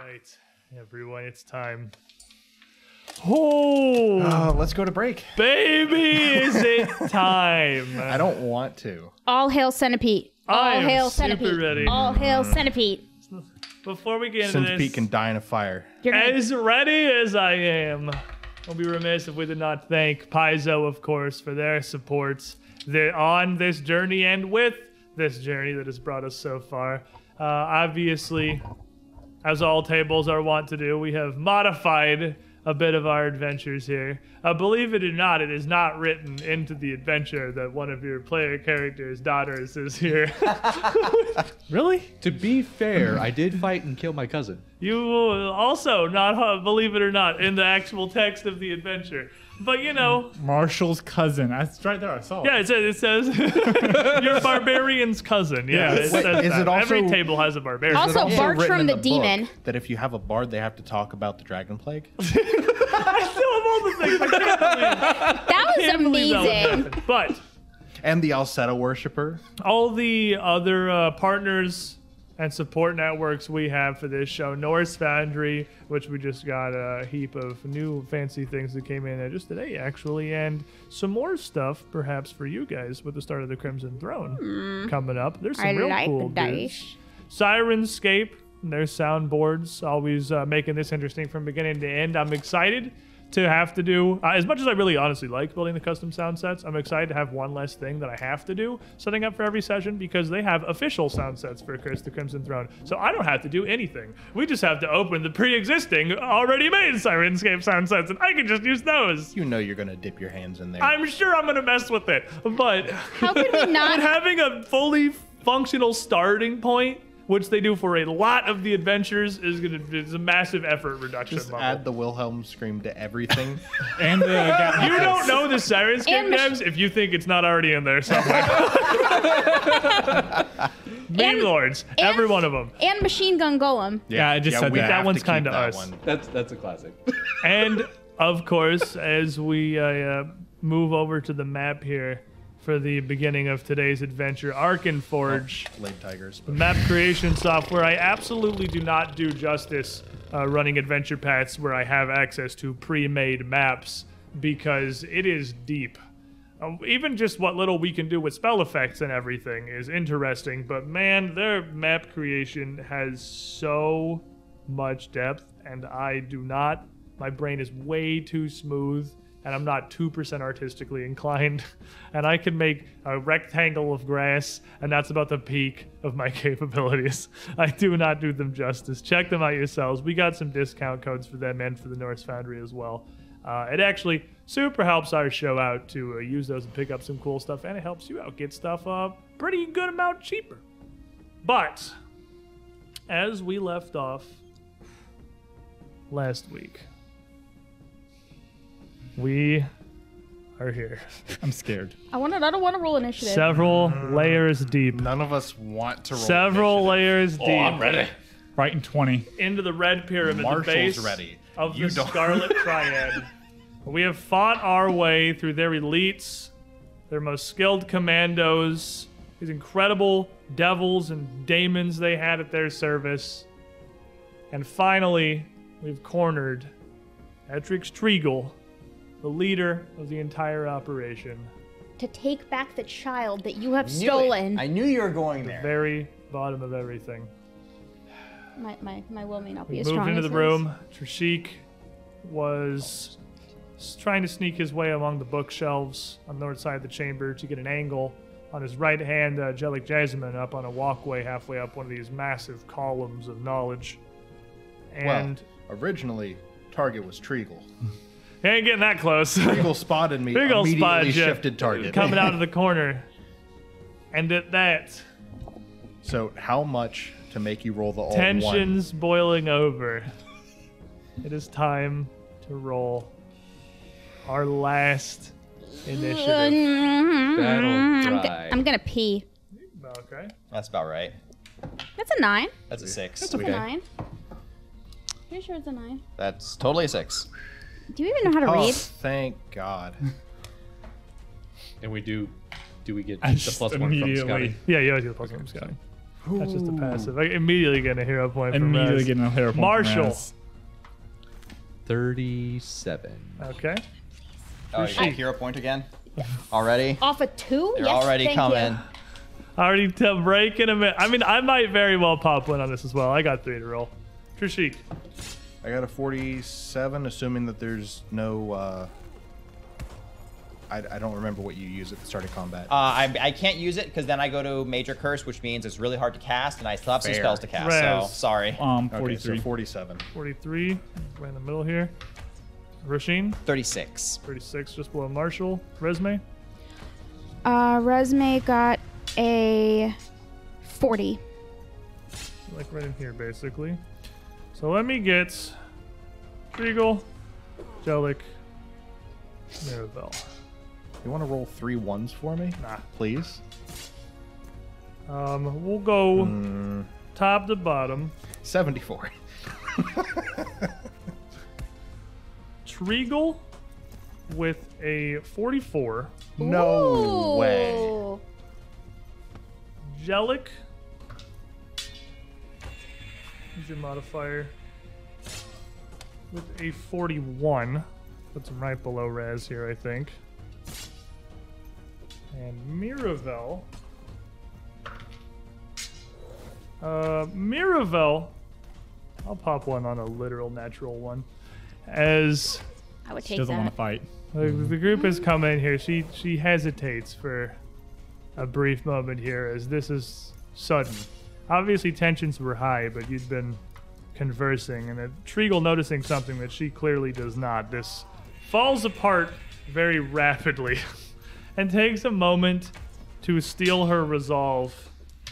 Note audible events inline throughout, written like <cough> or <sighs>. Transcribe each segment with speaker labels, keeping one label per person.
Speaker 1: right, everyone, it's time. Oh,
Speaker 2: Uh, let's go to break.
Speaker 1: baby, is
Speaker 2: <laughs>
Speaker 1: it time?
Speaker 2: I don't want to.
Speaker 3: All hail centipede. All
Speaker 1: I am
Speaker 3: hail
Speaker 1: super
Speaker 3: centipede.
Speaker 1: ready.
Speaker 3: All hail centipede.
Speaker 1: Before we get into
Speaker 2: Since
Speaker 1: this,
Speaker 2: Pete can die in a fire.
Speaker 3: You're gonna,
Speaker 1: as ready as I am, I'll be remiss if we did not thank Paizo, of course, for their support They're on this journey and with this journey that has brought us so far. Uh, obviously, as all tables are wont to do, we have modified a bit of our adventures here. Uh, believe it or not, it is not written into the adventure that one of your player characters' daughters is here. <laughs> really?
Speaker 4: To be fair, I did fight and kill my cousin.
Speaker 1: You will also not uh, believe it or not in the actual text of the adventure. But you know,
Speaker 5: Marshall's cousin. That's right there. I saw it.
Speaker 1: yeah, it says, it says <laughs> your barbarian's cousin. Yeah,
Speaker 5: Yeah.
Speaker 1: it
Speaker 2: Wait,
Speaker 1: says
Speaker 2: is
Speaker 1: that.
Speaker 2: it also-
Speaker 1: every table has a barbarian. <laughs>
Speaker 3: Also-
Speaker 2: It's
Speaker 3: Bartram
Speaker 2: written in
Speaker 3: the
Speaker 2: book
Speaker 3: demon.
Speaker 2: That if you have a bard, they have to talk about the dragon plague.
Speaker 1: I still have all the things. I can't believe,
Speaker 3: that
Speaker 1: <laughs>
Speaker 3: was
Speaker 1: can't believe that would
Speaker 3: amazing.
Speaker 1: happen. But
Speaker 2: and the Alceta worshiper.
Speaker 1: all the other uh, partners and support networks we have for this show Norris Foundry, which we just got a heap of new fancy things that came in uh, just today, actually, and some more stuff perhaps for you guys with the start of the Crimson Throne coming up. There's some
Speaker 3: Hmm. I
Speaker 1: real
Speaker 3: like
Speaker 1: cool dudes.
Speaker 3: dice.
Speaker 1: Sirenscape, their soundboards, always uh, making this interesting from beginning to end. I'm excited to have to do, uh, as much as I really honestly like building the custom sound sets, I'm excited to have one less thing that I have to do setting up for every session because they have official sound sets for Curse the Crimson Throne. So I don't have to do anything. We just have to open the pre existing, already made Sirenscape sound sets, and I can just use those.
Speaker 2: You know you're gonna dip your hands in there.
Speaker 1: I'm sure I'm going to mess with it, but.
Speaker 3: How
Speaker 1: <laughs>
Speaker 3: could we
Speaker 1: And
Speaker 3: not?
Speaker 1: having a fully functional starting point, which they do for a lot of the adventures, is gonna is a massive effort reduction.
Speaker 2: Just
Speaker 1: level.
Speaker 2: add uh, the Wilhelm scream to everything.
Speaker 5: And the guy-
Speaker 1: you don't know the Sirenscape
Speaker 3: And Mich-
Speaker 1: devs if you think it's not already in there
Speaker 3: <laughs>
Speaker 1: somewhere. <laughs> Meme
Speaker 3: And-
Speaker 1: lords,
Speaker 3: and-
Speaker 1: every one of them,
Speaker 3: And machine gun golem.
Speaker 5: Yeah, I just said
Speaker 2: we
Speaker 5: that.
Speaker 2: have
Speaker 1: That one's
Speaker 2: to keep
Speaker 1: kinda
Speaker 2: that
Speaker 1: us.
Speaker 2: one.
Speaker 4: That's that's a classic.
Speaker 1: and of course, as we uh, uh, move over to the map here for the beginning of today's adventure, Arkenforge. Forge.
Speaker 2: Blade tigers. But
Speaker 1: map creation software. I absolutely do not do justice uh, running adventure paths where I have access to pre-made maps because it is deep. Um, even just what little we can do with spell effects and everything is interesting, but man, their map creation has so much depth, and I do not. My brain is way too smooth, and I'm not 2% artistically <laughs> inclined. And I can make a rectangle of grass, and that's about the peak of my <laughs> capabilities. I do not do them justice. Check them out yourselves. We got some discount codes for them and for the Norse Foundry as well. Uh, it actually super helps our show out to uh, use those and pick up some cool stuff, and it helps you out get stuff uh, pretty good amount cheaper. But as we left off last week, we are here
Speaker 5: I'm scared.
Speaker 3: I want. I don't want to roll initiative.
Speaker 1: several layers deep.
Speaker 2: None of us want to roll.
Speaker 1: Several layers
Speaker 2: initiative.
Speaker 1: deep
Speaker 4: ready.
Speaker 5: Right in 20.
Speaker 1: into the red pyramid. the
Speaker 2: Marshall's
Speaker 1: base
Speaker 2: ready.
Speaker 1: of
Speaker 2: You
Speaker 1: the
Speaker 2: don't-
Speaker 1: Scarlet
Speaker 2: <laughs>
Speaker 1: Triad. We have fought our way through their elites, their most skilled commandos, these incredible devils and daemons they had at their service. And finally, we've cornered Etrix Treagle, the leader of the entire operation.
Speaker 3: to take back the child that you have stolen.
Speaker 6: I knew you were going there.
Speaker 1: Very bottom of everything.
Speaker 3: my, my, my will may not be
Speaker 1: We
Speaker 3: as
Speaker 1: moved
Speaker 3: strong
Speaker 1: into
Speaker 3: as
Speaker 1: the
Speaker 3: his.
Speaker 1: room. Trishik was s- trying to sneak his way along the bookshelves on the north side of the chamber to get an angle on his right hand, uh, Jellic Jasmine, up on a walkway halfway up one of these massive columns of knowledge. And
Speaker 2: Well, originally, target was Treagle.
Speaker 1: he ain't getting that close. <laughs>
Speaker 2: Treagle spotted me.
Speaker 1: Big ol'
Speaker 2: immediately
Speaker 1: spot, Jeff.
Speaker 2: shifted target.
Speaker 1: Coming out of the corner. And at that,
Speaker 2: So how much to make you roll the all one?
Speaker 1: tensions boiling over. It is time to roll our last initiative.
Speaker 4: Battle
Speaker 3: Mm-hmm. Mm, I'm, go-
Speaker 4: cry.
Speaker 3: I'm gonna pee.
Speaker 1: Okay.
Speaker 6: That's about right.
Speaker 3: That's a nine.
Speaker 6: That's a six.
Speaker 3: That's a nine. Pretty sure it's a nine.
Speaker 6: That's totally a six.
Speaker 3: Do you even know how to
Speaker 2: Oh,
Speaker 3: read?
Speaker 2: thank God.
Speaker 4: And we do. Do we get
Speaker 5: I
Speaker 4: the
Speaker 5: just
Speaker 4: plus one from
Speaker 5: immediately-
Speaker 4: Scotty?
Speaker 1: Yeah, you always get the plus one, Scotty. That's just a passive. I immediately getting a hero point. from
Speaker 5: Immediately
Speaker 1: Raz.
Speaker 5: getting a hair point. from
Speaker 1: Marshall.
Speaker 5: Raz.
Speaker 4: 37.
Speaker 1: Okay.
Speaker 6: Oh, you got a hero point again? Already?
Speaker 3: Off a two?
Speaker 6: They're
Speaker 3: Oh, yes,
Speaker 6: already
Speaker 3: thank
Speaker 6: coming.
Speaker 3: You.
Speaker 1: I already t- breaking a minute. I mean, I might very well pop one on this as well. I got three to roll. Trishik.
Speaker 2: I got a 47, assuming that there's no. Uh, I, I don't remember what you use at the start of combat.
Speaker 6: Uh, I, I can't use it because then I go to Major Curse, which means it's really hard to cast, and I still have some
Speaker 2: Fair.
Speaker 6: spells to cast. So
Speaker 1: Raz.
Speaker 6: sorry.
Speaker 5: Um,
Speaker 2: okay, so
Speaker 5: 43.
Speaker 2: 47.
Speaker 1: 43, right in the middle here. Rasheen,
Speaker 6: 36.
Speaker 1: 36, just below Marshall. Resume,
Speaker 7: Uh, resume got a 40.
Speaker 1: like right in here, basically. So let me get Kriegel, Jelic, Mirabelle.
Speaker 2: You want to roll three ones for me?
Speaker 1: Nah.
Speaker 2: Please?
Speaker 1: Um, we'll go
Speaker 5: Hmm.
Speaker 1: top to bottom.
Speaker 2: <laughs> 74.
Speaker 1: Triegel with a 44,
Speaker 2: No way.
Speaker 3: Ooh.
Speaker 1: Jelic. Use your modifier with a 41. That's right below Raz here, I think. And Miravel. Uh, Miravel. I'll pop one on a literal natural one. As
Speaker 3: I would
Speaker 5: She
Speaker 3: take
Speaker 5: doesn't want
Speaker 3: that.
Speaker 5: to fight.
Speaker 1: the, the group has come in here. She she hesitates for a brief moment here, as this is sudden. Obviously, tensions were high, but you'd been conversing, and uh, Triegel noticing something that she clearly does not. This falls apart very rapidly, <laughs> and takes a moment to steal her resolve,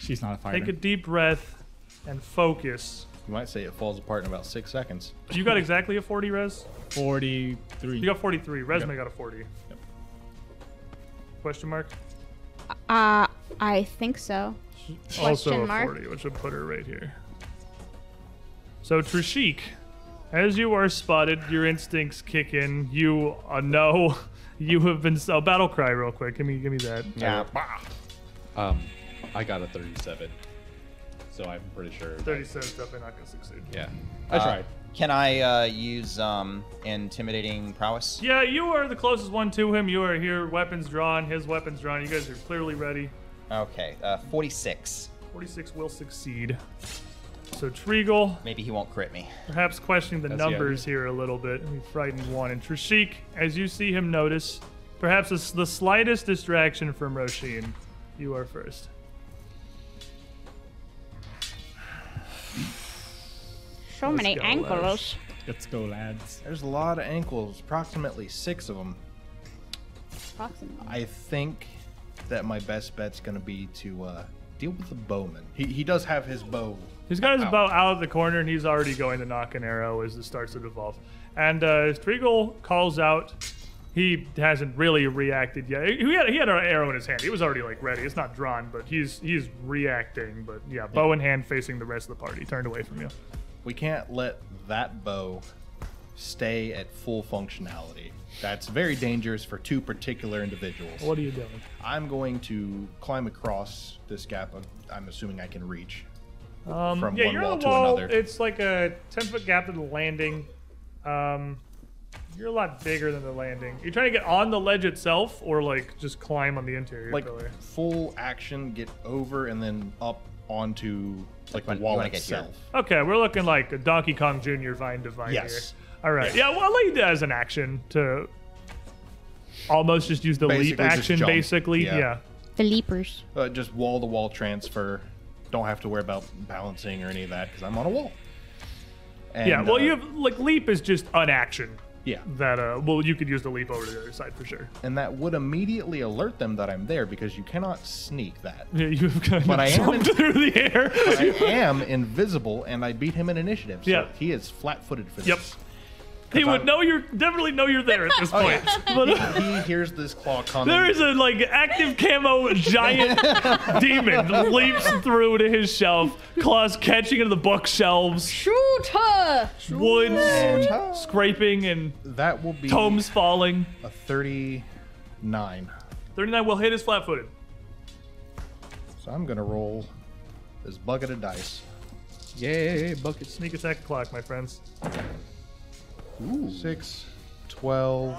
Speaker 5: She's not a fighter.
Speaker 1: take a deep breath, and focus.
Speaker 2: You might say it falls apart in about six seconds.
Speaker 1: You got exactly a 40 res.
Speaker 5: 43.
Speaker 1: You got 43. Resume got a 40. Question mark.
Speaker 7: Uh, I think so.
Speaker 1: also
Speaker 7: Question
Speaker 1: a
Speaker 7: mark.
Speaker 1: 40, which would put her right here. So, Trishik, as you are spotted, your instincts kick in. You uh, know <laughs> you have been. Oh, battle cry, real quick. Give me, give me that.
Speaker 6: Yeah.
Speaker 4: Um, I got a 37. So I'm pretty sure. that-
Speaker 1: 37 is definitely not going to succeed.
Speaker 4: Yeah. I
Speaker 6: Uh,
Speaker 4: tried.
Speaker 6: Can I uh, use um, intimidating prowess?
Speaker 1: Yeah, you are the closest one to him. You are here, weapons drawn, his weapons drawn. You guys are clearly ready.
Speaker 6: Okay. Uh, 46.
Speaker 1: 46 will succeed. So, Trigal,
Speaker 6: Maybe he won't crit me.
Speaker 1: perhaps questioning the
Speaker 4: That's the
Speaker 1: numbers here a little bit. We frightened one. And Trishik, as you see him notice, perhaps it's the slightest distraction from Roshin. You are first.
Speaker 7: So many
Speaker 1: go,
Speaker 7: ankles.
Speaker 1: lads.
Speaker 5: Let's go, lads.
Speaker 2: There's a lot of ankles, approximately six of them.
Speaker 3: Approximately.
Speaker 2: I think that my best bet's going to be to uh, deal with the bowman. He, he does have his bow.
Speaker 1: He's got his bow out of the corner, and he's already going to knock an arrow as it starts to devolve. And uh, as Trigal calls out, he hasn't really reacted yet. He had, he had an arrow in his hand. He was already like ready. It's not drawn, but he's he's reacting. But yeah, bow in hand, facing the rest of the party, turned away from you.
Speaker 2: We can't let that bow stay at full functionality. That's very dangerous for two particular individuals.
Speaker 1: What are you doing?
Speaker 2: I'm going to climb across this gap. Of, I'm assuming I can reach.
Speaker 1: Um,
Speaker 2: from
Speaker 1: yeah,
Speaker 2: one
Speaker 1: you're
Speaker 2: wall
Speaker 1: on the
Speaker 2: to
Speaker 1: wall.
Speaker 2: another.
Speaker 1: It's like a ten foot gap to the landing. Um, you're a lot bigger than the landing. You're trying to get on the ledge itself, or like just climb on the interior
Speaker 2: Like
Speaker 1: pillar.
Speaker 2: full action, get over and then up onto like the
Speaker 6: when-
Speaker 2: wall
Speaker 6: when I get here.
Speaker 2: itself.
Speaker 1: Okay, we're looking like a Donkey Kong Jr. Vine Divine
Speaker 2: Yes.
Speaker 1: here. All right. Yeah. well, I'll let you do that as an action to almost just use the leap
Speaker 2: Basically just
Speaker 1: action,
Speaker 2: jump.
Speaker 1: basically.
Speaker 2: Yeah.
Speaker 1: yeah.
Speaker 7: The leapers.
Speaker 2: Uh, just wall to wall transfer. Don't have to worry about balancing or any of that because I'm on a wall. And,
Speaker 1: Yeah, well,
Speaker 2: uh,
Speaker 1: you have like leap is just an action
Speaker 2: yeah,
Speaker 1: that uh, well you could use the leap over to the other side for sure. <laughs>
Speaker 2: and that would immediately alert them that I'm there because you cannot sneak
Speaker 1: <laughs>
Speaker 2: that.
Speaker 1: Yeah, you've kind
Speaker 2: But
Speaker 1: of
Speaker 2: I am
Speaker 1: jumped <laughs>
Speaker 2: in-
Speaker 1: through the air.
Speaker 2: I am invisible, and I beat him in initiative. So
Speaker 1: Yeah.
Speaker 2: he is flat-footed for this.
Speaker 1: Yep. He would
Speaker 2: I'm-
Speaker 1: know you're definitely know you're there at this point. But uh,
Speaker 2: He hears this claw coming.
Speaker 1: there is a like active camo giant demon leaps through to his shelf, claws catching into the bookshelves,
Speaker 3: Shooter!
Speaker 1: woods
Speaker 2: And, uh,
Speaker 1: scraping and
Speaker 2: that will be
Speaker 1: tomes falling.
Speaker 2: a 39.
Speaker 1: 39 will hit his flat footed.
Speaker 2: So I'm gonna roll This bucket of dice.
Speaker 4: Yay, buckets.
Speaker 1: Sneak attack clock, my friends.
Speaker 2: Six, twelve,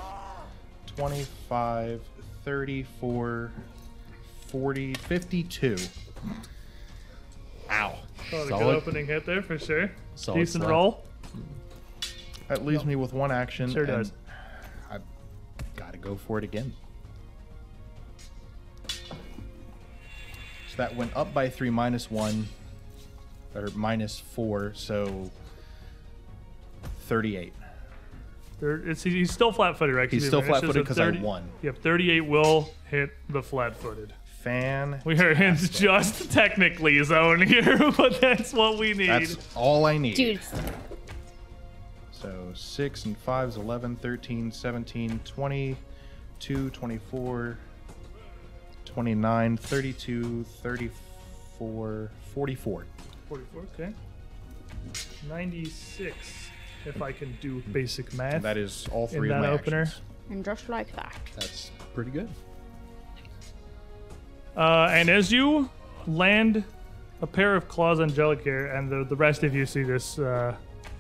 Speaker 2: twenty-five, thirty-four, forty, fifty-two.
Speaker 4: Ow.
Speaker 1: Thought a good
Speaker 4: Solid.
Speaker 1: opening hit there for sure.
Speaker 4: Solid
Speaker 1: Decent
Speaker 4: slide.
Speaker 1: roll.
Speaker 2: That leaves me with one action.
Speaker 1: Sure
Speaker 2: and
Speaker 1: does.
Speaker 2: I gotta go for it again. So that went up by three minus one, or minus four, so 38.
Speaker 1: There, it's, he's still flat-footed, right? 'Cause
Speaker 2: He's
Speaker 1: you-
Speaker 2: still
Speaker 1: it's just a
Speaker 2: flat-footed 'cause I
Speaker 1: 30
Speaker 2: won.
Speaker 1: Yep, 38 will hit the flat-footed.
Speaker 2: Fan.
Speaker 1: We are in <laughs> just technically zone here, <laughs> but that's what we need.
Speaker 2: That's all I need.
Speaker 3: Dude,
Speaker 2: So 6 and 5 is 11, 13, 17, 22, 24, 29, 32, 34, 44.
Speaker 1: 44, okay. 96, if I can do basic math.
Speaker 2: And that is all
Speaker 1: In
Speaker 2: three
Speaker 1: that
Speaker 2: of my
Speaker 1: opener?
Speaker 2: actions.
Speaker 7: And just like
Speaker 5: <laughs>
Speaker 7: that.
Speaker 4: That's pretty good.
Speaker 1: Uh, and as you land a pair of claws on Jellicare, and the, the rest of you see this uh,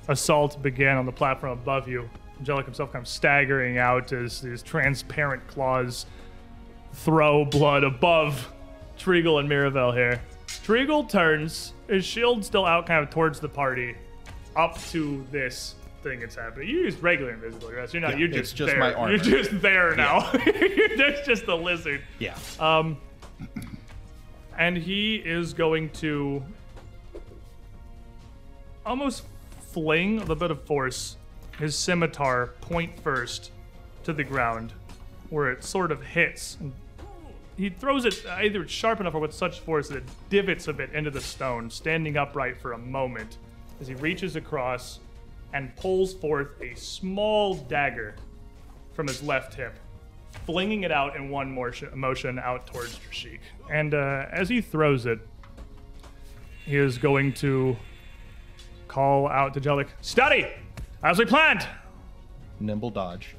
Speaker 1: assault begin on the platform above you, Jellic himself comes staggering out as these transparent claws throw blood above Treagle and Miravel here. Treagle turns, his shield still out kind of towards the party, up to this thing that's happening. You use regular invisibility, right? So you're not,
Speaker 2: Yeah,
Speaker 1: you're
Speaker 2: it's
Speaker 1: just,
Speaker 2: just
Speaker 1: there.
Speaker 2: my armor.
Speaker 1: You're just there now. <laughs> That's just the lizard.
Speaker 2: Yeah.
Speaker 1: Uh, and he is going to almost fling with a bit of force his scimitar point first to the ground where it sort of hits and he throws it either it's sharp enough or with such force that it divots a bit into the stone standing upright for a moment as he reaches across and pulls forth a small dagger from his left hip flinging it out in one more sh- motion out towards Trashik. And uh, as he throws it, he is going to call out to Jellic, Study! As we planned!
Speaker 2: Nimble dodge.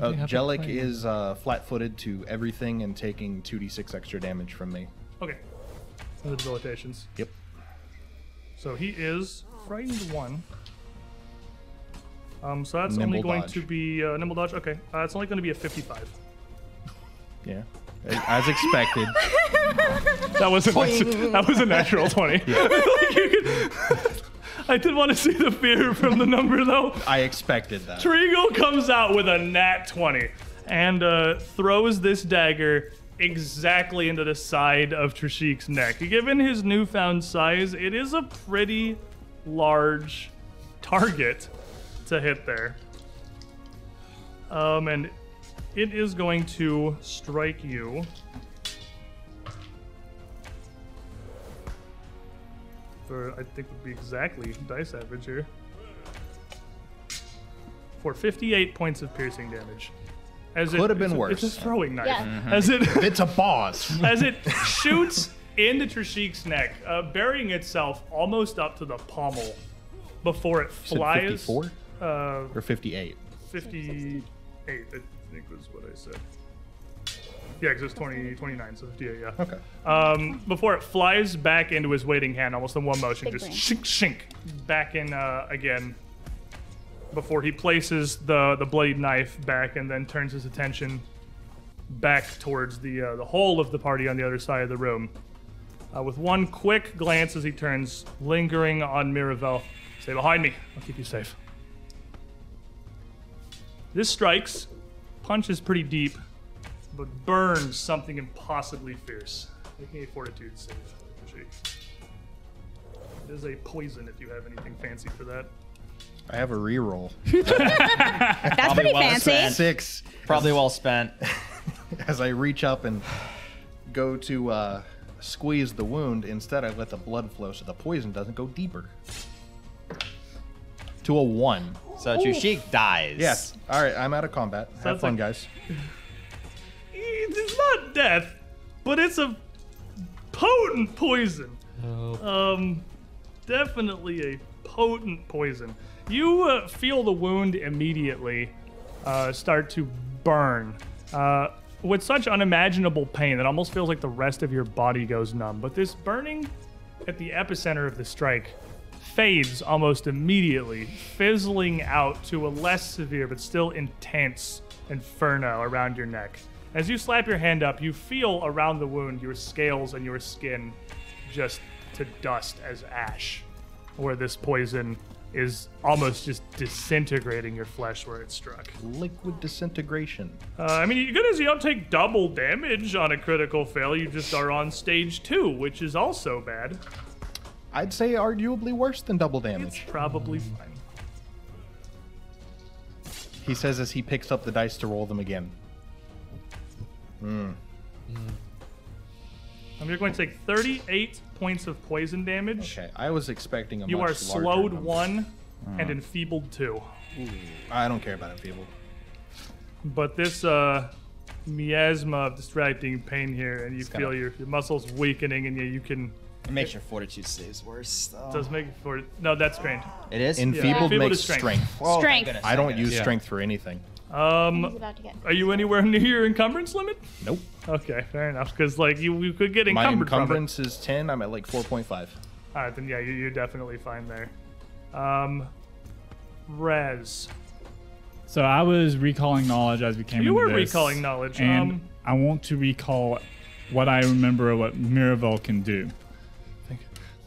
Speaker 2: Uh, Jellic is uh, flat footed to everything and taking 2d6 extra damage from me.
Speaker 1: Okay. The debilitations.
Speaker 2: Yep.
Speaker 1: So he is frightened one. Um, so that's only
Speaker 2: Nimble
Speaker 1: going
Speaker 2: dodge.
Speaker 1: to be uh, nimble dodge. Okay, uh, it's only going to be a 55.
Speaker 2: Yeah.
Speaker 1: <laughs>
Speaker 2: As expected.
Speaker 1: That was a natu- <laughs> that was a natural <laughs> 20. <laughs> I did want to see the fear from the number though.
Speaker 2: I expected that.
Speaker 1: Trigo comes out with a nat 20 and uh, throws this dagger exactly into the side of Trishik's neck. Given his newfound size, it is a pretty large target to hit there. Um, and it is going to strike you. For, I think would be exactly dice average here for 58 points of piercing damage. As it,
Speaker 2: Could have been
Speaker 1: it's a- It's
Speaker 2: worse. Mm-hmm.
Speaker 1: a throwing knife.
Speaker 3: Yeah.
Speaker 1: As
Speaker 2: <laughs>
Speaker 1: it
Speaker 2: It's a boss.
Speaker 1: as it shoots into Trishik's neck, uh, burying itself almost up to the pommel before it
Speaker 2: Said
Speaker 1: flies.
Speaker 2: 54
Speaker 1: Uh,
Speaker 2: or 58?
Speaker 1: 58, I think was what I said. Yeah, because it's 20, 29, so 58, yeah.
Speaker 2: Okay.
Speaker 1: Um, before it flies back into his waiting hand, almost in one motion,
Speaker 7: Big
Speaker 1: just
Speaker 7: brain.
Speaker 1: shink, shink, back in uh, again. Before he places the the bloody knife back and then turns his attention back towards the uh, the whole of the party on the other side of the room, uh, with one quick glance as he turns, lingering on Miravel. Stay behind me. I'll keep you safe. This strikes, punches pretty deep, but burns something impossibly fierce. Make me a fortitude save. Shake. It is a poison if you have anything fancy for that.
Speaker 2: I have a reroll.
Speaker 7: That's pretty
Speaker 6: well
Speaker 7: fancy.
Speaker 6: spent.
Speaker 2: Six.
Speaker 6: Probably well spent.
Speaker 2: As I reach up and go to uh, squeeze the wound, instead I let the blood flow so the poison doesn't go deeper. To a one.
Speaker 6: So Chushik dies.
Speaker 2: Yes. All right. I'm out of combat.
Speaker 1: Sounds
Speaker 2: have fun,
Speaker 1: like-
Speaker 2: guys.
Speaker 1: It's not death, but it's a potent poison. Um, definitely a potent poison. You uh, feel the wound immediately uh, start to burn. Uh, with such unimaginable pain that almost feels like the rest of your body goes numb. But this burning at the epicenter of the strike fades almost immediately, fizzling out to a less severe but still intense inferno around your neck. As you slap your hand up, you feel around the wound your scales and your skin just to dust as ash, where this poison is almost just disintegrating your flesh where it struck.
Speaker 2: Liquid disintegration.
Speaker 1: Uh, I mean, good as you don't take double damage on a critical fail, you just are on stage two, which is also bad.
Speaker 2: I'd say arguably worse than double
Speaker 1: It's
Speaker 2: damage.
Speaker 1: probably fine.
Speaker 2: He says as he picks up the dice to roll them again.
Speaker 1: Um, you're going to take 38 points of poison damage.
Speaker 2: Okay, I was expecting a
Speaker 1: You
Speaker 2: much
Speaker 1: are
Speaker 2: larger
Speaker 1: slowed
Speaker 2: number.
Speaker 1: one and enfeebled two.
Speaker 2: I don't care about enfeebled.
Speaker 1: But this uh, miasma of distracting pain here, and you
Speaker 6: kinda-
Speaker 1: feel your, your muscles weakening, and yeah, you can.
Speaker 6: It makes your fortitude saves worse. Though.
Speaker 1: Does make it for. No, that's strained.
Speaker 6: it is.
Speaker 2: Enfeebled
Speaker 1: Enfeebled
Speaker 2: makes
Speaker 1: is strength.
Speaker 2: strength.
Speaker 6: Oh, thank
Speaker 7: Strength.
Speaker 6: goodness,
Speaker 2: I don't
Speaker 6: thank
Speaker 2: use
Speaker 4: Yeah.
Speaker 2: strength for anything.
Speaker 3: He's about to get.
Speaker 1: Are you anywhere <laughs> near your encumbrance limit?
Speaker 2: Nope.
Speaker 1: Okay, fair enough. Because, like, you, you could get
Speaker 2: My
Speaker 1: encumbered. from it.
Speaker 2: encumbrance is 10. I'm at like 4.5.
Speaker 1: All right, then yeah, you- you're definitely fine there. Um, Rez, <laughs>
Speaker 5: So I was recalling knowledge as we came.
Speaker 1: You
Speaker 5: into
Speaker 1: were
Speaker 5: this,
Speaker 1: recalling knowledge,
Speaker 5: and
Speaker 1: um,
Speaker 5: I want to recall what I remember what Miravel can do.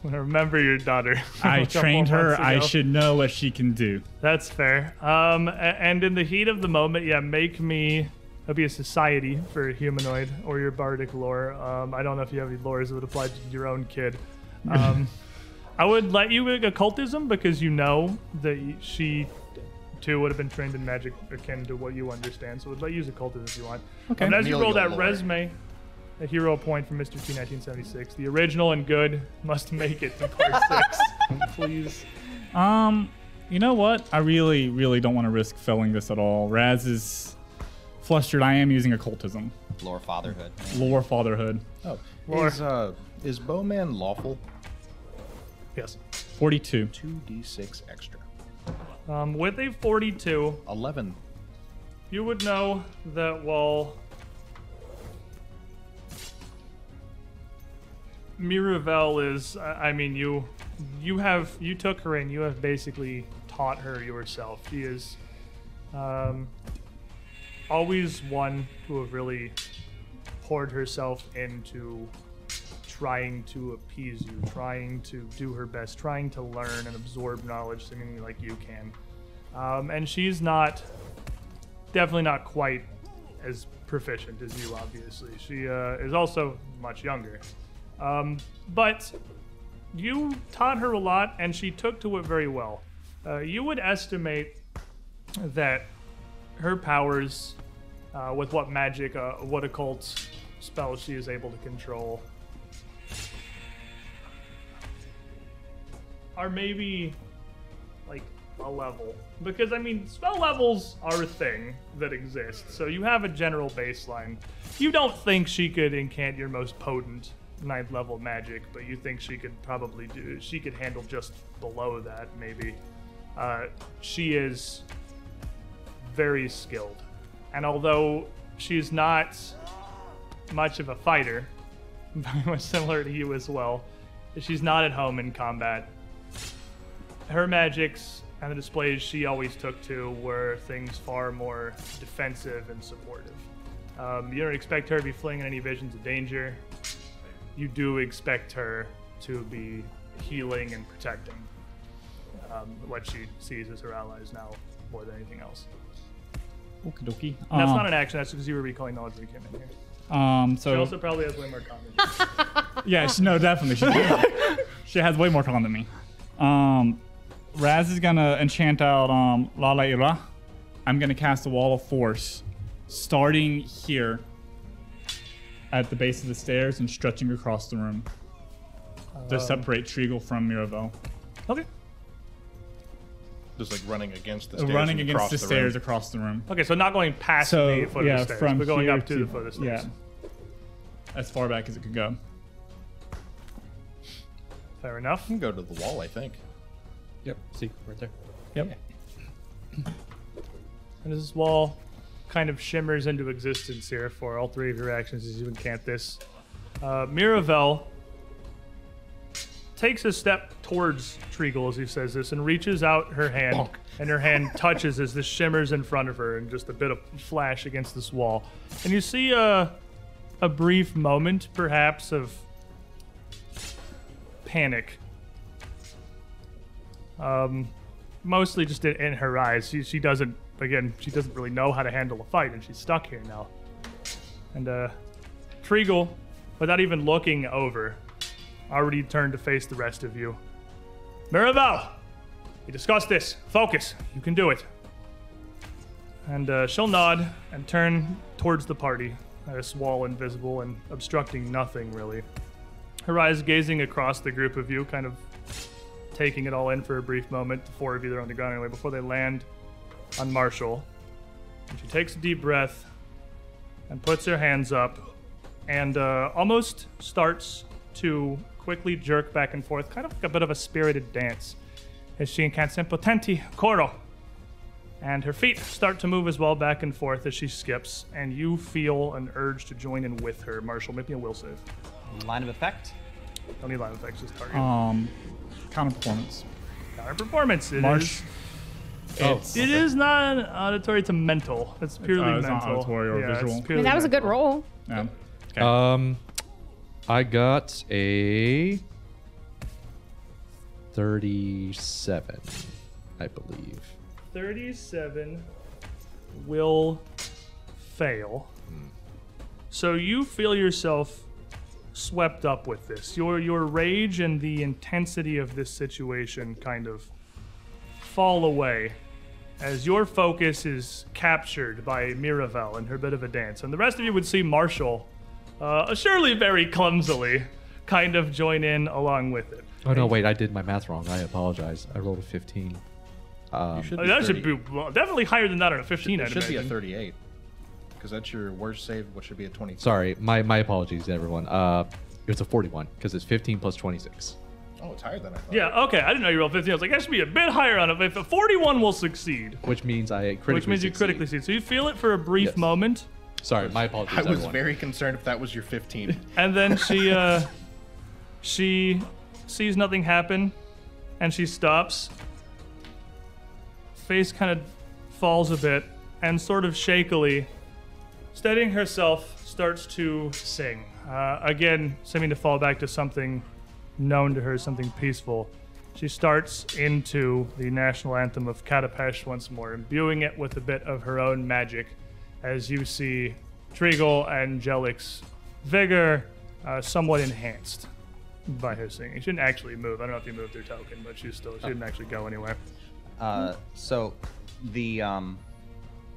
Speaker 1: when I remember your daughter. <laughs>
Speaker 5: I
Speaker 1: a couple
Speaker 5: trained her.
Speaker 1: months
Speaker 5: I
Speaker 1: ago.
Speaker 5: should know what she can do.
Speaker 1: That's fair. Um, a- and in the heat of the moment, yeah, make me. That'd be a society for a humanoid or your bardic lore. Um, I don't know if you have any lores that would apply to your own kid. <laughs> Um, I would let you make occultism because you know that y- she too would have been trained in magic akin to what you understand. So would let you use occultism if you want. Okay. And as you
Speaker 2: Familial
Speaker 1: roll that
Speaker 2: lore.
Speaker 1: resume, a hero point from Mr. T 1976, the original and good must make it to part six. <laughs> Please.
Speaker 5: Um, you know what? I really, really don't want to risk failing this at all. Raz is flustered. I am using occultism,
Speaker 6: you. Lore fatherhood.
Speaker 5: lore, fatherhood.
Speaker 2: Oh,
Speaker 1: Lore.
Speaker 2: is uh, is bowman lawful?
Speaker 1: Yes.
Speaker 5: Forty-two.
Speaker 2: 2d6 extra.
Speaker 1: Um, with a 42,
Speaker 2: 11.
Speaker 1: you would know that while Miravel is, I I mean, you, you have, you took her in. You have basically taught her yourself. She is, um, always one to have really poured herself into trying to appease you, trying to do her best, trying to learn and absorb knowledge seemingly like you can. Um, and she's not definitely not quite as proficient as you, obviously. She uh, is also much younger. Um, but you taught her a lot, and she took to it very well. Uh, you would estimate that her powers, uh, with what magic, uh, what occult spell she is able to control, are maybe like a level because i mean spell levels are a thing that exists so you have a general baseline you don't think she could incant your most potent ninth level magic but you think she could probably do she could handle just below that maybe uh, she is very skilled and although she's not much of a fighter <laughs> very much similar to you as well she's not at home in combat her magics and the displays she always took to were things far more defensive and supportive. Um, you don't expect her to be flinging any visions of danger. You do expect her to be healing and protecting um, what she sees as her allies now more than anything else.
Speaker 5: Okie dokie.
Speaker 1: And that's
Speaker 5: um,
Speaker 1: not an action. That's because you were recalling knowledge when you came in here.
Speaker 5: Um.
Speaker 1: She
Speaker 5: So
Speaker 1: also probably has way more comedy.
Speaker 5: <laughs> yeah, she, no, definitely. She,
Speaker 1: <laughs>
Speaker 5: she <laughs> has way more con than me. Um, Raz is gonna enchant out um La La Ira. I'm gonna cast a wall of force, starting here at the base of the stairs and stretching across the room
Speaker 2: Um,
Speaker 5: to separate Trigal from Miravel.
Speaker 1: okay.
Speaker 2: Just like running against the
Speaker 5: Uh,
Speaker 2: stairs.
Speaker 5: Running
Speaker 2: and
Speaker 5: against
Speaker 2: across
Speaker 5: the,
Speaker 2: room.
Speaker 5: stairs across the room.
Speaker 1: Okay, so not going past
Speaker 5: So
Speaker 1: the foot
Speaker 5: yeah,
Speaker 1: of the stairs,
Speaker 5: from
Speaker 1: but going
Speaker 5: here
Speaker 1: up to, the foot of the stairs.
Speaker 5: Yeah. As far back as it could go.
Speaker 1: Fair enough.
Speaker 2: You can go to the wall, I think.
Speaker 4: Yep. See, right there.
Speaker 5: Yep.
Speaker 1: And is this wall kind of shimmers into existence here for all three of your actions as you encant this. Uh, Miravel takes a step towards Treagle as he says this and reaches out her hand, and her hand <laughs> touches as this shimmers in front of her and just a bit of flash against this wall. And you see a, a brief moment, perhaps, of panic. Um, mostly just in, in her eyes. She, she doesn't, again, she doesn't really know how to handle a fight, and she's stuck here now. And uh, Treagle, without even looking over, already turned to face the rest of you. Miraval, we discussed this. Focus. You can do it. And uh, she'll nod and turn towards the party. This wall invisible and obstructing nothing, really. Her eyes gazing across the group of you, kind of taking it all in for a brief moment. The four of you that are on the ground anyway, before they land on Marshall. And she takes a deep breath and puts her hands up and uh, almost starts to quickly jerk back and forth, kind of like a bit of a spirited dance, as she incants Impotenti Coro. And her feet start to move as well back and forth as she skips, and you feel an urge to join in with her. Marshall, make me a will save.
Speaker 6: Line of effect.
Speaker 1: Don't need line of effects, just target.
Speaker 5: Um, counterperformance.
Speaker 1: Our performance it
Speaker 5: Marsh.
Speaker 1: is-
Speaker 4: Oh,
Speaker 1: It is not auditory, it's a mental. It's purely
Speaker 5: it's not
Speaker 1: mental.
Speaker 5: auditory or
Speaker 1: yeah, it's
Speaker 5: visual. I mean,
Speaker 7: I
Speaker 1: purely
Speaker 7: mean, that was a good
Speaker 1: mental.
Speaker 7: roll.
Speaker 5: Yeah.
Speaker 4: Um, I got a thirty-seven, I believe.
Speaker 1: 37 will fail. So you feel yourself swept up with this. Your your rage and the intensity of this situation kind of fall away as your focus is captured by Miravel and her bit of a dance. And the rest of you would see Marshall, uh, surely very clumsily, kind of join in along with it.
Speaker 4: Oh no, wait, I did my math wrong. I apologize. I rolled a fifteen.
Speaker 2: should
Speaker 1: Uh, that should
Speaker 2: 30.
Speaker 1: be well, definitely higher than that on a 15.
Speaker 2: It
Speaker 1: I'd
Speaker 2: should be a
Speaker 1: imagine.
Speaker 2: 38. Because that's your worst save, which should be a 20.
Speaker 4: Sorry, my my apologies, everyone. Uh, it's a forty-one because it's fifteen plus twenty-six.
Speaker 2: Oh, it's higher than I thought.
Speaker 1: Yeah, okay. I didn't know you rolled 15. I was like, that should be a bit higher on it. If a 41 will succeed,
Speaker 4: Which means I critically.
Speaker 1: which means you
Speaker 4: succeed.
Speaker 1: critically succeed. So you feel it for a brief
Speaker 4: Yes.
Speaker 1: moment,
Speaker 4: Sorry, my apologies.
Speaker 2: I was
Speaker 4: everyone.
Speaker 2: very concerned if that was
Speaker 1: <laughs>
Speaker 2: your 15.
Speaker 1: and then she uh, she sees nothing happen, and she stops. Face kind of falls a bit, and sort of shakily, steadying herself, starts to sing. Uh, again, seeming to fall back to something known to her, something peaceful. She starts into the national anthem of Katapesh once more, imbuing it with a bit of her own magic as you see Treagle and Jellic's vigor uh, somewhat enhanced by her singing. She didn't actually move. I don't know if you moved her token, but she still she didn't
Speaker 3: Oh.
Speaker 1: actually go anywhere.
Speaker 6: Uh, so the um,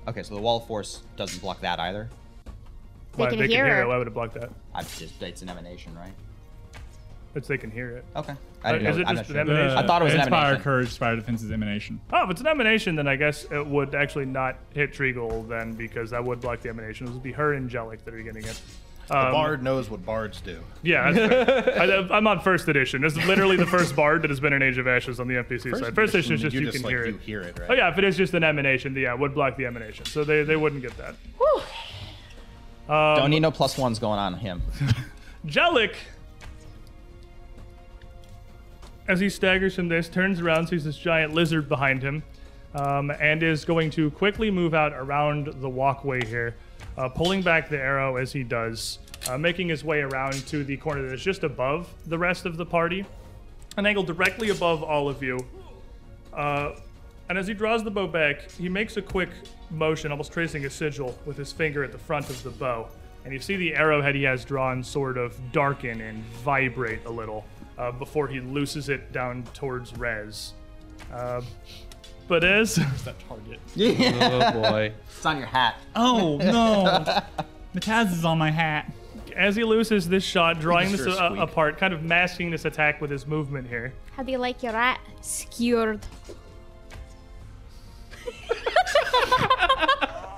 Speaker 6: okay, so the wall of force doesn't block that either.
Speaker 3: They
Speaker 1: Why-
Speaker 3: can
Speaker 1: they
Speaker 3: hear
Speaker 1: can hear
Speaker 3: her.
Speaker 1: Why would it block that?
Speaker 6: I just it's an emanation, right?
Speaker 1: It's they can hear it.
Speaker 6: Okay. I
Speaker 1: Uh,
Speaker 6: didn't
Speaker 1: is
Speaker 6: know.
Speaker 1: it
Speaker 6: I'm
Speaker 1: just
Speaker 6: not
Speaker 1: an
Speaker 6: sure.
Speaker 1: emanation?
Speaker 6: I thought it was an
Speaker 5: Inspire
Speaker 6: emanation.
Speaker 5: courage, fire defenses, emanation.
Speaker 1: Oh, if it's an emanation, then I guess it would actually not hit Treagle then because that would block the emanation. It would be her and Jellic that are getting it. Um,
Speaker 2: the bard knows what bards do.
Speaker 1: Yeah, that's fair. <laughs> I, I'm on first edition. This is literally the first bard that has been in Age of Ashes on the NPC side. First edition is just you, can
Speaker 2: like,
Speaker 1: hear it.
Speaker 2: You hear it, right?
Speaker 1: Oh yeah, if it is just an emanation, yeah, it would block the emanation, so they, they wouldn't get that.
Speaker 6: Don't need no plus ones going on him.
Speaker 1: Jellic, as he staggers from this, turns around, sees this giant lizard behind him, um, and is going to quickly move out around the walkway here, uh, pulling back the arrow as he does, uh, making his way around to the corner that's just above the rest of the party, an angle directly above all of you. Uh, and as he draws the bow back, he makes a quick motion, almost tracing a sigil with his finger at the front of the bow. And you see the arrowhead he has drawn sort of darken and vibrate a little uh, before he looses it down towards Rez. Uh, but as
Speaker 4: Oh boy.
Speaker 6: It's on your hat.
Speaker 5: Oh no! <laughs> Mataz is on my hat.
Speaker 1: as he looses this shot, drawing
Speaker 2: just
Speaker 1: this
Speaker 2: hear a
Speaker 1: a-
Speaker 2: squeak.
Speaker 1: apart, kind of masking this attack with his movement here.
Speaker 3: How do you like your rat? Skewered.
Speaker 7: <laughs>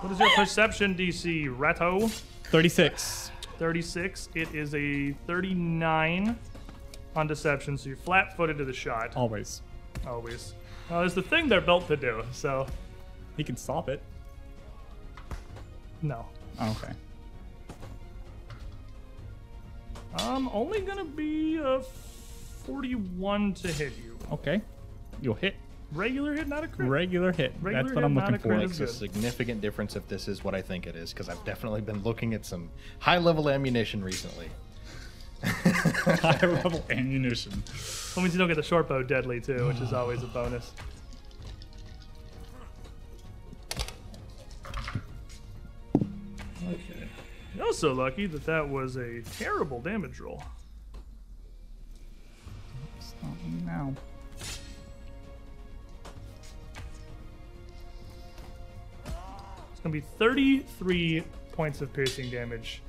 Speaker 1: What is your perception DC, Ratto?
Speaker 5: Thirty-six.
Speaker 1: 36. It is a 39 on deception, so you're flat footed to the shot.
Speaker 5: Always.
Speaker 1: always. Well, it's the thing they're built to do. So
Speaker 5: He can stop it.
Speaker 1: No.
Speaker 5: Oh, Okay.
Speaker 1: I'm only gonna be a 41 to hit you.
Speaker 5: Okay. You'll hit.
Speaker 1: Regular hit, not a crit.
Speaker 5: Regular hit.
Speaker 1: Regular
Speaker 5: That's what
Speaker 1: hit,
Speaker 5: I'm
Speaker 1: not
Speaker 5: looking
Speaker 1: a
Speaker 5: for.
Speaker 1: crit.
Speaker 2: Makes
Speaker 1: good.
Speaker 2: a significant difference if this is what I think it is, because I've definitely been looking at some high level
Speaker 1: <laughs>
Speaker 2: ammunition recently.
Speaker 5: <laughs> High level ammunition.
Speaker 1: That means you don't get the short bow deadly too, which is always a bonus.
Speaker 5: Okay.
Speaker 1: You're also lucky that that was a terrible damage roll.
Speaker 5: Stop now.
Speaker 1: It's gonna be 33 points of piercing damage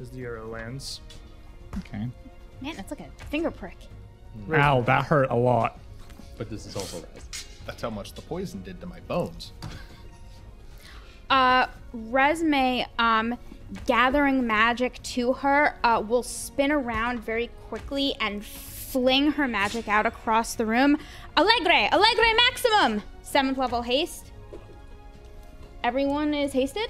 Speaker 1: as the arrow lands.
Speaker 5: Okay.
Speaker 3: Man, that's like a finger prick.
Speaker 5: Ow, that hurt a lot.
Speaker 4: But this is also Raz.
Speaker 2: That's how much the poison did to my bones.
Speaker 3: Uh, Resme, um, gathering magic to her, uh, will spin around very quickly and fling her magic out across the room. Allegre! Allegre maximum! Seventh level haste. Everyone is hasted?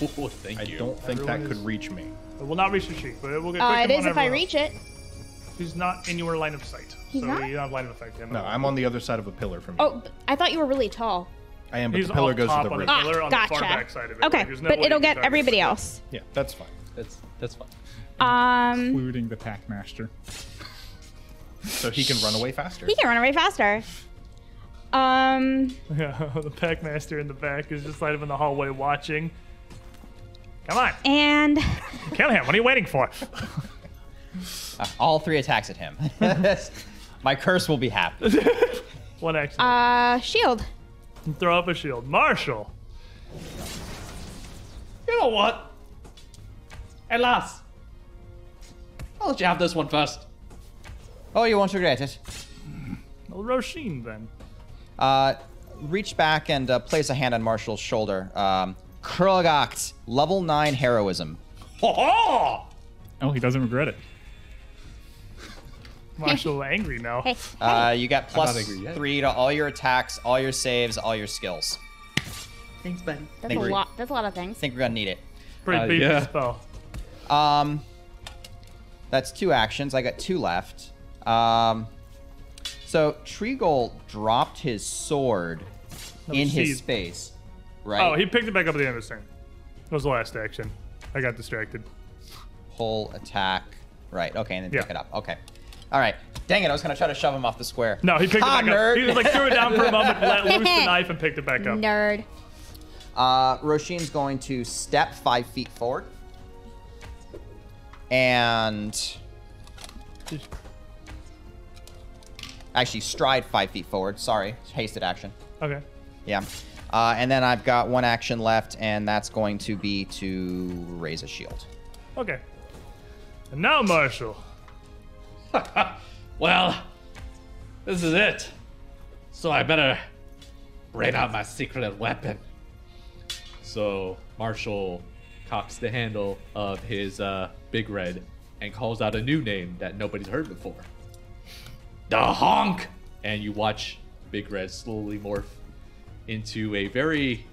Speaker 4: Oh, thank
Speaker 2: I
Speaker 4: you.
Speaker 2: don't think that could reach me.
Speaker 1: It will not reach the sheep, but it will get.
Speaker 3: Uh,
Speaker 1: taken
Speaker 3: it is
Speaker 1: on
Speaker 3: if I
Speaker 1: everyone
Speaker 3: reach it.
Speaker 1: else. He's not in your line of sight,
Speaker 3: He's
Speaker 1: so
Speaker 3: not?
Speaker 1: you don't have line of effect. him.
Speaker 2: No, I'm on the other side of a pillar from you.
Speaker 3: Oh, but I thought you were really tall.
Speaker 2: I am, but
Speaker 1: He's
Speaker 2: the pillar
Speaker 1: up
Speaker 2: goes
Speaker 1: top
Speaker 2: to the
Speaker 1: on
Speaker 2: roof.
Speaker 1: the-
Speaker 3: Ah,
Speaker 1: Pillar on far
Speaker 3: gotcha.
Speaker 1: back side of it.
Speaker 3: Okay,
Speaker 1: Like, there's no
Speaker 3: but
Speaker 1: way
Speaker 3: it'll
Speaker 1: you can
Speaker 3: get
Speaker 1: target.
Speaker 3: everybody else.
Speaker 2: Yeah, that's fine.
Speaker 4: That's that's fine.
Speaker 3: Um,
Speaker 5: Including the Packmaster.
Speaker 2: So he can run away faster.
Speaker 3: he can run away faster. Um,
Speaker 1: Yeah, <laughs> the packmaster in the back is just light up in the hallway watching. Come on,
Speaker 3: and
Speaker 1: kill him. What are you waiting for? <laughs>
Speaker 6: Uh, all three attacks at him. <laughs> My curse will be happy.
Speaker 1: One action.
Speaker 3: uh, shield.
Speaker 1: Throw up a shield. Marshall!
Speaker 4: You know what? Alas, I'll let you have this one first.
Speaker 6: Oh, you won't regret it.
Speaker 1: Well, Roshin, then.
Speaker 6: Uh, reach back and uh, place a hand on Marshall's shoulder. Um, Krogakt, level 9 heroism.
Speaker 4: Ho ho!
Speaker 5: Oh, he doesn't regret it.
Speaker 3: <laughs>
Speaker 1: Marshall angry now.
Speaker 3: Hey,
Speaker 6: Uh, you got plus
Speaker 4: not angry yet.
Speaker 6: 3 to all your attacks, all your saves, all your skills.
Speaker 8: Thanks, buddy.
Speaker 3: that's a
Speaker 6: Angry.
Speaker 3: lot. That's a lot of things.
Speaker 6: I think we're going to need it.
Speaker 1: Pretty
Speaker 4: Uh,
Speaker 1: beefy
Speaker 4: yeah.
Speaker 1: spell.
Speaker 6: Um, that's two actions. I got two left. Um, so Treagle dropped his sword in
Speaker 1: sheath.
Speaker 6: his space, right?
Speaker 1: Oh, he picked it back up at the end of the turn. That was the last action. I got distracted.
Speaker 6: pull attack, right? Okay, and then
Speaker 1: Yeah.
Speaker 6: pick it up. Okay, all right. Dang it! I was gonna try to shove him off the square.
Speaker 1: No, he picked
Speaker 6: Ah,
Speaker 1: it back up. He
Speaker 6: nerd.
Speaker 1: just
Speaker 6: <laughs>
Speaker 1: like threw it down for a moment, let loose
Speaker 3: <laughs>
Speaker 1: the knife, and picked it back up.
Speaker 3: Nerd.
Speaker 6: Uh, Roshin's going to step five feet forward. And. Actually, stride five feet forward. Sorry. Hasted action.
Speaker 1: Okay.
Speaker 6: Yeah. Uh, and then I've got one action left, and that's going to be to raise a shield.
Speaker 1: Okay. And now, Marshall.
Speaker 4: Well, this is it. So I better bring out my secret weapon. So Marshall cocks the handle of his uh, big red and calls out a new name that nobody's heard before. The honk! And you watch Big Red slowly morph into a very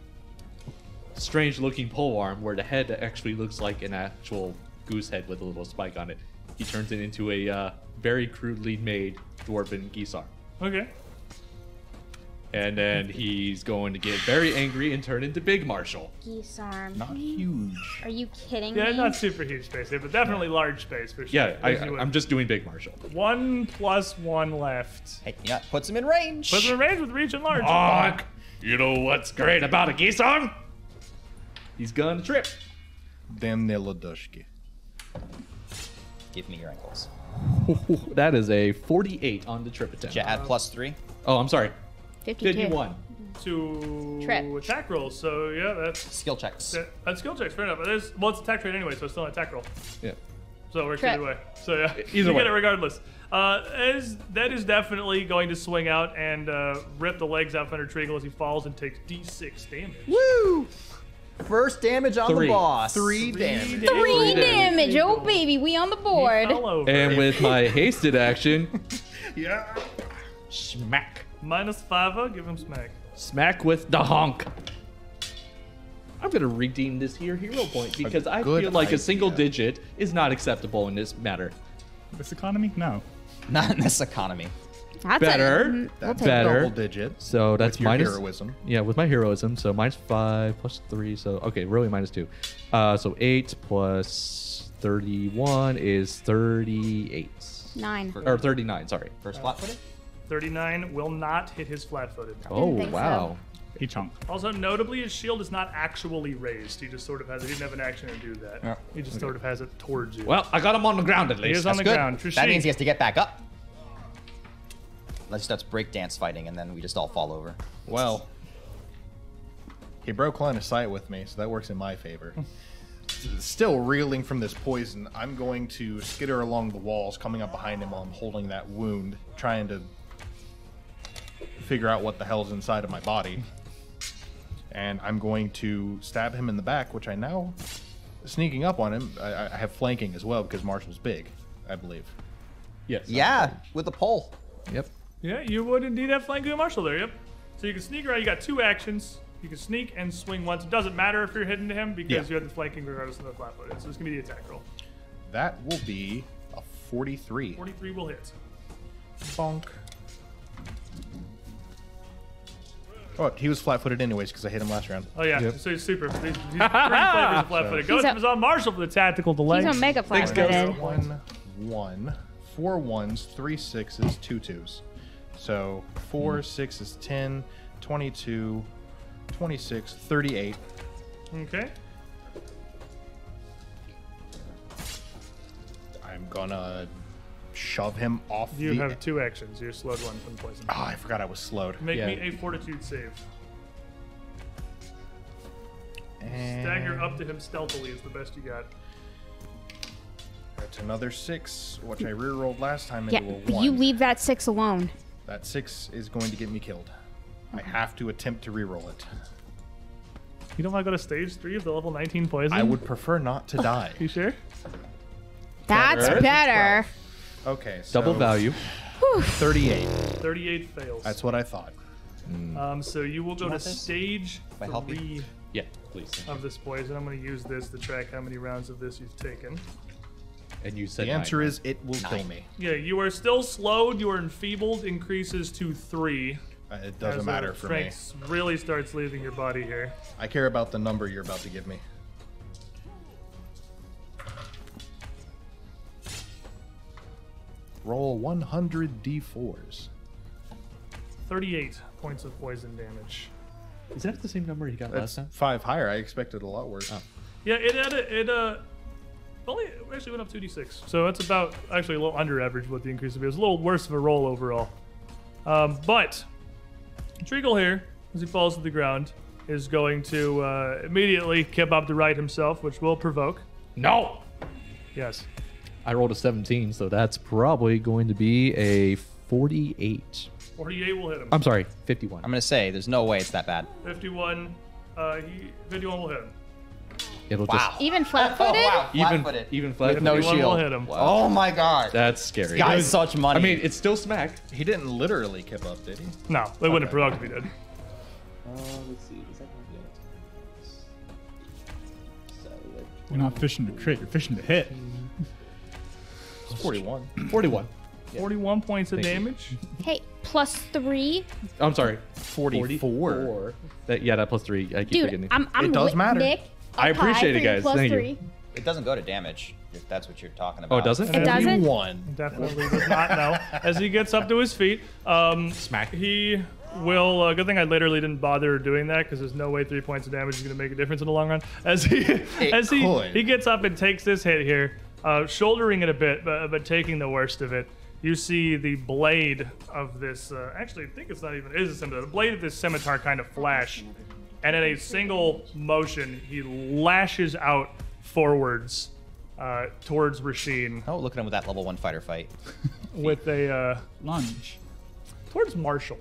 Speaker 4: strange looking polearm where the head actually looks like an actual goose head with a little spike on it. He turns it into a uh, very crudely made dwarven geese arm.
Speaker 1: Okay.
Speaker 4: And then he's going to get very angry and turn into Big Marshall.
Speaker 3: Geese arm.
Speaker 2: Not huge.
Speaker 3: Are you kidding
Speaker 1: Yeah,
Speaker 3: me?
Speaker 1: not super huge space here, but definitely large space for sure.
Speaker 4: Yeah, I,
Speaker 1: Gives you a-
Speaker 4: I'm just doing Big Marshall.
Speaker 1: One plus one left.
Speaker 6: Hey, yeah, puts him in range.
Speaker 1: But the range with reach and large.
Speaker 4: Honk! You know what's great about a geese arm? He's gonna trip.
Speaker 2: Damn Niladushki.
Speaker 6: Give me your ankles.
Speaker 4: that is a 48 on the trip attempt.
Speaker 6: Did you
Speaker 2: Uh,
Speaker 6: add plus three?
Speaker 4: Oh, I'm sorry.
Speaker 3: 52.
Speaker 4: 51.
Speaker 1: to
Speaker 3: Trip.
Speaker 1: attack roll. So yeah, that's
Speaker 6: Skill checks.
Speaker 1: that, that's skill checks. Fair enough. It is, well, it's attack rate anyway, so it's still an attack roll.
Speaker 4: Yeah. E-
Speaker 1: So it works
Speaker 3: Trip.
Speaker 1: either way. So yeah,
Speaker 4: either
Speaker 1: you
Speaker 4: way.
Speaker 1: get it regardless. Uh, as that is definitely going to swing out and uh, rip the legs out from under Treagle as he falls and takes D6 damage.
Speaker 6: Woo! First damage on
Speaker 4: Three.
Speaker 6: the boss.
Speaker 2: Three damage.
Speaker 3: Three
Speaker 4: Three damage.
Speaker 3: damage. Oh baby, we on the
Speaker 1: He
Speaker 3: board.
Speaker 1: fell over.
Speaker 4: And with my hasted action,
Speaker 2: Yeah.
Speaker 4: smack.
Speaker 1: Minus five, give him smack.
Speaker 4: Smack with the honk. I'm gonna redeem this here hero point because I
Speaker 2: good
Speaker 4: feel like a single
Speaker 2: idea.
Speaker 4: digit is not acceptable in this matter.
Speaker 5: This economy? No.
Speaker 6: Not in this economy.
Speaker 3: That's
Speaker 4: Better,
Speaker 3: A, we'll
Speaker 2: That's
Speaker 3: take
Speaker 4: better.
Speaker 2: double digit.
Speaker 4: So that's
Speaker 2: with your
Speaker 4: minus-
Speaker 2: heroism.
Speaker 4: Yeah, with my heroism, so minus five plus three, so okay, really minus two. Uh, so eight plus thirty-one is thirty-eight.
Speaker 3: Nine.
Speaker 4: or thirty-nine. Sorry.
Speaker 2: Uh,
Speaker 6: First flat footed?
Speaker 1: 39 will not hit his flat footed.
Speaker 4: Oh
Speaker 3: think so.
Speaker 4: wow.
Speaker 5: He chunk.
Speaker 1: Also, notably, his shield is not actually raised. He just sort of has it. He didn't have an action to do that.
Speaker 6: Yeah.
Speaker 1: He just sort of has it towards you.
Speaker 4: Well, I got him on the ground at
Speaker 1: he is
Speaker 4: least.
Speaker 1: on the
Speaker 6: Good.
Speaker 1: ground.
Speaker 6: That
Speaker 1: Trishik,
Speaker 6: means he has to get back up. Let's start breakdance fighting, and then we just all fall over.
Speaker 2: Well, he broke line of sight with me, so that works in my favor. Still reeling from this poison, I'm going to skitter along the walls, coming up behind him while I'm holding that wound, trying to figure out what the hell's inside of my body. And I'm going to stab him in the back, which I now, sneaking up on him, I, I have flanking as well because Marshall's big, I believe.
Speaker 4: Yes.
Speaker 6: Yeah, with a pole.
Speaker 2: Yep.
Speaker 1: Yeah, you would indeed have flanking Marshall there, yep. So you can sneak around. You got two actions. You can sneak and swing once. It doesn't matter if you're hidden to him because
Speaker 2: Yeah.
Speaker 1: you have the flanking regardless of the flat footed. So it's going to be the attack roll.
Speaker 2: That will be a 43.
Speaker 1: 43 will hit.
Speaker 2: Bonk. Oh, he was flat footed anyways because I hit him last round.
Speaker 1: Oh, yeah.
Speaker 2: Yep.
Speaker 1: So he's super. He's, he's three flavors of flat footed. Go
Speaker 3: He's
Speaker 1: to
Speaker 3: a-
Speaker 1: on Marshall for the tactical delay.
Speaker 3: He's on mega flat footed.
Speaker 2: One, one, four ones, three sixes, two twos. So
Speaker 1: Hmm.
Speaker 2: four, six is 10, 22, 26, 38.
Speaker 1: Okay.
Speaker 2: I'm gonna shove him off
Speaker 1: You
Speaker 2: the.
Speaker 1: have two actions. You're slowed one from poison.
Speaker 2: Ah, I forgot I was slowed.
Speaker 1: Make
Speaker 4: Yeah.
Speaker 1: me a fortitude save.
Speaker 2: And
Speaker 1: Stagger up to him stealthily is the best you got.
Speaker 2: That's another six, which I rerolled last time
Speaker 3: Yeah,
Speaker 2: into a
Speaker 3: but
Speaker 2: one.
Speaker 3: you leave that six alone.
Speaker 2: That six is going to get me killed. I have to attempt to reroll it.
Speaker 1: You don't want to go to stage three of the level 19 poison?
Speaker 2: I would prefer not to die.
Speaker 1: You sure?
Speaker 3: That's
Speaker 4: Better.
Speaker 3: better.
Speaker 2: <laughs> Okay, so
Speaker 4: Double
Speaker 2: <laughs>
Speaker 4: value.
Speaker 2: 38.
Speaker 1: 38 fails.
Speaker 2: That's what I thought.
Speaker 1: Um, so you will go to
Speaker 6: want this?
Speaker 1: stage
Speaker 6: I help you?
Speaker 1: three
Speaker 4: Yeah, please.
Speaker 1: of this poison. I'm going to use this to track how many rounds of this you've taken.
Speaker 4: And you said
Speaker 2: The answer
Speaker 4: nine.
Speaker 2: is it will kill me.
Speaker 1: Yeah, you are still slowed. You are enfeebled. Increases to three.
Speaker 2: Uh, It
Speaker 1: as,
Speaker 2: doesn't
Speaker 1: uh,
Speaker 2: matter for me.
Speaker 1: Frank really starts leaving your body here.
Speaker 2: I care about the number you're about to give me. Roll 100 d4s.
Speaker 1: 38 points of poison damage.
Speaker 4: Is that the same number he got
Speaker 2: That's
Speaker 4: last time?
Speaker 2: five higher. I expected a lot worse.
Speaker 1: Yeah, it had a, it uh only it actually went up two d six, so that's about actually a little under average what the increase would be. It was a little worse of a roll overall. Um, but Treagle here, as he falls to the ground, is going to uh, immediately kip up to right himself, which will provoke.
Speaker 4: No.
Speaker 1: Yes.
Speaker 4: I rolled a 17, so that's probably going to be a 48.
Speaker 1: 48 will hit him.
Speaker 4: I'm sorry, 51.
Speaker 6: I'm gonna say there's no way it's that bad.
Speaker 1: 51, uh, he, 51 will hit him.
Speaker 4: It'll just
Speaker 6: <laughs>
Speaker 3: Even
Speaker 6: Oh,
Speaker 3: flat footed?
Speaker 4: even even flat.
Speaker 6: With no
Speaker 1: Fifty one will
Speaker 6: shield.
Speaker 1: hit him.
Speaker 6: Oh my god.
Speaker 4: That's scary.
Speaker 6: Guys, such
Speaker 4: I
Speaker 6: money.
Speaker 4: mean, it's still smack.
Speaker 2: He didn't literally kip up, did he?
Speaker 1: No, it wouldn't have provoked if he did.
Speaker 8: Uh, let's see. Is that So,
Speaker 5: You're not fishing to crit, you're fishing to hit.
Speaker 2: It's 41.
Speaker 4: 41.
Speaker 1: 41 points of
Speaker 4: Thank you.
Speaker 1: damage.
Speaker 3: Hey, plus three.
Speaker 4: I'm sorry.
Speaker 2: 44.
Speaker 4: That, yeah, that plus three. I keep
Speaker 3: Dude,
Speaker 4: forgetting.
Speaker 3: I'm, I'm
Speaker 2: It does
Speaker 3: with
Speaker 2: matter.
Speaker 3: Nick.
Speaker 4: I
Speaker 3: Up high
Speaker 4: appreciate it,
Speaker 3: for your
Speaker 4: guys.
Speaker 3: plus
Speaker 4: Thank you.
Speaker 3: three.
Speaker 6: it doesn't go to damage, if that's what you're talking about.
Speaker 4: oh, it doesn't?
Speaker 3: It doesn't?
Speaker 2: 41.
Speaker 1: Definitely does not know. As he gets up to his feet, um,
Speaker 4: Smack.
Speaker 1: He will. Uh, good thing I literally didn't bother doing that because there's no way three points of damage is going to make a difference in the long run. As he as he
Speaker 2: could.
Speaker 1: he gets up and takes this hit here, uh, shouldering it a bit, but, uh, but taking the worst of it. You see the blade of this. Uh, actually, I think it's not even it is a scimitar. The blade of this scimitar kind of flash, and in a single motion, he lashes out forwards uh, towards Rasheen
Speaker 6: Oh, look at him with that level one fighter fight.
Speaker 1: with a. Uh,
Speaker 5: Lunge.
Speaker 1: towards Marshall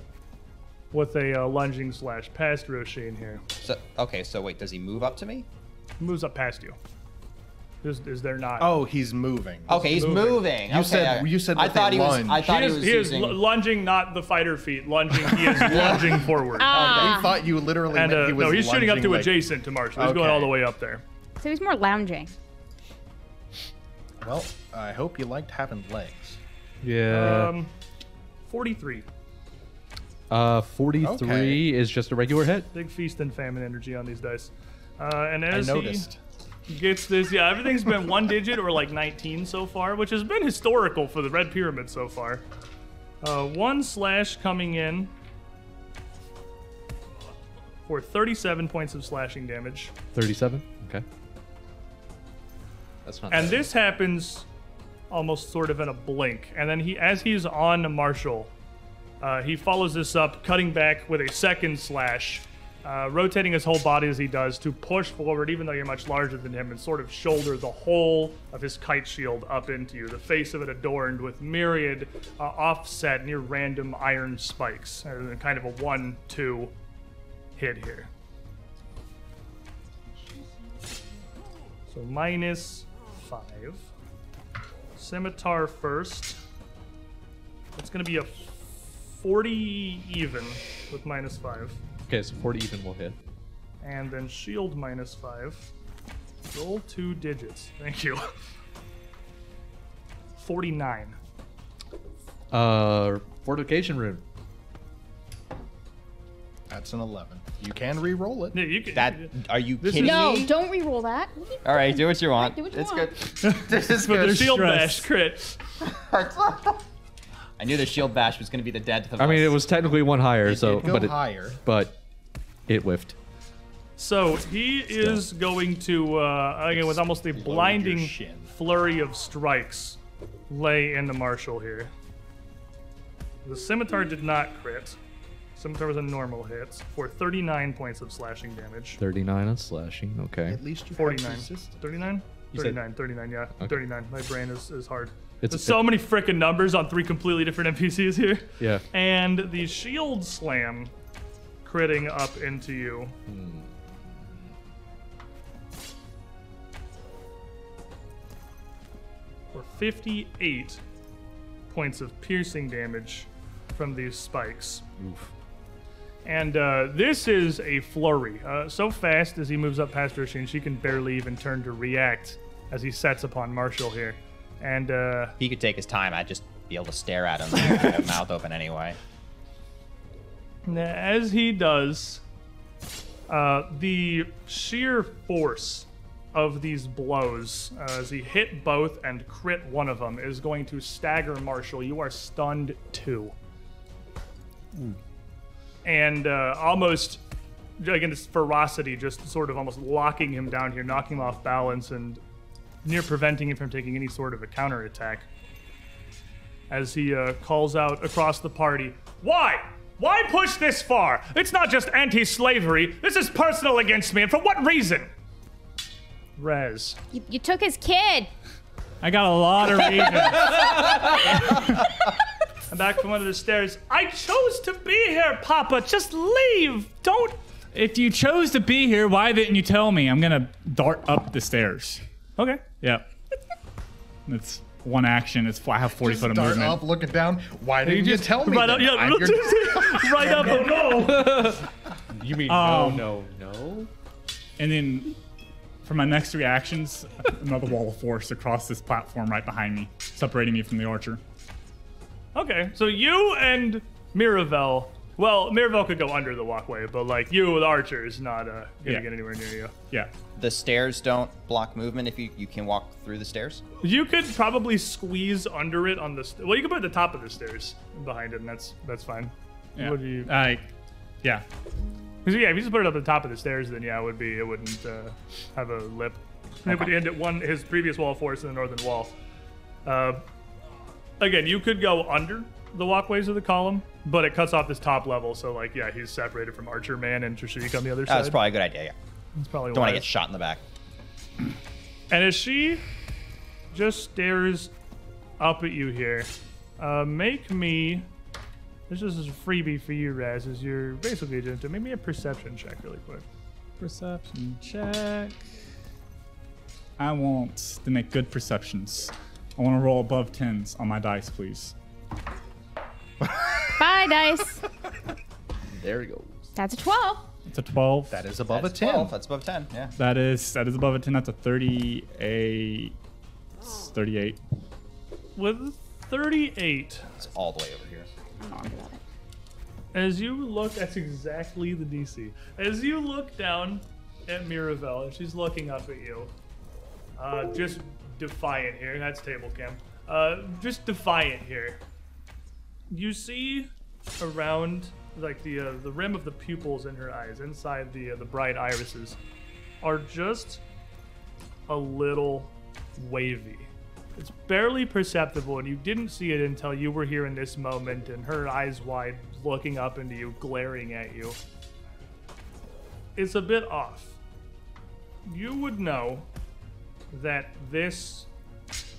Speaker 1: with a uh, lunging slash past Roshin here.
Speaker 6: So okay, so wait, does he move up to me?
Speaker 1: Moves up past you. Is, is there not?
Speaker 2: Oh, he's moving.
Speaker 6: Okay, he's moving.
Speaker 1: moving.
Speaker 2: You
Speaker 6: okay,
Speaker 2: said-
Speaker 6: I-
Speaker 2: you said
Speaker 6: I
Speaker 2: that they
Speaker 6: thought he was. I
Speaker 2: lunge.
Speaker 1: he
Speaker 6: thought he
Speaker 1: is,
Speaker 6: was
Speaker 1: he is
Speaker 6: using.
Speaker 1: lu- lunging, not the fighter feet. Lunging, he
Speaker 2: <laughs>
Speaker 1: is lunging forward.
Speaker 4: Oh,
Speaker 3: Ah,
Speaker 2: I thought you literally
Speaker 1: and
Speaker 2: meant
Speaker 1: uh,
Speaker 2: he was
Speaker 1: no, he's shooting up
Speaker 2: lunging,
Speaker 1: to
Speaker 2: like,
Speaker 1: adjacent to Marshall. He's going
Speaker 2: Okay.
Speaker 1: all the way up there.
Speaker 3: So he's more lounging.
Speaker 2: Well, I hope you liked having legs.
Speaker 4: Yeah.
Speaker 1: Um, 43.
Speaker 4: uh, 43
Speaker 2: okay.
Speaker 4: is just a regular hit.
Speaker 1: Big feast and famine energy on these dice. Uh, and as
Speaker 2: I
Speaker 1: he
Speaker 2: noticed.
Speaker 1: gets this, yeah, everything's been one digit or like 19 so far, which has been historical for the Red Pyramid so far. Uh, one slash coming in for 37 points of slashing damage.
Speaker 4: 37. Okay. That's not
Speaker 1: And
Speaker 4: bad.
Speaker 1: this happens almost sort of in a blink. And then he, as he's on Marshall, uh, he follows this up, cutting back with a second slash, uh, rotating his whole body as he does to push forward, even though you're much larger than him, and sort of shoulder the whole of his kite shield up into you. The face of it adorned with myriad uh, offset near random iron spikes, and then kind of a one-two hit here. So minus five. Scimitar first. It's going to be a 40 even with minus five.
Speaker 4: okay, so 40 even will hit.
Speaker 1: And then shield minus five. Roll two digits. Thank you. <laughs> 49.
Speaker 4: Uh, fortification rune.
Speaker 2: That's an 11. You can re-roll it.
Speaker 1: Yeah, you can,
Speaker 6: That are you
Speaker 1: This is-
Speaker 6: kidding
Speaker 7: No,
Speaker 6: me?
Speaker 7: don't re-roll that.
Speaker 6: All right, do what you want.
Speaker 7: Do what you
Speaker 6: it's
Speaker 7: want.
Speaker 6: good. <laughs> this is
Speaker 1: the
Speaker 6: good.
Speaker 1: shield bash
Speaker 5: stressed.
Speaker 1: crit.
Speaker 6: I knew the shield bash was going to be the death of
Speaker 4: I
Speaker 6: us.
Speaker 4: mean, it was technically one higher,
Speaker 2: It
Speaker 4: so
Speaker 2: did go
Speaker 4: but it,
Speaker 2: higher.
Speaker 4: but it whiffed.
Speaker 1: So he is going to, uh, again, with almost a blinding
Speaker 2: shin.
Speaker 1: flurry of strikes, lay into Marshall here. The scimitar did not crit. Scimitar was a normal hit for 39 points of slashing damage.
Speaker 4: 39 on slashing. Okay.
Speaker 2: At least you
Speaker 1: 49.
Speaker 2: 49.
Speaker 1: 39?
Speaker 4: said-
Speaker 1: 39, 39, yeah. 39. My brain is, is hard.
Speaker 4: It's-
Speaker 1: There's so many freaking numbers on three completely different <laughs> NPCs here.
Speaker 4: Yeah.
Speaker 1: And the shield slam critting up into you. For 58 points of piercing damage from these spikes. And uh, this is a flurry. Uh, so fast as he moves up past Roshin, she can barely even turn to react as he sets upon Marshall here. And uh,
Speaker 6: he could take his time. I'd just be able to stare at <laughs> him, with my mouth open anyway.
Speaker 1: Now, as he does, uh, the sheer force of these blows, uh, as he hit both and crit one of them, is going to stagger Marshall. You are stunned too. And uh, almost, again, this ferocity just sort of almost locking him down here, knocking him off balance, and near preventing him from taking any sort of a counterattack as he uh, calls out across the party, Why? Why push this far? It's not just anti slavery, this is personal against me, and for what reason? Rez.
Speaker 3: You, you took his kid.
Speaker 5: I got
Speaker 4: <laughs>
Speaker 5: a lot of reasons.
Speaker 1: I'm back from under the stairs. I chose to be here, Papa. Just leave. Don't.
Speaker 5: if you chose to be here, why didn't you tell me? I'm gonna dart up the stairs.
Speaker 1: Okay.
Speaker 5: Yep. It's one action. It's I have 40 foot of
Speaker 2: Start
Speaker 5: movement.
Speaker 2: up, looking down. Why didn't you, tell me?
Speaker 1: Right
Speaker 2: that?
Speaker 1: up. Yeah,
Speaker 2: I'm your-
Speaker 5: <laughs>
Speaker 1: right
Speaker 4: <laughs>
Speaker 1: up. Oh, no.
Speaker 4: You mean
Speaker 5: Um,
Speaker 4: no, no, no?
Speaker 5: And then for my next three actions, another wall of force across this platform right behind me, separating me from the archer.
Speaker 1: <laughs> Okay, so you and Miravel. Well, Miravel could go under the walkway, but like you, the archer, is not uh, gonna
Speaker 5: Yeah.
Speaker 1: get anywhere near you.
Speaker 5: Yeah.
Speaker 6: The stairs don't block movement if you, you can walk through the stairs. Uh,
Speaker 1: You could probably squeeze under it on the. St- well, you could put it at the top of the stairs behind it, and that's that's fine.
Speaker 5: Yeah.
Speaker 1: Would you?
Speaker 5: I, yeah.
Speaker 1: 'cause, yeah, if you just put it up at the top of the stairs, then yeah, it would be. It wouldn't uh, have a lip. It would end at one his previous wall of force in the northern wall. Uh, again, you could go under the walkways of the column, but it cuts off this top level. So like, yeah, he's separated from Archer Man and Trishik on the other side.
Speaker 6: That's probably a good idea. Yeah.
Speaker 1: That's probably
Speaker 6: Don't want to
Speaker 1: wise.
Speaker 6: get shot in the back.
Speaker 1: And as she just stares up at you here, uh, make me. This is a freebie for you, Raz, as you're basically a genitor. Make me a perception check really quick.
Speaker 5: Perception check. I want to make good perceptions. I want to roll above tens on my dice, please.
Speaker 3: Bye,
Speaker 4: <laughs>
Speaker 3: dice.
Speaker 6: There he goes.
Speaker 3: That's a 12.
Speaker 5: It's a 12.
Speaker 2: That is above
Speaker 6: That's
Speaker 2: a 10.
Speaker 6: 12, That's above 10. Yeah.
Speaker 5: That is that is above a 10. That's a 38. It's 38.
Speaker 1: With 38,
Speaker 6: It's all the way over here.
Speaker 1: As you look, that's exactly the DC. As you look down at Miravel, and she's looking up at you, uh, just defiant here. That's table cam. Uh, just defiant here. You see around like the uh, the rim of the pupils in her eyes, inside the uh, the bright irises, are just a little wavy. It's barely perceptible, and you didn't see it until you were here in this moment, and her eyes wide, looking up into you, glaring at you. It's a bit off. You would know that this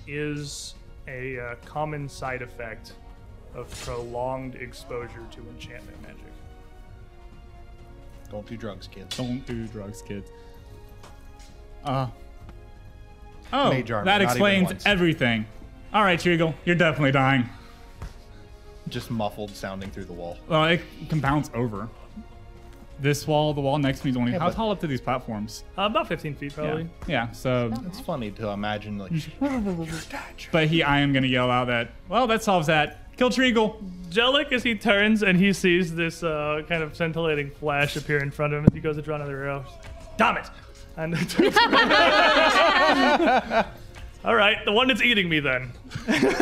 Speaker 1: is a uh, common side effect of prolonged exposure to enchantment magic.
Speaker 2: Don't do drugs, kids.
Speaker 5: Don't do drugs, kids. Uh. Oh,
Speaker 2: Mage armor,
Speaker 5: that
Speaker 2: not even
Speaker 5: explains
Speaker 2: once.
Speaker 5: everything. All right, Trigal, you're definitely dying.
Speaker 2: Just muffled sounding through the wall.
Speaker 5: Well, it compounds over. This wall, the wall next to me is only. how
Speaker 2: but-
Speaker 5: tall up to these platforms?
Speaker 1: Uh, about 15 feet,
Speaker 5: Yeah.
Speaker 1: probably.
Speaker 5: yeah, so.
Speaker 2: It's funny to imagine, like, <laughs>
Speaker 5: But he, I am going to yell out that, well, that solves that. Kill Treagle.
Speaker 1: Jellic, as he turns and he sees this uh, kind of scintillating flash appear in front of him, he goes to draw another arrow. Damn it! And <laughs> turns around. All right, the one that's eating me then.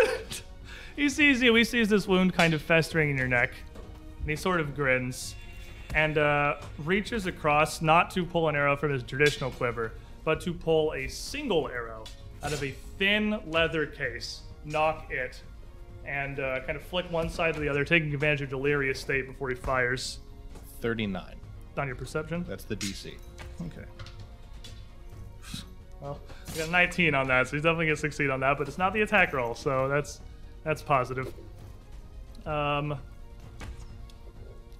Speaker 1: <laughs> he sees you. He sees this wound kind of festering in your neck, and he sort of grins and uh, reaches across, not to pull an arrow from his traditional quiver, but to pull a single arrow out of a thin leather case, knock it, and uh, kind of flick one side to the other, taking advantage of delirious state before he fires.
Speaker 2: 39.
Speaker 1: On your perception.
Speaker 2: That's the DC.
Speaker 1: Okay. Well, we got a 19 on that, so he's definitely gonna succeed on that. But it's not the attack roll, so that's that's positive. Um,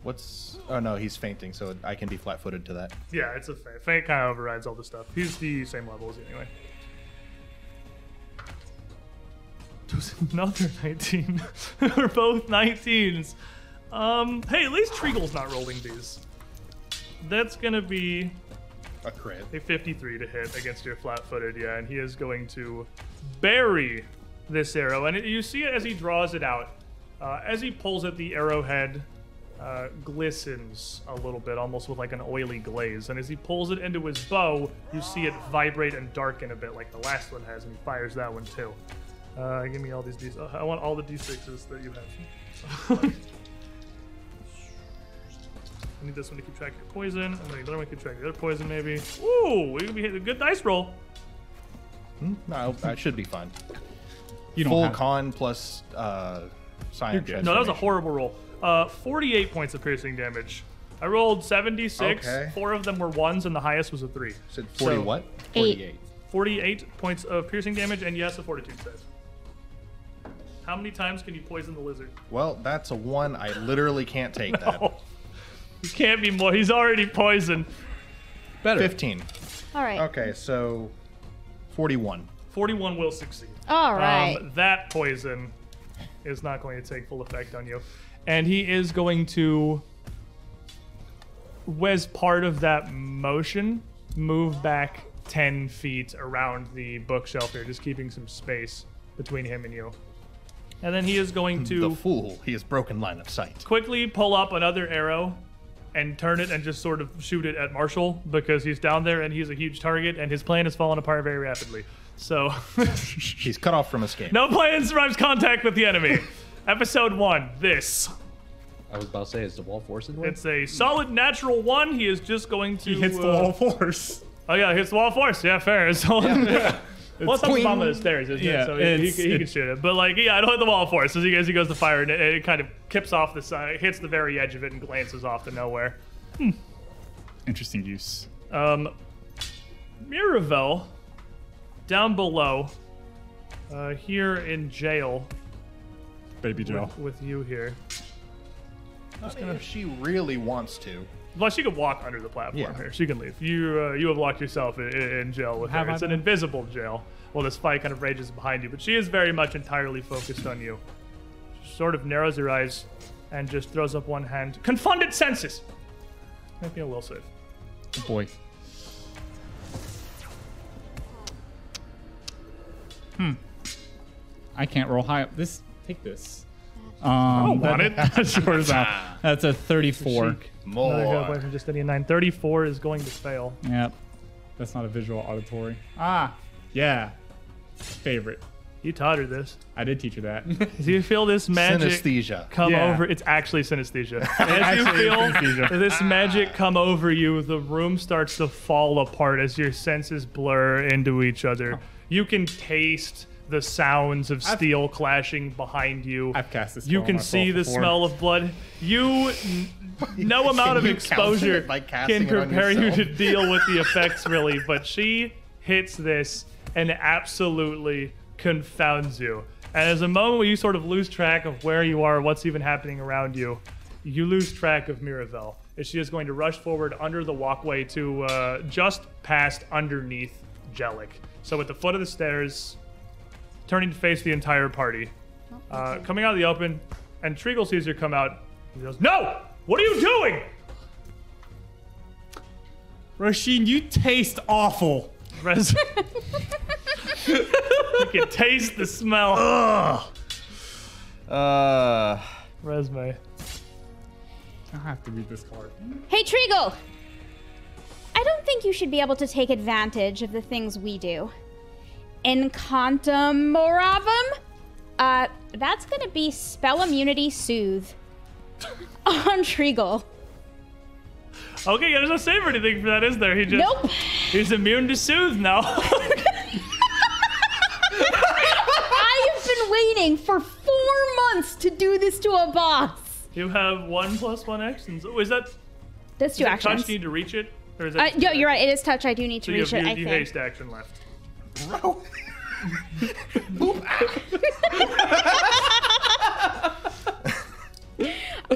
Speaker 2: What's. Oh, no, he's fainting, so I can be flat footed to that.
Speaker 1: yeah, it's a faint. Faint kind of overrides all the stuff. He's the same level as you anyway. Does another <laughs> 19. We're both 19s. Um, hey, at least Treagle's not rolling these. That's gonna be
Speaker 2: A crit.
Speaker 1: a 53 to hit against your flat-footed, yeah, and he is going to bury this arrow. And it- you see it as he draws it out. Uh, as he pulls it, the arrowhead uh, glistens a little bit, almost with like an oily glaze. And as he pulls it into his bow, you see it vibrate and darken a bit, like the last one has, and he fires that one too. Uh, give me all these d. I want all the d6s that you have. <laughs> I need this one to keep track of your poison. I need another one to keep track of the other poison, maybe. Ooh, we could be hitting a good dice roll.
Speaker 2: No, I should be fine.
Speaker 5: You don't
Speaker 2: Full
Speaker 5: have
Speaker 2: con plus uh, science.
Speaker 1: No, that was a
Speaker 2: transformation.
Speaker 1: horrible roll. Uh, 48 points of piercing damage. I rolled 76.
Speaker 2: Okay.
Speaker 1: Four of them were ones, and the highest was a three.
Speaker 2: Said 40
Speaker 1: So-
Speaker 2: what?
Speaker 3: 8.
Speaker 1: 48 points of piercing damage, and yes, a fortitude save. How many times can you poison the lizard?
Speaker 2: Well, that's a one. I literally can't take that.
Speaker 1: <laughs> Oh, he can't be more. He's already poisoned.
Speaker 5: better.
Speaker 2: 15.
Speaker 3: All right.
Speaker 2: Okay, so 41.
Speaker 1: 41 will succeed.
Speaker 3: All right.
Speaker 1: Um, that poison is not going to take full effect on you. And he is going to, as part of that motion, move back 10 feet around the bookshelf here, just keeping some space between him and you. And then he is going
Speaker 2: The
Speaker 1: to
Speaker 2: fool. He has broken line of sight.
Speaker 1: quickly pull up another arrow and turn it and just sort of shoot it at Marshall because he's down there and he's a huge target and his plan is falling apart very rapidly. So. <laughs>
Speaker 2: He's cut off from escape.
Speaker 1: No plan survives contact with the
Speaker 5: <laughs>
Speaker 1: enemy. Episode one. This.
Speaker 4: I was about to say, is the wall forcing one?
Speaker 1: It's a solid natural one. He is just going to.
Speaker 5: He hits the
Speaker 1: uh,
Speaker 5: wall force.
Speaker 1: Oh yeah, hits the wall first. Yeah, fair. <laughs> So, well, it's on the
Speaker 5: Boing.
Speaker 1: bottom of the stairs, isn't
Speaker 5: Yeah,
Speaker 1: it? So he, he,
Speaker 5: it's-
Speaker 1: he can
Speaker 5: it-
Speaker 1: shoot it. But like, yeah, I don't hit the wall force. As he, as he goes to fire, and it, it kind of kips off the side, hits the very edge of it, and glances off to nowhere.
Speaker 5: Interesting use.
Speaker 1: Um, Miravel, down below, uh, here in jail Oh.
Speaker 5: Baby Joe.
Speaker 1: with you here.
Speaker 2: Just gonna, if she really wants to.
Speaker 1: Well, she can walk under the platform
Speaker 2: Yeah.
Speaker 1: here. She can leave. You uh, you have locked yourself in, in jail with
Speaker 5: Have
Speaker 1: her.
Speaker 5: I
Speaker 1: It's an
Speaker 5: been?
Speaker 1: invisible jail. Well, this fight kind of rages behind you, but she is very much entirely focused on you. She sort of narrows her eyes and just throws up one hand. Confunded senses! Make me a will save.
Speaker 5: boy. Hmm. I can't roll high up. This take this. Um, I
Speaker 1: don't want <laughs>
Speaker 5: that, Sure as hell. That's a 34.
Speaker 1: Another hit
Speaker 2: More.
Speaker 1: away from just any nine. 34 is going to fail.
Speaker 5: Yep. That's not a visual auditory. Ah, yeah. Favorite.
Speaker 1: You taught her this.
Speaker 5: I did teach her <laughs> that.
Speaker 1: Do you feel this magic
Speaker 2: Synesthesia.
Speaker 1: come
Speaker 5: Yeah.
Speaker 1: over? It's actually
Speaker 5: <laughs>
Speaker 1: synesthesia. As you
Speaker 5: Actually,
Speaker 1: feel
Speaker 5: it's synesthesia.
Speaker 1: this magic come over you, the room starts to fall apart as your senses blur into each other. You can taste the sounds of steel clashing behind you.
Speaker 5: I've cast this.
Speaker 1: you
Speaker 5: spell on
Speaker 1: can
Speaker 5: myself
Speaker 1: see the
Speaker 5: before.
Speaker 1: smell of blood. You, n- no amount of
Speaker 2: <laughs> you counter
Speaker 1: exposure
Speaker 2: it by casting
Speaker 1: can
Speaker 2: it on
Speaker 1: prepare you to
Speaker 2: yourself?
Speaker 1: deal with
Speaker 2: <laughs>
Speaker 1: the effects, really. But she hits this and absolutely confounds you. And as a moment where you sort of lose track of where you are, what's even happening around you, you lose track of Miravel. As she is going to rush forward under the walkway to uh, just past underneath Jellic. So at the foot of the stairs, turning to face the entire party. Uh, coming out of the open, and Treagle sees her come out. He goes, No! What are you doing?
Speaker 5: Rasheen, you taste awful.
Speaker 3: <laughs>
Speaker 1: Res- you can taste the smell. Ugh.
Speaker 6: Uh,
Speaker 1: Resume.
Speaker 5: I have to read this card.
Speaker 3: Hey, Treagle! I don't think you should be able to take advantage of the things we do. Incantum Moravum? Uh, that's gonna be spell immunity soothe <laughs> on Treagle.
Speaker 1: Okay, there's no save or anything for that, is there? He just
Speaker 3: Nope. <laughs>
Speaker 1: he's immune to soothe now. <laughs>
Speaker 3: I have been waiting for four months to do this to a boss.
Speaker 1: you have one plus one actions. Oh, is that
Speaker 3: That's two actions.
Speaker 1: touch? Need to reach it, or is
Speaker 3: Uh,
Speaker 1: that?
Speaker 3: yo, you're right. It is touch. I do need
Speaker 1: So
Speaker 3: to
Speaker 1: you
Speaker 3: reach
Speaker 1: have, you,
Speaker 3: it.
Speaker 1: you
Speaker 3: I think.
Speaker 1: haste action left.
Speaker 2: Bro.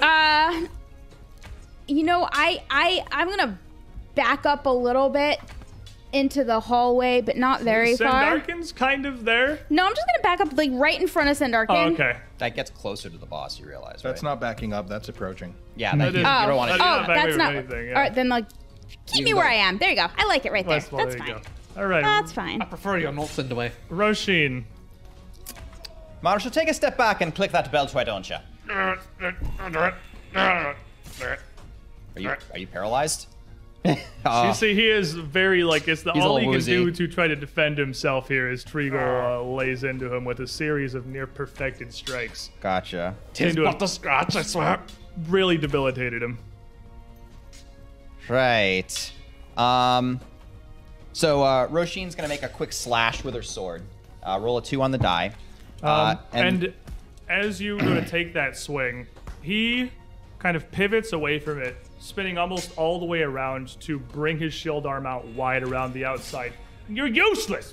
Speaker 3: Uh, you know, I, I, I'm gonna back up a little bit into the hallway, but not very far.
Speaker 1: Sandarkin's kind of there.
Speaker 3: No, I'm just gonna back up like right in front of Sandarkin.
Speaker 1: Oh, okay.
Speaker 6: that gets closer to the boss. You realize,
Speaker 2: That's
Speaker 6: right?
Speaker 2: not backing up. That's approaching.
Speaker 6: Yeah,
Speaker 1: That
Speaker 6: that, you,
Speaker 1: is-
Speaker 6: you don't want
Speaker 1: that is
Speaker 6: to. do
Speaker 1: not
Speaker 3: Oh,
Speaker 1: back
Speaker 3: that's
Speaker 1: away
Speaker 3: not.
Speaker 1: from anything, yeah.
Speaker 3: All right, then like, keep
Speaker 6: You
Speaker 3: me
Speaker 6: can
Speaker 3: where
Speaker 6: go.
Speaker 3: I am. There you go. I like it right there.
Speaker 1: Nice, well,
Speaker 3: That's
Speaker 1: there you
Speaker 3: fine.
Speaker 1: go. All right.
Speaker 3: That's fine.
Speaker 4: I prefer you're not sent away. <laughs>
Speaker 1: Roshin.
Speaker 6: Marshall, take a step back and click that belt, why don't you? Are you are you paralyzed? <laughs> Oh,
Speaker 1: You see, he is very like it's the
Speaker 6: Ah. He's
Speaker 1: all
Speaker 6: all
Speaker 1: he can
Speaker 6: woozy.
Speaker 1: do to try to defend himself here is Trigo uh, lays into him with a series of near perfected strikes.
Speaker 6: gotcha.
Speaker 4: Tis
Speaker 1: Into a-
Speaker 4: but a scratch, I swear.
Speaker 1: Really debilitated him.
Speaker 6: Right. Um. So uh, Roshin's gonna make a quick slash with her sword. Uh, roll a two on the die. Uh,
Speaker 1: Um, and, as you go to take that swing, he kind of pivots away from it, spinning almost all the way around to bring his shield arm out wide around the outside. You're useless!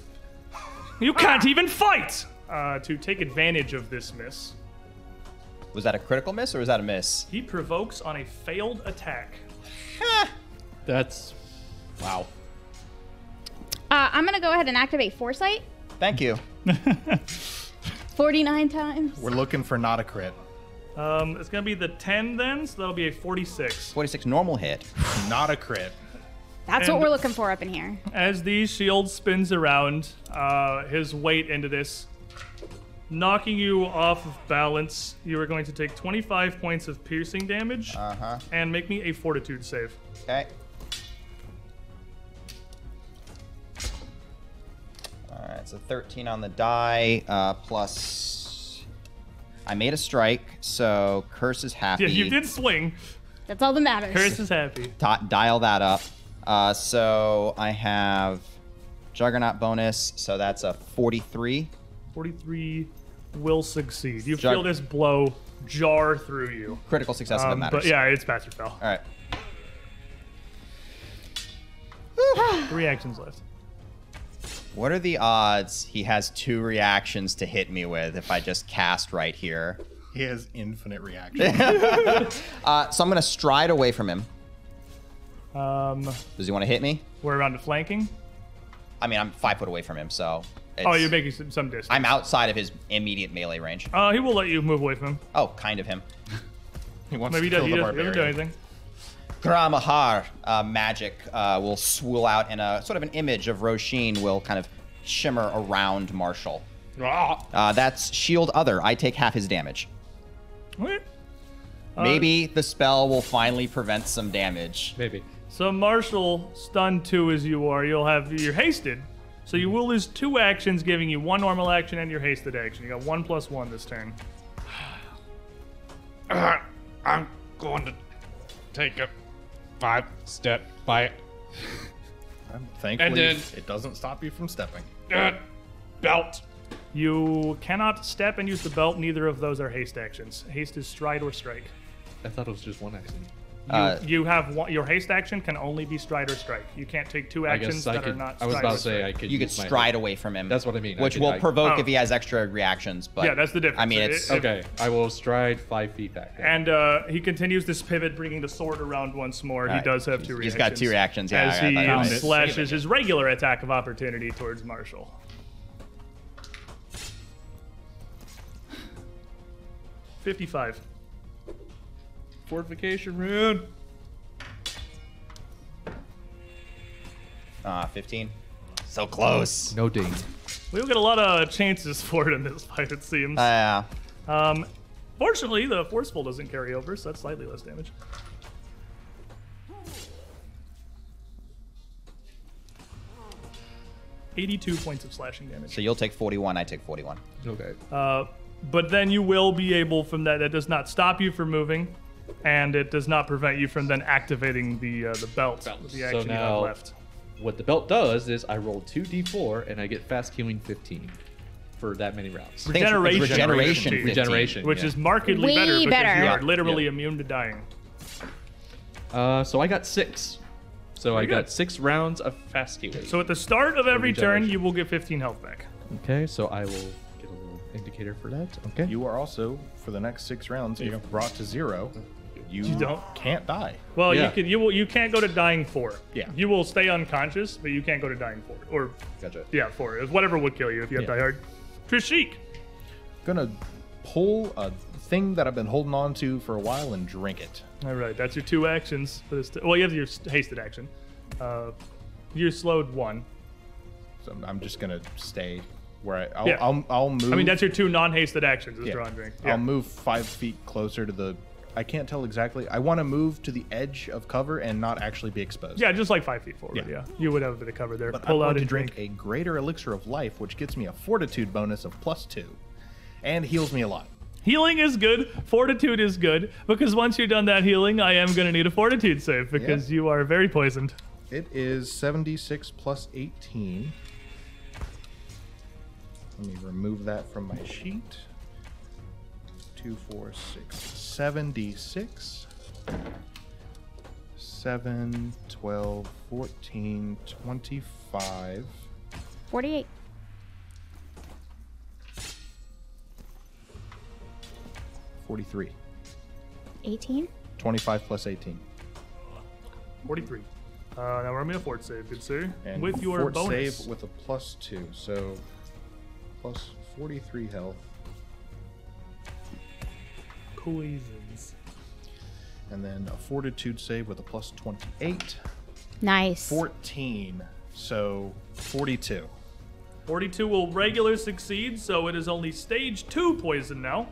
Speaker 1: You can't even fight! Uh, to take advantage of this miss,
Speaker 6: was that a critical miss or was that a miss?
Speaker 1: he provokes on a failed attack.
Speaker 4: That's wow.
Speaker 3: Uh, I'm gonna go ahead and activate foresight.
Speaker 6: Thank you.
Speaker 3: 49 times.
Speaker 2: We're looking for not a crit.
Speaker 1: Um, it's gonna be the 10 then, so that'll be a 46.
Speaker 6: Forty-six normal hit.
Speaker 2: Not a crit.
Speaker 3: That's
Speaker 1: and-
Speaker 3: what we're looking for up in here.
Speaker 1: As the shield spins around, uh, his weight into this, knocking you off of balance, you are going to take 25 points of piercing damage
Speaker 6: Uh huh.
Speaker 1: and make me a fortitude save. <laughs>
Speaker 6: Okay. All right, so 13 on the die, uh, plus. I made a strike, so curse is happy.
Speaker 1: Yeah, you did swing.
Speaker 3: That's all that matters.
Speaker 1: Curse is happy.
Speaker 6: Ta- dial that up. Uh, so I have Juggernaut bonus, so that's a 43.
Speaker 1: 43 will succeed. You
Speaker 6: Jug-
Speaker 1: feel this blow jar through you.
Speaker 6: Critical success if it
Speaker 1: Um,
Speaker 6: matters.
Speaker 1: but yeah, it's pass or fail.
Speaker 6: All right.
Speaker 1: Three actions left.
Speaker 6: What are the odds he has two reactions to hit me with if I just cast right here?
Speaker 2: He has infinite reaction.
Speaker 6: Uh, so I'm gonna stride away from him.
Speaker 1: Um,
Speaker 6: Does he want to hit me?
Speaker 1: we're around to flanking.
Speaker 6: I mean, I'm five foot away from him, so. It's,
Speaker 1: Oh, you're making some, some distance.
Speaker 6: I'm outside of his immediate melee range.
Speaker 1: Uh, he will let you move away from him.
Speaker 6: Oh, kind of him.
Speaker 2: He wants
Speaker 1: Maybe he,
Speaker 2: to
Speaker 1: does,
Speaker 2: kill
Speaker 1: he,
Speaker 2: the
Speaker 1: does, he doesn't do
Speaker 2: barbarian.
Speaker 1: anything.
Speaker 6: Gramahar uh, magic uh, will swirl out, and a sort of an image of Roshin will kind of shimmer around Marshall.
Speaker 4: ah,
Speaker 6: Uh, that's shield other. I take half his damage.
Speaker 1: Okay. Uh,
Speaker 6: Maybe the spell will finally prevent some damage.
Speaker 4: Maybe.
Speaker 1: So Marshall, stunned two as you are, you'll have you're hasted. So you will lose two actions, giving you one normal action and your hasted action. You got one plus one this turn.
Speaker 4: <clears throat> I'm going to take a five step bite.
Speaker 2: Thankfully,
Speaker 4: And then-
Speaker 2: it doesn't stop you from stepping.
Speaker 4: Uh, belt.
Speaker 1: You cannot step and use the belt. Neither of those are haste actions. Haste is stride or strike.
Speaker 4: I thought it was just one action.
Speaker 6: Uh,
Speaker 1: You have one, your haste action can only be stride or strike. You can't take two
Speaker 4: I
Speaker 1: actions
Speaker 4: guess I
Speaker 1: that are
Speaker 4: could.
Speaker 1: not.
Speaker 4: I was
Speaker 1: stride
Speaker 4: about
Speaker 1: or
Speaker 4: to say I
Speaker 1: strike.
Speaker 4: could.
Speaker 6: you could
Speaker 4: use my-
Speaker 6: stride away from him.
Speaker 4: That's what I mean. I
Speaker 6: Which
Speaker 4: could-
Speaker 6: will
Speaker 4: I-
Speaker 6: provoke
Speaker 1: Oh.
Speaker 6: if he has extra reactions. But
Speaker 1: Yeah, that's the difference.
Speaker 6: I mean,
Speaker 1: It-
Speaker 6: it's
Speaker 1: it-
Speaker 4: Okay, I will stride five feet back. then.
Speaker 1: And uh, he continues this pivot, bringing the sword around once more. he
Speaker 6: Alright.
Speaker 1: does have two reactions.
Speaker 6: He's got two reactions, yeah,
Speaker 1: As
Speaker 6: I- I thought he
Speaker 5: was
Speaker 1: he
Speaker 5: saving
Speaker 1: slashes his regular attack of opportunity towards Marshall. Fifty-five.
Speaker 4: fortification rune.
Speaker 6: uh, 15. So close.
Speaker 4: No ding.
Speaker 1: We'll get a lot of chances <laughs> for it in this fight, it seems.
Speaker 6: Uh,
Speaker 1: Um, fortunately, the forceful doesn't carry over, so that's slightly less damage. Eighty-two points of slashing damage.
Speaker 6: so you'll take 41. I take 41.
Speaker 4: Okay.
Speaker 1: Uh, but then you will be able from that. That does not stop you from moving, and it does not prevent you from then activating the uh, the belt.
Speaker 4: Belt.
Speaker 1: with
Speaker 4: So
Speaker 1: The action you have
Speaker 4: now-
Speaker 1: left.
Speaker 4: What the belt does is I roll two d4 and I get fast healing 15 for that many rounds.
Speaker 6: I think it's- it's
Speaker 1: Regeneration.
Speaker 6: Regeneration. 15.
Speaker 4: Regeneration,
Speaker 1: Which
Speaker 4: yeah.
Speaker 1: is markedly
Speaker 3: Way
Speaker 1: better because
Speaker 3: better.
Speaker 1: you
Speaker 3: Yeah.
Speaker 1: are literally
Speaker 4: Yeah.
Speaker 1: immune to dying.
Speaker 4: Uh, so I got six. So I
Speaker 1: Pretty
Speaker 4: got
Speaker 1: good.
Speaker 4: six rounds of fast healing.
Speaker 1: So at the start of every turn,
Speaker 4: regeneration.
Speaker 1: you will get 15 health back.
Speaker 4: okay, so I will get a little indicator for that. Okay.
Speaker 2: You are also, for the next six rounds, if brought to zero, you,
Speaker 1: don't-
Speaker 2: can't die.
Speaker 1: Well,
Speaker 4: Yeah.
Speaker 1: you can you will you can't go to dying four.
Speaker 2: Yeah.
Speaker 1: You will stay unconscious, but you can't go to dying four or
Speaker 4: gotcha.
Speaker 1: yeah four. It's Whatever would kill you if you have
Speaker 4: Yeah.
Speaker 1: die hard. Trishik.
Speaker 2: Gonna pull a thing that I've been holding on to for a while and drink it.
Speaker 1: All right, that's your two actions for this. T- well, you have your s- hasted action. Uh, you're slowed one.
Speaker 2: So I'm- I'm just gonna stay where I. I'll,
Speaker 1: Yeah.
Speaker 2: I'll, I'll move.
Speaker 1: I mean, that's your two non-hasted actions. Is
Speaker 2: Yeah. Um,
Speaker 1: draw and drink.
Speaker 2: I'll move five feet closer to the. I can't tell exactly. I want to move to the edge of cover and not actually be exposed.
Speaker 1: Yeah, just like five feet forward. Yeah,
Speaker 2: Yeah.
Speaker 1: you would have a bit of cover there.
Speaker 2: But
Speaker 1: Pull
Speaker 2: I'm
Speaker 1: out
Speaker 2: going
Speaker 1: and
Speaker 2: to drink a greater elixir of life, which gets me a fortitude bonus of plus two, and heals me a lot.
Speaker 1: Healing is good. Fortitude is good because once you're done that healing, I am gonna need a fortitude save because you are very poisoned.
Speaker 2: It is 76 plus 18. Let me remove that from my sheet. Two, four, six, 76. 7, 12, 14, 25.
Speaker 3: 48.
Speaker 2: 43.
Speaker 3: 18.
Speaker 2: 25 plus 18.
Speaker 1: 43. Uh, now roll me a fort save, good sir.
Speaker 2: And
Speaker 1: with your
Speaker 2: fort
Speaker 1: bonus.
Speaker 2: save with a plus 2, so plus 43 health.
Speaker 1: poisons.
Speaker 2: And then a fortitude save with a plus 28.
Speaker 3: Nice.
Speaker 2: 14, so 42.
Speaker 1: 42 will regular succeed, so it is only stage 2 poison now.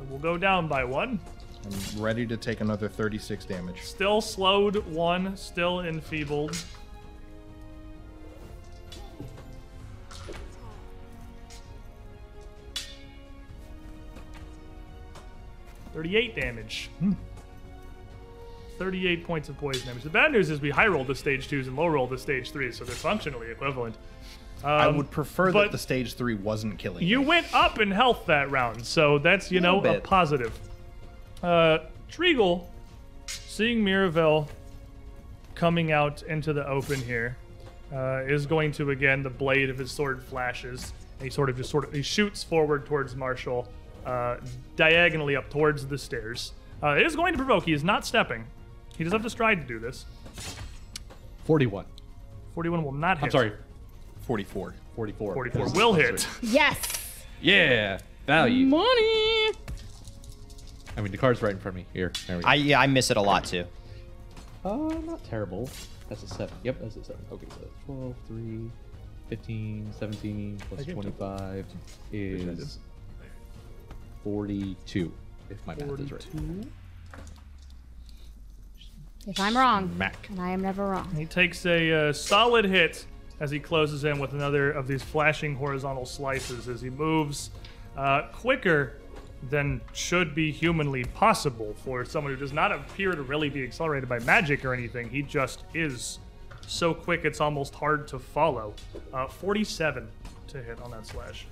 Speaker 1: It will go down by 1.
Speaker 2: I'm ready to take another 36 damage.
Speaker 1: Still slowed 1, still enfeebled. Thirty-eight damage. Thirty-eight points of poison damage. The bad news is we high rolled the stage twos and low rolled the stage threes, so they're functionally equivalent.
Speaker 2: I
Speaker 1: Um,
Speaker 2: would prefer
Speaker 1: but-
Speaker 2: that the stage three wasn't killing.
Speaker 1: You went up in health that round, so that's you know
Speaker 6: Little
Speaker 1: a
Speaker 6: bit.
Speaker 1: positive. Uh, Treagle, seeing Miravel coming out into the open here, uh, is going to again the blade of his sword flashes. And he sort of just sort of he shoots forward towards Marshall, uh, diagonally up towards the stairs. Uh, it is going to provoke. He is not stepping. He does have to stride to do this.
Speaker 4: 41.
Speaker 1: 41 will not hit.
Speaker 4: I'm sorry,
Speaker 2: 44.
Speaker 4: 44.
Speaker 1: 44 will hit.
Speaker 3: Yes.
Speaker 4: Yeah, value.
Speaker 3: Money.
Speaker 4: I mean, the card's right in front of me. Here, there we go.
Speaker 6: I yeah, I miss it a lot too.
Speaker 4: Uh, not terrible. That's a 7. Yep, that's a 7. Okay, so that's 12, 3, 15, 17, plus 25 is 42, if my math is right.
Speaker 3: If I'm wrong, and I am never wrong.
Speaker 1: He takes a uh, solid hit as he closes in with another of these flashing horizontal slices as he moves uh, quicker than should be humanly possible for someone who does not appear to really be accelerated by magic or anything. He just is so quick it's almost hard to follow. Uh, 47 to hit on that slash.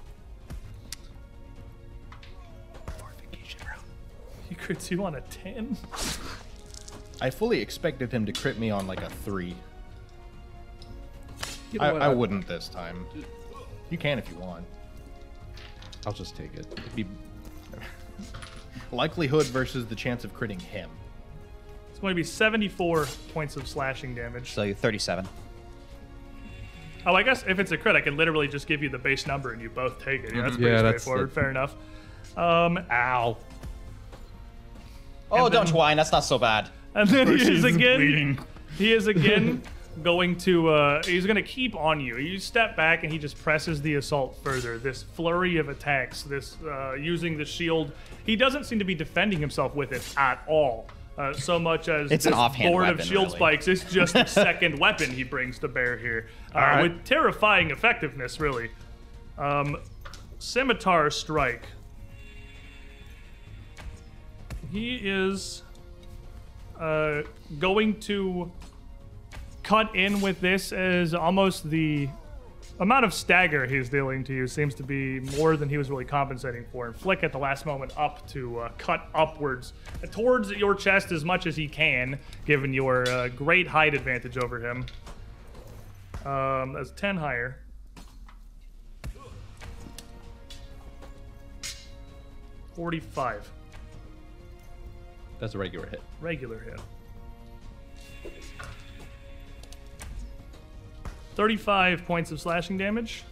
Speaker 1: He crits you on a 10.
Speaker 2: I fully expected him to crit me on like a three.
Speaker 4: You know
Speaker 2: I,
Speaker 4: what,
Speaker 2: I
Speaker 4: I'll-
Speaker 2: wouldn't this time. You can if you want.
Speaker 4: I'll just take it. It'd be
Speaker 2: Likelihood versus the chance of critting him.
Speaker 1: It's going to be 74 points of slashing damage.
Speaker 6: So 37.
Speaker 1: Oh, I guess if it's a crit, I can literally just give you the base number and you both take it. Yeah, that's pretty
Speaker 4: Mm-hmm. Yeah, that's-
Speaker 1: straightforward.
Speaker 4: that-
Speaker 1: Fair enough. Um, ow.
Speaker 6: Oh,
Speaker 1: And
Speaker 6: don't
Speaker 1: then-
Speaker 6: whine. That's not so bad.
Speaker 1: And then he is
Speaker 5: She's
Speaker 1: again.
Speaker 5: bleeding.
Speaker 1: He is again going to. Uh, he's going to keep on you. You step back and he just presses the assault further. This flurry of attacks. This uh, using the shield. He doesn't seem to be defending himself with it at all. Uh, so much as
Speaker 6: It's an
Speaker 1: this
Speaker 6: offhand
Speaker 1: board of
Speaker 6: weapon,
Speaker 1: shield
Speaker 6: really.
Speaker 1: spikes is just
Speaker 6: <laughs>
Speaker 1: the second weapon he brings to bear here, uh, with terrifying effectiveness, really. Um, scimitar strike. He is uh, going to cut in with this as almost the amount of stagger he's dealing to you seems to be more than he was really compensating for. And flick at the last moment up to uh, cut upwards uh, towards your chest as much as he can, given your uh, great height advantage over him. Um, that's 10 higher. Forty-five
Speaker 4: that's a regular hit.
Speaker 1: regular hit. 35 points of slashing damage.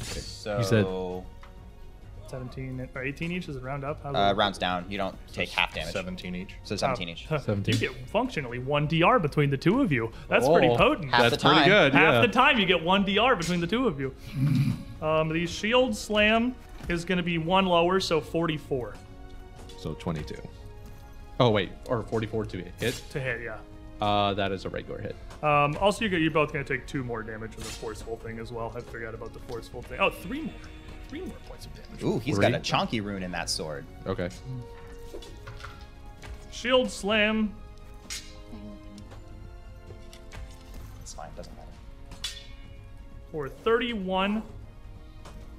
Speaker 6: So
Speaker 4: said-
Speaker 1: 17 or 18 each. Does it round up? How's
Speaker 6: uh,
Speaker 1: it?
Speaker 6: rounds down. You don't take half damage.
Speaker 2: 17 each.
Speaker 6: So 17 each.
Speaker 1: You
Speaker 4: 17.
Speaker 1: get functionally one DR between the two of you. That's pretty
Speaker 4: Oh,
Speaker 1: potent.
Speaker 6: half
Speaker 1: Half,
Speaker 6: the
Speaker 4: That's pretty
Speaker 6: time.
Speaker 4: good. yeah.
Speaker 1: the time you get one DR between the two of you. <laughs> um, the shield slam is going to be one lower, so 44
Speaker 4: So 22. Oh, wait, or 44 to hit.
Speaker 1: to hit. Yeah.
Speaker 4: Uh, that is a regular hit.
Speaker 1: Um, also, you get, you're both going to take two more damage from the forceful thing as well. I forgot about the forceful thing. Oh, three more. Three more points of damage.
Speaker 6: Ooh, he's
Speaker 4: Three.
Speaker 6: got a chonky rune in that sword.
Speaker 4: Okay.
Speaker 1: Shield slam
Speaker 6: It's fine. Doesn't matter.
Speaker 1: for 31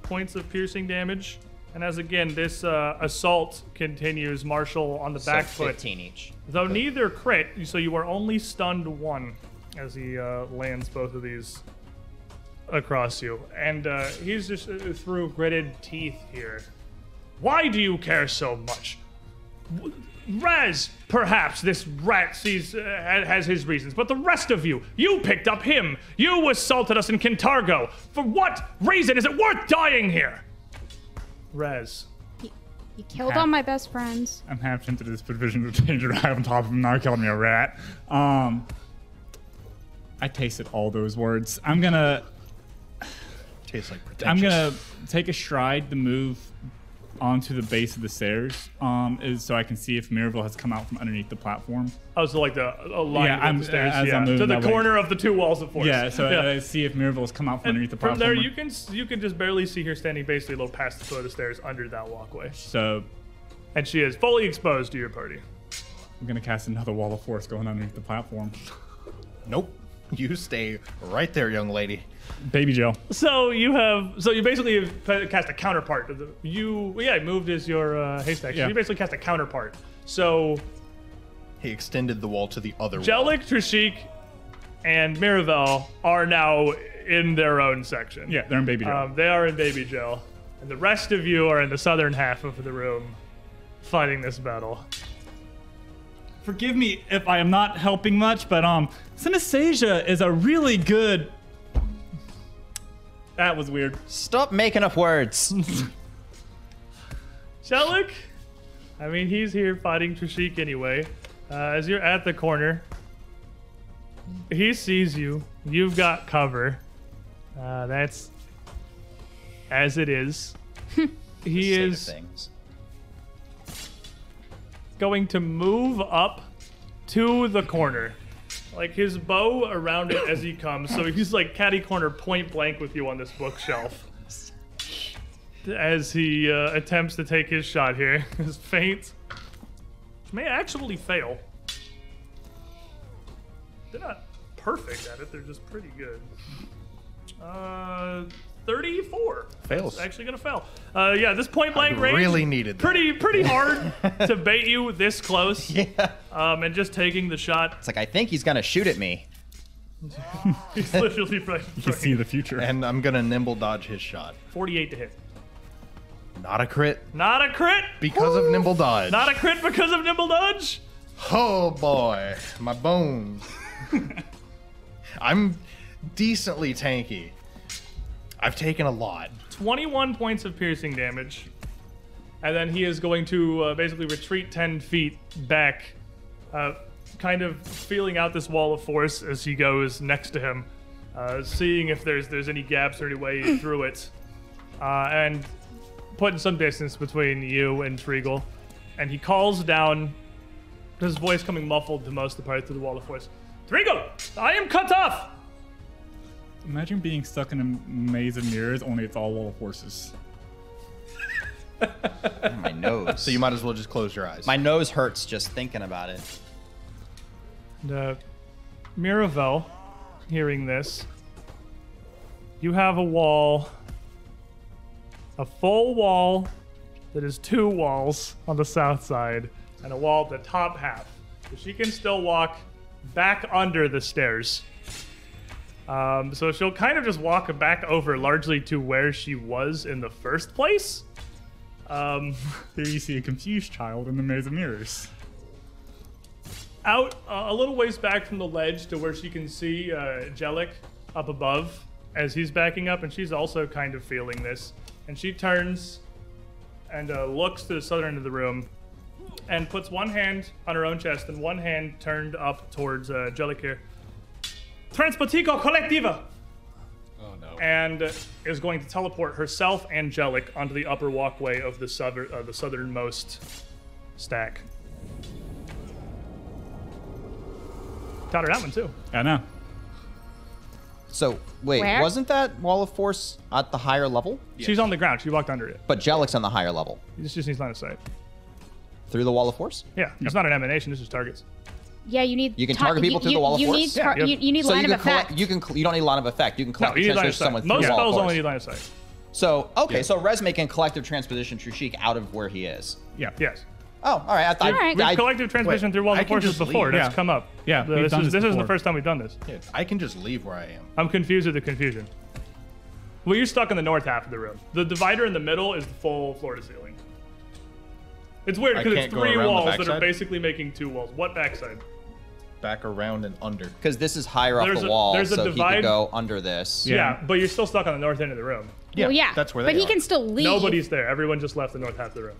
Speaker 1: points of piercing damage. And as again, this uh, assault continues, Marshall on the back
Speaker 6: so
Speaker 1: foot.
Speaker 6: 15 each.
Speaker 1: Though neither crit, so you are only stunned one as he uh, lands both of these across you. And uh, he's just uh, through gritted teeth here. Why do you care so much? W- Raz, perhaps this rat sees, uh, ha- has his reasons, but the rest of you, you picked up him. You assaulted us in Kintargo. For what reason is it worth dying here? Raz,
Speaker 3: You killed all my best friends.
Speaker 5: I'm half tempted to this provision of danger right on top of him. Now he called me a rat. Um, I tasted all those words. I'm gonna
Speaker 2: Tastes like
Speaker 5: I'm
Speaker 2: pretentious.
Speaker 5: gonna take a stride to move onto the base of the stairs, um, is so I can see if Miracle has come out from underneath the platform.
Speaker 1: Oh, so like the a line
Speaker 5: Yeah,
Speaker 1: with
Speaker 5: I'm- uh,
Speaker 1: the stairs,
Speaker 5: as
Speaker 1: yeah,
Speaker 5: I'm moving
Speaker 1: to the
Speaker 5: that way.
Speaker 1: corner of the two walls of force.
Speaker 5: Yeah, so
Speaker 1: Yeah.
Speaker 5: I, I see if Miracle has come out from
Speaker 1: And
Speaker 5: underneath the platform.
Speaker 1: from there, you can s- you can just barely see her standing basically a little past the foot of the stairs under that walkway,
Speaker 5: So
Speaker 1: and she is fully exposed to your party.
Speaker 5: I'm gonna cast another wall of force going underneath the <laughs> platform.
Speaker 2: Nope. You stay right there, young lady.
Speaker 5: Baby Joe.
Speaker 1: So you have so you basically have pa- cast a counterpart. Of the, you well, yeah, moved is your uh, haystack.
Speaker 5: Yeah.
Speaker 1: So you basically cast a counterpart. So
Speaker 2: He extended the wall to the other wall.
Speaker 1: Jelik, Trishik, and Miravel are now in their own section.
Speaker 5: Yeah, they're in Baby Joe.
Speaker 1: Um, they are in baby gel. And the rest of you are in the southern half of the room fighting this battle.
Speaker 5: Forgive me if I am not helping much, but um, synesthesia is a really good. That was weird.
Speaker 6: Stop making up
Speaker 1: <laughs>
Speaker 6: words.
Speaker 1: Shellick? I mean, he's here fighting Trishik anyway. Uh, as you're at the corner, he sees you. You've got cover. Uh, that's as it is. he
Speaker 6: State of
Speaker 1: is
Speaker 6: things.
Speaker 1: going to move up to the corner. Like his bow around it as he comes. So he's like catty corner point blank with you on this bookshelf. As he uh, attempts to take his shot here, <laughs> his feint may actually fail. They're not perfect at it, they're just pretty good. Uh, 34.
Speaker 2: Fails.
Speaker 1: It's actually going to fail. Uh, yeah, this point blank range.
Speaker 2: Really needed that.
Speaker 1: Pretty,
Speaker 2: <laughs>
Speaker 1: pretty hard to bait you this close. Um, and just taking the shot,
Speaker 2: <laughs>
Speaker 6: It's like I think he's gonna shoot at me.
Speaker 1: he's literally right.
Speaker 5: You can see the future.
Speaker 2: And I'm gonna nimble dodge his shot.
Speaker 1: 48 to hit.
Speaker 2: Not a crit
Speaker 1: Not a crit.
Speaker 2: because of nimble dodge.
Speaker 1: Not a crit because of nimble dodge.
Speaker 2: Oh boy, my bones. I'm decently tanky. I've taken a lot.
Speaker 1: 21 points of piercing damage. And then he is going to uh, basically retreat 10 feet back, uh, kind of feeling out this wall of force as he goes next to him, uh, seeing if there's there's any gaps or any way through it, uh, and putting some distance between you and Treagle. And he calls down, his voice coming muffled to most of the part through the wall of force. Treagle, I am cut off.
Speaker 5: <laughs> Imagine being stuck in a maze of mirrors, only it's all wall of horses.
Speaker 1: <laughs>
Speaker 6: My nose.
Speaker 2: So you might as well just close your eyes.
Speaker 6: My nose hurts just thinking about it.
Speaker 1: And, uh, Miravel, hearing this, you have a wall, a full wall that is two walls on the south side, and a wall at the top half. So she can still walk back under the stairs. Um, so she'll kind of just walk back over largely to where she was in the first place. Um, <laughs>
Speaker 5: There you see a confused child in the maze of mirrors.
Speaker 1: out uh, a little ways back from the ledge to where she can see uh, Jellic up above as he's backing up, and she's also kind of feeling this. And she turns and uh, looks to the southern end of the room and puts one hand on her own chest and one hand turned up towards uh, Jellic here. Transpotico Collectiva!
Speaker 4: Oh no.
Speaker 1: and is going to teleport herself and Jellic onto the upper walkway of the southern uh, the southernmost stack. Got her that one too.
Speaker 5: I know.
Speaker 6: So wait,
Speaker 3: Where?
Speaker 6: wasn't that wall of force at the higher level?
Speaker 1: She's on the ground. She walked under it.
Speaker 6: But Jellic's on the higher level.
Speaker 1: This just needs line of sight.
Speaker 6: Through the wall of force?
Speaker 1: Yeah, it's not an emanation. This is targets.
Speaker 3: Yeah, you need.
Speaker 6: You can target
Speaker 3: you,
Speaker 6: people through the
Speaker 3: you-
Speaker 6: wall of
Speaker 3: you
Speaker 6: force?
Speaker 3: Need
Speaker 1: Yeah,
Speaker 3: tar-
Speaker 1: you-
Speaker 3: you, you need
Speaker 6: So
Speaker 3: line
Speaker 6: you
Speaker 3: of
Speaker 6: can
Speaker 3: effect.
Speaker 6: collect you can cl- you don't need line of effect. You can
Speaker 1: No,
Speaker 6: collect
Speaker 1: you need line
Speaker 6: potentially
Speaker 1: of sight.
Speaker 6: someone
Speaker 1: Most
Speaker 6: through the wall
Speaker 1: spells
Speaker 6: of force.
Speaker 1: only need line of sight.
Speaker 6: So okay, so Res making collective transposition Trushik out of where he is.
Speaker 5: Yeah.
Speaker 1: Yes.
Speaker 6: Oh, all right. I thought
Speaker 3: All right.
Speaker 1: We've
Speaker 6: I,
Speaker 1: collective transmission
Speaker 2: wait,
Speaker 1: through walls
Speaker 2: I
Speaker 1: of
Speaker 2: can
Speaker 1: forces
Speaker 2: just leave.
Speaker 1: before. That's
Speaker 5: Yeah.
Speaker 1: come up.
Speaker 5: Yeah,
Speaker 1: The-
Speaker 5: we've
Speaker 1: this,
Speaker 5: done
Speaker 1: is,
Speaker 5: this
Speaker 1: this isn't the
Speaker 5: before.
Speaker 1: first time we've done this.
Speaker 2: Dude, I can just leave where I am.
Speaker 1: I'm confused at the confusion. Well, you're stuck in the north half of the room. The divider in the middle is the full floor to ceiling. It's weird
Speaker 2: I
Speaker 1: because
Speaker 2: can't
Speaker 1: it's
Speaker 2: go
Speaker 1: three
Speaker 2: around the
Speaker 1: walls that are
Speaker 2: backside?
Speaker 1: basically making two walls. What backside?
Speaker 2: Back around and under.
Speaker 6: because this is higher up
Speaker 1: There's
Speaker 6: the
Speaker 1: a-
Speaker 6: wall,
Speaker 1: there's a
Speaker 6: so he
Speaker 1: divide-
Speaker 6: could go under this.
Speaker 1: Yeah. but you're still stuck on the north end of the room.
Speaker 3: Well, yeah,
Speaker 2: That's where they
Speaker 3: But he
Speaker 2: are.
Speaker 3: can still leave.
Speaker 1: Nobody's there. Everyone just left the north half of the room.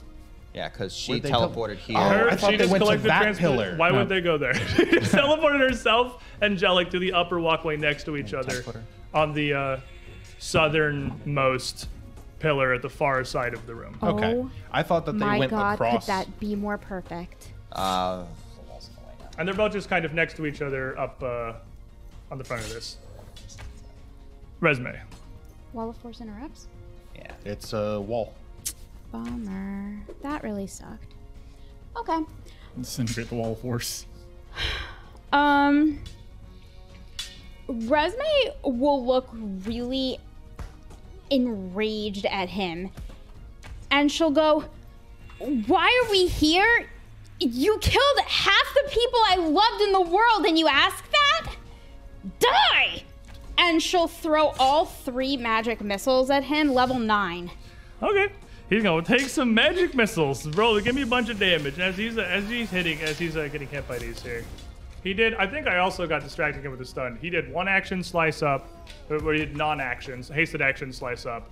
Speaker 6: Yeah, because she
Speaker 2: Where'd they tele-
Speaker 6: teleported here.
Speaker 2: Oh,
Speaker 1: Her-
Speaker 2: I thought
Speaker 1: she
Speaker 2: they
Speaker 1: just
Speaker 2: went to
Speaker 1: collected
Speaker 2: that
Speaker 1: transpo-
Speaker 2: pillar.
Speaker 1: Why
Speaker 5: No.
Speaker 1: would they go there? <laughs> she just teleported herself and Jellic to the upper walkway next to each other
Speaker 6: teleporter.
Speaker 1: on the uh, southernmost pillar at the far side of the room.
Speaker 2: Okay.
Speaker 3: Oh
Speaker 2: I thought that they
Speaker 3: My
Speaker 2: went
Speaker 3: God,
Speaker 2: across.
Speaker 3: could that be more perfect?
Speaker 6: Uh, the wall's in the way now.
Speaker 1: And they're both just kind of next to each other up uh, on the front of this. Resume.
Speaker 3: Wall of force interrupts.
Speaker 6: Yeah.
Speaker 2: It's a wall.
Speaker 3: Bummer. That really sucked. Okay.
Speaker 5: Disintegrate the wall of force.
Speaker 3: Um, Resme will look really enraged at him, and she'll go, "Why are we here? You killed half the people I loved in the world, and you ask that? Die!" And she'll throw all three magic missiles at him, level nine.
Speaker 1: Okay. He's gonna take some magic missiles, bro. Give me a bunch of damage as he's uh, as he's hitting as he's uh, getting hit by these here. He did. I think I also got distracted again with a stun. He did one action slice up, or or he did non-actions, hasted action slice up,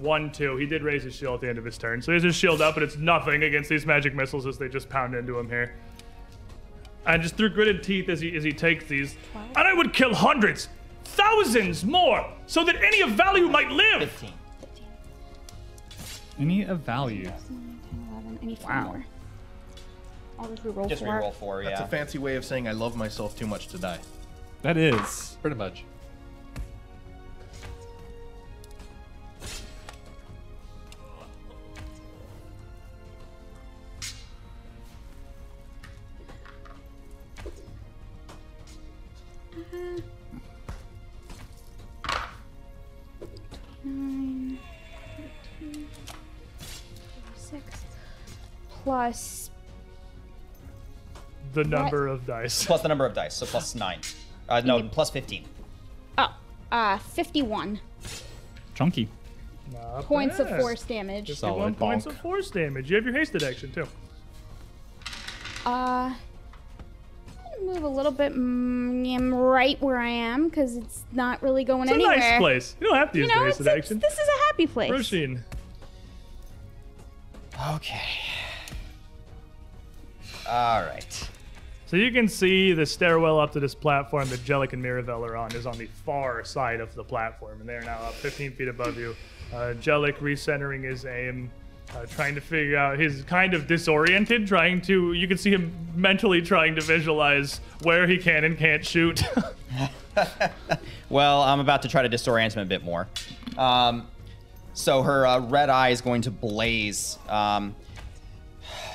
Speaker 1: one two. He did raise his shield at the end of his turn, so he has his shield up, and it's nothing against these magic missiles as they just pound into him here. And just through gritted teeth as he as he takes these, and I would kill hundreds, thousands more, so that any of value might live.
Speaker 5: Any of value.
Speaker 3: 11. I need four
Speaker 5: Wow.
Speaker 3: more. I'll just reroll
Speaker 6: Just
Speaker 3: four.
Speaker 6: reroll four, yeah.
Speaker 2: That's a fancy way of saying I love myself too much to die.
Speaker 5: That is.
Speaker 4: Pretty much.
Speaker 3: Nine, 13, six, plus
Speaker 1: The number of dice.
Speaker 6: Plus the number of dice, so plus nine. Uh, no,
Speaker 3: Mhm.
Speaker 6: plus 15.
Speaker 3: oh, uh, 51
Speaker 5: Chunky.
Speaker 1: Not
Speaker 3: points of
Speaker 1: bad.
Speaker 3: force damage.
Speaker 1: One
Speaker 4: Solid.
Speaker 1: points
Speaker 2: Bonk.
Speaker 1: of force damage. You have your hasted action too.
Speaker 3: Uh, I'm gonna move a little bit mm, I'm right where I am because it's not really going
Speaker 1: It's
Speaker 3: anywhere.
Speaker 1: a nice place. You don't have to
Speaker 3: You
Speaker 1: use
Speaker 3: know,
Speaker 1: the
Speaker 3: it's,
Speaker 1: hasted
Speaker 3: it's,
Speaker 1: action.
Speaker 3: this is a happy place.
Speaker 1: Roshin,
Speaker 6: Okay. All right.
Speaker 1: So you can see the stairwell up to this platform that Jellic and Miravel are on is on the far side of the platform, and they're now up 15 feet above you. Uh, Jellic recentering his aim, uh, trying to figure out. He's kind of disoriented, trying to. You can see him mentally trying to visualize where he can and can't shoot. <laughs>
Speaker 6: Well, I'm about to try to disorient him a bit more. Um, so her uh, red eye is going to blaze. Um,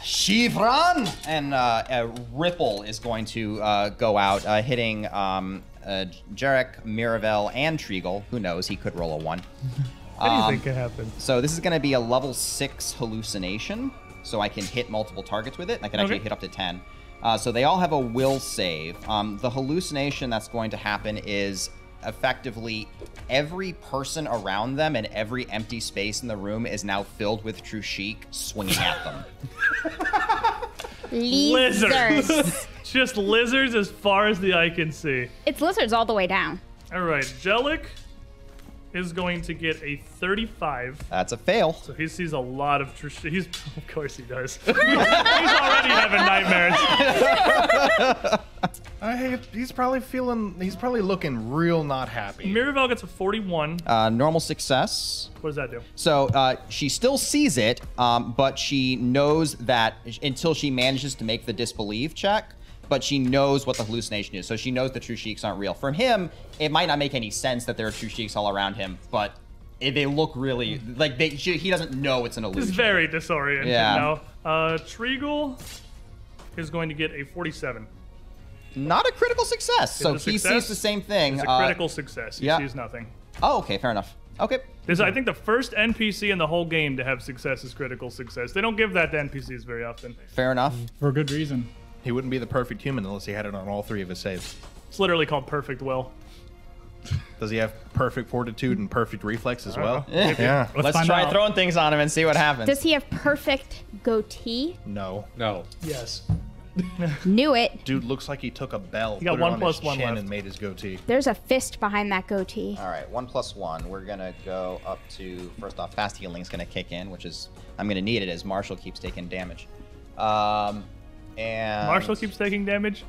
Speaker 6: Shivran! And uh, a ripple is going to uh, go out, uh, hitting um, uh, Jarek, Miravel, and Trigal. Who knows? He could roll a one. Um,
Speaker 1: Anything can happen.
Speaker 6: So this is going to be a level six hallucination. So I can hit multiple targets with it. and I can actually
Speaker 1: Okay.
Speaker 6: hit up to ten. Uh, so they all have a will save. Um, the hallucination that's going to happen is effectively every person around them and every empty space in the room is now filled with true chic swinging at <laughs> them.
Speaker 3: Lizards.
Speaker 1: <laughs> Just lizards as far as the eye can see.
Speaker 3: <laughs> it's lizards all the way down.
Speaker 1: All right, Jellic is going to get a 35.
Speaker 6: That's a fail.
Speaker 1: So he sees a lot of. Tr- he's <laughs> of course he does. <laughs> he's already having nightmares.
Speaker 2: I hate, he's probably feeling. He's probably looking real not happy.
Speaker 1: Miravel gets a 41.
Speaker 6: Uh, normal success.
Speaker 1: What does that do?
Speaker 6: So uh, she still sees it, um, but she knows that until she manages to make the disbelief check, but she knows what the hallucination is. So she knows the true sheiks aren't real. From him, it might not make any sense that there are true sheiks all around him, but it, they look really like they, she, he doesn't know it's an
Speaker 1: He's
Speaker 6: illusion.
Speaker 1: very disoriented
Speaker 6: Yeah.
Speaker 1: now. Uh, Treagle is going to get a 47.
Speaker 6: Not a critical success. So
Speaker 1: It's a
Speaker 6: he
Speaker 1: success.
Speaker 6: sees the same thing.
Speaker 1: It's a
Speaker 6: uh,
Speaker 1: critical success. He
Speaker 6: yeah.
Speaker 1: sees nothing.
Speaker 6: oh, okay, fair enough. Okay.
Speaker 1: This is, I think, the first NPC in the whole game to have success is critical success. They don't give that to NPCs very often.
Speaker 6: Fair enough.
Speaker 5: For good reason.
Speaker 2: He wouldn't be the perfect human unless he had it on all three of his saves.
Speaker 1: It's literally called perfect will.
Speaker 2: Does he have perfect fortitude and perfect reflex as well?
Speaker 6: Yeah.
Speaker 2: Yeah.
Speaker 6: Let's,
Speaker 5: find
Speaker 6: try
Speaker 5: out.
Speaker 6: throwing things on him and see what happens.
Speaker 3: Does he have perfect goatee?
Speaker 2: No.
Speaker 4: No.
Speaker 1: Yes.
Speaker 3: Knew it.
Speaker 2: Dude looks like he took a bell,
Speaker 1: got
Speaker 2: put
Speaker 1: one
Speaker 2: it on
Speaker 1: plus
Speaker 2: his
Speaker 1: one
Speaker 2: chin,
Speaker 1: left.
Speaker 2: and made his goatee.
Speaker 3: There's a fist behind that goatee.
Speaker 6: All right, one plus one. We're gonna go up to first off, fast healing's gonna kick in, which is I'm gonna need it as Marshall keeps taking damage. Um, and
Speaker 1: Marshall keeps taking damage.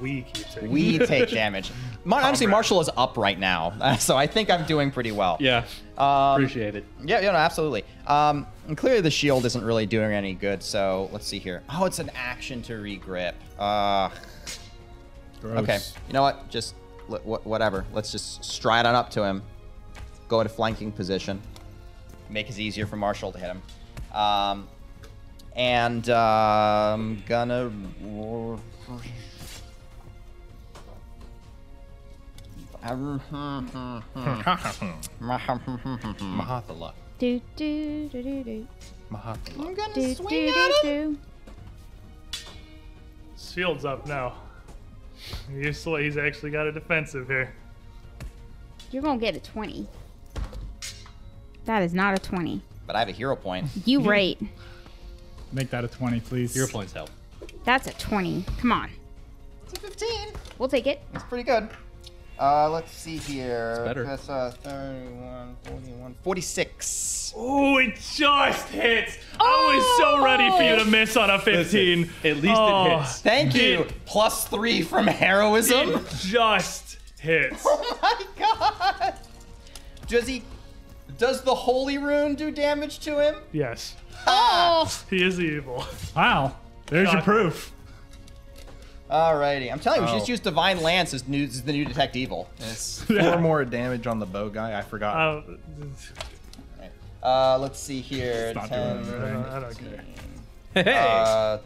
Speaker 1: We keep taking
Speaker 6: we take damage. Mar- honestly, Marshall is up right now, <laughs> so I think I'm doing pretty well.
Speaker 4: Yeah.
Speaker 6: um,
Speaker 4: Appreciate it.
Speaker 6: yeah, yeah, no, absolutely. Um, and clearly the shield isn't really doing any good. So let's see here. Oh, it's an action to regrip. Uh, okay, you know what? Just wh- wh- whatever. Let's just stride on up to him, go into flanking position, make it easier for Marshall to hit him. Um, and uh, I'm gonna.
Speaker 1: Hmm.
Speaker 2: <laughs> Mahathala.
Speaker 3: Do do do do do
Speaker 2: Mahathala.
Speaker 1: <laughs>
Speaker 6: I'm gonna
Speaker 3: do
Speaker 6: swing
Speaker 3: do
Speaker 6: at
Speaker 3: do
Speaker 6: him.
Speaker 3: do.
Speaker 1: <laughs> Shield's up now. He's, he's actually got a defensive here.
Speaker 3: You're gonna get a twenty. That is not a twenty.
Speaker 6: <laughs> but I have a hero point.
Speaker 3: You rate.
Speaker 5: Make that a 20, please.
Speaker 4: Your points help.
Speaker 3: That's a 20. Come on.
Speaker 6: It's a 15.
Speaker 3: We'll take it.
Speaker 6: That's pretty good. Uh, let's see here.
Speaker 4: It's better.
Speaker 6: That's uh, 31, 41, 46.
Speaker 1: Oh, it just hits. I was so ready for you to miss on a 15.
Speaker 4: At least
Speaker 1: Oh,
Speaker 4: it hits.
Speaker 6: Thank you. Plus three from heroism.
Speaker 1: It just <laughs> hits.
Speaker 6: oh my god. Does he? Does the holy rune do damage to him?
Speaker 1: Yes.
Speaker 6: Oh.
Speaker 1: He is evil. <laughs>
Speaker 5: Wow. There's your
Speaker 1: God.
Speaker 5: proof.
Speaker 6: Alrighty. I'm telling you, we should
Speaker 2: Oh.
Speaker 6: just use divine lance as, new, as the new detect evil.
Speaker 2: Four more damage on the bow guy. I forgot.
Speaker 1: Uh,
Speaker 6: Uh, let's see here.
Speaker 5: not
Speaker 6: 10,
Speaker 5: doing
Speaker 1: I don't- I don't care.
Speaker 6: uh,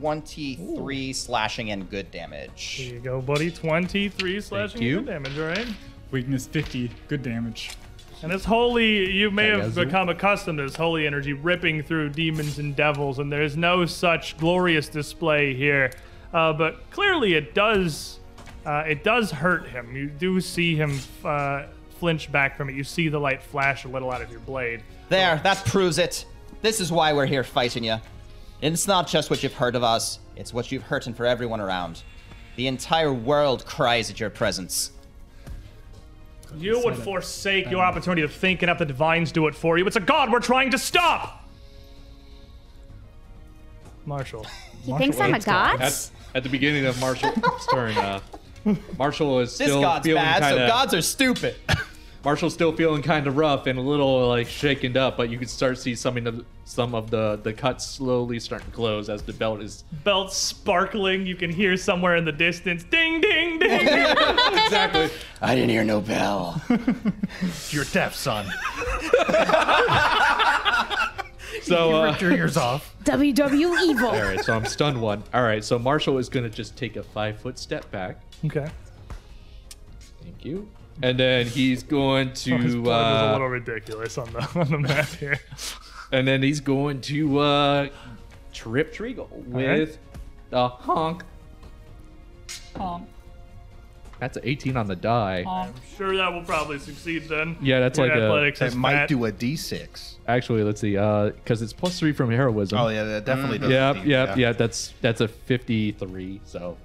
Speaker 6: 23 slashing and good damage.
Speaker 1: Here you go, buddy. 23 slashing
Speaker 4: you.
Speaker 1: and damage, all right?
Speaker 5: Weakness 50. Good damage.
Speaker 1: And it's holy, you may have
Speaker 4: Kagazu.
Speaker 1: become accustomed to this holy energy ripping through demons and devils, and there's no such glorious display here. Uh, but clearly, it does, uh, it does hurt him. You do see him uh, flinch back from it. You see the light flash a little out of your blade.
Speaker 6: There, that proves it. This is why we're here fighting you. And it's not just what you've heard of us, it's what you've hurt and for everyone around. The entire world cries at your presence.
Speaker 1: You would forsake your opportunity of thinking up the divines do it for you. It's a god we're trying to stop. Marshall.
Speaker 3: He thinks I'm a god?
Speaker 9: <laughs>
Speaker 4: At, at the beginning of
Speaker 6: <laughs>
Speaker 4: Marshall's turn, uh, Marshall is
Speaker 6: This
Speaker 4: still
Speaker 6: god's
Speaker 4: feeling
Speaker 6: bad,
Speaker 4: kinda,
Speaker 6: so gods are stupid.
Speaker 4: Marshall's still feeling kind of rough and a little like shaken up, but you can start to see some of some of the the cuts slowly starting to close as the belt <laughs> is
Speaker 1: <laughs> belt sparkling. You can hear somewhere in the distance, ding, ding, ding. ding.
Speaker 4: exactly.
Speaker 6: <laughs> I didn't hear no bell.
Speaker 2: You're deaf, son.
Speaker 4: So uh,
Speaker 2: Your ears off.
Speaker 3: WW
Speaker 4: all
Speaker 3: evil.
Speaker 4: right, so I'm stunned one. All right, so Marshall is gonna just take a five foot step back.
Speaker 1: Okay.
Speaker 4: Thank you. And then he's going
Speaker 1: His blood
Speaker 4: to.
Speaker 1: was a
Speaker 4: Uh,
Speaker 1: little ridiculous on the <laughs> on the map here.
Speaker 4: and then he's going to uh, trip Treagle with the honk.
Speaker 5: Um,
Speaker 4: That's an 18 on the die.
Speaker 1: Sure, that will probably succeed then.
Speaker 4: Yeah, that's
Speaker 1: Your
Speaker 4: like a-
Speaker 1: athletics
Speaker 2: That
Speaker 1: is
Speaker 2: might
Speaker 1: fat.
Speaker 2: do a d6.
Speaker 4: Actually, let's see, because it's plus three from heroism.
Speaker 2: Oh yeah, that definitely
Speaker 1: Hmm.
Speaker 2: does.
Speaker 4: Yep,
Speaker 2: a
Speaker 4: yep,
Speaker 2: d-
Speaker 4: yep. That's that's a 53. So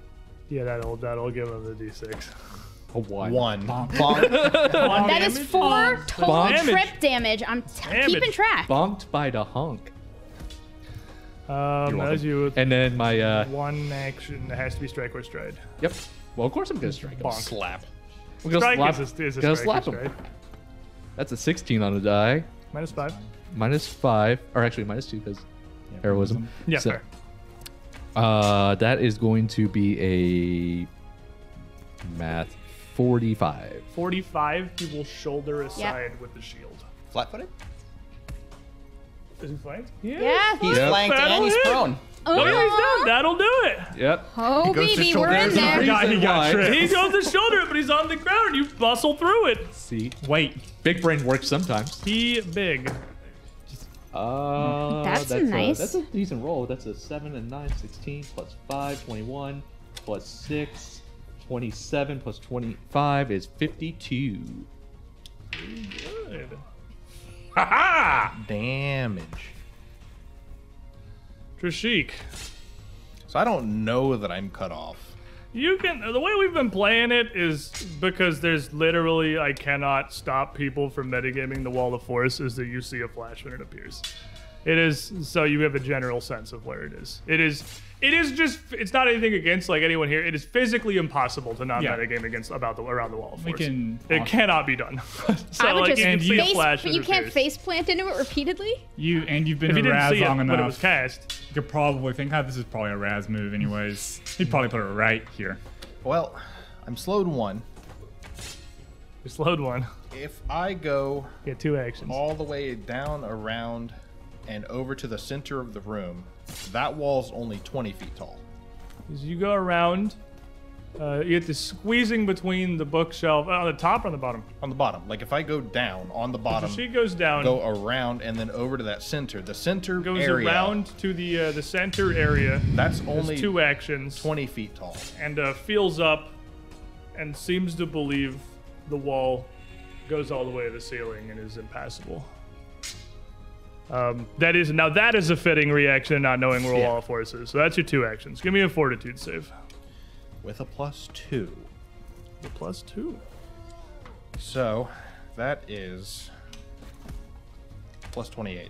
Speaker 1: Yeah, that'll that'll give him the d6. <laughs>
Speaker 4: a one.
Speaker 2: One. <laughs>
Speaker 6: Bonk.
Speaker 3: That is
Speaker 1: Um,
Speaker 3: four total
Speaker 4: Bonk.
Speaker 3: trip damage. I'm t-
Speaker 1: Damage.
Speaker 3: keeping track.
Speaker 4: Bonked by the honk.
Speaker 1: Um, as you
Speaker 4: And then my. Uh,
Speaker 1: one action it has to be strike or stride.
Speaker 4: yep. Well, of course I'm gonna strike him.
Speaker 1: Bonk.
Speaker 2: Slap.
Speaker 4: I'm gonna
Speaker 1: Strike
Speaker 4: slap,
Speaker 1: is a, is a
Speaker 4: gonna
Speaker 1: strike
Speaker 4: slap
Speaker 1: or
Speaker 4: him.
Speaker 1: stride.
Speaker 4: That's a 16 on the die.
Speaker 1: Minus five.
Speaker 4: Minus five, or actually minus two because heroism.
Speaker 1: Yeah,
Speaker 4: So-
Speaker 1: fair.
Speaker 4: Uh, that is going to be a math 45.
Speaker 1: 45, he will shoulder aside with the shield.
Speaker 6: Flat-footed?
Speaker 1: Is he fine?
Speaker 3: Yeah.
Speaker 6: He's
Speaker 4: Yep.
Speaker 6: flanked and he's
Speaker 1: Flat-footed.
Speaker 6: prone.
Speaker 1: Oh,
Speaker 3: Oh,
Speaker 1: yeah, he's done. That'll do it.
Speaker 4: Yep.
Speaker 3: Oh,
Speaker 2: goes to
Speaker 3: baby,
Speaker 2: shoulder.
Speaker 3: we're in
Speaker 2: There's
Speaker 4: no
Speaker 3: there.
Speaker 4: reason
Speaker 5: he got
Speaker 4: why.
Speaker 5: tripped.
Speaker 1: He goes to shoulder it, but he's on the ground. You bustle through it.
Speaker 4: See,
Speaker 5: Wait.
Speaker 4: big brain works sometimes.
Speaker 1: He big.
Speaker 4: Uh,
Speaker 3: That's a
Speaker 4: a-
Speaker 3: nice-
Speaker 4: that's a decent roll. That's a 7 and 9, 16, plus 5, 21, plus 6, 27, plus 25 is 52.
Speaker 1: Good.
Speaker 2: Damage.
Speaker 1: Trishik,
Speaker 2: So I don't know that I'm cut off.
Speaker 1: you can. The way we've been playing it is because there's literally I cannot stop people from metagaming the wall of force. Is that you see a flash when it appears? It is so you have a general sense of where it is. It is. It is just. It's not anything against like anyone here. It is physically impossible to not
Speaker 5: Yeah.
Speaker 1: metagame against about the around the wall of
Speaker 5: We
Speaker 1: force.
Speaker 5: can-
Speaker 1: it cannot be done. <laughs> so
Speaker 3: I would
Speaker 1: like
Speaker 3: just
Speaker 1: you can see a
Speaker 3: face,
Speaker 1: flash.
Speaker 3: but
Speaker 1: when
Speaker 3: you
Speaker 1: it
Speaker 3: can't
Speaker 1: appears.
Speaker 3: face plant into it repeatedly.
Speaker 5: You and you've been
Speaker 1: If you
Speaker 5: a
Speaker 1: didn't
Speaker 5: Raz
Speaker 1: see it
Speaker 5: long
Speaker 1: when it was
Speaker 5: enough.
Speaker 1: cast,
Speaker 5: You could probably think, "Ah, this is probably a Raz move, anyways." He'd probably put it right here.
Speaker 2: Well, I'm slowed one.
Speaker 1: you slowed one.
Speaker 2: If I go
Speaker 1: Get two actions.
Speaker 2: all the way down, around, and over to the center of the room, that wall's only 20 feet tall.
Speaker 1: As you go around, uh, you have to squeezing between the bookshelf uh, on the top or on the bottom.
Speaker 2: On the bottom, like if I go down on the
Speaker 1: So
Speaker 2: bottom,
Speaker 1: she goes down,
Speaker 2: Um, go around and then over to that center. The center
Speaker 1: goes
Speaker 2: area,
Speaker 1: around to the uh, the center area.
Speaker 2: That's
Speaker 1: Only
Speaker 2: only
Speaker 1: two e- actions,
Speaker 2: 20 feet tall.
Speaker 1: and uh, feels up, and seems to believe the wall goes all the way to the ceiling and is impassable. Um, that is now that is a fitting reaction, not knowing where wall of force is. So that's your two actions. Give me a fortitude save.
Speaker 2: with a plus two.
Speaker 1: A plus two.
Speaker 2: So that is plus 28.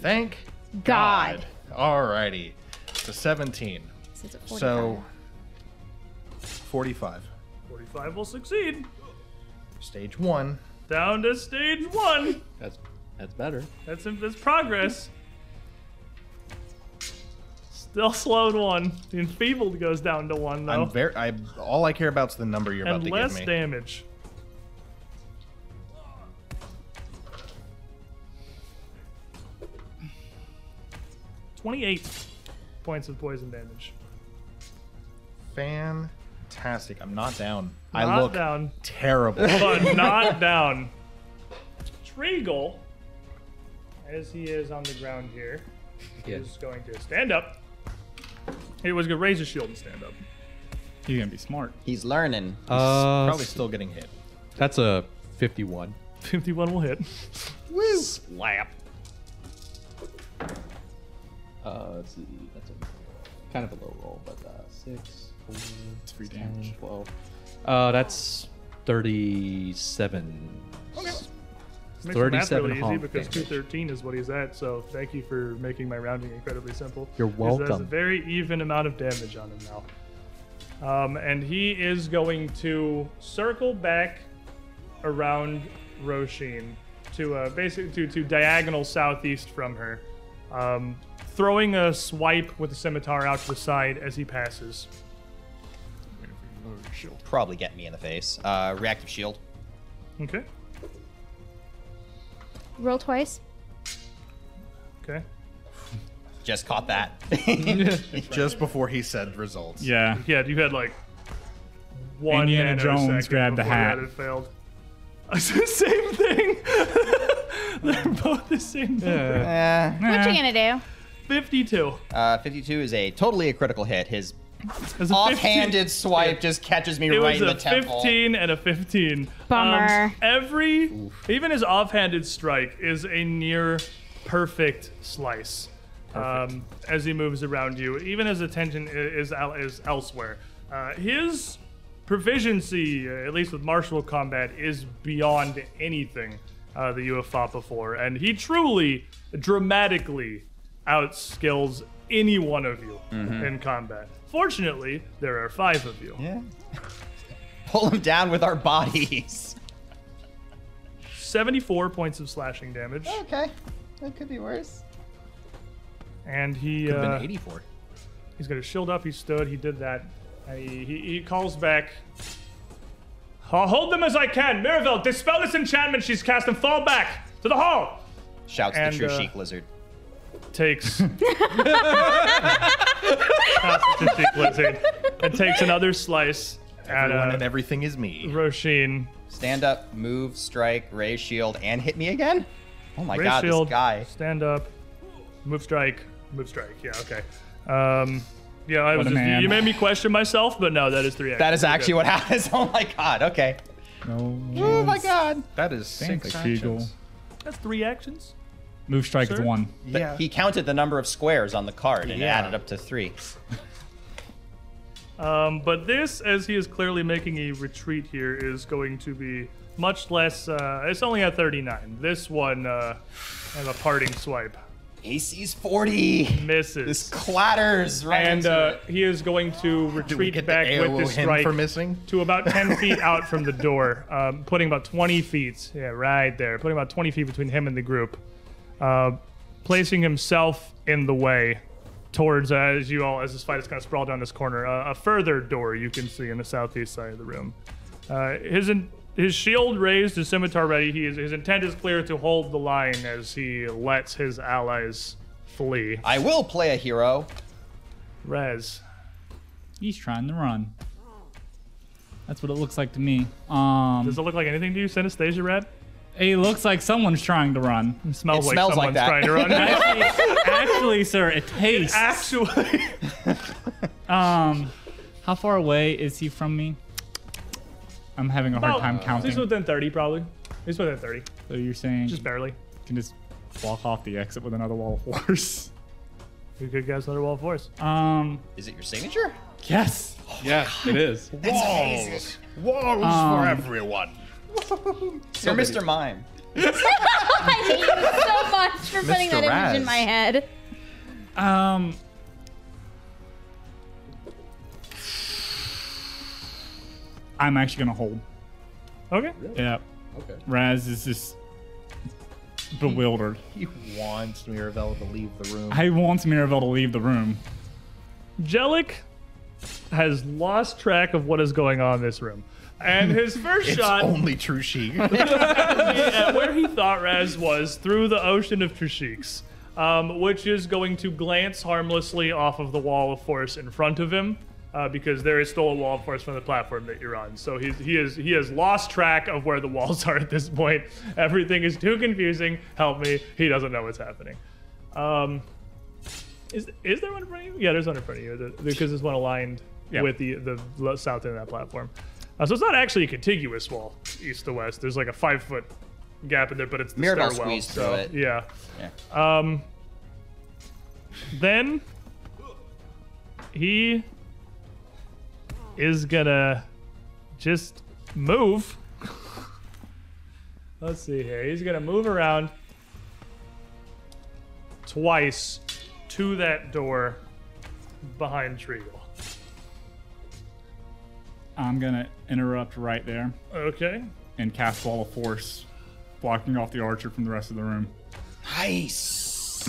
Speaker 2: Thank
Speaker 3: God.
Speaker 2: Alrighty. It's a 17.
Speaker 3: This is a
Speaker 2: So 45.
Speaker 1: Forty-five will succeed.
Speaker 2: Stage one.
Speaker 1: Down to stage one.
Speaker 4: That's that's better.
Speaker 1: That's that's progress. Still slowed one. The enfeebled goes down to one though,
Speaker 2: I'm very. I all I care about is the number you're
Speaker 1: and
Speaker 2: about to
Speaker 1: less
Speaker 2: give me.
Speaker 1: damage. Twenty-eight points of poison damage.
Speaker 2: Fantastic. I'm not down.
Speaker 1: Not
Speaker 2: I look
Speaker 1: down. <laughs>
Speaker 2: terrible.
Speaker 1: but not down. Treagle, as he is on the ground here,
Speaker 4: Yeah.
Speaker 1: is going to stand up. He was going to raise his shield and stand up.
Speaker 5: You're gonna be smart.
Speaker 6: He's learning.
Speaker 4: Uh,
Speaker 2: Probably still getting hit.
Speaker 4: that's a 51.
Speaker 1: 51 will hit.
Speaker 4: Slap.
Speaker 8: Uh, let's see. That's a kind of a low roll, but uh, six, four,
Speaker 5: free
Speaker 8: 10,
Speaker 5: damage.
Speaker 8: 12.
Speaker 4: Uh, that's 37.
Speaker 1: Makes the math
Speaker 4: 37
Speaker 1: really easy
Speaker 4: honk
Speaker 1: because
Speaker 4: damage.
Speaker 1: 213 is what he's at, so thank you for making my rounding incredibly simple.
Speaker 4: You're
Speaker 1: Because That's a
Speaker 4: welcome.
Speaker 1: very even amount of damage on him now. Um, and he is going to circle back around Roshin to uh, basically to, to diagonal southeast from her, um, throwing a swipe with the scimitar out to the side as he passes.
Speaker 6: Probably get me in the face. Uh, reactive shield.
Speaker 1: Okay.
Speaker 3: Roll twice.
Speaker 1: Okay.
Speaker 6: Just caught that.
Speaker 2: Just before he said results.
Speaker 5: Yeah.
Speaker 1: Yeah, you had like one
Speaker 5: Indiana
Speaker 1: nanosecond
Speaker 5: Jones grabbed the
Speaker 1: before
Speaker 5: hat.
Speaker 1: That had failed. It's the <laughs> same thing. <laughs> They're both the same. number.
Speaker 6: Eh.
Speaker 3: What you gonna do?
Speaker 1: Fifty-two.
Speaker 6: Uh, 52 is a totally a critical hit. His
Speaker 1: It's a 15 <laughs>
Speaker 6: offhanded swipe just catches me
Speaker 1: It
Speaker 6: right
Speaker 1: was
Speaker 6: in the
Speaker 1: a
Speaker 6: temple.
Speaker 1: 15 and a 15. Um,
Speaker 3: Bummer.
Speaker 1: every, even his offhanded strike is a near perfect slice. Um, as he moves around you, even his attention i- is el- is elsewhere. Uh, his proficiency, uh, at least with martial combat, is beyond anything uh, that you have fought before, and he truly, dramatically outskills any one of you
Speaker 6: Mm-hmm.
Speaker 1: in combat. Fortunately, there are five of you.
Speaker 6: Pull him down with our bodies.
Speaker 1: 74 points of slashing damage,
Speaker 6: Okay. That could be worse.
Speaker 1: and he
Speaker 2: Been
Speaker 1: uh,
Speaker 2: 84.
Speaker 1: he's gonna shield up. He stood. He did that. And he, he, he calls back. I'll hold them as I can. Mirabel, dispel this enchantment she's cast and fall back to the hall.
Speaker 6: Shouts
Speaker 1: And,
Speaker 6: the true
Speaker 1: uh,
Speaker 6: chic lizard.
Speaker 1: Takes. Constitution Blizzard, and takes another slice at
Speaker 2: Everyone
Speaker 1: uh,
Speaker 2: and everything is me.
Speaker 1: Roshin.
Speaker 6: Stand up, move, strike, raise shield, and hit me again? Oh my
Speaker 1: Raise
Speaker 6: god,
Speaker 1: shield,
Speaker 6: this guy.
Speaker 1: Stand up. Move strike. Move strike. Yeah. Okay. Um, yeah. I was
Speaker 5: a
Speaker 1: just,
Speaker 5: man.
Speaker 1: you made me question myself, but no, that is three.
Speaker 6: That is actually what <laughs> happens. Oh my god, okay. Oh
Speaker 5: No.
Speaker 6: my god.
Speaker 2: That is
Speaker 5: Thanks,
Speaker 2: six
Speaker 5: Kegel.
Speaker 2: actions.
Speaker 1: That's three actions.
Speaker 5: Move strike is
Speaker 1: Sir?
Speaker 5: one.
Speaker 2: Yeah.
Speaker 6: He counted the number of squares on the card and it
Speaker 2: Yeah.
Speaker 6: added up to three.
Speaker 1: Um, but this, as he is clearly making a retreat here, is going to be much less. Uh, it's only at 39. This one uh, has a parting swipe.
Speaker 6: AC's 40.
Speaker 1: Misses.
Speaker 6: This clatters right
Speaker 1: and
Speaker 6: into
Speaker 1: uh, he is going to
Speaker 2: Do we
Speaker 1: retreat
Speaker 2: get
Speaker 1: back
Speaker 2: the AOO
Speaker 1: with this
Speaker 2: him
Speaker 1: strike
Speaker 2: for missing?
Speaker 1: to about 10 <laughs> feet out from the door, um, putting about 20 feet. Yeah, right there. Putting about 20 feet between him and the group. Uh, placing himself in the way towards, uh, as you all, as this fight is kind of sprawled down this corner, uh, a further door you can see in the southeast side of the room. Uh, his in- his shield raised, his scimitar ready. He is, his intent is clear to hold the line as he lets his allies flee.
Speaker 6: I will play a hero.
Speaker 1: Rez.
Speaker 5: He's trying to run. That's what it looks like to me. Um,
Speaker 1: Does it look like anything to you, Synesthesia Rat?
Speaker 5: it looks like someone's trying to run.
Speaker 1: It smells like
Speaker 6: It smells like
Speaker 1: someone's trying to
Speaker 6: <laughs>
Speaker 1: run.
Speaker 5: Actually, sir, it tastes.
Speaker 1: Actually,
Speaker 5: Um, how far away is he
Speaker 1: Oh,
Speaker 5: from me? I'm having a hard time counting.
Speaker 1: He's within 30, probably. He's within 30.
Speaker 5: So you're saying
Speaker 1: Just barely.
Speaker 5: you can just walk off the exit with another wall of
Speaker 1: <laughs>
Speaker 5: force.
Speaker 1: You could guess another wall of force.
Speaker 5: Um,
Speaker 6: Is it your signature?
Speaker 5: yes.
Speaker 4: yeah, it is.
Speaker 2: Walls! Walls
Speaker 1: Um,
Speaker 2: for
Speaker 5: Um,
Speaker 2: everyone!
Speaker 6: You're Mr. Mime.
Speaker 3: <laughs> I hate you so much for putting that
Speaker 6: Mr.
Speaker 3: image in
Speaker 6: Raz.
Speaker 3: my head.
Speaker 5: Um. I'm actually gonna hold.
Speaker 1: Okay.
Speaker 5: Yeah.
Speaker 8: Okay.
Speaker 5: Raz is just bewildered.
Speaker 2: He wants Mirabelle to leave the room.
Speaker 5: I want Mirabelle to leave the room.
Speaker 1: Jellic has lost track of what is going on in this room. And <laughs> his first
Speaker 2: it's
Speaker 1: shot
Speaker 2: only
Speaker 1: <laughs>
Speaker 2: true she.
Speaker 1: at where he thought Raz was through the ocean of Trushiks, um, which is going to glance harmlessly off of the wall of force in front of him. Uh, because there is still a wall of force from the platform that you're on, so he's, he is he has lost track of where the walls <laughs> are at this point. Everything is too confusing. Help me! He doesn't know what's happening. Um, is is there one in front of you? Yeah, there's one in front of you the- because there's one aligned
Speaker 5: Yeah.
Speaker 1: with the the lo- south end of that platform. Uh, so it's not actually a contiguous wall, east to west. There's like a five foot gap in there, but it's the
Speaker 6: Mirabelle
Speaker 1: stairwell.
Speaker 6: squeezed through
Speaker 1: so,
Speaker 6: it.
Speaker 1: Yeah. Um. Then he is gonna just move. <laughs> Let's see here. He's gonna move around twice to that door behind Trigal.
Speaker 5: I'm gonna interrupt right there
Speaker 1: Okay.
Speaker 5: and cast Wall of Force, blocking off the archer from the rest of the room.
Speaker 6: Nice.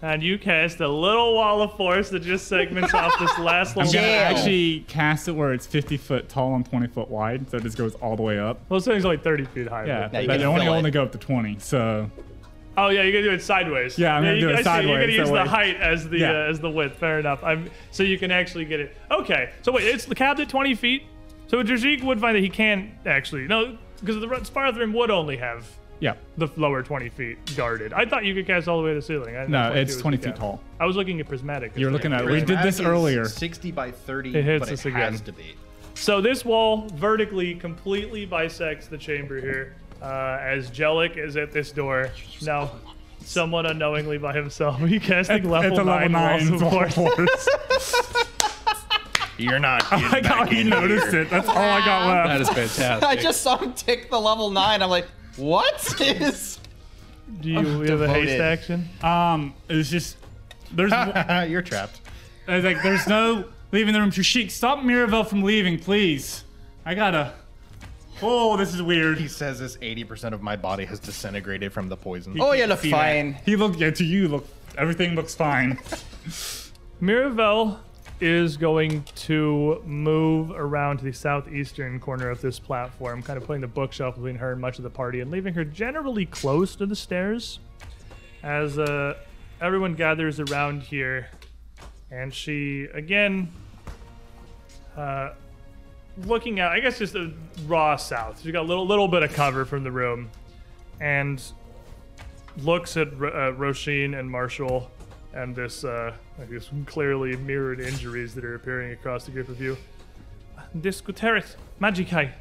Speaker 1: And you cast a little wall of force that just segments off
Speaker 5: <laughs>
Speaker 1: this last
Speaker 5: I'm
Speaker 1: little.
Speaker 5: gonna
Speaker 6: Damn.
Speaker 5: actually cast it where it's 50 foot tall and 20 foot wide, so it just goes all the way up.
Speaker 1: Well, this thing's only 30 feet high.
Speaker 5: Yeah,
Speaker 6: Yeah, you
Speaker 5: but
Speaker 6: can
Speaker 5: it only
Speaker 6: fill it.
Speaker 5: only go up to 20, so
Speaker 1: Oh yeah, you're gonna do it sideways.
Speaker 5: Yeah, I'm gonna
Speaker 1: you,
Speaker 5: do it
Speaker 1: I see, You're gonna
Speaker 5: sideways,
Speaker 1: use
Speaker 5: that
Speaker 1: the
Speaker 5: way-
Speaker 1: height as the
Speaker 5: Yeah.
Speaker 1: uh, as the width. Fair enough. I'm so you can actually get it. Okay. So wait, it's the capped at 20 feet. So Drazik would find that he can actually no, because the farther rim would only have
Speaker 5: yeah.
Speaker 1: the lower 20 feet guarded. I thought you could cast all the way to the ceiling. I didn't know
Speaker 5: No, it's
Speaker 1: was
Speaker 5: 20
Speaker 1: the
Speaker 5: feet
Speaker 1: cap.
Speaker 5: tall.
Speaker 1: I was looking at prismatic. as
Speaker 5: You're
Speaker 1: well.
Speaker 5: looking at it. We did this
Speaker 2: Prismatic is
Speaker 5: earlier.
Speaker 2: 60 by 30,
Speaker 1: It hits
Speaker 2: but
Speaker 1: us
Speaker 2: it has
Speaker 1: again.
Speaker 2: to be.
Speaker 1: So this wall vertically completely bisects the chamber here, uh, as Jellic is at this door now, somewhat unknowingly by himself. <laughs> He casting level,
Speaker 5: it's a level
Speaker 1: nine,
Speaker 5: nine
Speaker 1: walls of
Speaker 5: Wall of
Speaker 1: force.
Speaker 5: <laughs> Force.
Speaker 2: You're not getting
Speaker 5: I got <laughs>
Speaker 2: back
Speaker 5: he
Speaker 2: in
Speaker 5: noticed
Speaker 2: here.
Speaker 5: it. That's all I got left.
Speaker 4: That is fantastic.
Speaker 6: <laughs> I just saw him tick the level nine. I'm like, what <laughs> is?
Speaker 1: Do you have a haste
Speaker 6: devoted.
Speaker 1: action?
Speaker 5: Um, it's just there's I
Speaker 2: <laughs> You're trapped.
Speaker 5: was like there's no leaving the room. Trishik, stop Mirabelle from leaving, please. I gotta. Oh, this is weird.
Speaker 2: He says this 80% of my body has disintegrated from the poison.
Speaker 6: Oh, you look
Speaker 5: See that.
Speaker 6: fine.
Speaker 5: He looked. Yeah, to you look. Everything looks fine.
Speaker 1: Miravel is going to move around to the southeastern corner of this platform, kind of putting the bookshelf between her and much of the party, and leaving her generally close to the stairs. As uh, everyone gathers around here, and she again, uh, looking out, I guess just the raw south. She got a little little bit of cover from the room, and looks at Ro- uh, Roshin and Marshall and this, uh, I guess, clearly mirrored injuries that are appearing across the group of you. Discuteris Magikai,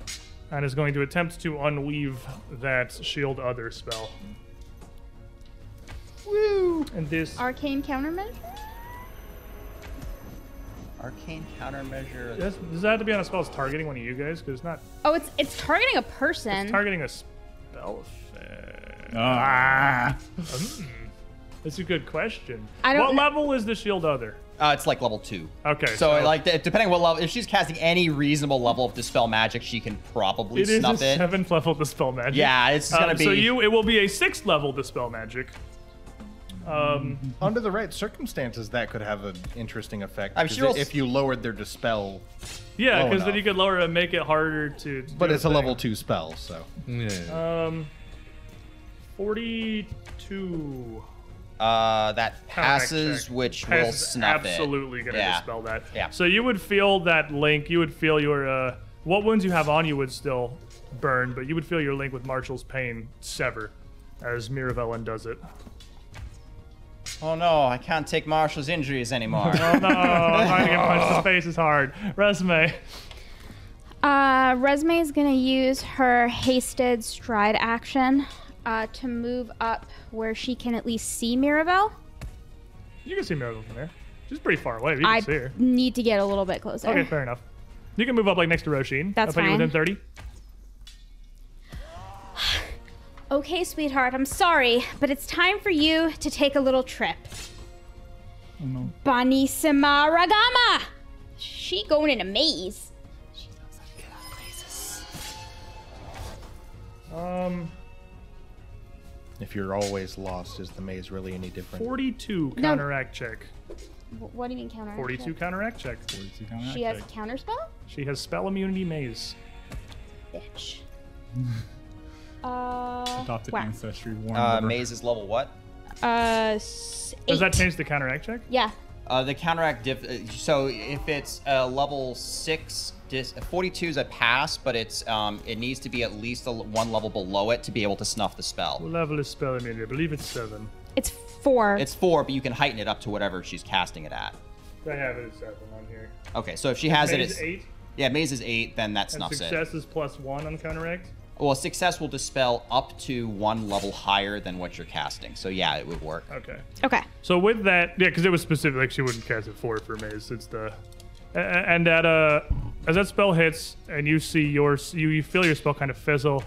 Speaker 1: and is going to attempt to unweave that shield other spell. Woo! And this,
Speaker 3: Arcane countermeasure?
Speaker 6: Arcane countermeasure.
Speaker 1: that's, does that have to be on a spell that's targeting one of you guys? Because it's not
Speaker 3: Oh, it's it's targeting a person.
Speaker 1: targeting a spell effect.
Speaker 5: Ah.
Speaker 1: That's a good question.
Speaker 3: I don't
Speaker 1: what
Speaker 3: kn-
Speaker 1: level is the shield other?
Speaker 6: Uh, it's like level two.
Speaker 1: Okay,
Speaker 6: So, like, de- depending what level, if she's casting any reasonable level of dispel magic, she can probably
Speaker 1: it is a
Speaker 6: snuff it.
Speaker 1: seventh level dispel magic.
Speaker 6: Yeah, it's
Speaker 1: Um,
Speaker 6: gonna be.
Speaker 1: So you, it will be a sixth level dispel magic. Um,
Speaker 2: Under the right circumstances, that could have an interesting effect.
Speaker 6: I'm
Speaker 2: 'cause
Speaker 6: sure
Speaker 2: if you lowered their dispel,
Speaker 1: yeah,
Speaker 2: Low
Speaker 1: because then you
Speaker 2: enough.
Speaker 1: could lower it and make it harder to. to
Speaker 2: but
Speaker 1: do
Speaker 2: it's a
Speaker 1: thing.
Speaker 2: level two spell, so
Speaker 4: Yeah.
Speaker 1: Um, forty-two.
Speaker 6: uh, that
Speaker 1: Counteract
Speaker 6: passes,
Speaker 1: check.
Speaker 6: which will
Speaker 1: Passes
Speaker 6: snuff it.
Speaker 1: absolutely gonna
Speaker 6: Yeah.
Speaker 1: dispel that.
Speaker 6: Yeah.
Speaker 1: So you would feel that link. You would feel your uh, what wounds you have on you would still burn, but you would feel your link with Marshall's pain sever, as Miravellan does it.
Speaker 6: Oh no, I can't take Marshall's
Speaker 1: <laughs>
Speaker 6: injuries anymore.
Speaker 1: Oh, No, trying to get punched in the face is hard. Resume.
Speaker 3: Uh, Resume is gonna use her hasted stride action uh, to move up where she can at least see Mirabelle.
Speaker 1: You can see Miracle from there. She's pretty far away. but You can
Speaker 3: I
Speaker 1: see her.
Speaker 3: need to get a little bit closer.
Speaker 1: Okay, fair enough. You can move up like next to Roshin.
Speaker 3: That's
Speaker 1: I'll put you
Speaker 3: fine.
Speaker 1: within 30.
Speaker 3: Okay, sweetheart, I'm sorry, but it's time for you to take a little trip.
Speaker 1: Oh,
Speaker 5: no.
Speaker 3: Bonissima Ragama! She going in a maze.
Speaker 1: Um,
Speaker 2: If you're always lost, is the maze really any different?
Speaker 1: 42
Speaker 3: No.
Speaker 1: counteract check.
Speaker 3: Wh- What do you mean counter?
Speaker 1: 42 counteract check.
Speaker 3: She has counterspell?
Speaker 1: She has spell immunity maze.
Speaker 3: Bitch. uh,
Speaker 5: Adopted
Speaker 3: wow.
Speaker 5: ancestry. Warm
Speaker 6: Uh,
Speaker 5: rubber.
Speaker 6: maze is level what?
Speaker 3: Uh, s-
Speaker 1: Does that
Speaker 3: eight.
Speaker 1: change the counteract check?
Speaker 3: Yeah.
Speaker 6: Uh, the counteract diff. uh, So if it's uh, level six, dis- 42 is a pass, but it's um, it needs to be at least a, l- one level below it to be able to snuff the spell.
Speaker 1: Level is spell immunity. I believe it's 7.
Speaker 3: It's four.
Speaker 6: It's four, but you can heighten it up to whatever she's casting it at.
Speaker 1: I have it as 7 on here.
Speaker 6: Okay, so if she has it,
Speaker 1: Maze
Speaker 6: as,
Speaker 1: 8,
Speaker 6: yeah, maze is eight, then that
Speaker 1: and
Speaker 6: snuffs it.
Speaker 1: success is plus 1 on counteract.
Speaker 6: Well, success will dispel up to one level higher than what you're casting. So yeah, it would work.
Speaker 1: Okay.
Speaker 3: okay.
Speaker 1: So with that, yeah, because it was specific. Like she wouldn't cast it four for maze. It's the a- a- and that uh, as that spell hits and you see your you, you feel your spell kind of fizzle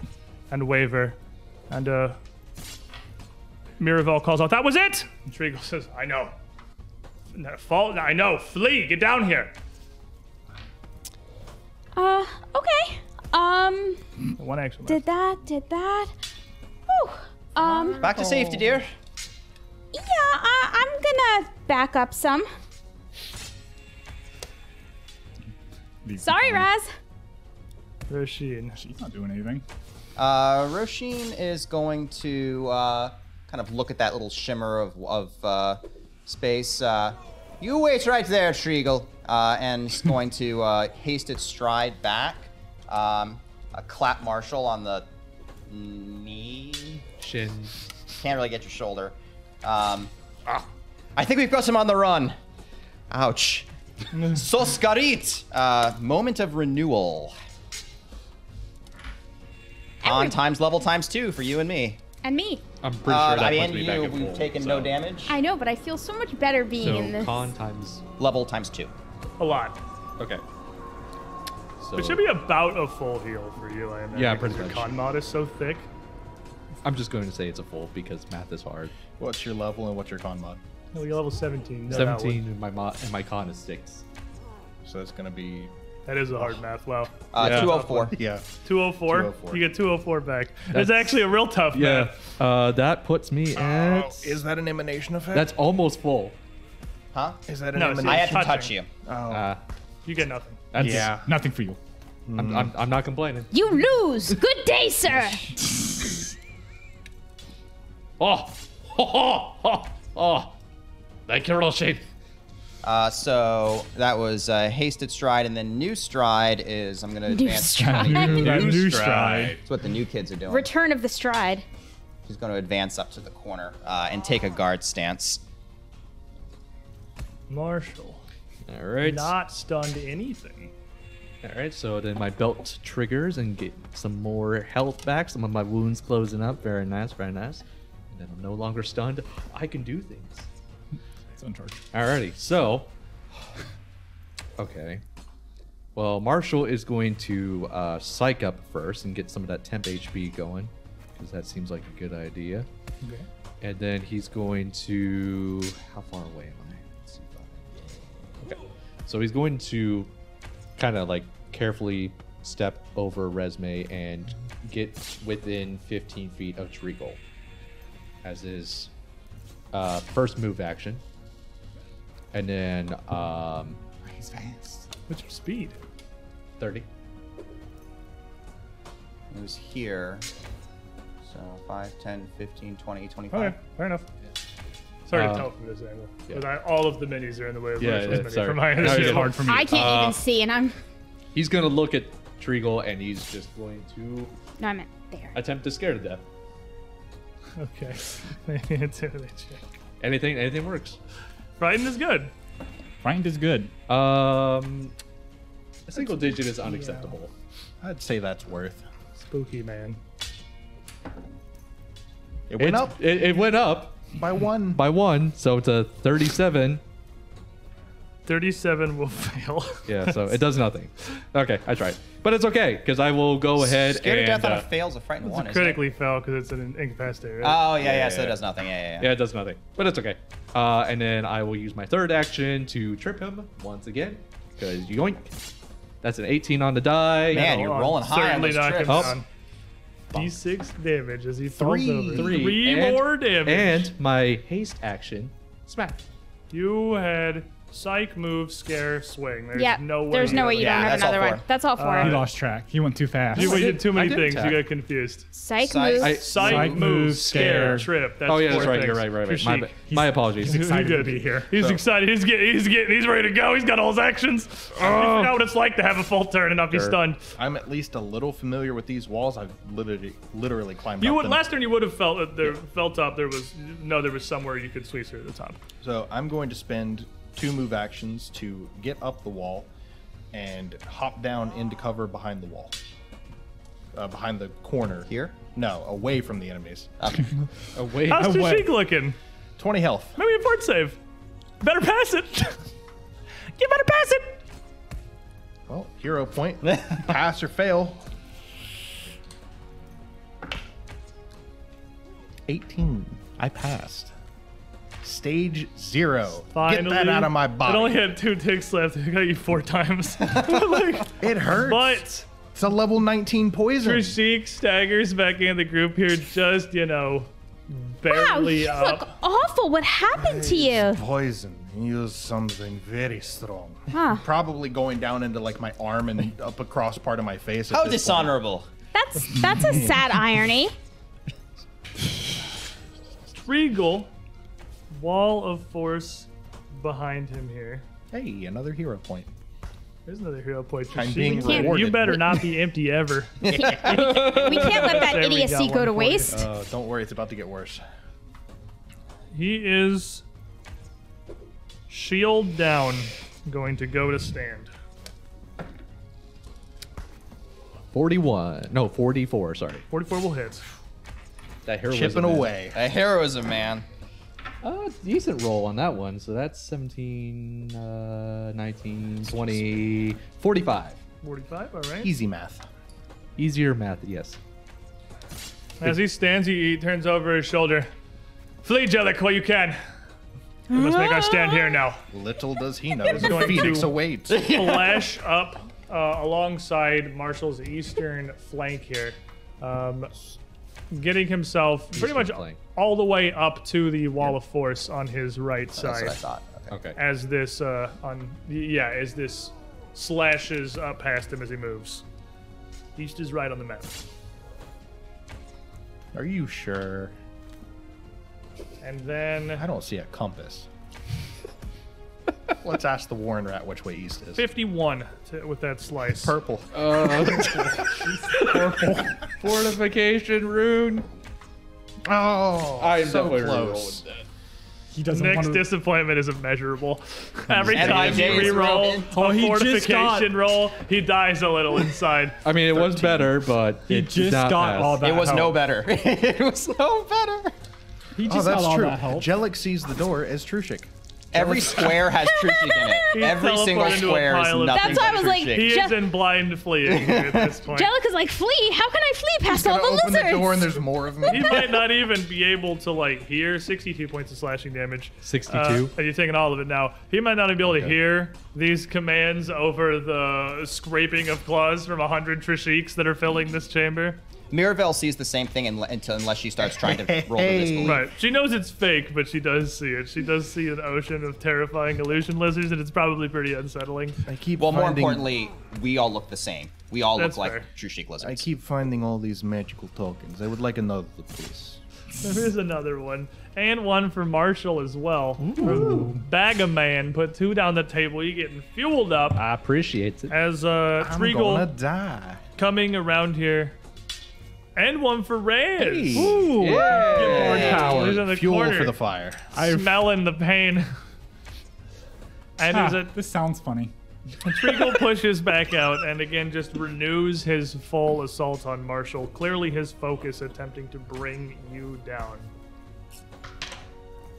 Speaker 1: and waver, and uh, Miravel calls out, "That was it!" And Treagle <laughs> says, "I know. No, fall. I know. Flee. Get down here."
Speaker 3: Uh, okay. Um,
Speaker 1: One action.
Speaker 3: did that, did that. Whew. Um,
Speaker 6: Back to safety, dear.
Speaker 3: yeah, uh, I'm gonna back up some.
Speaker 5: Leave
Speaker 3: Sorry,
Speaker 5: the-
Speaker 3: Raz.
Speaker 1: Roshin.
Speaker 5: She's not doing anything.
Speaker 6: Uh, Roshin is going to uh, kind of look at that little shimmer of, of uh, space. Uh, you wait right there, Shriegel. Uh,
Speaker 1: <laughs>
Speaker 6: and it's going to uh, haste its stride back. Um, a clap Marshall on the knee.
Speaker 4: Shin.
Speaker 6: Can't really get your shoulder. Um, ah, I think we've got him on the run. Ouch. Soskarit! Uh, moment of renewal. On times level times two for you and me.
Speaker 3: And me.
Speaker 4: I'm pretty
Speaker 6: Uh,
Speaker 4: sure that
Speaker 6: I
Speaker 4: puts
Speaker 6: mean,
Speaker 4: me
Speaker 6: you,
Speaker 4: back at
Speaker 6: we've
Speaker 4: full,
Speaker 6: taken
Speaker 4: so.
Speaker 6: no damage.
Speaker 3: I know, but I feel so much better being in
Speaker 4: So
Speaker 3: this.
Speaker 4: con times.
Speaker 6: Level times two.
Speaker 1: A lot.
Speaker 4: Okay. So
Speaker 1: It should be about a full heal for you, I imagine.
Speaker 4: Yeah,
Speaker 1: because
Speaker 4: pretty
Speaker 1: your
Speaker 4: much.
Speaker 1: Con mod is so thick.
Speaker 4: I'm just going to say it's a full because math is hard.
Speaker 2: What's your level and what's your con mod?
Speaker 1: No, you're level 17. No, that one.
Speaker 4: 17 and my mo- and my con is six.
Speaker 2: So that's gonna be
Speaker 1: That is a hard math. Wow.
Speaker 6: Uh,
Speaker 4: Yeah.
Speaker 6: 204.
Speaker 2: <laughs> yeah.
Speaker 1: 204?
Speaker 2: 204.
Speaker 1: You get 204 back. That's,
Speaker 4: That's-
Speaker 1: actually a real tough
Speaker 4: Yeah.
Speaker 1: map.
Speaker 4: <laughs> Uh, that puts me at.
Speaker 2: is that an emanation effect?
Speaker 4: that's almost full.
Speaker 6: Huh?
Speaker 2: is that an
Speaker 1: No,
Speaker 2: emanation?
Speaker 1: it's-
Speaker 6: I have to touch
Speaker 1: touching.
Speaker 6: you.
Speaker 4: Uh,
Speaker 1: You get nothing.
Speaker 4: that's,
Speaker 2: yeah.
Speaker 5: Nothing
Speaker 3: <laughs>
Speaker 5: for you.
Speaker 4: I'm, I'm, I'm not complaining.
Speaker 3: You lose. Good day, sir.
Speaker 4: Oh, <laughs> oh, oh, oh, oh. Thank you, Roshin.
Speaker 6: Uh, so that was uh, hasted stride, and then new stride is I'm gonna advance.
Speaker 3: <laughs>
Speaker 5: New, <laughs> that new stride.
Speaker 2: stride.
Speaker 6: That's what the new kids are doing.
Speaker 3: Return of the stride.
Speaker 6: She's going to advance up to the corner uh, and take a guard stance.
Speaker 1: Marshall.
Speaker 4: All right.
Speaker 1: Not stunned anything.
Speaker 4: All right. So then my belt triggers and get some more health back. Some of my wounds closing up. Very nice. Very nice. And then I'm no longer stunned. I can do things.
Speaker 5: It's on charge.
Speaker 4: Alrighty, so. Okay. Well, Marshall is going to uh, psych up first and get some of that temp HP going, because that seems like a good idea. Okay. And then he's going to. How far away am I? Let's see if I- Okay. So he's going to kind of like carefully step over Resume and get within 15 feet of Treacle as his uh, first move action. And then um,
Speaker 5: He's fast.
Speaker 1: What's your speed?
Speaker 4: 30.
Speaker 6: It was here. So 5, 10, 15, 20, 25.
Speaker 1: Okay, fair enough. Sorry
Speaker 4: Uh,
Speaker 1: to tell from this angle.
Speaker 4: yeah.
Speaker 1: But I, all of the minis are in the way of
Speaker 4: Yeah,
Speaker 1: Marshall's
Speaker 4: yeah,
Speaker 1: mini
Speaker 4: sorry.
Speaker 1: from my
Speaker 4: No, it's
Speaker 1: understanding.
Speaker 5: hard for me.
Speaker 3: I can't
Speaker 4: Uh,
Speaker 3: even see, and I'm.
Speaker 4: He's going to look at Treagle and he's just going to
Speaker 3: No, I'm at there.
Speaker 4: attempt to scare to death.
Speaker 1: Okay. <laughs> Maybe intimidate check.
Speaker 4: Anything, anything works.
Speaker 1: Frightened is good.
Speaker 5: Frightened is good.
Speaker 4: Um, a single digit is unacceptable.
Speaker 2: I'd say that's worth.
Speaker 1: Spooky man.
Speaker 2: It went
Speaker 4: It's-
Speaker 2: up
Speaker 4: It, it went up
Speaker 2: by one.
Speaker 4: by one, so it's a 37.
Speaker 1: 37 will <laughs> fail.
Speaker 4: Yeah, so it does nothing. Okay, I tried, but it's okay because I will go ahead
Speaker 6: Scared to
Speaker 4: and
Speaker 6: death on
Speaker 4: uh,
Speaker 6: a fails a frightened one. isn't it?
Speaker 1: Critically fail because it's an incapacitator. right?
Speaker 6: Oh yeah, yeah, So
Speaker 4: yeah.
Speaker 6: it does nothing. Yeah, yeah, yeah.
Speaker 4: yeah, it does nothing, but it's okay. Uh, and then I will use my third action to trip him once again because yoink. That's an 18 on the die.
Speaker 6: Man,
Speaker 1: Oh,
Speaker 6: you're
Speaker 1: I'm
Speaker 6: rolling high on
Speaker 1: certainly
Speaker 6: those
Speaker 1: not
Speaker 6: trips.
Speaker 4: Oh.
Speaker 1: gonna- D6 damage as he falls
Speaker 2: Three.
Speaker 1: over.
Speaker 4: Three, and-
Speaker 1: more damage.
Speaker 4: And my haste action, smack.
Speaker 1: You had psych move, scare, swing. There's
Speaker 3: yeah.
Speaker 1: no way.
Speaker 3: There's no way you
Speaker 6: Yeah,
Speaker 3: don't have
Speaker 6: that's all
Speaker 3: another
Speaker 6: four.
Speaker 3: one. That's all four.
Speaker 5: He
Speaker 1: Uh,
Speaker 5: lost track. He went too fast.
Speaker 1: You did too many
Speaker 4: I did
Speaker 1: things.
Speaker 4: attack.
Speaker 1: You got confused.
Speaker 3: Psych,
Speaker 6: Psych.
Speaker 3: move.
Speaker 4: I-
Speaker 1: Psych,
Speaker 5: Psych
Speaker 1: move,
Speaker 5: move,
Speaker 1: scare,
Speaker 5: scare.
Speaker 1: trip. That's
Speaker 4: Oh yeah,
Speaker 1: four
Speaker 4: that's right.
Speaker 1: things.
Speaker 4: You're right. Right. Right.
Speaker 1: You're
Speaker 4: My,
Speaker 1: chic.
Speaker 4: ba- my apologies.
Speaker 5: he's excited
Speaker 1: You're
Speaker 5: to
Speaker 1: good.
Speaker 5: be here.
Speaker 1: He's
Speaker 2: So-
Speaker 1: excited. He's get, he's getting. He's ready to go. He's got all his actions. Oh. You know what it's like to have a full turn and not be
Speaker 4: Sure.
Speaker 1: stunned.
Speaker 2: I'm at least a little familiar with these walls. I've literally, literally climbed
Speaker 1: You
Speaker 2: up
Speaker 1: would
Speaker 2: them.
Speaker 1: last turn. You would have felt that there felt up. There was no. There was somewhere you could squeeze through the top.
Speaker 2: So I'm going to spend two move actions to get up the wall and hop down into cover behind the wall. Uh, behind the corner.
Speaker 6: Here?
Speaker 2: No, away from the enemies.
Speaker 4: Away.
Speaker 1: How's
Speaker 5: I went-
Speaker 1: Tashik looking?
Speaker 2: 20 health.
Speaker 1: Maybe a port save. Better pass
Speaker 2: <laughs>
Speaker 1: it. you better pass it.
Speaker 2: Well, hero point. Pass or fail. 18. I passed. Stage zero.
Speaker 1: Finally,
Speaker 2: Get that out of my
Speaker 1: It only
Speaker 2: body.
Speaker 1: had two ticks left. I got you four
Speaker 2: <laughs>
Speaker 1: times. <laughs> Like,
Speaker 2: It hurts.
Speaker 1: but
Speaker 2: it's a level 19 poison.
Speaker 1: Trishik staggers back into the group here, just you know,
Speaker 3: Wow,
Speaker 1: barely uh,
Speaker 3: you
Speaker 1: up.
Speaker 3: look awful. What happened
Speaker 2: <laughs>
Speaker 3: to you?
Speaker 2: poison. Use something very strong.
Speaker 3: Huh.
Speaker 2: Probably going down into like my arm and up across part of my face. at
Speaker 4: Oh.
Speaker 6: How
Speaker 2: this
Speaker 6: dishonorable.
Speaker 3: That's that's a sad irony.
Speaker 1: Regal, wall of force behind him here.
Speaker 2: point. Hey, another hero point.
Speaker 1: There's another hero point.
Speaker 2: I'm
Speaker 1: Trishik.
Speaker 2: being
Speaker 1: You
Speaker 2: rewarded.
Speaker 1: You better
Speaker 2: <laughs>
Speaker 1: not be empty ever.
Speaker 3: We can't let that
Speaker 1: There we
Speaker 3: idiocy
Speaker 1: go,
Speaker 3: go to
Speaker 1: one for you.
Speaker 3: waste.
Speaker 2: Uh, don't worry, it's about to get worse.
Speaker 1: He is shield down, going to go to stand.
Speaker 4: 41. No, 44. Sorry.
Speaker 1: 44 will hit.
Speaker 4: That hero
Speaker 2: Chipping away.
Speaker 6: A heroism, man.
Speaker 4: Uh, decent roll on that one. So that's 17, uh, 19, 20, 45.
Speaker 1: 45, all right.
Speaker 2: Easy math.
Speaker 4: Easier math, yes.
Speaker 1: As he stands, he, he turns over his shoulder. Flee, Jellic, while you can. We must make our stand here now.
Speaker 2: Little does he know,
Speaker 1: going
Speaker 2: Phoenix
Speaker 1: to-
Speaker 2: awaits.
Speaker 1: Flash up uh, alongside Marshall's eastern flank here, um, getting himself pretty
Speaker 4: Eastern
Speaker 1: much
Speaker 4: flank.
Speaker 1: all the way up to the wall of force on his right
Speaker 6: That's
Speaker 1: side.
Speaker 6: what I thought. Okay.
Speaker 4: Okay.
Speaker 1: as this uh on yeah as this slashes up past him as he moves east is right on the map
Speaker 2: Are you sure?
Speaker 1: and then
Speaker 2: I don't see a compass. Let's ask the Warren Rat which way east is. Oh,
Speaker 1: 51 to, with that slice
Speaker 2: Purple.
Speaker 4: Fortification rune.
Speaker 2: Oh,
Speaker 4: I'm
Speaker 2: so
Speaker 4: definitely
Speaker 2: close.
Speaker 5: He doesn't
Speaker 1: Next
Speaker 5: want to.
Speaker 1: disappointment is
Speaker 5: <laughs>
Speaker 1: immeasurable. Every
Speaker 6: Every
Speaker 1: time you
Speaker 6: day it's
Speaker 1: re-roll
Speaker 6: rubbing.
Speaker 5: Oh,
Speaker 1: a
Speaker 5: he just
Speaker 1: fortification
Speaker 5: got-
Speaker 1: roll, he dies a little inside.
Speaker 4: I mean, it was better, but
Speaker 5: He
Speaker 4: it did
Speaker 5: just
Speaker 4: not
Speaker 5: got
Speaker 4: pass.
Speaker 5: all that.
Speaker 6: It was
Speaker 5: help.
Speaker 6: no better. <laughs> it was no better.
Speaker 5: He just
Speaker 2: Oh, that's
Speaker 5: got all
Speaker 2: true.
Speaker 5: that help.
Speaker 2: Jellic sees the door as Trushik.
Speaker 6: Every square has Trushik in it.
Speaker 1: He
Speaker 6: Every single
Speaker 1: teleported into a
Speaker 6: square is
Speaker 1: pile of-
Speaker 6: nothing
Speaker 3: That's why I
Speaker 6: but
Speaker 3: was like,
Speaker 6: Trushik.
Speaker 1: He
Speaker 3: Je-
Speaker 1: is in blind fleeing at this point.
Speaker 3: Jellic is like, flee. How can I flee past all
Speaker 2: Gonna
Speaker 3: the
Speaker 2: open
Speaker 3: lizards?
Speaker 2: the door and there's more of me.
Speaker 1: he <laughs> might not even be able to like hear 62 points of slashing damage
Speaker 4: 62?
Speaker 1: uh, and you're taking all of it now he might not even be able to hear these commands over the scraping of claws from 100 trishiks that are filling this chamber
Speaker 6: Mirabelle sees the same thing unle- until unless she starts trying to roll the
Speaker 2: Hey.
Speaker 6: disbelief.
Speaker 1: right she knows it's fake but she does see it she does see an ocean of terrifying illusion lizards and it's probably pretty unsettling
Speaker 2: I keep
Speaker 6: Well, more
Speaker 2: finding-
Speaker 6: importantly, we all look the same. We all
Speaker 1: That's
Speaker 6: look like
Speaker 1: fair.
Speaker 6: Trushik
Speaker 2: I
Speaker 6: lizards.
Speaker 2: keep finding all these magical tokens. I would like another, please.
Speaker 1: there is another one and one for marshall as well bag a man put two down the table you getting fueled up
Speaker 4: I appreciate it.
Speaker 1: as uh
Speaker 2: I'm
Speaker 1: Treagle-
Speaker 2: gonna die.
Speaker 1: coming around here. And one for Reyes.
Speaker 2: Hey.
Speaker 5: Ooh,
Speaker 4: Yeah.
Speaker 1: Lord Howard. He's in the
Speaker 2: Fuel
Speaker 1: corner,
Speaker 2: for the fire.
Speaker 5: I-
Speaker 1: Smelling the pain. <laughs> And
Speaker 5: Ah,
Speaker 1: is it
Speaker 5: this sounds funny.
Speaker 1: Treacle pushes back out and again just renews his full assault on Marshall. Clearly, his focus attempting to bring you down.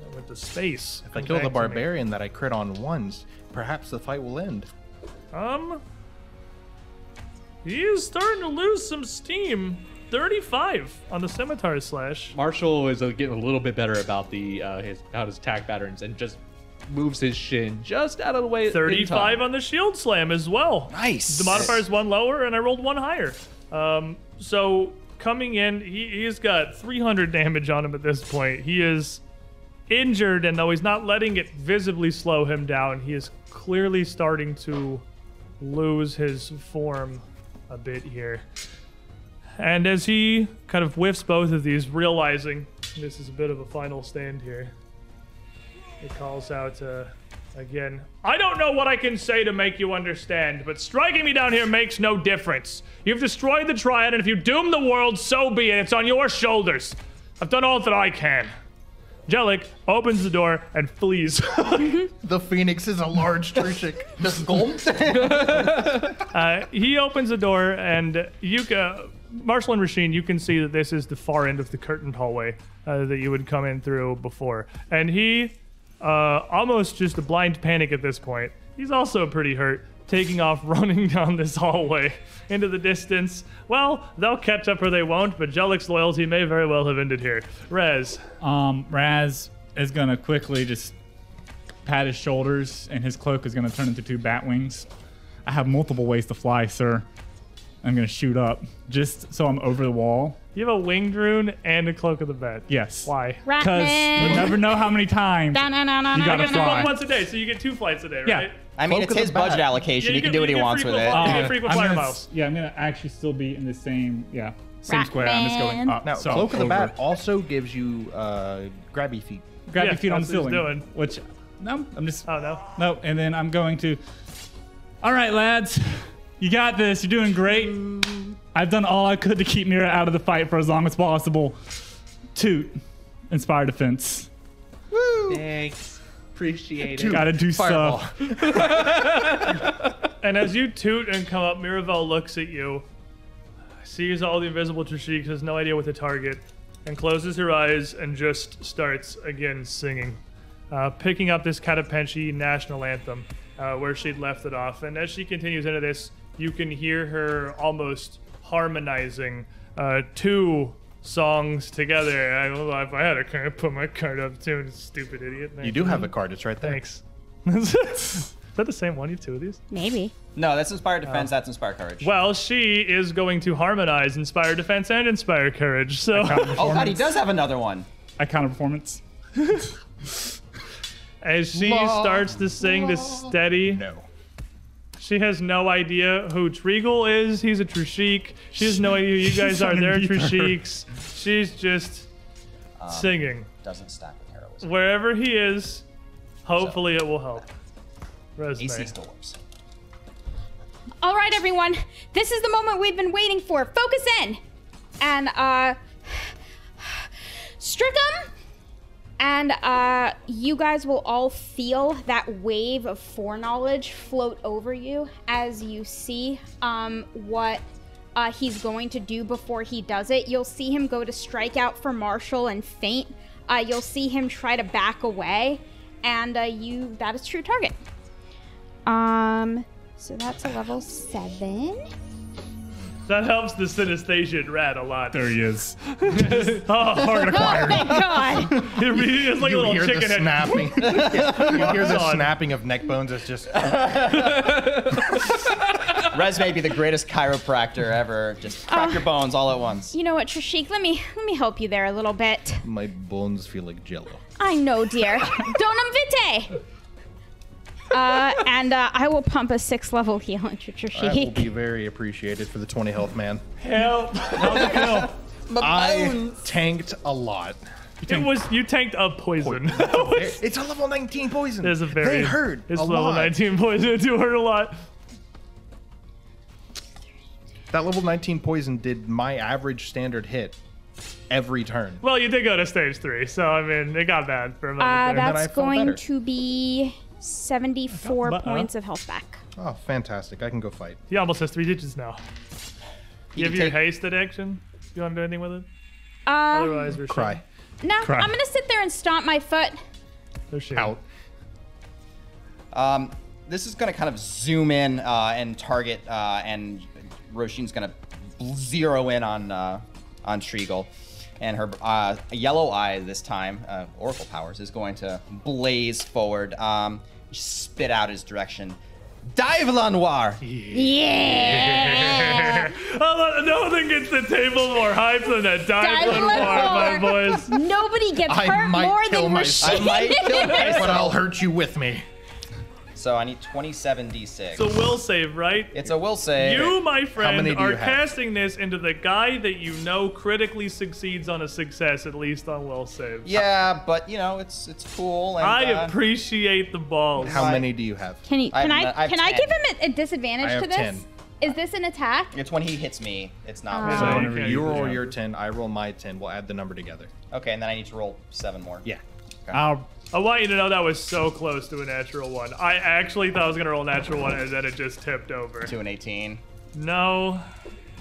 Speaker 1: I went to space.
Speaker 2: If I kill the barbarian that I crit on once, perhaps the fight will end.
Speaker 1: Um, he is starting to lose some steam. 35 on the scimitar slash.
Speaker 4: Marshall is uh, getting a little bit better about the uh, his about his attack patterns and just moves his shin just out of the way. in
Speaker 1: 35
Speaker 4: time.
Speaker 1: on the shield slam as well.
Speaker 6: Nice.
Speaker 1: The modifier is one lower, and I rolled one higher. Um, so coming in, he, he's got 300 damage on him at this point. He is injured, and though he's not letting it visibly slow him down, he is clearly starting to lose his form a bit here. And as he kind of whiffs both of these, realizing this is a bit of a final stand here, he calls out uh, again. I don't know what I can say to make you understand, but striking me down here makes no difference. You've destroyed the triad, and if you doom the world, so be it. It's on your shoulders. I've done all that I can. Jellic opens the door and flees. <laughs>
Speaker 2: The phoenix is a <laughs> large Trishik. This <laughs> golem.
Speaker 1: Uh, he opens the door, and you ca Marshall and Rasheen, you can see that this is the far end of the curtained hallway uh, that you would come in through before. And he, uh, almost just a blind panic at this point, he's also pretty hurt, taking off <laughs> running down this hallway into the distance. Well, they'll catch up or they won't, but Jellic's loyalty may very well have ended here. Rez,
Speaker 5: Um, Raz is gonna quickly just pat his shoulders, and his cloak is gonna turn into two bat wings. I have multiple ways to fly, sir. I'm gonna shoot up just so I'm over the wall.
Speaker 1: you have a winged rune and a cloak of the bed.
Speaker 5: Yes.
Speaker 1: Why?
Speaker 5: Because you
Speaker 3: Ratman.
Speaker 5: never know how many times.
Speaker 3: You
Speaker 5: gotta
Speaker 1: I guess you roll
Speaker 5: fly.
Speaker 1: once a day, so you get two flights a day,
Speaker 5: Yeah.
Speaker 1: right?
Speaker 6: I mean,
Speaker 2: Cloak
Speaker 6: it's
Speaker 2: of the
Speaker 6: his budget
Speaker 2: bat.
Speaker 6: allocation. he
Speaker 1: you
Speaker 6: can
Speaker 1: get-
Speaker 6: do what he
Speaker 1: you get
Speaker 6: wants
Speaker 1: free
Speaker 6: with it.
Speaker 1: football.
Speaker 5: Uh,
Speaker 1: Yeah, frequent
Speaker 5: I'm
Speaker 1: flyer
Speaker 5: gonna
Speaker 1: miles.
Speaker 5: s- Yeah, I'm gonna actually still be in the same. Yeah, same
Speaker 3: Rat
Speaker 5: square. I'm just going
Speaker 3: man.
Speaker 5: up.
Speaker 2: Now,
Speaker 5: so
Speaker 2: Cloak of the
Speaker 5: over.
Speaker 2: Bat also gives you uh, grabby feet.
Speaker 5: Grab
Speaker 1: Yeah,
Speaker 5: your feet on the
Speaker 1: that's what
Speaker 5: ceiling.
Speaker 1: he's doing.
Speaker 5: Which, no, I'm just.
Speaker 1: Oh, no.
Speaker 5: No, and then I'm going to. All right, lads, you got this. You're doing great. I've done all I could to keep Mira out of the fight for as long as possible. Toot, inspire defense.
Speaker 4: Thanks. Appreciate it.
Speaker 5: Gotta do
Speaker 2: Fireball.
Speaker 5: stuff.
Speaker 1: And as you toot and come up, Miravel looks at you, sees all the invisible Trishik, has no idea what to target, and closes her eyes and just starts again singing, uh, picking up this Katapenchi national anthem uh, where she'd left it off. And as she continues into this, you can hear her almost harmonizing uh, two songs together. I, well, if I had a card, I'd put my card up too, stupid idiot.
Speaker 2: You do have a card. It's right there.
Speaker 1: Thanks. <laughs> Is that the same one? You have two of these?
Speaker 3: Maybe.
Speaker 6: No, that's inspired defense. that's inspired courage.
Speaker 1: Well, she is going to harmonize Inspire Defense and Inspire Courage. So,
Speaker 6: oh God, he does have another one.
Speaker 5: I count a performance.
Speaker 1: <laughs> as she starts to sing this steady,
Speaker 2: No.
Speaker 1: she has no idea who Treagle is. He's a Trishik. She has no idea who you guys are. They're
Speaker 5: underneath her.
Speaker 1: Trishiks. She's just singing.
Speaker 6: Doesn't stack with heroism.
Speaker 1: Wherever he is, hopefully it will help. Resume.
Speaker 6: AC still works.
Speaker 3: All right, everyone. This is the moment we've been waiting for. Focus in. And, uh, Strickum. And, uh, you guys will all feel that wave of foreknowledge float over you as you see, um, what. Uh, he's going to do before he does it. You'll see him go to strike out for Marshall and faint. Uh, you'll see him try to back away, and uh, you—that is true target. Um, so that's a level seven.
Speaker 1: That helps the synesthesian rat a lot.
Speaker 5: There he is.
Speaker 1: <laughs> Oh, hard acquired.
Speaker 3: Thank God.
Speaker 1: It's like a
Speaker 2: You
Speaker 1: little
Speaker 2: hear the
Speaker 1: chicken head. <laughs>
Speaker 2: snapping. you hear the
Speaker 1: on.
Speaker 2: snapping of neck bones. It's just <laughs>
Speaker 6: Rez may be the greatest chiropractor ever. Just crack
Speaker 1: Ah.
Speaker 6: your bones all at once.
Speaker 3: You know what, Trishik? Let me let me help you there a little bit.
Speaker 2: my bones feel like jello.
Speaker 3: I know, dear. Donum vitae. Uh, and uh, I will pump a six level heal into
Speaker 2: That will
Speaker 3: <laughs> Trishik.
Speaker 2: be very appreciated for the 20 health man.
Speaker 1: Help.
Speaker 3: <laughs>
Speaker 2: I tanked a lot.
Speaker 1: It was you tanked a poison. <laughs> That was-
Speaker 2: It's a level 19 poison.
Speaker 1: There's a very
Speaker 2: they hurt
Speaker 1: It's
Speaker 2: a
Speaker 1: level
Speaker 2: lot.
Speaker 1: 19 poison. Do hurt a lot.
Speaker 2: That level 19 poison did my average standard hit every turn.
Speaker 1: Well, you did go to stage three, so I mean, it got bad for a moment.
Speaker 3: Uh,
Speaker 1: there.
Speaker 2: that- I
Speaker 3: that's
Speaker 2: felt
Speaker 3: going
Speaker 2: better.
Speaker 3: to be 74
Speaker 5: Uh-uh.
Speaker 2: Uh-huh.
Speaker 3: points of health back.
Speaker 2: Oh, fantastic. I can go fight.
Speaker 1: He almost has three digits now. You have
Speaker 6: can
Speaker 1: your
Speaker 6: take-
Speaker 1: haste at action? You want to do anything with it?
Speaker 3: Um,
Speaker 1: Otherwise, we're
Speaker 2: Cry.
Speaker 3: no,
Speaker 5: Cry.
Speaker 3: I'm gonna sit there and stomp my foot.
Speaker 1: shit. They're shit.
Speaker 2: Out.
Speaker 6: Um, this is going to kind of zoom in uh, and target, uh, and Roshin's going to zero in on uh, on Shreegle. And her uh, yellow eye this time, uh, Oracle Powers, is going to blaze forward, um, spit out his direction. Dive, Lanoir!
Speaker 1: <laughs>
Speaker 3: Yeah.
Speaker 2: <laughs>
Speaker 1: Oh, no one gets the table more hype than that dive
Speaker 3: Dive
Speaker 1: one
Speaker 3: Lenoir.
Speaker 1: bar, my boys.
Speaker 3: Nobody gets
Speaker 2: I
Speaker 3: hurt
Speaker 2: might
Speaker 3: more
Speaker 2: kill
Speaker 3: than
Speaker 2: myself.
Speaker 3: Rashid.
Speaker 6: I might kill
Speaker 2: But
Speaker 6: myself.
Speaker 2: I'll hurt you with me.
Speaker 6: So I need 27 d6.
Speaker 1: So will save, right?
Speaker 6: it's a will save.
Speaker 1: You, my friend,
Speaker 2: many do you
Speaker 1: are
Speaker 2: have?
Speaker 1: casting this into the guy that you know critically succeeds on a success, at least on will save.
Speaker 6: Yeah, but you know it's it's cool. And,
Speaker 1: I
Speaker 6: uh,
Speaker 1: appreciate the balls.
Speaker 2: How
Speaker 6: Right.
Speaker 2: many do you have?
Speaker 3: Can, he,
Speaker 6: I
Speaker 3: can
Speaker 6: have
Speaker 3: I,
Speaker 6: no- I have
Speaker 3: can I
Speaker 6: 10.
Speaker 3: give him a, a disadvantage
Speaker 2: I have
Speaker 3: to this?
Speaker 2: 10.
Speaker 3: Is this an attack?
Speaker 6: It's when he hits me. It's not.
Speaker 1: So
Speaker 6: me.
Speaker 1: okay.
Speaker 5: whenever
Speaker 2: You roll
Speaker 5: yeah.
Speaker 2: your 10, I roll my 10. We'll add the number together.
Speaker 6: Okay, and then I need to roll seven more.
Speaker 2: Yeah.
Speaker 5: I'll
Speaker 1: I want you to know that was so close to a natural one. I actually thought I was gonna roll a natural one, and then it just tipped over.
Speaker 6: Two and eighteen.
Speaker 1: No,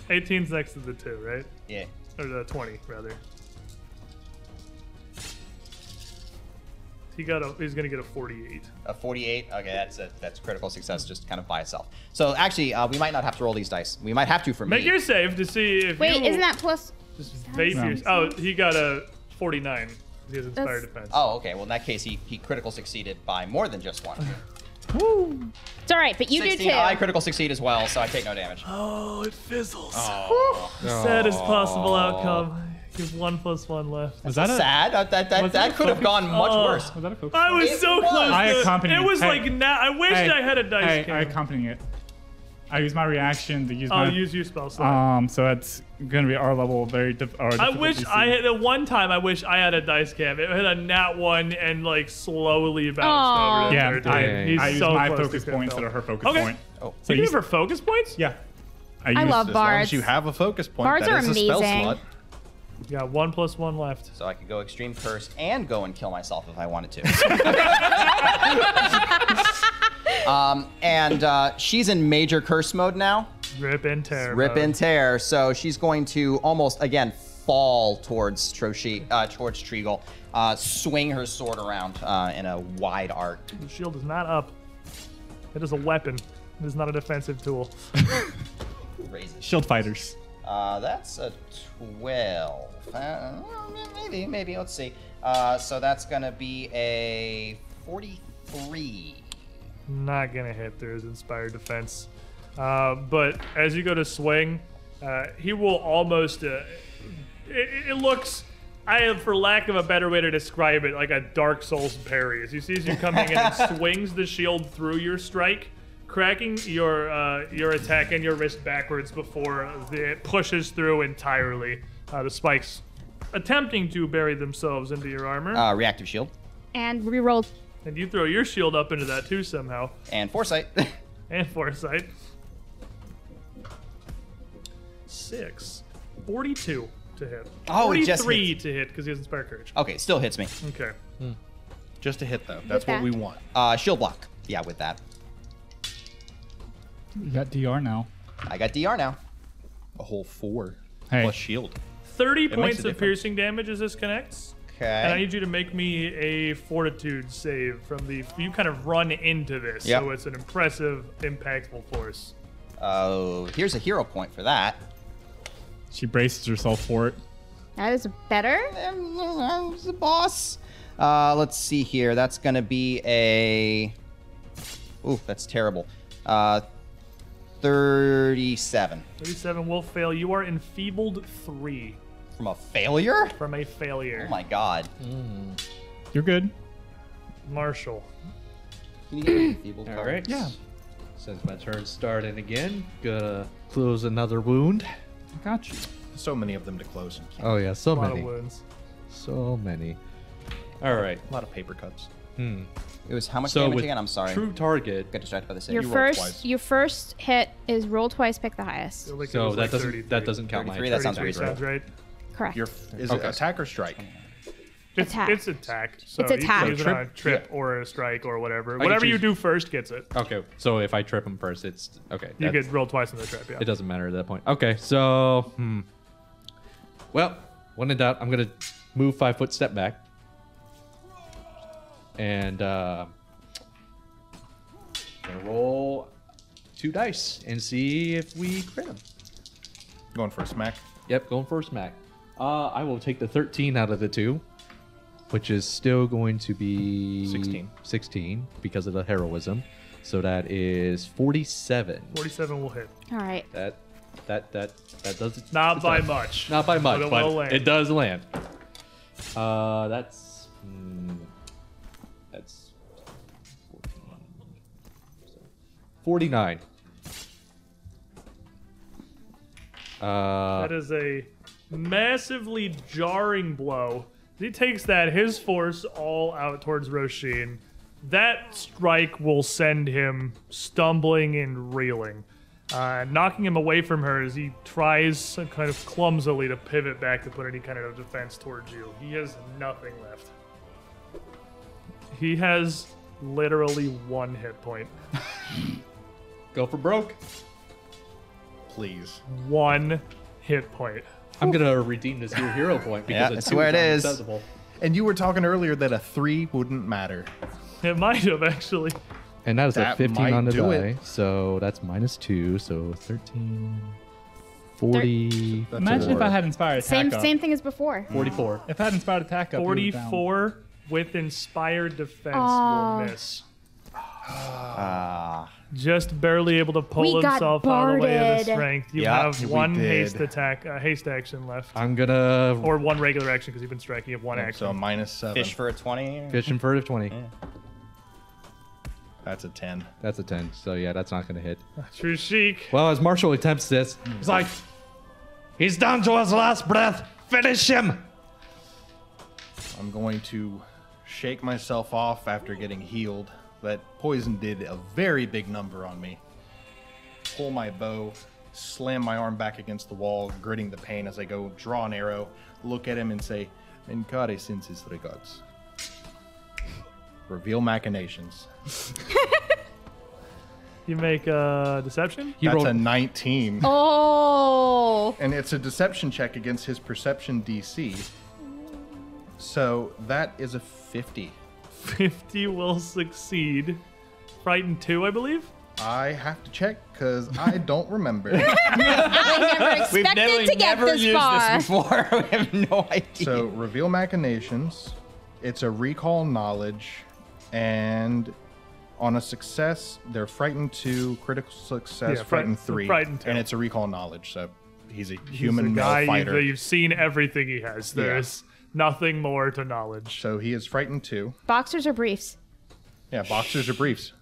Speaker 1: 18's next to the two, right?
Speaker 6: Yeah.
Speaker 1: Or the 20, rather. He got a. He's gonna get a 48.
Speaker 6: A forty-eight. Okay, that's a that's critical success just kind of by itself. So actually, uh, we might not have to roll these dice. We might have to for
Speaker 1: Make
Speaker 6: me.
Speaker 1: your save to see if
Speaker 3: Wait,
Speaker 1: you
Speaker 3: isn't that plus?
Speaker 1: just vape
Speaker 5: No.
Speaker 1: your, Oh, he got a 49. He has inspired
Speaker 3: That's-
Speaker 1: defense.
Speaker 6: Oh, okay. Well, in that case, he, he critical succeeded by more than just one.
Speaker 3: It's all right, but you do
Speaker 6: 16,
Speaker 3: too.
Speaker 6: Oh, I critical succeed as well, so I take no
Speaker 5: <gasps>
Speaker 6: damage.
Speaker 1: Oh, it fizzles.
Speaker 6: Oh.
Speaker 1: Saddest possible outcome. You have one plus one left.
Speaker 5: Was that a,
Speaker 6: Sad. That that, that,
Speaker 5: Was that
Speaker 6: that could have
Speaker 5: fucking-
Speaker 6: gone much
Speaker 1: Oh.
Speaker 6: worse.
Speaker 5: Was that a focus?
Speaker 1: I was
Speaker 6: It
Speaker 1: so
Speaker 6: was.
Speaker 1: close.
Speaker 5: I
Speaker 1: to-
Speaker 5: accompany-
Speaker 1: It was
Speaker 5: hey.
Speaker 1: like now. I wished
Speaker 5: Hey,
Speaker 1: I had a dice
Speaker 5: hey,
Speaker 1: game.
Speaker 5: I accompany it. I use my reaction to use
Speaker 1: oh,
Speaker 5: my.
Speaker 1: use your spell slot.
Speaker 5: um, so that's gonna be our level very. Diff- our
Speaker 1: I
Speaker 5: difficulty
Speaker 1: wish
Speaker 5: C.
Speaker 1: I had the one time I wish I had a dice cam. It hit a nat one and like slowly
Speaker 3: Aw.
Speaker 1: bounced
Speaker 5: Yeah,
Speaker 1: over. the third
Speaker 5: I,
Speaker 1: dude. He's
Speaker 5: I use
Speaker 1: so
Speaker 5: my
Speaker 1: close to
Speaker 5: focus
Speaker 1: getting
Speaker 5: points that
Speaker 1: filled.
Speaker 5: are her focus
Speaker 1: Okay.
Speaker 5: point.
Speaker 6: Oh.
Speaker 5: so
Speaker 1: You
Speaker 5: you
Speaker 1: give her focus points?
Speaker 5: Yeah.
Speaker 3: I
Speaker 5: use-
Speaker 3: love
Speaker 2: As long
Speaker 3: bards.
Speaker 2: as you have a focus point,
Speaker 3: Bards
Speaker 2: that
Speaker 3: are
Speaker 2: is a spell
Speaker 3: amazing.
Speaker 2: slot.
Speaker 1: Yeah, one plus one left.
Speaker 6: So I could go extreme curse and go and kill myself if I wanted to.
Speaker 5: <laughs>
Speaker 6: <laughs> um, and uh, she's in major curse mode now.
Speaker 1: Rip and tear.
Speaker 6: Rip
Speaker 1: bro.
Speaker 6: and tear. So she's going to almost again fall towards Troshi, uh, towards Treagle, uh, swing her sword around uh, in a wide arc.
Speaker 1: The shield is not up. It is a weapon. It is not a defensive tool.
Speaker 6: Raises.
Speaker 5: Shield fighters.
Speaker 6: Uh, that's a 12. Uh, maybe, maybe. Let's see. Uh, so that's going to be a 43.
Speaker 1: Not gonna hit through his inspired defense. Uh, but as you go to swing, uh, he will almost. Uh, it, it looks. I, for lack of a better way to describe it, like a Dark Souls parry. As he sees you coming in and swings the shield through your strike, cracking your uh, your attack and your wrist backwards before the, it pushes through entirely. Uh, the spikes attempting to bury themselves into your armor.
Speaker 6: Uh, reactive shield
Speaker 3: and reroll.
Speaker 1: And you throw your shield up into that too somehow.
Speaker 6: and foresight. <laughs>
Speaker 1: And foresight. Six. 42 to hit.
Speaker 6: Oh, it just Oh.
Speaker 1: 43 to hit because he has Inspire Courage.
Speaker 6: okay, still hits me.
Speaker 1: Okay.
Speaker 2: Just a hit, though. That's what
Speaker 3: that.
Speaker 2: we want.
Speaker 6: Uh, shield block. Yeah, with that.
Speaker 5: You got DR now.
Speaker 6: I got DR now.
Speaker 2: A whole four
Speaker 5: Hey.
Speaker 2: plus shield.
Speaker 1: 30
Speaker 2: makes
Speaker 1: points
Speaker 2: a
Speaker 1: of
Speaker 2: difference.
Speaker 1: piercing damage as this connects. And I
Speaker 6: Okay.
Speaker 1: need you to make me a fortitude save from the. You kind of run into this,
Speaker 6: Yep.
Speaker 1: so it's an impressive, impactful force.
Speaker 6: Oh, here's a hero point for that.
Speaker 5: She braces herself for it.
Speaker 3: That is better.
Speaker 6: Who's the boss? Uh, let's see here. That's gonna be a. Ooh, that's terrible. Uh, thirty-seven
Speaker 1: 37 will fail. You are enfeebled three
Speaker 6: from a failure.
Speaker 1: from a failure.
Speaker 6: Oh my god.
Speaker 5: You're good.
Speaker 1: Marshall.
Speaker 6: Can you get me feeble card?
Speaker 4: All right. Yeah. Since my turn's starting again, gonna close another wound.
Speaker 5: I got you.
Speaker 2: So many of them to close.
Speaker 4: Oh yeah, so
Speaker 1: A lot
Speaker 4: many,
Speaker 1: of wounds.
Speaker 4: so many. All right.
Speaker 2: A lot of paper cuts.
Speaker 6: It was how much
Speaker 4: So
Speaker 6: damage
Speaker 4: with
Speaker 6: again? I'm sorry.
Speaker 4: true target,
Speaker 6: Got distracted by the save.
Speaker 3: Your
Speaker 6: You rolled
Speaker 3: first,
Speaker 2: twice.
Speaker 3: your first hit is roll twice, pick the highest.
Speaker 1: Feel like it
Speaker 4: so
Speaker 1: was
Speaker 4: that
Speaker 1: like
Speaker 4: doesn't
Speaker 1: 33.
Speaker 4: that doesn't count my
Speaker 6: 33, that sounds
Speaker 1: Sounds right.
Speaker 3: Correct.
Speaker 2: Your f- is
Speaker 4: Okay.
Speaker 2: it attack or strike?
Speaker 1: It's
Speaker 3: Attack.
Speaker 1: it's attack. So
Speaker 3: It's
Speaker 1: you can
Speaker 3: attack.
Speaker 1: use it on a trip or a strike or whatever.
Speaker 4: can
Speaker 1: Whatever you
Speaker 4: choose-
Speaker 1: do first gets it.
Speaker 4: Okay, so if I trip him first, it's okay.
Speaker 1: You
Speaker 4: that's-
Speaker 1: get rolled twice in the trip. Yeah.
Speaker 4: It doesn't matter at that point. Okay, so hmm. Well, when in doubt, I'm gonna move five foot step back, and uh, gonna roll two dice and see if we crit him.
Speaker 2: Going for a smack.
Speaker 4: Yep, going first, Mac. Uh, I will take the 13 out of the two, which is still going to be
Speaker 2: 16.
Speaker 4: 16 because of the heroism. So that is 47.
Speaker 1: Forty-seven will hit.
Speaker 3: All right.
Speaker 4: That that that that does it.
Speaker 1: Not
Speaker 4: it
Speaker 1: by
Speaker 4: does.
Speaker 1: much.
Speaker 4: Not by much,
Speaker 1: But
Speaker 4: but
Speaker 1: it
Speaker 4: it,
Speaker 1: will land.
Speaker 4: does land. Uh, that's hmm, that's 49. Uh,
Speaker 1: That is a massively jarring blow. He takes that his force all out towards Roshin. That strike will send him stumbling and reeling, uh, knocking him away from her as he tries some kind of clumsily to pivot back to put any kind of defense towards you. He has nothing left. He has literally one hit point.
Speaker 4: go for broke.
Speaker 2: Please.
Speaker 1: One hit point.
Speaker 4: I'm gonna redeem this new hero point because
Speaker 6: Yeah,
Speaker 4: it's
Speaker 6: that's where it is.
Speaker 4: Accessible.
Speaker 2: And you were talking earlier that a three wouldn't matter.
Speaker 1: It might have actually.
Speaker 4: And that is
Speaker 2: That
Speaker 4: a 15
Speaker 2: might
Speaker 4: on the
Speaker 2: do
Speaker 4: die,
Speaker 2: it.
Speaker 4: so that's minus two, so 13, 40,
Speaker 2: That's a
Speaker 5: Imagine if
Speaker 2: war.
Speaker 5: I had inspired attack.
Speaker 3: Same
Speaker 5: up.
Speaker 3: same thing as before.
Speaker 4: 44.
Speaker 5: If I had inspired attack up, he would've down.
Speaker 1: 44 with inspired defense
Speaker 3: Aw.
Speaker 1: will miss.
Speaker 2: Ah.
Speaker 1: Just barely able to pull
Speaker 3: We got
Speaker 1: himself out of the way of the
Speaker 3: barded.
Speaker 1: strength. You
Speaker 6: Yeah,
Speaker 2: we
Speaker 1: have one
Speaker 2: did.
Speaker 1: haste attack, uh, haste action left,
Speaker 4: I'm gonna
Speaker 1: or one regular action because you've been striking. You have one action.
Speaker 2: So minus seven.
Speaker 6: Fish for a 20.
Speaker 4: fish in furtive 20.
Speaker 2: That's a ten.
Speaker 4: That's a 10, so yeah, that's not gonna hit.
Speaker 1: True chic.
Speaker 4: Well, as Marshall attempts this, he's like, he's down to his last breath. Finish him.
Speaker 2: I'm going to shake myself off after getting healed. That poison did a very big number on me. Pull my bow, slam my arm back against the wall, gritting the pain as I go, draw an arrow, look at him and say, Encare sends his regards. Reveal machinations.
Speaker 1: You make a deception. <laughs>
Speaker 4: He
Speaker 2: That's
Speaker 4: rolled
Speaker 2: a 19.
Speaker 3: Oh.
Speaker 2: And it's a deception check against his perception DC. So that is a 50.
Speaker 1: 50 will succeed. Frightened two, I believe.
Speaker 2: I have to check because I don't remember.
Speaker 4: <laughs>
Speaker 3: I never
Speaker 6: We've
Speaker 3: expected
Speaker 6: never,
Speaker 3: to get
Speaker 6: never
Speaker 3: this
Speaker 6: used
Speaker 3: far.
Speaker 6: this before. we have <laughs> no idea.
Speaker 1: <laughs>
Speaker 2: So reveal machinations. It's a recall knowledge, and on a success, they're frightened two, critical success,
Speaker 1: Yeah, fright-
Speaker 2: frightened three,
Speaker 1: frightened two.
Speaker 2: and it's a recall knowledge. So he's a human
Speaker 1: He's a
Speaker 2: male
Speaker 1: guy,
Speaker 2: fighter.
Speaker 1: You've, you've seen everything he has.
Speaker 2: Yeah.
Speaker 1: There's nothing more to knowledge.
Speaker 2: So he is frightened two.
Speaker 3: Boxers or briefs?
Speaker 2: Yeah, boxers or briefs.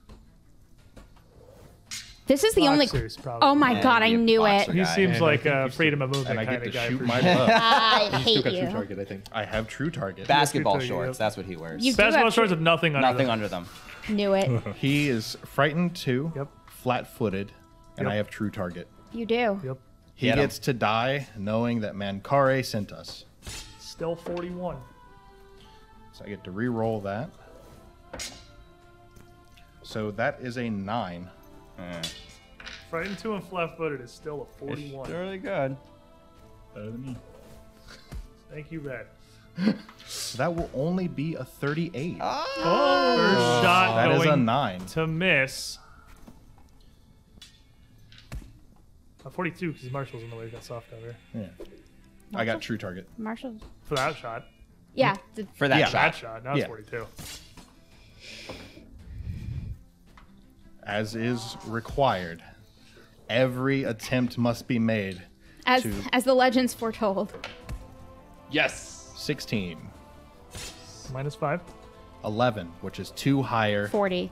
Speaker 3: This is the only.
Speaker 1: Boxers, probably.
Speaker 3: Oh my god! I
Speaker 6: you
Speaker 3: knew it.
Speaker 6: boxer
Speaker 1: He
Speaker 6: guy.
Speaker 1: seems like a freedom of
Speaker 2: And
Speaker 1: movement
Speaker 2: I
Speaker 1: kind
Speaker 2: get
Speaker 1: of
Speaker 2: to
Speaker 1: guy.
Speaker 2: shoot
Speaker 1: for <laughs>
Speaker 2: my bow.
Speaker 3: I hate you.
Speaker 4: target, I think.
Speaker 2: I have true target.
Speaker 6: Basketball
Speaker 1: Yes, we took it,
Speaker 6: shorts.
Speaker 1: yep.
Speaker 6: That's what he wears.
Speaker 3: You do
Speaker 1: Basketball
Speaker 3: have
Speaker 1: shorts have nothing under
Speaker 6: Nothing
Speaker 1: them.
Speaker 6: under them.
Speaker 3: Knew it.
Speaker 2: He is frightened two,
Speaker 1: Yep.
Speaker 2: flat-footed, and
Speaker 1: Yep.
Speaker 2: I have true target.
Speaker 3: You do.
Speaker 1: Yep.
Speaker 2: He
Speaker 6: Get 'em.
Speaker 2: gets to die knowing that Mankare sent us.
Speaker 1: Still 41.
Speaker 2: So I get to re-roll that. So that is a nine.
Speaker 1: Frightened two and flat footed is still a 41.
Speaker 6: really good.
Speaker 5: Better than me.
Speaker 1: Thank you, Red.
Speaker 2: So that will only be a thirty-eight.
Speaker 1: First shot
Speaker 2: that is
Speaker 1: Ah. going
Speaker 2: a nine.
Speaker 1: to miss. A 42 because Marshall's in the way. Got soft cover
Speaker 2: Yeah. I got true target.
Speaker 3: Marshall.
Speaker 1: for that shot.
Speaker 3: Yeah. the-
Speaker 6: For that
Speaker 2: Yeah.
Speaker 6: shot.
Speaker 1: That shot. Now it's
Speaker 2: Yeah.
Speaker 1: 42.
Speaker 2: As is required. Every attempt must be made.
Speaker 3: As
Speaker 2: Two.
Speaker 3: as the legends foretold.
Speaker 4: Yes.
Speaker 2: Sixteen.
Speaker 1: Minus five.
Speaker 2: Eleven, which is two higher.
Speaker 3: Forty.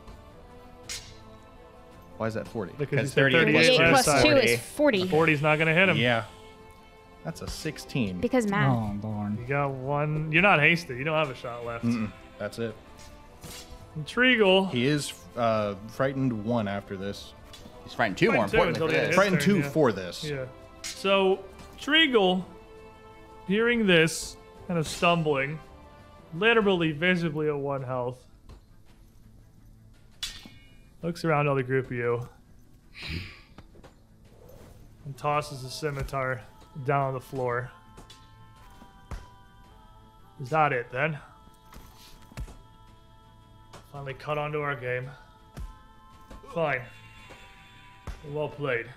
Speaker 2: Why is that forty?
Speaker 1: Because he's
Speaker 6: 38
Speaker 1: 38
Speaker 3: Thirty-eight
Speaker 1: last
Speaker 3: plus
Speaker 1: time.
Speaker 3: two is forty.
Speaker 1: 40's not going to hit him.
Speaker 2: Yeah. That's a sixteen.
Speaker 3: Because math.
Speaker 5: Oh darn.
Speaker 1: You got one. You're not hasted. You don't have a shot left.
Speaker 2: That's it.
Speaker 1: Intrigal.
Speaker 2: He is uh, frightened one after this.
Speaker 6: He's fighting two more
Speaker 1: Frightened two until
Speaker 6: importantly for
Speaker 1: the
Speaker 6: this.
Speaker 1: end.
Speaker 2: Frightened
Speaker 1: turn,
Speaker 2: two
Speaker 1: yeah.
Speaker 2: for this.
Speaker 1: Yeah. So, Treagle, hearing this, kind of stumbling, literally visibly at one health. Looks around all the group of you and tosses the scimitar down on the floor. Is that it then? Finally cut onto our game. Fine. Well played.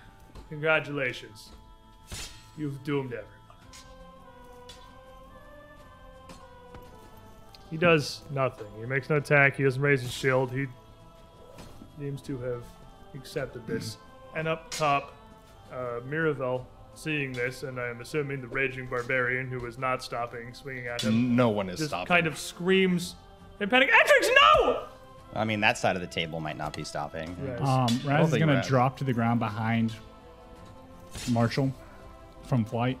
Speaker 1: Congratulations. You've doomed everyone. He does nothing. He makes no attack. He doesn't raise his shield. He seems to have accepted this. and up top, uh, Miravel, seeing this, and I'm assuming the raging barbarian who is not stopping, swinging at him,
Speaker 2: No one is
Speaker 1: just
Speaker 2: stopping.
Speaker 1: kind of screams in panic. Edrix, no!
Speaker 6: I mean, that side of the table might not be stopping.
Speaker 5: Um,
Speaker 2: don't
Speaker 5: Raz is
Speaker 2: think
Speaker 5: gonna
Speaker 2: Raz-
Speaker 5: drop to the ground behind Marshall from flight.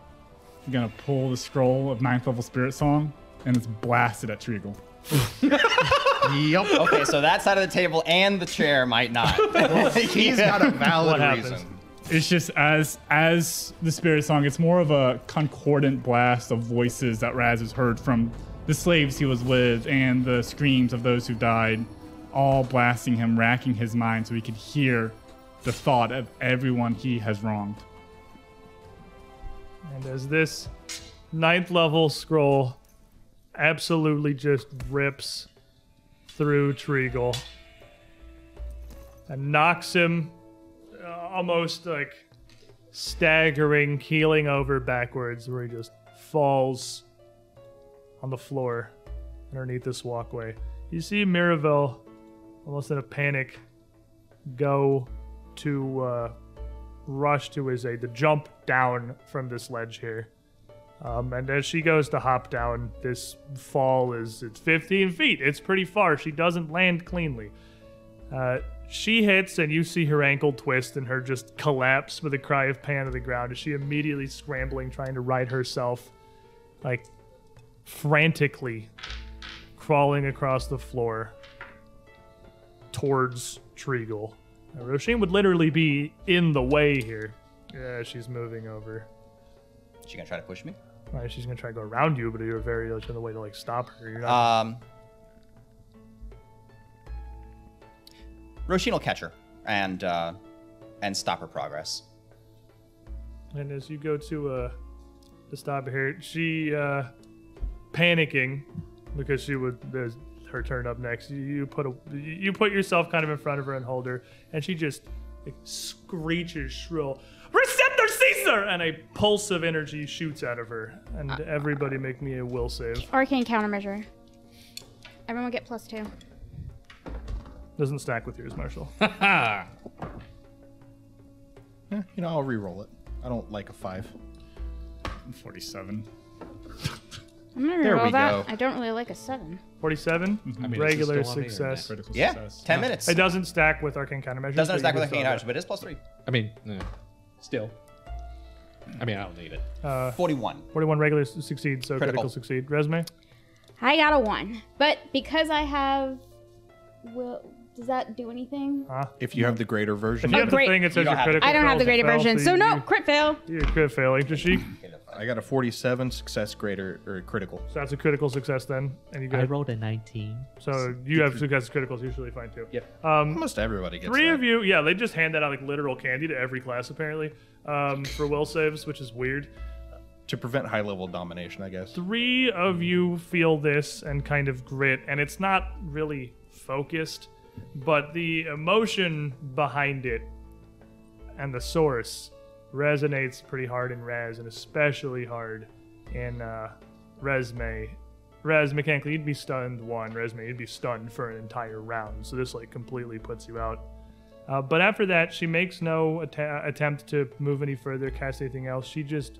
Speaker 5: He's gonna pull the scroll of ninth level spirit song and it's blasted at Treagle.
Speaker 2: Yep.
Speaker 6: Okay, so that side of the table and the chair
Speaker 1: <laughs>
Speaker 6: might not. <laughs>
Speaker 2: He's <laughs> got a valid
Speaker 1: What happens?
Speaker 2: reason.
Speaker 5: It's just as as the spirit song, it's more of a concordant blast of voices that Raz has heard from the slaves he was with and the screams of those who died, all blasting him, racking his mind so he could hear the thought of everyone he has wronged.
Speaker 1: And as this ninth level scroll absolutely just rips through Treagle and knocks him uh, almost like staggering, keeling over backwards, where he just falls on the floor underneath this walkway. You see Miravel almost in a panic go to uh, rush to his aid to jump down from this ledge here. Um, and as she goes to hop down, this fall is it's 15 feet. It's pretty far. She doesn't land cleanly. Uh, she hits, and you see her ankle twist and her just collapse with a cry of pain to the ground. As she immediately scrambling, trying to right herself, like frantically crawling across the floor towards Treagle. Now, Roisin would literally be in the way here. Yeah, she's moving over.
Speaker 6: She gonna try to push me?
Speaker 1: All right, she's gonna try to go around you, but you're very much in the way to like stop her. You're not,
Speaker 6: Um, Roshin will catch her and uh, and stop her progress.
Speaker 1: and as you go to uh to stop her, she uh panicking because she would there's her turn up next. You, you put a you put yourself kind of in front of her and hold her, and she just like, screeches shrill. Receptor Caesar! And a pulse of energy shoots out of her. And everybody make me a will save.
Speaker 3: Arcane countermeasure. Everyone get plus two.
Speaker 1: Doesn't stack with yours, Marshall.
Speaker 4: Ha!
Speaker 2: Eh, you know, I'll re-roll it. I don't like a five.
Speaker 5: 47.
Speaker 3: I'm gonna
Speaker 2: There
Speaker 3: reroll
Speaker 2: we
Speaker 3: that.
Speaker 2: go.
Speaker 3: I don't really like a seven.
Speaker 1: 47?
Speaker 4: mean, is it
Speaker 1: Regular
Speaker 4: still on me or
Speaker 1: success.
Speaker 4: not?
Speaker 5: Critical
Speaker 6: Yeah,
Speaker 5: success.
Speaker 6: ten minutes.
Speaker 1: It doesn't stack with arcane countermeasures.
Speaker 6: Doesn't
Speaker 1: but
Speaker 6: stack
Speaker 1: you
Speaker 6: with
Speaker 1: can
Speaker 6: arcane
Speaker 1: still-
Speaker 6: knowledge, but it's plus three.
Speaker 4: I mean, eh, still. I mean, I don't need it.
Speaker 1: Uh.
Speaker 6: Forty-one.
Speaker 1: 41 regular s- succeed, so critical,
Speaker 6: Critical. Oh,
Speaker 1: succeed. Resume?
Speaker 3: I got a one, but because I have, will does that do anything?
Speaker 2: If you have the greater version,
Speaker 1: You have the
Speaker 3: great.
Speaker 1: thing that says
Speaker 6: don't
Speaker 1: your
Speaker 6: have it.
Speaker 1: critical
Speaker 3: I don't have
Speaker 1: fails
Speaker 3: the
Speaker 1: a
Speaker 3: greater
Speaker 1: fail,
Speaker 3: version, so
Speaker 1: you-
Speaker 3: no crit fail.
Speaker 1: You're crit failing, Jashik.
Speaker 2: I got a 47 success greater or critical.
Speaker 1: So that's a critical success then, and you
Speaker 9: I
Speaker 1: get
Speaker 9: rolled a 19.
Speaker 1: so you have success criticals usually fine too.
Speaker 4: Yep.
Speaker 1: Um,
Speaker 2: Almost everybody gets
Speaker 1: three
Speaker 2: that.
Speaker 1: of you, yeah, they just hand that out like literal candy to every class apparently um, for will saves, which is weird.
Speaker 2: to prevent high level domination, I guess.
Speaker 1: three of you feel this and kind of grit, and it's not really focused, but the emotion behind it and the source resonates pretty hard in Raz, and especially hard in uh, Resme. Raz, mechanically, you'd be stunned one. Resme, you'd be stunned for an entire round. So this like completely puts you out. Uh, but after that, she makes no atta- attempt to move any further, cast anything else. She just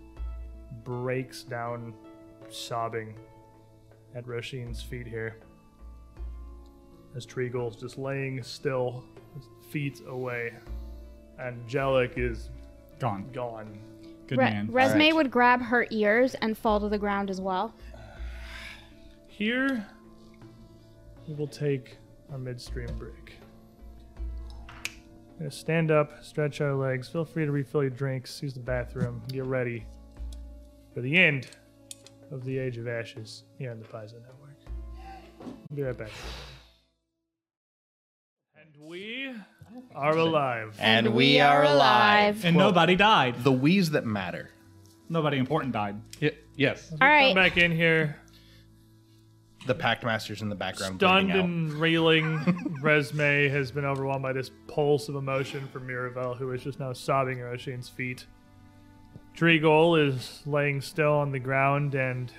Speaker 1: breaks down sobbing at Roshin's feet here. As Treagle's just laying still, his feet away. Angelic is
Speaker 5: Gone.
Speaker 1: gone.
Speaker 5: Good
Speaker 3: Re-
Speaker 5: man.
Speaker 3: Resme
Speaker 6: Alright.
Speaker 3: would grab her ears and fall to the ground as well.
Speaker 1: Here, we will take our midstream break. Gonna stand up, stretch our legs. Feel free to refill your drinks, use the bathroom, get ready for the end of the Age of Ashes here on the Paizo Network. Be right back. And we are alive.
Speaker 6: And we are alive.
Speaker 5: And nobody died.
Speaker 2: The wees that matter.
Speaker 5: Nobody important died.
Speaker 4: Y- yes.
Speaker 3: All
Speaker 1: Come
Speaker 3: right.
Speaker 1: back in here,
Speaker 2: The pact masters in the background.
Speaker 1: stunned
Speaker 2: bleeding out.
Speaker 1: and reeling. <laughs> Resme has been overwhelmed by this pulse of emotion from Miravel, who is just now sobbing at O'Shane's feet. Treagle is laying still on the ground, and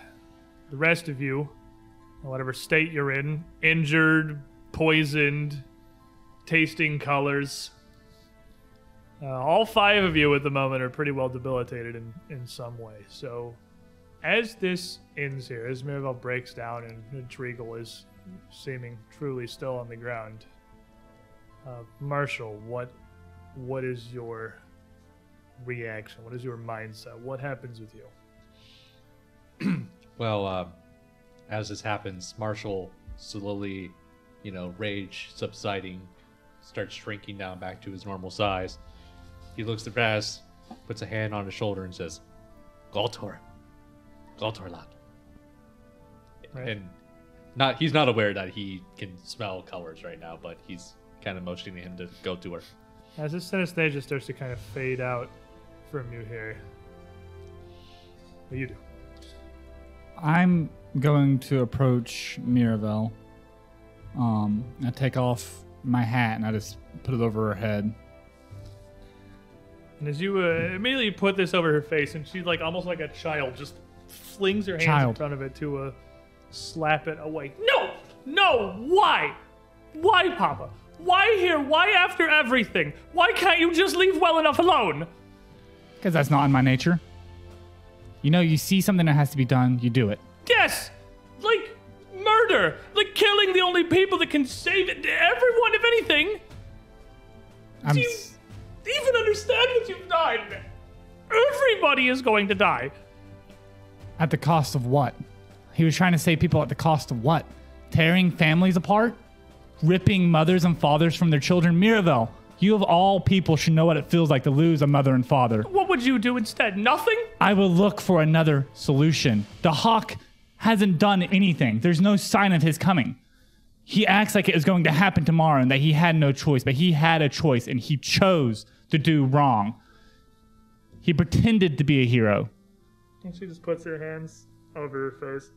Speaker 1: the rest of you, in whatever state you're in, injured, poisoned, tasting colors. Uh, all five of you at the moment are pretty well debilitated in, in some way. So, as this ends here, as Miravel breaks down and, and Treagle is seeming truly still on the ground, uh, Marshall, what what is your reaction? What is your mindset? What happens with you?
Speaker 4: Well, um, as this happens, Marshall slowly, you know, rage subsiding, starts shrinking down back to his normal size. He looks at Raz, puts a hand on his shoulder, and says, "Galtor, Galtorlot."
Speaker 1: Right.
Speaker 4: And not he's not aware that he can smell colors right now, but he's kind of motioning him to go to her.
Speaker 1: As this synesthesia starts to kind of fade out from you here, what do you do?
Speaker 5: I'm going to approach Miravel. Um, I take off my hat and I just put it over her head.
Speaker 1: And as you uh, immediately put this over her face, and she's like almost like a child, just flings her hands in
Speaker 5: Child.
Speaker 1: front of it to uh, slap it away. No, no, why, why, Papa? Why here? Why after everything? Why can't you just leave well enough alone?
Speaker 5: Because that's not in my nature. You know, you see something that has to be done, you do it.
Speaker 1: Yes, like murder, like killing the only people that can save it. everyone, if anything.
Speaker 5: I'm,
Speaker 1: Do you
Speaker 5: s-
Speaker 1: even understand what you've done? Everybody is going to die.
Speaker 5: at the cost of what? He was trying to save people at the cost of what? Tearing families apart? Ripping mothers and fathers from their children? Miravel, you of all people should know what it feels like to lose a mother and father.
Speaker 1: What would you do instead? Nothing?
Speaker 5: I will look for another solution. The hawk hasn't done anything. There's no sign of his coming. He acts like it was going to happen tomorrow and that he had no choice, but he had a choice and he chose to do wrong. He pretended to be a hero.
Speaker 1: And she just puts her hands over her face.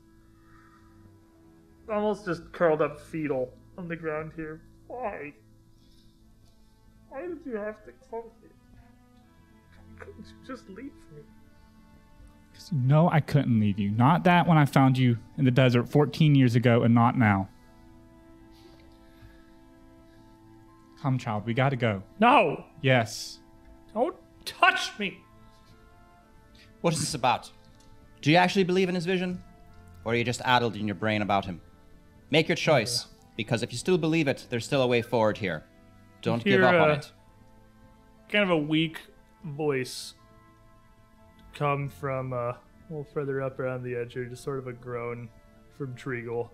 Speaker 1: Almost just curled up fetal on the ground here. Why? Why did you have to come here? Couldn't you just leave me?
Speaker 5: No, I couldn't leave you. Not that when I found you in the desert 14 years ago and not now. Come, child, we gotta go.
Speaker 1: No!
Speaker 5: Yes.
Speaker 1: Don't touch me!
Speaker 6: What is this about? Do you actually believe in his vision? Or are you just addled in your brain about him? Make your choice, because if you still believe it, there's still a way forward here. Don't give
Speaker 1: Here,
Speaker 6: up on
Speaker 1: uh,
Speaker 6: it.
Speaker 1: Kind of a weak voice come from uh, a little further up around the edge here, just sort of a groan from Treagle.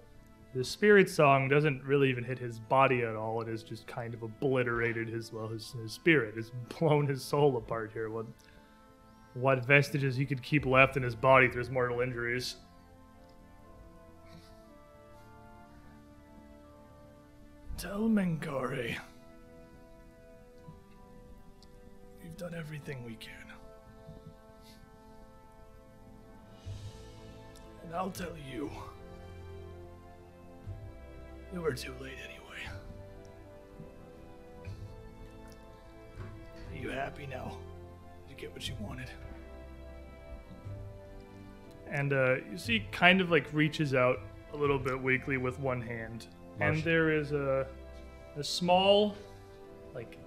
Speaker 1: The spirit song doesn't really even hit his body at all. It has just kind of obliterated his well, his, his spirit. It's <laughs> blown his soul apart here. What what vestiges he could keep left in his body through his mortal injuries? Tell Mengari, we've done everything we can, and I'll tell you. You were too late anyway. Are you happy now? Did you get what you wanted? And uh, you see, kind of like reaches out a little bit weakly with one hand, and there is a a small, like,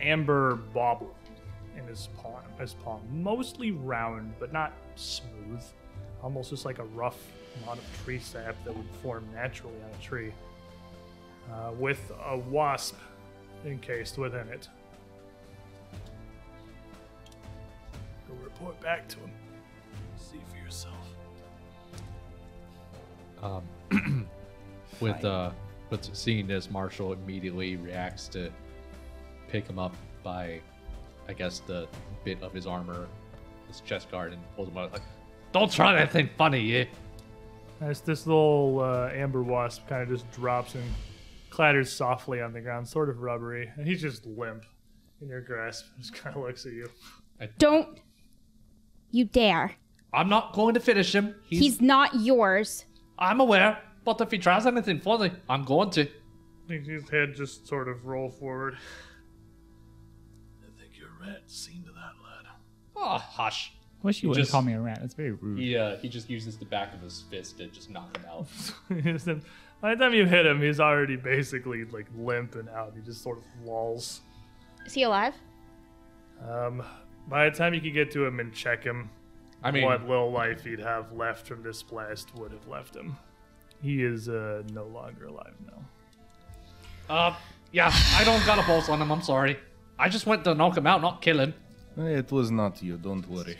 Speaker 1: amber bauble in his palm. His palm, mostly round but not smooth, almost just like a rough amount of tree sap that would form naturally on a tree uh, with a wasp encased within it. Go report back to him. See for yourself.
Speaker 4: Um, with uh, with seeing this, Marshall immediately reacts to pick him up by, I guess, the bit of his armor, his chest guard, and pulls him out. Like, don't try that thing funny, you
Speaker 1: As this little uh, amber wasp kind of just drops and clatters softly on the ground, sort of rubbery, and he's just limp in your grasp. <laughs> Just kind of looks at you.
Speaker 3: Don't you dare.
Speaker 4: I'm not going to finish him. He's,
Speaker 3: He's not yours.
Speaker 4: I'm aware, but if he tries anything funny, I'm going to.
Speaker 1: His head just sort of roll forward.
Speaker 2: I think your rat seen to that, lad.
Speaker 4: Oh, hush.
Speaker 5: Wish you
Speaker 4: You
Speaker 5: wouldn't
Speaker 4: just-
Speaker 5: call me a rat. That's very rude.
Speaker 4: He uh, he just uses the back of his fist to just knock him out.
Speaker 1: <laughs> Is that- By the time you hit him, he's already basically like limp and out. He just sort of lolls.
Speaker 7: Is he alive?
Speaker 1: Um, by the time you could get to him and check him,
Speaker 4: I mean,
Speaker 1: what little life he'd have left from this blast would have left him. He is uh, no longer alive now.
Speaker 4: uh, yeah, I don't got a pulse on him. I'm sorry. I just went to knock him out, not kill him.
Speaker 2: Eh, It was not you, don't worry.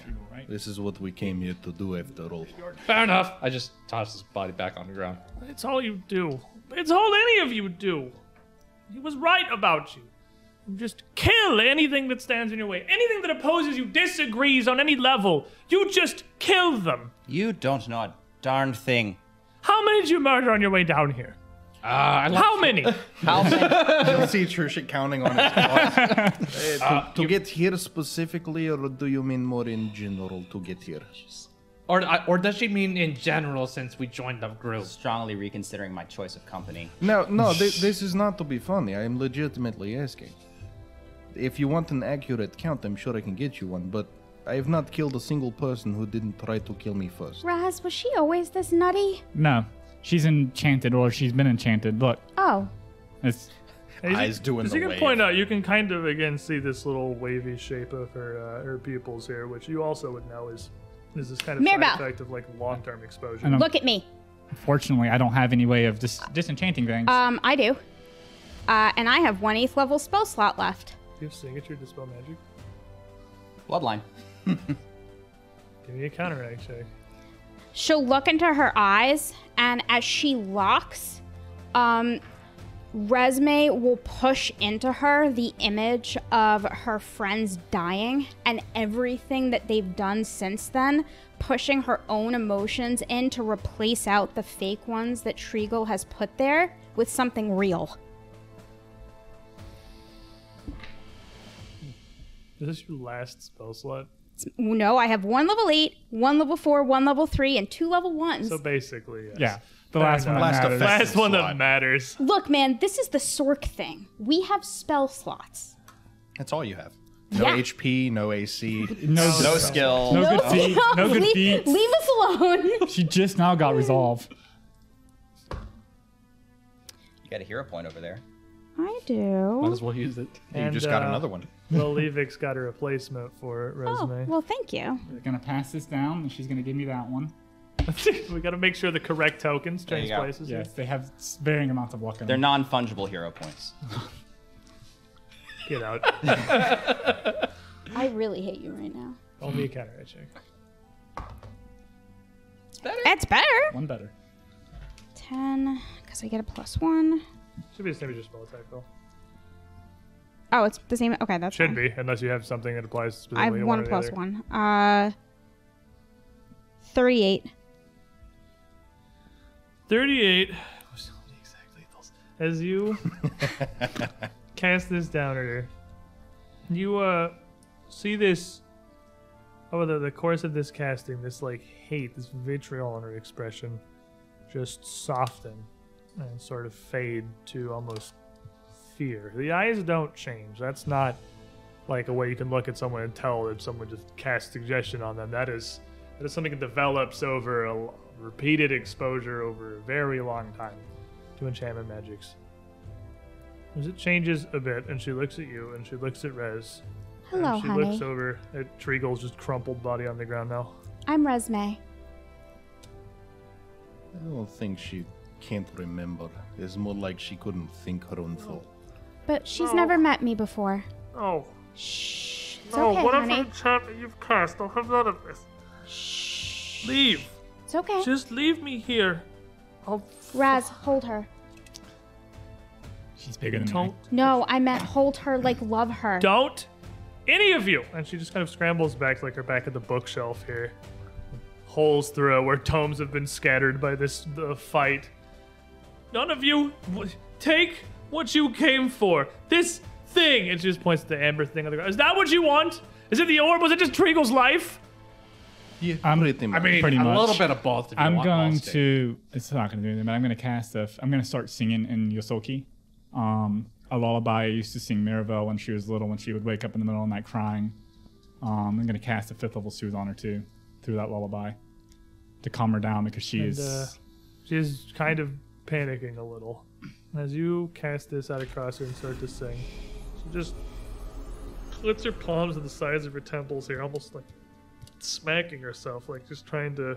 Speaker 2: This is what we came here to do after all.
Speaker 4: Fair enough. I just tossed his body back on the ground.
Speaker 1: It's all you do. It's all any of you do. He was right about you. You Just kill anything that stands in your way. Anything that opposes you, disagrees on any level. You just kill them.
Speaker 6: You don't know a darn thing.
Speaker 1: How many did you murder on your way down here?
Speaker 4: Uh, I like
Speaker 1: How
Speaker 2: <laughs>
Speaker 1: many?
Speaker 6: How many-
Speaker 2: <laughs> You'll see Trishik counting on <laughs> his claws. Eh, to to get here specifically, or do you mean more in general to get here?
Speaker 4: Or I- or does she mean in general since we joined the group?
Speaker 6: strongly reconsidering my choice of company.
Speaker 2: No, no, <laughs> thi- this is not to be funny. I am legitimately asking. If you want an accurate count, I'm sure I can get you one, but I have not killed a single person who didn't try to kill me first.
Speaker 3: Raz, was she always this nutty?
Speaker 5: No, she's enchanted, or she's been enchanted. Look,
Speaker 3: Oh.
Speaker 5: it's
Speaker 2: Eyes doing
Speaker 1: As
Speaker 2: the
Speaker 1: you can
Speaker 2: wave.
Speaker 1: point out, you can kind of again see this little wavy shape of her uh, her pupils here, which you also would know is is this kind of side
Speaker 3: Mirabelle.
Speaker 1: effect of like long term exposure.
Speaker 5: know.
Speaker 3: Look at me.
Speaker 5: fortunately I don't have any way of dis- disenchanting things.
Speaker 3: Um, I do. Uh, and I have one eighth level spell slot left.
Speaker 1: Do you have signature dispel magic?
Speaker 6: Bloodline.
Speaker 1: Give me a counteract check.
Speaker 3: She'll look into her eyes, and as she locks, um, Resme will push into her the image of her friends dying and everything that they've done since then, pushing her own emotions in to replace out the fake ones that Trigal has put there with something real.
Speaker 1: Is this your last spell slot?
Speaker 3: No, I have one level eight, one level four, one level three, and two level ones.
Speaker 1: So basically, yes.
Speaker 5: yeah, the last one. that
Speaker 2: Last
Speaker 5: matters.
Speaker 2: effect.
Speaker 1: Last one that
Speaker 2: Slot.
Speaker 1: matters.
Speaker 3: Look, man, this is the Sork thing. We have spell slots.
Speaker 2: That's all you have. No
Speaker 3: Yeah.
Speaker 2: HP, no <laughs> AC.
Speaker 5: No,
Speaker 6: No skill.
Speaker 5: no good
Speaker 3: <laughs>
Speaker 5: feet. No good
Speaker 3: leave,
Speaker 5: feet.
Speaker 3: leave us alone.
Speaker 5: She just now got resolved.
Speaker 6: You got a hero point over there.
Speaker 3: <laughs> I do.
Speaker 4: Might as well use it.
Speaker 2: you just got another one.
Speaker 1: uh, Well, Levix got a replacement for it,
Speaker 3: Oh,
Speaker 1: resume.
Speaker 3: well, thank you.
Speaker 5: We're gonna pass this down, and she's gonna give me that one.
Speaker 1: <laughs> we got to make sure the correct tokens
Speaker 6: you
Speaker 1: change
Speaker 6: go.
Speaker 1: places. here.
Speaker 5: Yes, they have varying amounts of luck in
Speaker 6: They're
Speaker 5: them.
Speaker 6: non fungible hero points.
Speaker 1: Get <laughs> out.
Speaker 3: I really hate you right now.
Speaker 1: Only a counteract check.
Speaker 3: That's better.
Speaker 5: One better.
Speaker 3: Ten, because I get a plus one.
Speaker 1: Should be the same as your spell attack though.
Speaker 3: Oh, it's the same. Okay, that's
Speaker 1: Should
Speaker 3: fine.
Speaker 1: be, unless you have something that applies specifically
Speaker 3: I have
Speaker 1: to
Speaker 3: one
Speaker 1: or the
Speaker 3: plus
Speaker 1: other.
Speaker 3: one. Uh, thirty-eight.
Speaker 1: 38. As you cast this down at her, you uh, see this over the, the course of this casting, this like hate, this vitriol on her expression just soften and sort of fade to almost fear. The eyes don't change. That's not like a way you can look at someone and tell that someone just cast suggestion on them. That is that is something that develops over a l- repeated exposure over a very long time to enchantment magics. As it changes a bit, and she looks at you, and she looks at Rez.
Speaker 3: Hello,
Speaker 1: and she
Speaker 3: honey.
Speaker 1: looks over at Treagle's just crumpled body on the ground now.
Speaker 3: I'm Resme.
Speaker 2: I don't think she can't remember. It's more like she couldn't think her own thought.
Speaker 3: But she's
Speaker 1: No.
Speaker 3: never met me before.
Speaker 1: Oh,
Speaker 3: Shh. It's okay, honey.
Speaker 1: enchantment you've cast, I'll have none of this. Leave.
Speaker 3: It's okay.
Speaker 1: Just leave me here. I'll
Speaker 3: Raz, hold her.
Speaker 5: She's bigger than me.
Speaker 1: don't
Speaker 3: No, I meant hold her like love her.
Speaker 1: don't any of you. And she just kind of scrambles back to like her back at the bookshelf here, holes through where tomes have been scattered by this the fight. None of you w- take what you came for. This thing. It just points to the amber thing on the ground. Is that what you want? Is it the orb? Was it just Treagle's life?
Speaker 5: I'm,
Speaker 2: Pretty much.
Speaker 5: I mean, pretty
Speaker 4: a
Speaker 5: much.
Speaker 4: little bit of both. If you
Speaker 5: I'm
Speaker 4: want,
Speaker 5: going
Speaker 4: Austin.
Speaker 5: to. It's not going to do anything, but I'm going to cast a. I'm going to start singing in Yosoki. Um, a lullaby I used to sing Mirabelle when she was little, when she would wake up in the middle of the night crying. Um, I'm going to cast a fifth level soothe on her too, through that lullaby, to calm her down because she is.
Speaker 1: uh, She's kind of panicking a little. As you cast this out across her and start to sing, she just clips her palms to the sides of her temples here, almost like smacking herself, like just trying to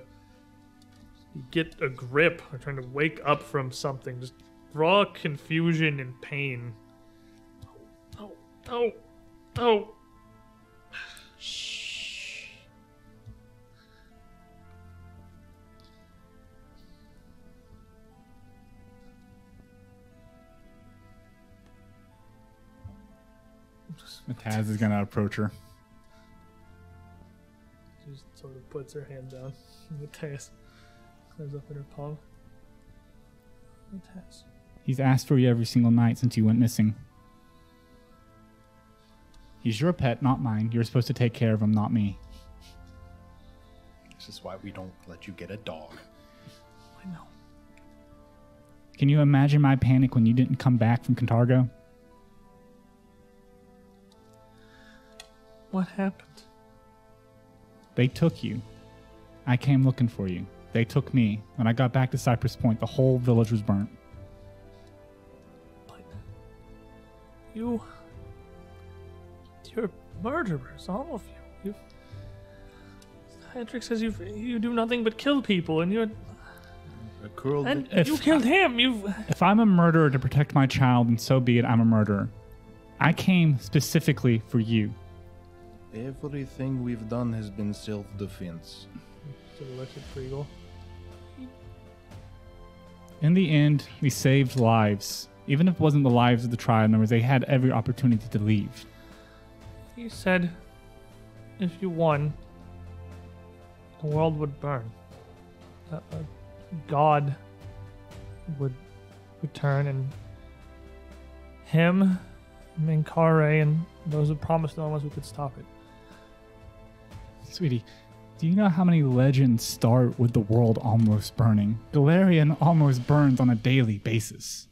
Speaker 1: get a grip or trying to wake up from something. Just raw confusion and pain. Oh, oh, oh, oh.
Speaker 5: Taz is going to approach her.
Speaker 1: just sort of puts her hand down. And the Tess climbs up in her palm. The Tess.
Speaker 5: He's asked for you every single night since you went missing. He's your pet, not mine. You're supposed to take care of him, not me.
Speaker 2: This is why we don't let you get a dog.
Speaker 1: I know.
Speaker 5: Can you imagine my panic when you didn't come back from Cantargo?
Speaker 1: What happened?
Speaker 5: They took you. I came looking for you. They took me. When I got back to Cypress Point, the whole village was burnt.
Speaker 1: But you. You're murderers, all of you. You've. Hendrik says you you do nothing but kill people, and you're
Speaker 2: A cruel
Speaker 1: and
Speaker 5: If-
Speaker 1: you killed him. You've
Speaker 5: If I'm a murderer to protect my child, then so be it, I'm a murderer. I came specifically for you.
Speaker 2: Everything we've done has been self-defense.
Speaker 1: to look at Freagle.
Speaker 5: In the end, we saved lives. Even if it wasn't the lives of the tribe members, they had every opportunity to leave.
Speaker 1: He said, if you won, the world would burn. Uh, uh, God would return, and him, Minkare, and those who promised no ones who could stop it.
Speaker 5: Sweetie, do you know how many legends start with the world almost burning? Galarian almost burns on a daily basis.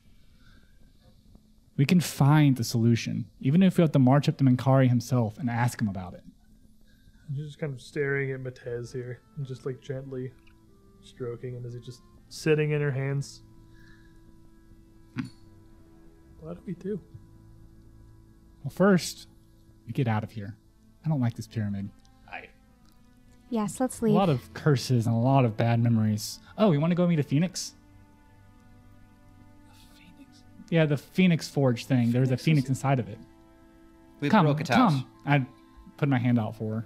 Speaker 5: We can find the solution, even if we have to march up to Minkari himself and ask him about it.
Speaker 1: He's just kind of staring at Matez here, and just like gently stroking him as he's just sitting in her hands. What do we do?
Speaker 5: Well, first, we get out of here. I don't like this pyramid.
Speaker 3: Yes, let's
Speaker 5: A
Speaker 3: leave.
Speaker 5: lot of curses and a lot of bad memories. Oh, you want to go meet a phoenix? Yeah, the phoenix forge thing. There's a phoenix inside of it.
Speaker 6: We
Speaker 5: Come,
Speaker 6: broke it out.
Speaker 5: come. I put my hand out for her.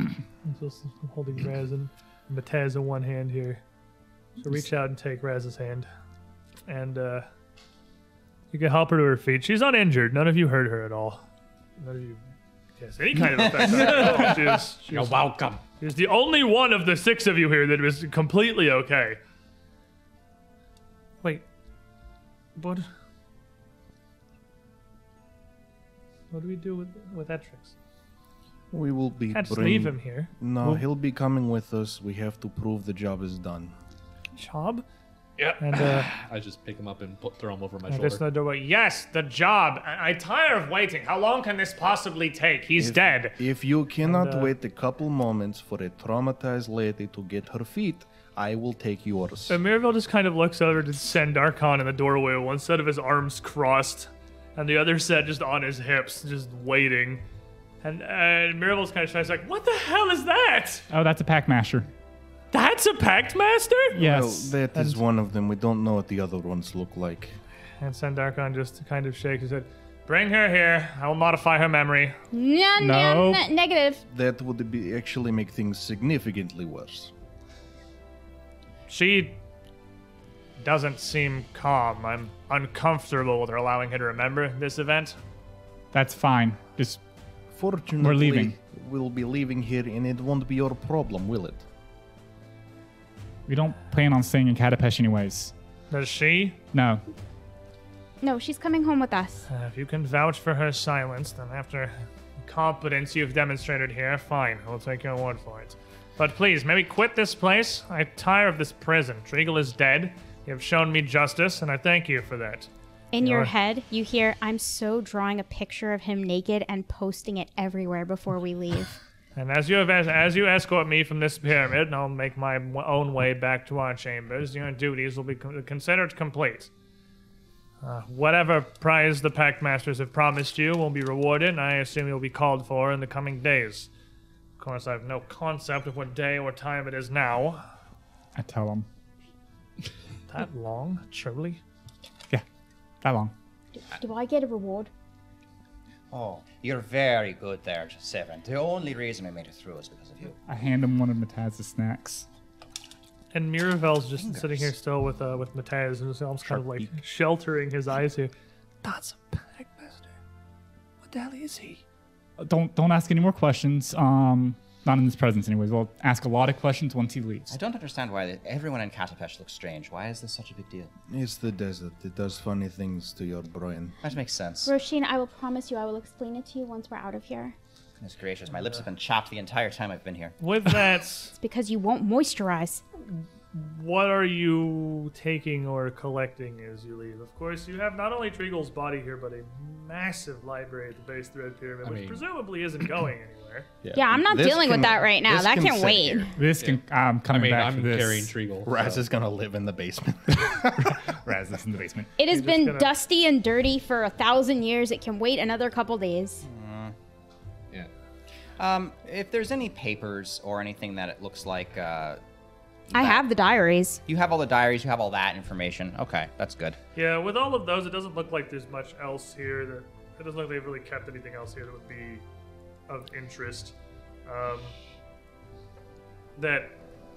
Speaker 1: I'm just holding Raz and Matez in one hand here. So reach out and take Raz's hand. And uh, you can help her to her feet. She's uninjured. None of you hurt her at all. None of you cast any kind of effect on her at all. She was, she,
Speaker 4: You're
Speaker 1: was,
Speaker 4: welcome.
Speaker 1: she was the only one of the six of you here that was completely okay. Wait. What? What do we do with, with Etrix?
Speaker 2: We will be.
Speaker 1: Can't just leave him here.
Speaker 2: No, he'll be coming with us. We have to prove the job is done.
Speaker 1: Chob?
Speaker 4: Yeah.
Speaker 1: And uh,
Speaker 4: I just pick him up and put, throw him over my
Speaker 1: I guess
Speaker 4: shoulder.
Speaker 1: the doorway. Yes, the job. I, I tire of waiting. How long can this possibly take? He's
Speaker 2: If-
Speaker 1: dead.
Speaker 2: If you cannot
Speaker 1: And, uh,
Speaker 2: wait a couple moments for a traumatized lady to get her feet, I will take yours.
Speaker 1: So Mirabel just kind of looks over to send Darkon in the doorway, one set of his arms crossed, and the other set just on his hips, just waiting. And and Mirabel's kind of shy. She's like, "What the hell is that?
Speaker 5: Oh, that's a pack masher.
Speaker 1: That's a pact master?"
Speaker 2: Well,
Speaker 5: Yes.
Speaker 2: Oh, that is one of them. We don't know what the other ones look like.
Speaker 1: And Sendarkon just kind of shakes his head. Bring her here. I will modify her memory.
Speaker 3: No,
Speaker 5: No.
Speaker 3: no, no, negative.
Speaker 2: That would be actually make things significantly worse.
Speaker 1: She doesn't seem calm. I'm uncomfortable with her allowing her to remember this event.
Speaker 5: That's fine. Just
Speaker 2: Fortunately,
Speaker 5: leaving.
Speaker 2: We'll be leaving here and it won't be your problem, will it?
Speaker 5: We don't plan on staying in Catapesh anyways.
Speaker 1: Does she?
Speaker 5: No.
Speaker 3: No, she's coming home with us.
Speaker 1: Uh, if you can vouch for her silence, then after the competence you've demonstrated here, fine. I'll take your word for it. But please, maybe quit this place. I tire of this prison. Treagle is dead. You've shown me justice, and I thank you for that.
Speaker 3: In your
Speaker 1: You're-
Speaker 3: head, you hear, I'm so drawing a picture of him naked and posting it everywhere before we leave.
Speaker 1: And as you have, as, as you escort me from this pyramid, and I'll make my w- own way back to our chambers, your duties will be con- considered complete. Uh, whatever prize the Pact Masters have promised you will be rewarded, and I assume you'll be called for in the coming days. Of course, I have no concept of what day or time it is now.
Speaker 5: I tell him.
Speaker 1: That long, truly?
Speaker 5: Yeah. That long.
Speaker 3: Do I get a reward?
Speaker 6: Oh, you're very good there, Seven. The only reason I made it through is because of you.
Speaker 5: I hand him one of Mataz's snacks.
Speaker 1: And Miravel's just sitting here still with uh, with Matez, and so I'm just kind of like sheltering his eyes here. That's a Pact Master. What the hell is he?
Speaker 5: Uh, Don't don't ask any more questions. Um, not in his presence, anyways. We'll ask a lot of questions once he leaves.
Speaker 6: I don't understand why the- everyone in Catapesh looks strange. Why is this such a big deal?
Speaker 2: It's the desert. It does funny things to your brain.
Speaker 6: That makes sense.
Speaker 3: Roisin, I will promise you I will explain it to you once we're out of here.
Speaker 6: Goodness gracious, my lips have been chapped the entire time I've been here.
Speaker 1: With that.
Speaker 3: It's because you won't moisturize.
Speaker 1: What are you taking or collecting as you leave? Of course, you have not only Treagle's body here, but a massive library at the base of the Red Pyramid, which
Speaker 4: mean-
Speaker 1: presumably isn't going anywhere.
Speaker 3: Yeah, I'm not
Speaker 2: This
Speaker 3: dealing with
Speaker 2: can-
Speaker 3: that right now.
Speaker 2: this
Speaker 3: That
Speaker 2: can
Speaker 3: can
Speaker 2: sit
Speaker 3: wait.
Speaker 2: here.
Speaker 5: This can I'm
Speaker 4: I
Speaker 5: coming
Speaker 4: mean,
Speaker 5: back
Speaker 4: I'm
Speaker 5: for this.
Speaker 4: carrying
Speaker 5: <laughs>
Speaker 4: Treagle.
Speaker 2: Raz is gonna live in the basement.
Speaker 5: Raz, that's in the basement.
Speaker 3: It has
Speaker 1: just
Speaker 3: been
Speaker 1: gonna-
Speaker 3: dusty and dirty for a thousand years. It can wait another couple days.
Speaker 4: Yeah.
Speaker 6: Um, if there's any papers or anything that it looks like, uh,
Speaker 3: I have the diaries.
Speaker 6: you have all the diaries, you have all that information. Okay, that's good.
Speaker 1: Yeah, with all of those, it doesn't look like there's much else here. That it doesn't look like they've really kept anything else here that would be of interest. Um, that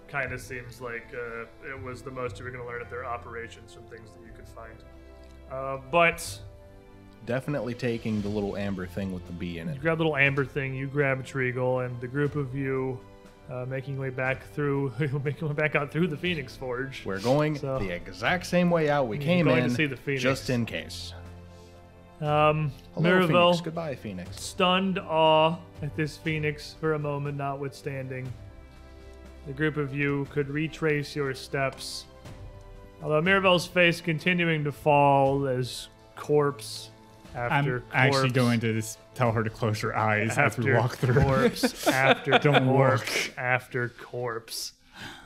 Speaker 1: kind of seems like uh, it was the most you were going to learn of their operations from things that you could find. Uh, but
Speaker 2: <laughs> Definitely taking the little amber thing with the bee in it.
Speaker 1: You grab the little amber thing, you grab Treagle, and the group of you uh, making your way back through, <laughs> making your way back out through the Phoenix Forge.
Speaker 2: We're going
Speaker 1: So-
Speaker 2: the exact same way out we came
Speaker 1: going
Speaker 2: in,
Speaker 1: to see the Phoenix.
Speaker 2: just in case.
Speaker 1: Um,
Speaker 2: Hello,
Speaker 1: Miravel,
Speaker 2: Phoenix. Goodbye, Phoenix.
Speaker 1: stunned awe at this Phoenix for a moment, notwithstanding. The group of you could retrace your steps, although Miravel's face continuing to fall as corpse
Speaker 5: I'm
Speaker 1: after corpse.
Speaker 5: actually going to just tell her to close her eyes as we
Speaker 1: after
Speaker 5: walk through.
Speaker 1: <laughs>
Speaker 5: <laughs>
Speaker 1: corpse after
Speaker 5: Don't
Speaker 1: corpse after corpse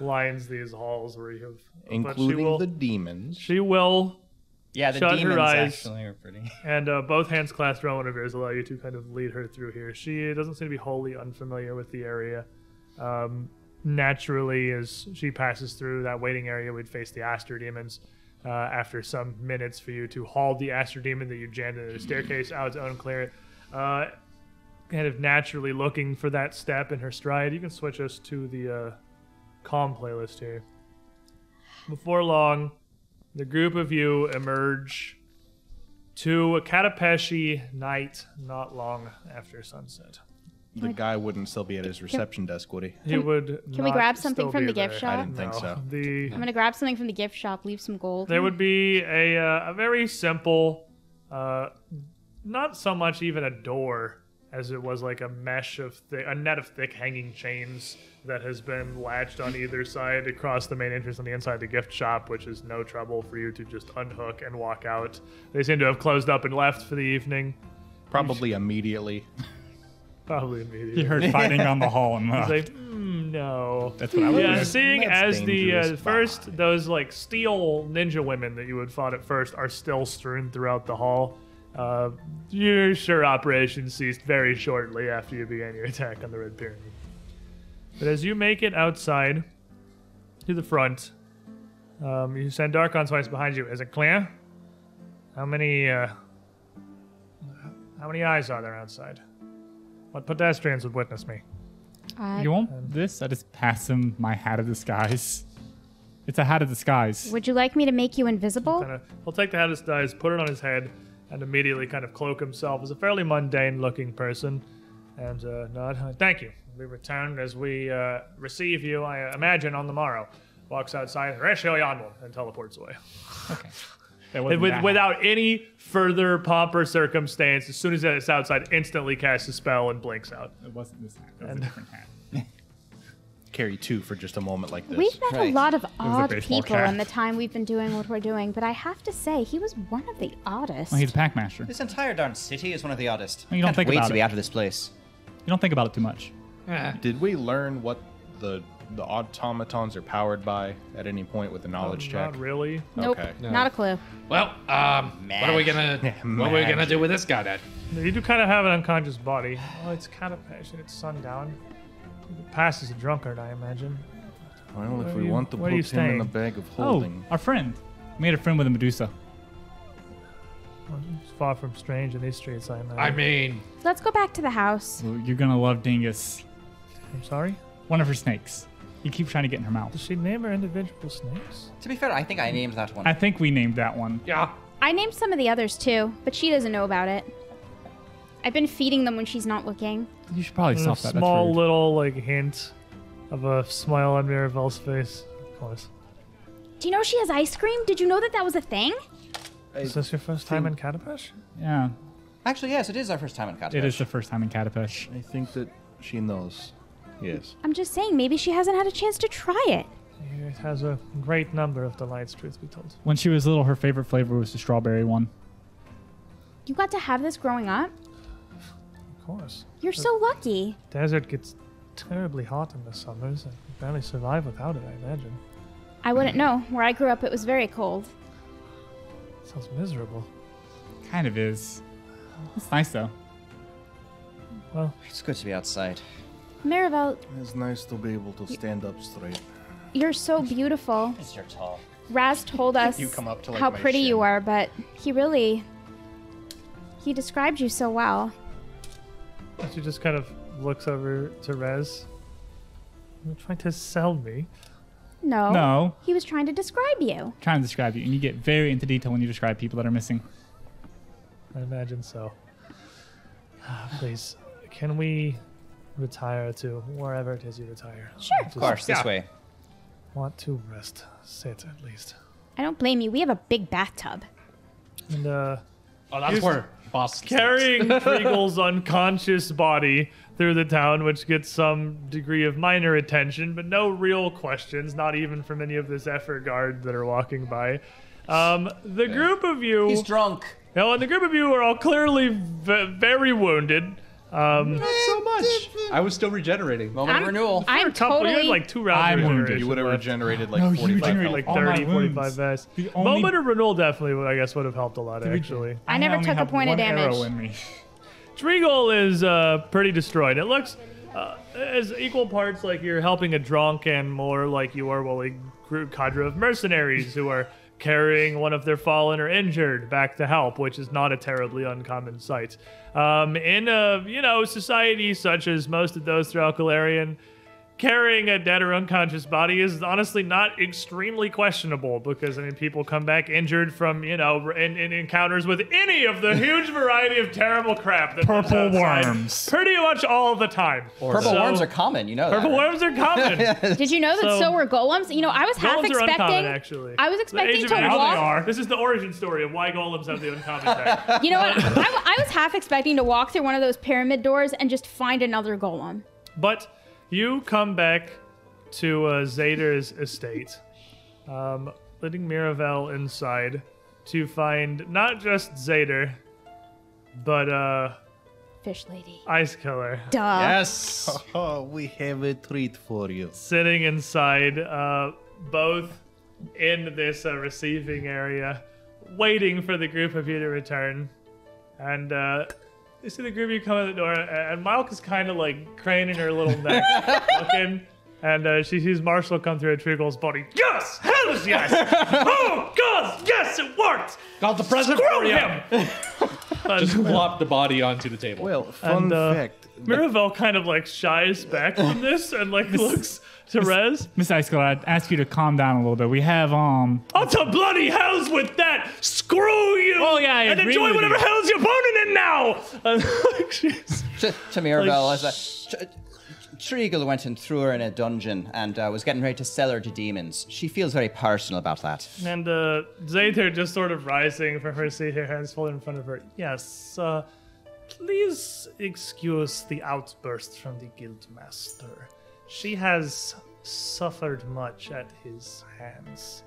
Speaker 1: lines these halls where you have but she
Speaker 2: Including
Speaker 1: will,
Speaker 2: the demons.
Speaker 1: she will
Speaker 6: Yeah, the
Speaker 1: Shut her
Speaker 6: demons
Speaker 1: eyes.
Speaker 6: actually are pretty.
Speaker 1: and uh, both hands clasped around one of yours allow you to kind of lead her through here she doesn't seem to be wholly unfamiliar with the area um, naturally as she passes through that waiting area we'd face the aster demons uh, after some minutes for you to haul the aster demon that you jammed into the staircase out its own clear uh, kind of naturally looking for that step in her stride. You can switch us to the uh, calm playlist here. Before long, the group of you emerge to a Katapeshi night not long after sunset.
Speaker 2: The guy wouldn't still be at his reception desk, would he?
Speaker 1: He would.
Speaker 3: can we
Speaker 1: not
Speaker 3: grab something
Speaker 1: still
Speaker 3: from
Speaker 1: be
Speaker 3: the gift
Speaker 1: there.
Speaker 3: shop? I
Speaker 2: didn't think
Speaker 1: No,
Speaker 2: so.
Speaker 1: The
Speaker 3: I'm gonna grab something from the gift shop, leave some gold.
Speaker 1: There would be a, uh, a very simple, uh, not so much even a door as it was like a mesh of thi- a net of thick hanging chains that has been latched on either side across the main entrance on the inside of the gift shop, which is no trouble for you to just unhook and walk out. They seem to have closed up and left for the evening,
Speaker 2: Probably immediately.
Speaker 1: probably
Speaker 5: He
Speaker 1: immediately.
Speaker 5: heard fighting down the hall and uh, left.
Speaker 1: Like, mm, no.
Speaker 5: That's what I would
Speaker 1: Yeah,
Speaker 5: do.
Speaker 1: seeing
Speaker 2: That's
Speaker 1: as the uh,
Speaker 2: dangerous.
Speaker 1: first those like steel ninja women that you had fought at first are still strewn throughout the hall. Uh, your sure operation ceased very shortly after you began your attack on the Red Pyramid. But as you make it outside to the front, um, you send Darkon's voice behind you. Is it clear? How many uh, how many eyes are there outside? What pedestrians would witness me?
Speaker 3: Uh,
Speaker 5: You want this? I just pass him my hat of disguise. It's a hat of disguise.
Speaker 3: would you like me to make you invisible?
Speaker 1: kind of he'll take the hat of disguise, put it on his head, and immediately kind of cloak himself as a fairly mundane looking person. And uh, nod. Thank you. We return as we uh, receive you, I imagine, on the morrow. Walks outside, Rachel Yandel, and teleports away.
Speaker 5: That
Speaker 1: And
Speaker 5: wasn't
Speaker 1: with,
Speaker 5: that
Speaker 1: without any further pomp or circumstance, as soon as it's outside, instantly casts a spell and blinks out.
Speaker 5: hat. It wasn't this hat. It was a different hat.
Speaker 2: Carry two for just a moment like this.
Speaker 3: We've met a
Speaker 6: Right.
Speaker 3: lot of
Speaker 5: was a
Speaker 3: odd
Speaker 5: baseball
Speaker 3: people
Speaker 5: cap.
Speaker 3: in the time we've been doing what we're doing, but I have to say he was one of the oddest.
Speaker 5: Well, <laughs> he's a pack master.
Speaker 6: This entire darn city is one of the oddest.
Speaker 5: You don't
Speaker 6: Can't
Speaker 5: think
Speaker 6: wait
Speaker 5: about it.
Speaker 6: to be out of this place.
Speaker 5: You don't think about it too much.
Speaker 4: Eh,
Speaker 2: Did we learn what the the automatons are powered by at any point with the knowledge check?
Speaker 1: Not really.
Speaker 3: nope,
Speaker 2: Okay.
Speaker 3: not a clue.
Speaker 4: Well, um, what are we
Speaker 5: <laughs>
Speaker 4: gonna what are we gonna do with this guy then?
Speaker 1: You do kind of have an unconscious body. Well, it's kind of passionate sundown. Pass as a drunkard, I imagine.
Speaker 2: Well, if
Speaker 1: Where
Speaker 2: we
Speaker 1: are you-
Speaker 2: want to
Speaker 1: where
Speaker 2: put
Speaker 1: are you
Speaker 2: him in a
Speaker 1: staying?
Speaker 2: bag of
Speaker 5: Oh,
Speaker 2: holding,
Speaker 5: our friend. We made a friend with a Medusa.
Speaker 1: It's far from strange in these streets, I imagine.
Speaker 4: I mean,
Speaker 3: Let's go back to the house.
Speaker 5: Well, You're gonna love Dingus.
Speaker 1: I'm sorry?
Speaker 5: One of her snakes. You keep trying to get in her mouth.
Speaker 1: Does she name her individual snakes?
Speaker 6: To be fair, I think I named that one.
Speaker 5: I think we named that one.
Speaker 4: yeah,
Speaker 3: I named some of the others too, but she doesn't know about it. I've been feeding them when she's not looking.
Speaker 5: You should probably
Speaker 1: a
Speaker 5: stop that.
Speaker 1: small
Speaker 5: That's rude.
Speaker 1: little like hint of a smile on Miravel's face. Of course.
Speaker 3: Do you know she has ice cream? Did you know that that was a thing?
Speaker 1: Is this your first time in Catapesh?
Speaker 5: yeah,
Speaker 6: Actually, yes, it is our first time in Katapesh.
Speaker 5: it is the first time in Catapesh.
Speaker 2: I think that she knows. Yes.
Speaker 3: I'm just saying, maybe she hasn't had a chance to try it.
Speaker 1: It has a great number of delights, truth be told.
Speaker 5: When she was little, her favorite flavor was the strawberry one.
Speaker 3: You got to have this growing up?
Speaker 1: Of course.
Speaker 3: You're so lucky.
Speaker 1: Desert gets terribly hot in the summers. and you barely survive without it, I imagine.
Speaker 3: I wouldn't know. Where I grew up, it was very cold.
Speaker 1: sounds miserable.
Speaker 5: Kind of is. It's nice though.
Speaker 1: Well,
Speaker 6: It's good to be outside.
Speaker 3: Maribel,
Speaker 2: It's nice to be able to stand up straight.
Speaker 3: you're so beautiful.
Speaker 6: Because you're tall.
Speaker 2: <laughs>
Speaker 3: Raz told us
Speaker 2: You come up to, like,
Speaker 3: how
Speaker 2: my
Speaker 3: pretty you
Speaker 2: shin.
Speaker 3: were, but he really he described you so well.
Speaker 1: she just kind of looks over to Rez. You're trying to sell me.
Speaker 3: No.
Speaker 5: No,
Speaker 3: He was trying to describe you.
Speaker 5: trying to describe you, and you get very into detail when you describe people that are missing.
Speaker 1: I imagine so. Ah, Please, can we retire to wherever it is you retire? Sure,
Speaker 6: Of course, this way.
Speaker 1: want to rest, sit at least.
Speaker 3: I don't blame you. We have a big bathtub.
Speaker 1: And uh,
Speaker 4: oh, that's
Speaker 1: Just
Speaker 4: where boss sleeps.
Speaker 1: <laughs> carrying Kriegel's unconscious body through the town, which gets some degree of minor attention, but no real questions, not even from any of this effort guard that are walking by. Um, the group of you,
Speaker 6: He's drunk.
Speaker 1: now, and the group of you are all clearly v- very wounded. Um,
Speaker 4: so much. I was still regenerating.
Speaker 6: Moment of renewal.
Speaker 3: I'm
Speaker 1: a couple, you had
Speaker 3: totally
Speaker 1: like two rounds.
Speaker 5: I'm
Speaker 1: of
Speaker 5: wounded.
Speaker 1: regeneration
Speaker 2: You would have
Speaker 1: left.
Speaker 2: regenerated like
Speaker 5: No, you
Speaker 2: 45
Speaker 5: regenerate,
Speaker 2: health.
Speaker 1: like
Speaker 5: all my
Speaker 1: 30,
Speaker 5: wounds.
Speaker 1: 45 vests.
Speaker 5: The only-
Speaker 1: Moment of renewal definitely, would- I guess, would have helped a lot, actually.
Speaker 3: I never
Speaker 5: only
Speaker 3: took a
Speaker 5: have
Speaker 3: point of
Speaker 5: one
Speaker 3: damage.
Speaker 5: arrow in me. <laughs>
Speaker 1: Treagle is uh, pretty destroyed. It looks uh, as equal parts like you're helping a drunk and more like you are, well, a group cadre of mercenaries who are carrying one of their fallen or injured back to help, which is not a terribly uncommon sight. Um, in a, you know, society such as most of those throughout Galarian, carrying a dead or unconscious body is honestly not extremely questionable because I mean people come back injured from you know in, in encounters with any of the huge variety of terrible crap that lives
Speaker 5: Purple
Speaker 1: outside
Speaker 5: worms.
Speaker 1: pretty much all the time.
Speaker 6: Purple
Speaker 1: So-
Speaker 6: worms are common, you know that,
Speaker 1: purple
Speaker 6: right?
Speaker 1: worms are
Speaker 6: <laughs>
Speaker 1: common.
Speaker 3: Did you know that so,
Speaker 1: So-
Speaker 3: were golems? You know, I was half
Speaker 1: Golems are
Speaker 3: expecting
Speaker 1: uncommon, actually.
Speaker 3: I was
Speaker 1: The Age
Speaker 3: expecting
Speaker 1: of
Speaker 3: to
Speaker 1: Innocence-
Speaker 3: walk
Speaker 1: This is the origin story of why golems have the uncommon tag.
Speaker 3: You
Speaker 1: <laughs>
Speaker 3: know what? I, I was half expecting to walk through one of those pyramid doors and just find another golem.
Speaker 1: But you come back to uh, Zader's estate, um, letting Miravel inside to find not just Zader, but uh,
Speaker 3: Fish lady.
Speaker 1: Ice Killer
Speaker 3: Duh.
Speaker 6: Yes.
Speaker 2: Oh, we have a treat for you.
Speaker 1: sitting inside, uh, both in this uh, receiving area, waiting for the group of you to return. And uh, you see the group of you come in the door, a- and Malk is kind of like craning her little
Speaker 4: <laughs>
Speaker 1: neck, looking. And uh, she sees Marshall come through a Treagle's body. Yes! Hell is
Speaker 4: <laughs>
Speaker 1: yes! oh, God! Yes, it worked!
Speaker 4: Got the present
Speaker 1: Screw
Speaker 4: for you.
Speaker 1: him!
Speaker 4: Just
Speaker 5: <laughs>
Speaker 4: flop the body onto the table.
Speaker 2: Well, fun
Speaker 1: And, uh,
Speaker 2: fact.
Speaker 1: Miravel kind of like shies back from this and
Speaker 4: <laughs>
Speaker 1: like looks to Rez.
Speaker 5: Miss Ice I ask you to calm down a little bit. We have um.
Speaker 1: On to bloody hells with that! Screw you!
Speaker 5: Oh, yeah, I
Speaker 1: and
Speaker 5: agree
Speaker 1: enjoy
Speaker 5: with
Speaker 1: whatever
Speaker 5: you.
Speaker 1: hell's you're burning in now. And, like, she's-
Speaker 6: to, to Mirabelle as a. Tr- Treagle went and threw her in a dungeon and uh, was getting ready to sell her to demons. She feels very personal about that.
Speaker 1: <laughs> and uh, Zater just sort of rising from her seat, her hands folded in front of her. Yes, uh, please excuse the outburst from the guild master. She has suffered much at his hands,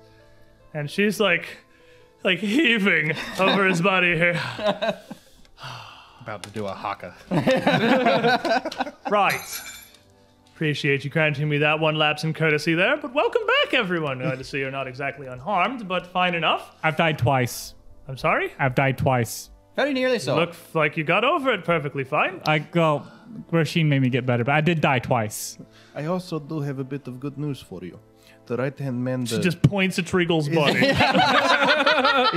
Speaker 1: and she's like, like heaving over his body here.
Speaker 2: About to do a haka.
Speaker 1: Right. Appreciate you granting me that one lapse in courtesy there, but welcome back, everyone. Glad to see you're not exactly unharmed, but fine enough.
Speaker 5: I've died twice.
Speaker 1: I'm sorry.
Speaker 5: I've died twice.
Speaker 6: Very nearly so.
Speaker 1: Look like you got over it perfectly fine.
Speaker 5: I well, Rasheen made me get better, but I did die twice.
Speaker 2: I also do have a bit of good news for you. The right hand man
Speaker 1: She
Speaker 2: the-
Speaker 1: just points at Treagle's body.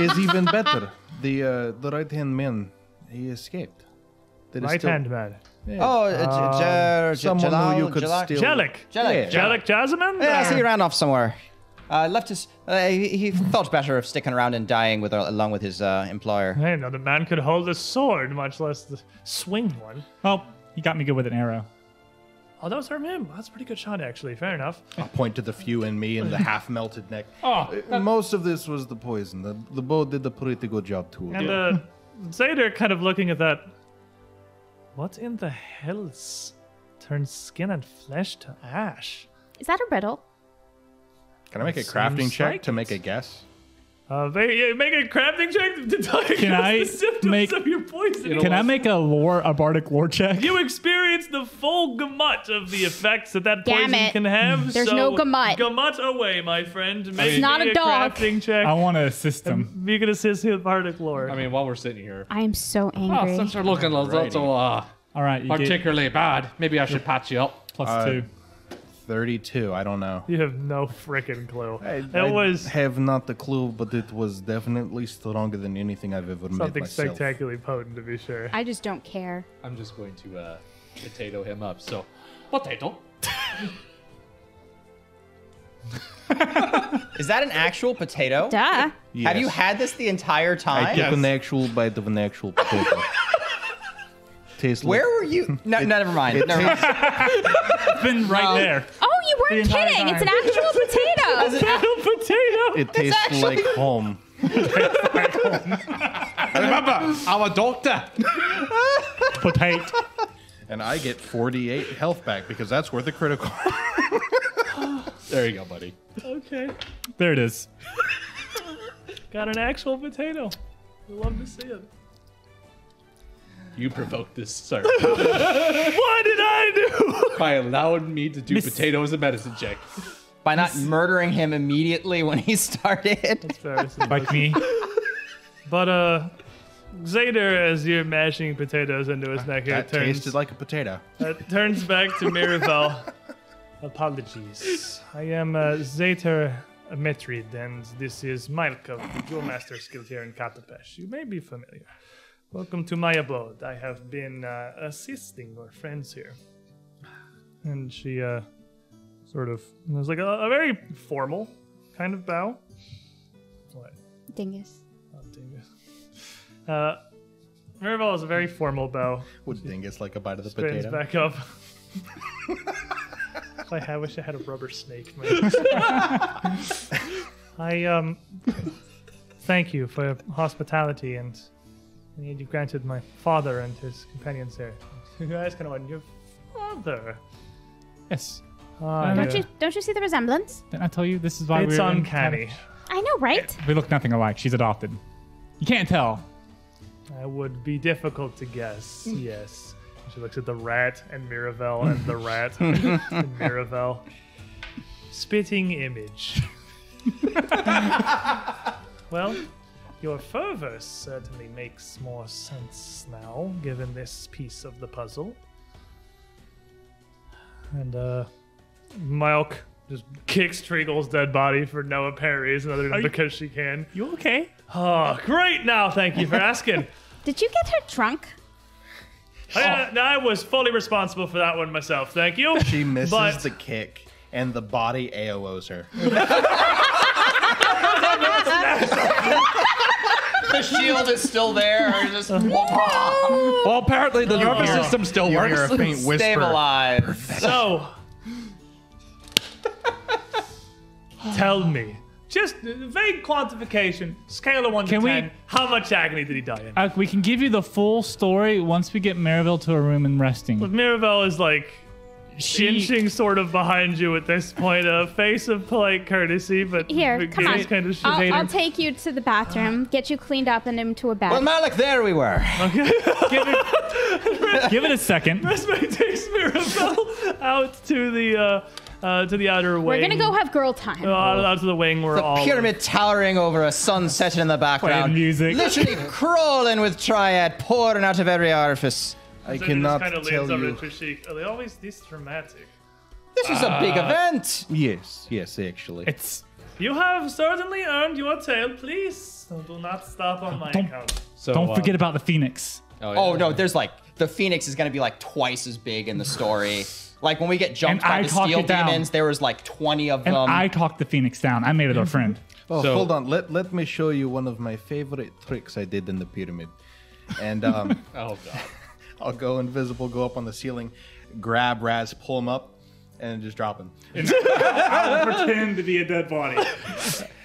Speaker 2: is even better. The uh, the right hand man, he escaped. There is
Speaker 1: Right
Speaker 2: still-
Speaker 1: hand man.
Speaker 6: oh, uh, J- Jer- J-
Speaker 2: Someone
Speaker 6: Jalal-
Speaker 2: who you could
Speaker 6: Jalal-
Speaker 2: steal.
Speaker 1: Jellic.
Speaker 6: Jellic. Yeah.
Speaker 1: Jellic Jasmine?
Speaker 6: Yeah, I
Speaker 1: Or-
Speaker 6: see he ran off somewhere. Uh, left his. Uh, he, he thought better of sticking around and dying with along with his uh, employer.
Speaker 1: Hey, another man could hold a sword, much less the swing one.
Speaker 5: Well, he got me good with an arrow.
Speaker 1: Oh, that was from him. That's a pretty good shot, actually. Fair enough.
Speaker 2: I'll point to the few in me
Speaker 1: <laughs>
Speaker 2: and the half melted neck.
Speaker 1: Ah,
Speaker 4: Oh,
Speaker 2: Uh, Most of this was the poison. The, the bow did a pretty good job too.
Speaker 1: And uh, Zader kind of looking at that. What in the hell's turns skin and flesh to ash?
Speaker 3: Is that a riddle?
Speaker 2: Can I make a
Speaker 1: Seems
Speaker 2: crafting check
Speaker 1: like
Speaker 2: to make
Speaker 1: it.
Speaker 2: a guess?
Speaker 1: Uh, make, yeah, make a crafting check to diagnose
Speaker 5: I
Speaker 1: the symptoms
Speaker 5: make-
Speaker 1: of your poison.
Speaker 5: Can I make a lore, a bardic lore check?
Speaker 1: You experience the full gamut of the effects that that
Speaker 3: Damn
Speaker 1: poison
Speaker 3: it.
Speaker 1: can have.
Speaker 3: There's
Speaker 1: so
Speaker 3: no gamut.
Speaker 1: Gamut away, my friend. Make
Speaker 3: not
Speaker 1: me
Speaker 3: a dog.
Speaker 1: crafting check.
Speaker 5: I want to assist him.
Speaker 1: You can assist him with bardic lore.
Speaker 4: I mean, while we're sitting here,
Speaker 3: I am so
Speaker 4: oh,
Speaker 3: angry.
Speaker 4: since you're looking a little uh,
Speaker 5: All right, you get
Speaker 4: particularly bad, maybe I
Speaker 5: <laughs>
Speaker 4: should patch you up.
Speaker 5: plus
Speaker 2: Uh,
Speaker 5: two.
Speaker 2: 32. I don't know.
Speaker 1: you have no freaking clue.
Speaker 2: I,
Speaker 1: that
Speaker 2: I
Speaker 1: was
Speaker 2: have not the clue, but it was definitely stronger than anything I've ever made
Speaker 1: something
Speaker 2: myself.
Speaker 1: spectacularly potent, to be sure.
Speaker 3: I just don't care.
Speaker 4: I'm just going to uh, potato him up. So, potato.
Speaker 6: Is that an actual potato?
Speaker 3: Duh.
Speaker 6: Have you
Speaker 2: Yes.
Speaker 6: had this the entire
Speaker 2: I
Speaker 6: time?
Speaker 2: took an actual bite of an actual
Speaker 6: <laughs>
Speaker 2: potato. Tastes like-
Speaker 6: Where were you? No, no, never mind.
Speaker 2: it
Speaker 6: never <laughs> mind.
Speaker 5: It's been right
Speaker 1: <laughs>
Speaker 5: there.
Speaker 3: Oh, you
Speaker 5: The
Speaker 3: weren't
Speaker 5: entire
Speaker 3: kidding. It's an
Speaker 5: time.
Speaker 3: actual potato.
Speaker 1: potato.
Speaker 2: It tastes like home.
Speaker 4: <laughs> Remember, I'm a doctor.
Speaker 5: Potato.
Speaker 2: And I get 48 health back because that's worth a critical.
Speaker 4: <laughs> There you go, buddy.
Speaker 1: Okay,
Speaker 5: there it is.
Speaker 1: got an actual potato. I love to see it.
Speaker 4: You provoked this, <laughs> sir,
Speaker 1: What did I do?
Speaker 4: by allowing me to do
Speaker 5: Miss-
Speaker 4: potato as a medicine check.
Speaker 6: By not murdering him immediately when
Speaker 5: <laughs>
Speaker 6: he <laughs> started.
Speaker 5: Like me.
Speaker 1: <laughs> But uh, Zader, as you're mashing potatoes into his neck, here
Speaker 2: Ah, that
Speaker 1: turns
Speaker 2: tasted like a potato.
Speaker 1: uh, turns back
Speaker 2: <laughs>
Speaker 1: to Miravel. Apologies, I am uh, Zater Metrid, and this is Milkov, the dual master skilled here in Katapesh. You may be familiar. Welcome to my abode. I have been uh, assisting our friends here, and she uh, sort of it was like a, a very formal kind of bow. What?
Speaker 3: Dingus.
Speaker 1: Oh, dang it. Uh, Miraval is a very formal bow.
Speaker 2: Would dingus like a bite of the
Speaker 1: Straightens
Speaker 2: potato?
Speaker 1: back up. <laughs> If I, had- wish I had a rubber snake. Man. I um, thank you for your hospitality and the aid you granted my father and his companions here. <laughs> You guys kind of went, your father.
Speaker 5: Yes.
Speaker 1: Ah,
Speaker 3: Don't
Speaker 1: yeah.
Speaker 3: you don't you see the resemblance?
Speaker 5: Didn't I tell you this is why
Speaker 1: It's
Speaker 5: we're in
Speaker 1: uncanny.
Speaker 3: I know, right?
Speaker 5: Canada? We look nothing alike. She's adopted. You can't tell.
Speaker 1: That would be difficult to guess. Yes. She looks at the rat and Miravel and the rat and Miravel. Spitting image. well, your fervor certainly makes more sense now, given this piece of the puzzle. And, uh, Milk just kicks Treagle's dead body for no apparent reason other than because she can. Ah,
Speaker 5: You okay?
Speaker 1: Oh, great now. Thank you for asking.
Speaker 3: Did you get her drunk?
Speaker 1: I,
Speaker 5: Oh.
Speaker 1: I was fully responsible for that one myself. Thank
Speaker 5: <laughs>
Speaker 1: you.
Speaker 2: She misses
Speaker 1: But-
Speaker 2: the kick, and the body AOs
Speaker 4: <laughs>
Speaker 6: <laughs>
Speaker 2: her.
Speaker 6: The shield is still there. Just Stabilize.
Speaker 4: Well, apparently the nervous
Speaker 2: hear-
Speaker 4: system still
Speaker 2: you
Speaker 4: works.
Speaker 2: hear a faint whisper.
Speaker 1: So, tell me, just vague quantification, scale of one
Speaker 5: Can
Speaker 1: to
Speaker 5: we-
Speaker 1: ten. how much agony did he die in?
Speaker 5: Uh, we can give you the full story once we get Maribel to a room
Speaker 1: <laughs>
Speaker 5: and resting.
Speaker 1: Mirabelle is like
Speaker 5: She,
Speaker 1: inching sort of behind you at this point, a face of polite courtesy, but
Speaker 3: Here,
Speaker 1: but
Speaker 3: come
Speaker 1: gaze
Speaker 3: on.
Speaker 1: kind of
Speaker 3: I'll,
Speaker 1: shivering. <laughs>
Speaker 3: I'll take you to the bathroom, get you cleaned up, and into a bed.
Speaker 6: Well, Malik, there we were.
Speaker 5: give, it, give it a second.
Speaker 1: Esme takes Mirabelle out to the uh, uh, to the outer
Speaker 3: We're
Speaker 1: wing.
Speaker 3: gonna go have girl time.
Speaker 1: uh, out to the wing. We're all
Speaker 6: Pyramid towering over a sunset in the background.
Speaker 5: Playing music. <laughs>
Speaker 6: Literally crawling with triad pouring out of every orifice.
Speaker 2: I
Speaker 1: Zendaya just
Speaker 2: cannot
Speaker 1: kinda leans
Speaker 2: tell
Speaker 1: over to
Speaker 2: you.
Speaker 1: Trishik. Are they uh, always this dramatic?
Speaker 6: This is a big
Speaker 5: Ah.
Speaker 6: event.
Speaker 2: Yes, yes, actually.
Speaker 5: It's
Speaker 1: You have certainly earned your tail, please. Do not stop on my
Speaker 5: Don't-
Speaker 1: account.
Speaker 4: So,
Speaker 5: don't
Speaker 4: uh,
Speaker 5: forget about the phoenix.
Speaker 6: Oh no, there's like the phoenix is gonna be like twice as big in the story. Like when we get jumped
Speaker 5: And I
Speaker 6: by the
Speaker 5: talked
Speaker 6: steel
Speaker 5: it down.
Speaker 6: demons, there was like 20 of
Speaker 5: And
Speaker 6: them.
Speaker 5: I talked the phoenix down. I <laughs> made it our friend.
Speaker 2: Oh,
Speaker 4: So-
Speaker 2: hold on. Let let me show you one of my favorite tricks I did in the pyramid. And <laughs> um,
Speaker 4: Oh god.
Speaker 2: I'll go invisible, go up on the ceiling, grab Raz, pull him up, and just drop him.
Speaker 5: Pretend to be a dead <laughs> body.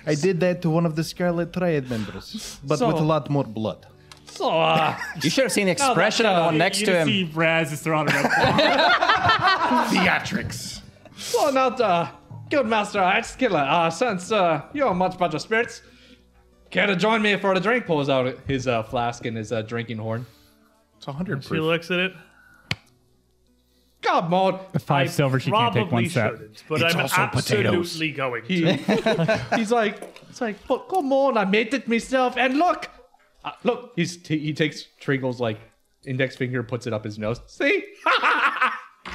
Speaker 2: I did that to one of the Scarlet Triad members, but with a lot more blood.
Speaker 4: So, uh,
Speaker 6: you should have seen the expression of the one next
Speaker 5: you
Speaker 6: to him.
Speaker 5: See Raz is throwing it up.
Speaker 2: Theatrics.
Speaker 4: so now, uh, good master Axkiller, uh, since uh, you're much better spirits, care to join me for a drink? Pulls out his uh, flask and his uh, drinking horn.
Speaker 2: It's 100
Speaker 1: She looks at it.
Speaker 4: God mode.
Speaker 5: <laughs> Five silver. She can't
Speaker 1: Probably
Speaker 5: take one step.
Speaker 1: shouldn't, but
Speaker 2: It's
Speaker 1: I'm
Speaker 2: also
Speaker 1: absolutely
Speaker 2: potatoes.
Speaker 1: going.
Speaker 4: He, <laughs> he's like, it's like, but come on, I made it myself. And look, uh, look, he's t- he takes Triggle's like index finger, and puts it up his nose. See,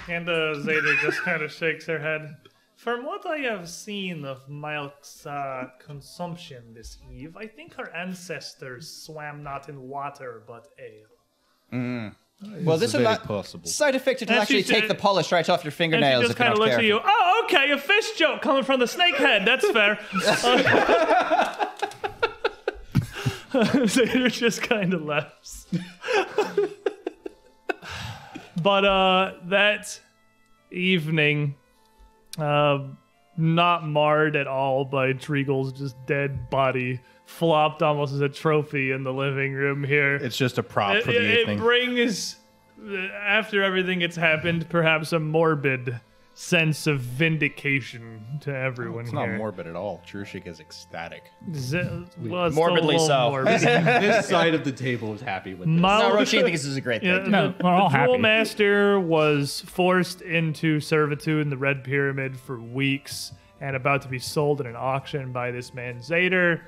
Speaker 1: And uh, Zeta just kind of shakes her head. From what I have seen of Malk's uh, consumption this eve, I think her ancestors swam not in water but ale.
Speaker 6: Well, this would
Speaker 2: very
Speaker 6: not
Speaker 2: possible.
Speaker 6: side effect. It will
Speaker 1: And she
Speaker 6: actually take
Speaker 1: said-
Speaker 6: the polish right off your
Speaker 1: And
Speaker 6: fingernails
Speaker 1: she just
Speaker 6: if you're
Speaker 1: kind
Speaker 6: not
Speaker 1: of looks
Speaker 6: careful.
Speaker 1: at you. Oh, okay, a fish joke coming from the snakehead. That's fair. <laughs> Uh, Xander just kind of laughs. <laughs> but uh, that evening, uh, not marred at all by Treagle's just dead body, flopped almost as a trophy in the living room here
Speaker 2: It's just a prop
Speaker 1: it,
Speaker 2: for the
Speaker 1: it- it
Speaker 2: evening.
Speaker 1: brings uh, after everything that's happened perhaps a morbid sense of vindication to everyone
Speaker 2: It's not
Speaker 1: here.
Speaker 2: morbid at all. Trushik
Speaker 1: <laughs>
Speaker 2: is ecstatic.
Speaker 1: Z- well, it's
Speaker 6: Morbidly
Speaker 1: still
Speaker 6: so.
Speaker 1: a little Morbid.
Speaker 4: this side of the table is happy with this.
Speaker 6: No,
Speaker 1: Mild-
Speaker 6: Roisin thinks this is a great thing.
Speaker 1: oh. yeah,
Speaker 5: No,
Speaker 1: the,
Speaker 5: we're all
Speaker 1: the duel
Speaker 5: happy.
Speaker 1: master was forced into servitude in the Red Pyramid for weeks and about to be sold at an auction by this man Zader.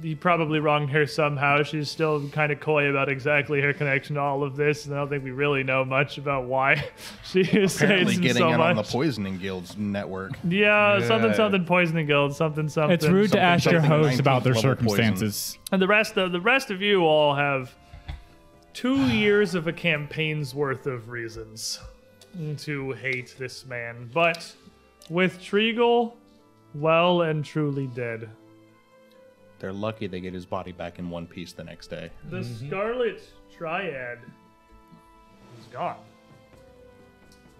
Speaker 1: He probably wronged her somehow. She's still kind of coy about exactly her connection to all of this, and I don't think we really know much about why <laughs> she is saying
Speaker 2: Apparently getting
Speaker 1: so
Speaker 2: in
Speaker 1: much.
Speaker 2: on the Poisoning Guild's network.
Speaker 1: yeah, something, something, poisoning guild, something, something.
Speaker 5: It's rude to
Speaker 2: Something-
Speaker 5: ask your
Speaker 2: something
Speaker 5: host
Speaker 2: 19th
Speaker 5: about their
Speaker 2: level poison.
Speaker 5: circumstances.
Speaker 1: And the rest of the rest of you all have two years of a campaign's worth of reasons to hate this man. But with Treagle well and truly dead,
Speaker 2: They're lucky they get his body back in one piece the next day.
Speaker 1: the Scarlet Triad is gone.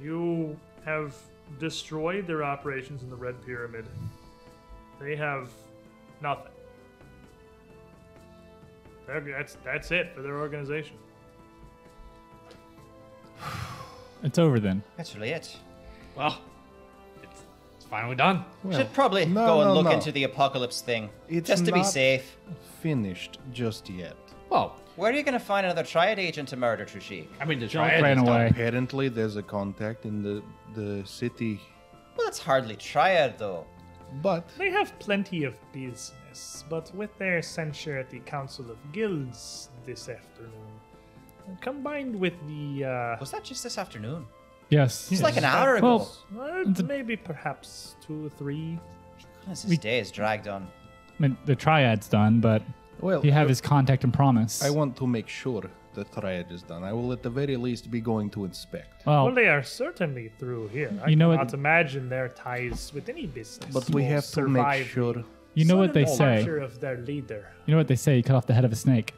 Speaker 1: You have destroyed their operations in the Red Pyramid. They have nothing. They're- That's that's it for their organization.
Speaker 5: It's over then.
Speaker 6: That's really it.
Speaker 4: Well, it's, it's finally done.
Speaker 6: Should probably
Speaker 2: no,
Speaker 6: go and
Speaker 2: no,
Speaker 6: look
Speaker 2: no.
Speaker 6: into the apocalypse thing,
Speaker 2: It's
Speaker 6: just to be
Speaker 2: not-
Speaker 6: safe.
Speaker 2: Finished just yet.
Speaker 4: Well,
Speaker 6: Where are you gonna find another triad agent to murder Trushik?
Speaker 4: I mean, the
Speaker 5: Junk
Speaker 4: triad
Speaker 5: ran
Speaker 4: is done.
Speaker 5: away.
Speaker 2: Apparently, there's a contact in the the city,
Speaker 6: Well, that's hardly triad though.
Speaker 2: but
Speaker 1: They have plenty of business, but with their censure at the Council of Guilds this afternoon, combined with the. Uh,
Speaker 6: Was that just this afternoon?
Speaker 5: Yes.
Speaker 6: It's like an hour ago.
Speaker 5: Well,
Speaker 1: well, maybe perhaps two or three.
Speaker 6: Goodness, this day is dragged on.
Speaker 5: I mean, the triad's done, but
Speaker 2: Well,
Speaker 5: You have his contact and promise.
Speaker 2: I want to make sure the triad is done. I will at the very least be going to inspect.
Speaker 5: well,
Speaker 1: Well, they are certainly through here. I
Speaker 5: Oh. You know what-
Speaker 1: cannot imagine their ties with any business.
Speaker 2: But we
Speaker 1: will
Speaker 2: have to make
Speaker 1: survive
Speaker 2: sure.
Speaker 5: you know what they
Speaker 1: sudden
Speaker 5: say.
Speaker 1: departure of their leader.
Speaker 5: You know what they say. You cut off the head of a snake.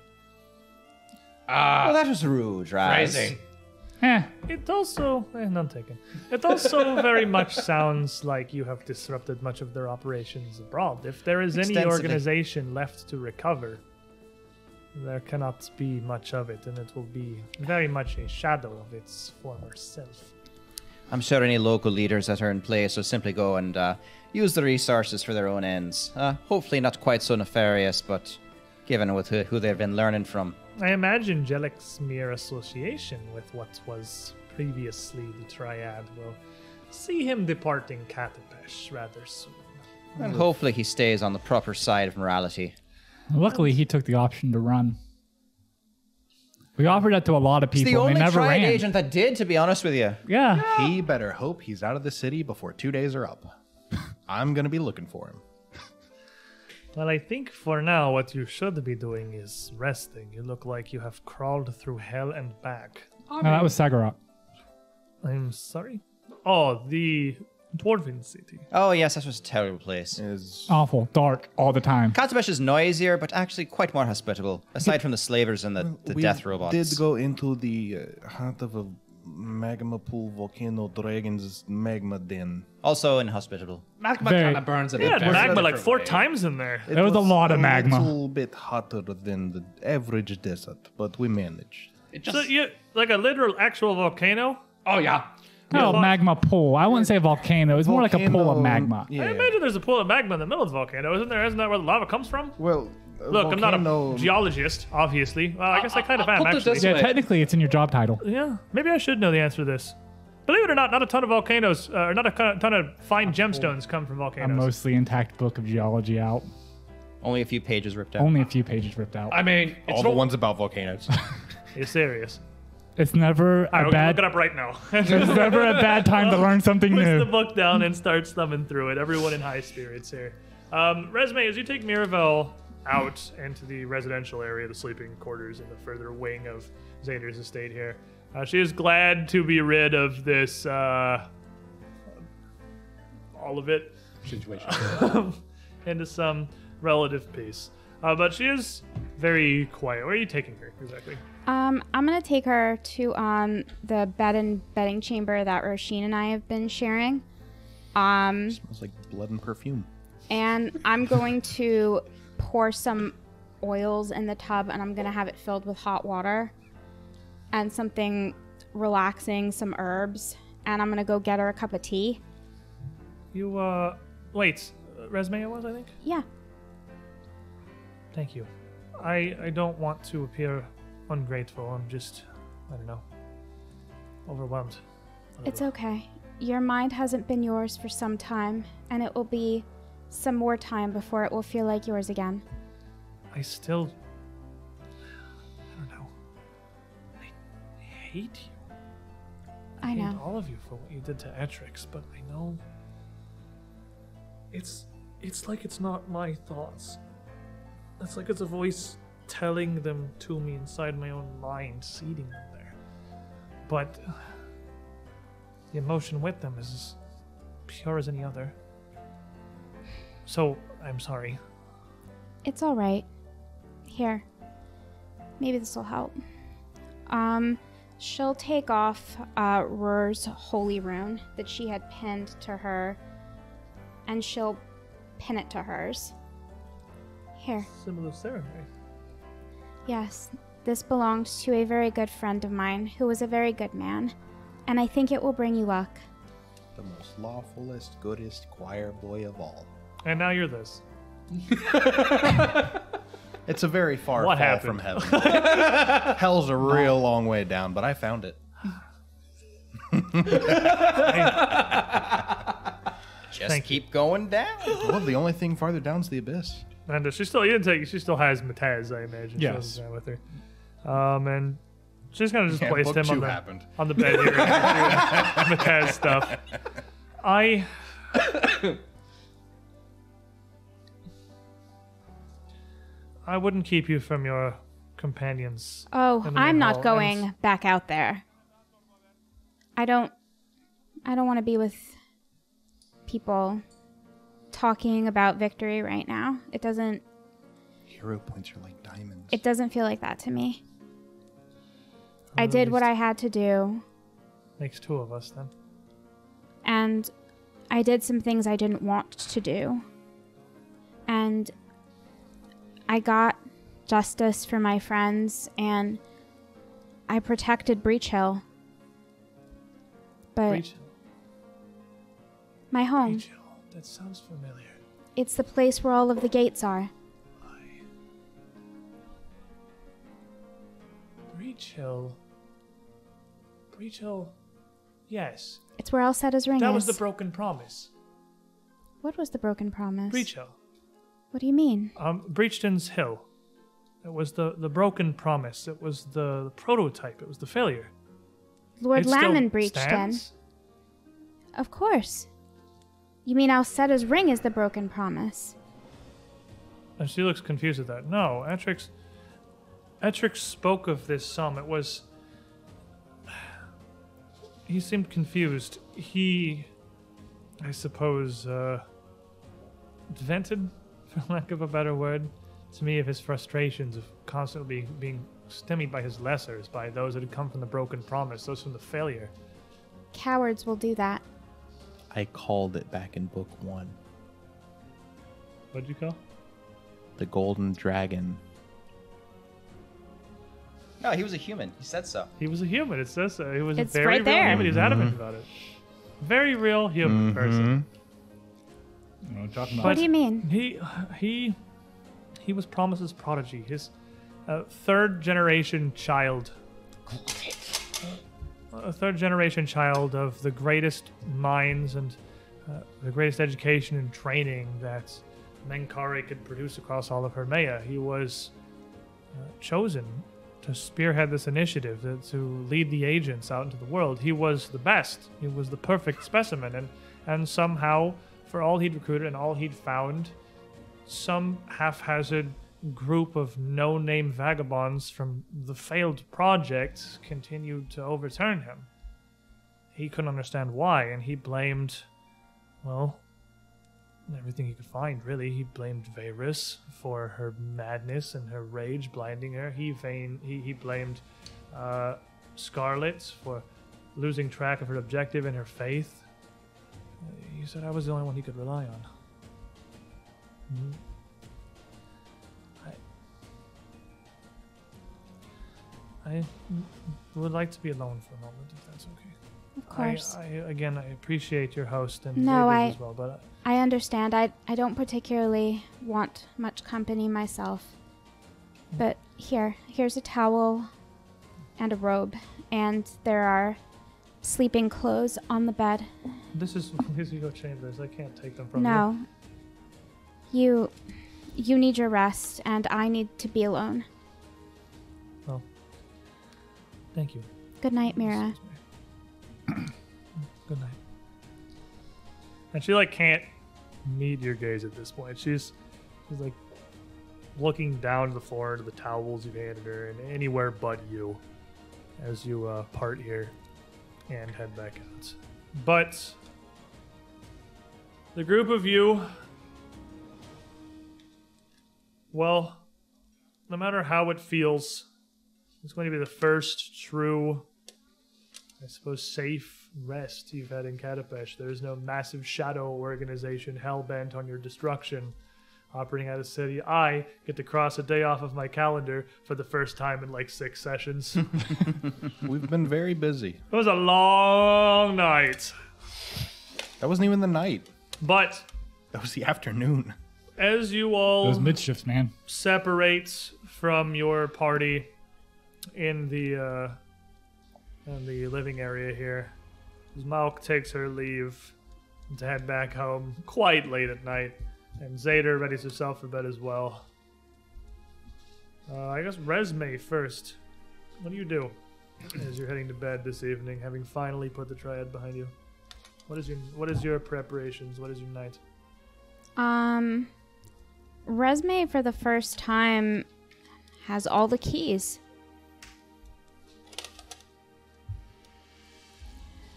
Speaker 6: Oh, that is rude, right?
Speaker 4: Amazing.
Speaker 5: Eh.
Speaker 1: It also, eh, none taken. It also very much sounds like you have disrupted much of their operations abroad. If there is any
Speaker 6: Extensively.
Speaker 1: organization left to recover, there cannot be much of it, and it will be very much a shadow of its former self.
Speaker 6: I'm sure any local leaders that are in place will simply go and uh, use the resources for their own ends. Uh, hopefully, not quite so nefarious, but given with who, who they've been learning from.
Speaker 1: I imagine Jellic's mere association with what was previously the Triad will see him departing Katapesh rather soon.
Speaker 6: And hopefully, he stays on the proper side of morality.
Speaker 5: Luckily, he took the option to run. We offered that to a lot of
Speaker 6: He's
Speaker 5: people.
Speaker 6: the only
Speaker 5: and they never
Speaker 6: triad
Speaker 5: ran.
Speaker 6: agent that did, to be honest with you.
Speaker 5: Yeah.
Speaker 2: He better hope he's out of the city before two days are
Speaker 6: <laughs>
Speaker 2: up. I'm gonna be looking for him.
Speaker 1: Well, I think for now, what you should be doing is resting. You look like you have crawled through hell and back.
Speaker 5: No, that was Sagarok.
Speaker 1: I'm sorry? Oh, the Dwarven City.
Speaker 6: Oh, yes, that was a terrible place.
Speaker 2: Is
Speaker 5: Awful, dark, all the time.
Speaker 6: Katabesh is noisier, but actually quite more hospitable, aside from the slavers and the, the
Speaker 2: we
Speaker 6: death robots.
Speaker 2: Did go into the uh, heart of a magma pool volcano dragon's magma den.
Speaker 6: Also inhospitable.
Speaker 4: Magma
Speaker 5: Very-
Speaker 4: kind of burns a bit.
Speaker 1: Yeah,
Speaker 4: better
Speaker 1: magma
Speaker 4: than
Speaker 1: like
Speaker 4: from
Speaker 1: four
Speaker 4: rain.
Speaker 1: times in there.
Speaker 2: It
Speaker 5: There was a lot of magma.
Speaker 2: A little bit hotter than the average desert, but we managed.
Speaker 4: It
Speaker 1: So
Speaker 4: just,
Speaker 1: you like a literal actual volcano?
Speaker 4: oh yeah.
Speaker 5: No,
Speaker 1: Yeah.
Speaker 5: magma pool. I wouldn't say volcano. It's more like a pool of
Speaker 2: Volcano,
Speaker 5: magma.
Speaker 2: Yeah.
Speaker 1: I imagine there's a pool of magma in the middle of the volcano, isn't there? Isn't that where the lava comes from?
Speaker 2: Well,
Speaker 1: Look, I'm not a geologist, obviously. Well, I guess I, kind of
Speaker 4: I'll
Speaker 1: am
Speaker 4: put it
Speaker 1: actually.
Speaker 4: this
Speaker 5: Yeah,
Speaker 4: Wait.
Speaker 5: technically, it's in your job title.
Speaker 1: Yeah, maybe I should know the answer to this. Believe it or not, not a ton of volcanoes, uh, or not a co- ton of fine gemstones come from volcanoes.
Speaker 5: A mostly intact book of geology out.
Speaker 6: Only a few pages ripped out.
Speaker 5: Only a few pages ripped out.
Speaker 4: I mean, it's
Speaker 2: all the ones about volcanoes.
Speaker 1: You're serious.
Speaker 5: It's never
Speaker 1: All right,
Speaker 5: a
Speaker 1: we're gonna
Speaker 5: bad.
Speaker 1: look it up right now. <laughs>
Speaker 5: <laughs> It's never a bad time to learn something
Speaker 1: Puts the
Speaker 5: new.
Speaker 1: book down and starts thumbing through it. Everyone in high spirits here. Um, resume, as you take Miravel out into the residential area, the sleeping quarters in the further wing of Xander's estate here, uh, she is glad to be rid of this, uh, all of it. Um,
Speaker 4: situation.
Speaker 1: into some relative peace. Uh, but she is very quiet. Where are you taking her exactly?
Speaker 3: Um, I'm gonna take her to um the bed and bedding chamber that Roisin and I have been sharing.
Speaker 2: <laughs>
Speaker 3: Um,
Speaker 2: Smells like blood and perfume.
Speaker 3: and I'm going to pour some oils in the tub and I'm going to have it filled with hot water and something relaxing, some herbs, and I'm going to go get her a cup of tea.
Speaker 1: You uh, wait, uh, resume it was I think.
Speaker 3: Yeah.
Speaker 1: Thank you. I I don't want to appear ungrateful. I'm just I don't know overwhelmed.
Speaker 3: It's okay. Your mind hasn't been yours for some time, and it will be some more time before it will feel like yours again.
Speaker 1: I still I don't know. I hate you.
Speaker 3: I
Speaker 1: hate
Speaker 3: know.
Speaker 1: all of you for what you did to Atrix, but I know it's it's like it's not my thoughts. It's like it's a voice telling them to me inside my own mind, seeding them there. But the emotion with them is as pure as any other. So I'm sorry.
Speaker 3: It's all right. Here. Maybe this will help. Um, she'll take off uh, Rur's holy rune that she had pinned to her, and she'll pin it to hers. Here.
Speaker 1: Similar ceremony.
Speaker 3: Yes, this belongs to a very good friend of mine who was a very good man, and I think it will bring you luck.
Speaker 2: The most lawfulest, goodest choir boy of all.
Speaker 1: And now you're this.
Speaker 2: It's a very far
Speaker 1: What
Speaker 2: fall from heaven.
Speaker 1: <laughs>
Speaker 2: Hell's a real long way down, but I found it.
Speaker 6: Just
Speaker 1: Thank
Speaker 6: keep going down.
Speaker 2: Well, the only thing farther down's the abyss.
Speaker 1: And uh, she still, you didn't take, she still has Mataz, I imagine. She
Speaker 5: Yes.
Speaker 1: wasn't there with her. Um, and she's kind of just
Speaker 2: Yeah,
Speaker 1: placed
Speaker 2: book
Speaker 1: him on
Speaker 2: two
Speaker 1: the,
Speaker 2: happened.
Speaker 1: on the bed
Speaker 2: <laughs>
Speaker 1: here. Mataz stuff. I. I wouldn't keep you from your companions.
Speaker 3: Oh,
Speaker 1: in the
Speaker 3: I'm not
Speaker 1: hall, and
Speaker 3: going back out there. I don't I don't want to be with people talking about victory right now. It doesn't
Speaker 2: Hero points are like diamonds.
Speaker 3: it doesn't feel like that to me. I did what I had to do
Speaker 1: makes two of us then.
Speaker 3: and I did some things I didn't want to do. And I got justice for my friends and I protected Breach Hill. But
Speaker 1: Breach,
Speaker 3: my home.
Speaker 1: Breach Hill. That sounds familiar.
Speaker 3: It's the place where all of the gates are.
Speaker 1: Breach Hill. Breach Hill. Yes,
Speaker 3: It's where Alcetta's ring
Speaker 1: that
Speaker 3: is.
Speaker 1: was the broken promise.
Speaker 3: what was the broken promise?
Speaker 1: Breach Hill.
Speaker 3: What do you mean?
Speaker 1: Um, Breachton's Hill. It was the the broken promise. It was the, prototype. It was the failure.
Speaker 3: Lord
Speaker 1: It still
Speaker 3: Lamon breached
Speaker 1: stands?
Speaker 3: in. Of course. You mean Alcetta's ring is the broken promise?
Speaker 1: And she looks confused at that. No, Atrix. Atrix spoke of this some. It was. <sighs> He seemed confused. He, I suppose, uh, vented, <laughs> for lack of a better word, to me of his frustrations of constantly being, being stymied by his lessers, by those that had come from the broken promise, those from the failure.
Speaker 3: Cowards will do that.
Speaker 2: I called it back in book one.
Speaker 1: What'd you call?
Speaker 2: The golden dragon.
Speaker 6: No, he was a human. He said so.
Speaker 1: He was a human. It says so. He was
Speaker 3: It's
Speaker 1: a very
Speaker 3: right
Speaker 1: real
Speaker 3: there.
Speaker 1: human. He was adamant about it. Very real human person.
Speaker 5: You know what I'm talking about?
Speaker 1: But-
Speaker 3: What do you mean?
Speaker 1: He he he was Promise's prodigy, his uh, third generation child. A third generation child of the greatest minds and uh, the greatest education and training that Menkare could produce across all of Hermea. He was uh, chosen to spearhead this initiative, uh, to lead the agents out into the world. He was the best. He was the perfect specimen, and and somehow, for all he'd recruited and all he'd found, some haphazard group of no-name vagabonds from the failed project continued to overturn him. He couldn't understand why, and he blamed, well, everything he could find, really. He blamed Varys for her madness and her rage blinding her. He vain he, he blamed uh, Scarlet for losing track of her objective and her faith. He said I was the only one he could rely on. Mhm. I, I would like to be alone for a moment, if that's okay.
Speaker 3: Of course.
Speaker 1: I, I, again, I appreciate your host and
Speaker 3: No,
Speaker 1: David's
Speaker 3: I-
Speaker 1: as well, but I,
Speaker 3: I understand. I, I don't particularly want much company myself. But here, here's a towel and a robe, and there are sleeping clothes on the bed.
Speaker 1: This is <laughs> these are your chambers. I can't take them from
Speaker 3: No. You you need your rest and I need to be alone.
Speaker 1: you. No. Thank you.
Speaker 3: Good night, Mira.
Speaker 1: Good night. And she like can't meet your gaze at this point. She's she's like looking down to the floor into the towels you've handed her and anywhere but you as you uh, part here and head back out. But the group of you well, no matter how it feels, it's going to be the first true I suppose, safe rest you've had in Katapesh. There is no massive shadow organization hell bent on your destruction operating out of city. I get to cross a day off of my calendar for the first time in like six sessions. <laughs> it
Speaker 2: We've been very busy.
Speaker 1: was a long night.
Speaker 2: That wasn't even the night.
Speaker 1: But
Speaker 2: That was the afternoon.
Speaker 1: as you all.
Speaker 5: Those mid shifts, man.
Speaker 1: separates from your party in the uh, in the living area here. As Malk takes her leave to head back home quite late at night, and Zader readies herself for bed as well. Uh, I guess resume first. What do you do as you're heading to bed this evening, having finally put the triad behind you? What is your what is your preparations? What is your night?
Speaker 3: Um Resume for the first time has all the keys.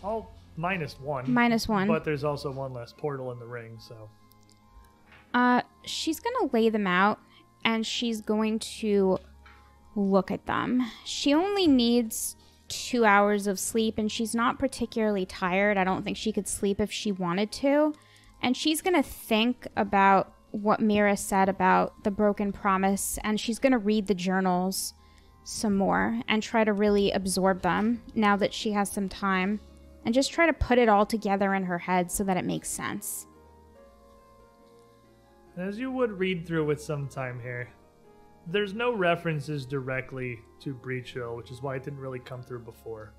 Speaker 1: All minus one.
Speaker 3: Minus one.
Speaker 1: But there's also one less portal in the ring, so
Speaker 3: Uh, she's gonna lay them out and she's going to look at them. She only needs two hours of sleep and she's not particularly tired. I don't think she could sleep if she wanted to. And she's gonna think about what Mira said about the broken promise and she's gonna read the journals some more and try to really absorb them now that she has some time and just try to put it all together in her head so that it makes sense.
Speaker 1: As you would read through with some time here, there's no references directly to Breach Hill, which is why it didn't really come through before.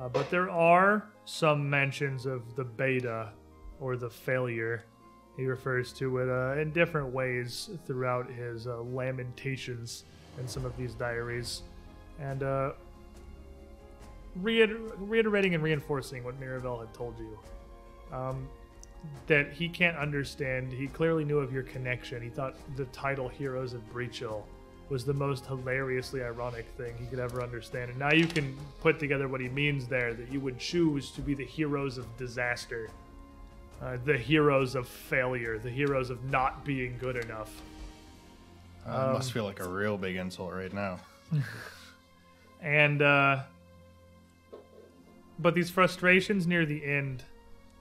Speaker 1: Uh, but there are some mentions of the beta or the failure. He refers to it uh, in different ways throughout his uh, lamentations in some of these diaries. And uh, reiter- reiterating and reinforcing what Mirabelle had told you that he can't understand. He clearly knew of your connection. He thought the title Heroes of Breachill was the most hilariously ironic thing he could ever understand. And now you can put together what he means there that you would choose to be the heroes of disaster, uh, the heroes of failure, the heroes of not being good enough.
Speaker 2: Uh, must feel like a real big insult right now.
Speaker 1: and uh, but these frustrations near the end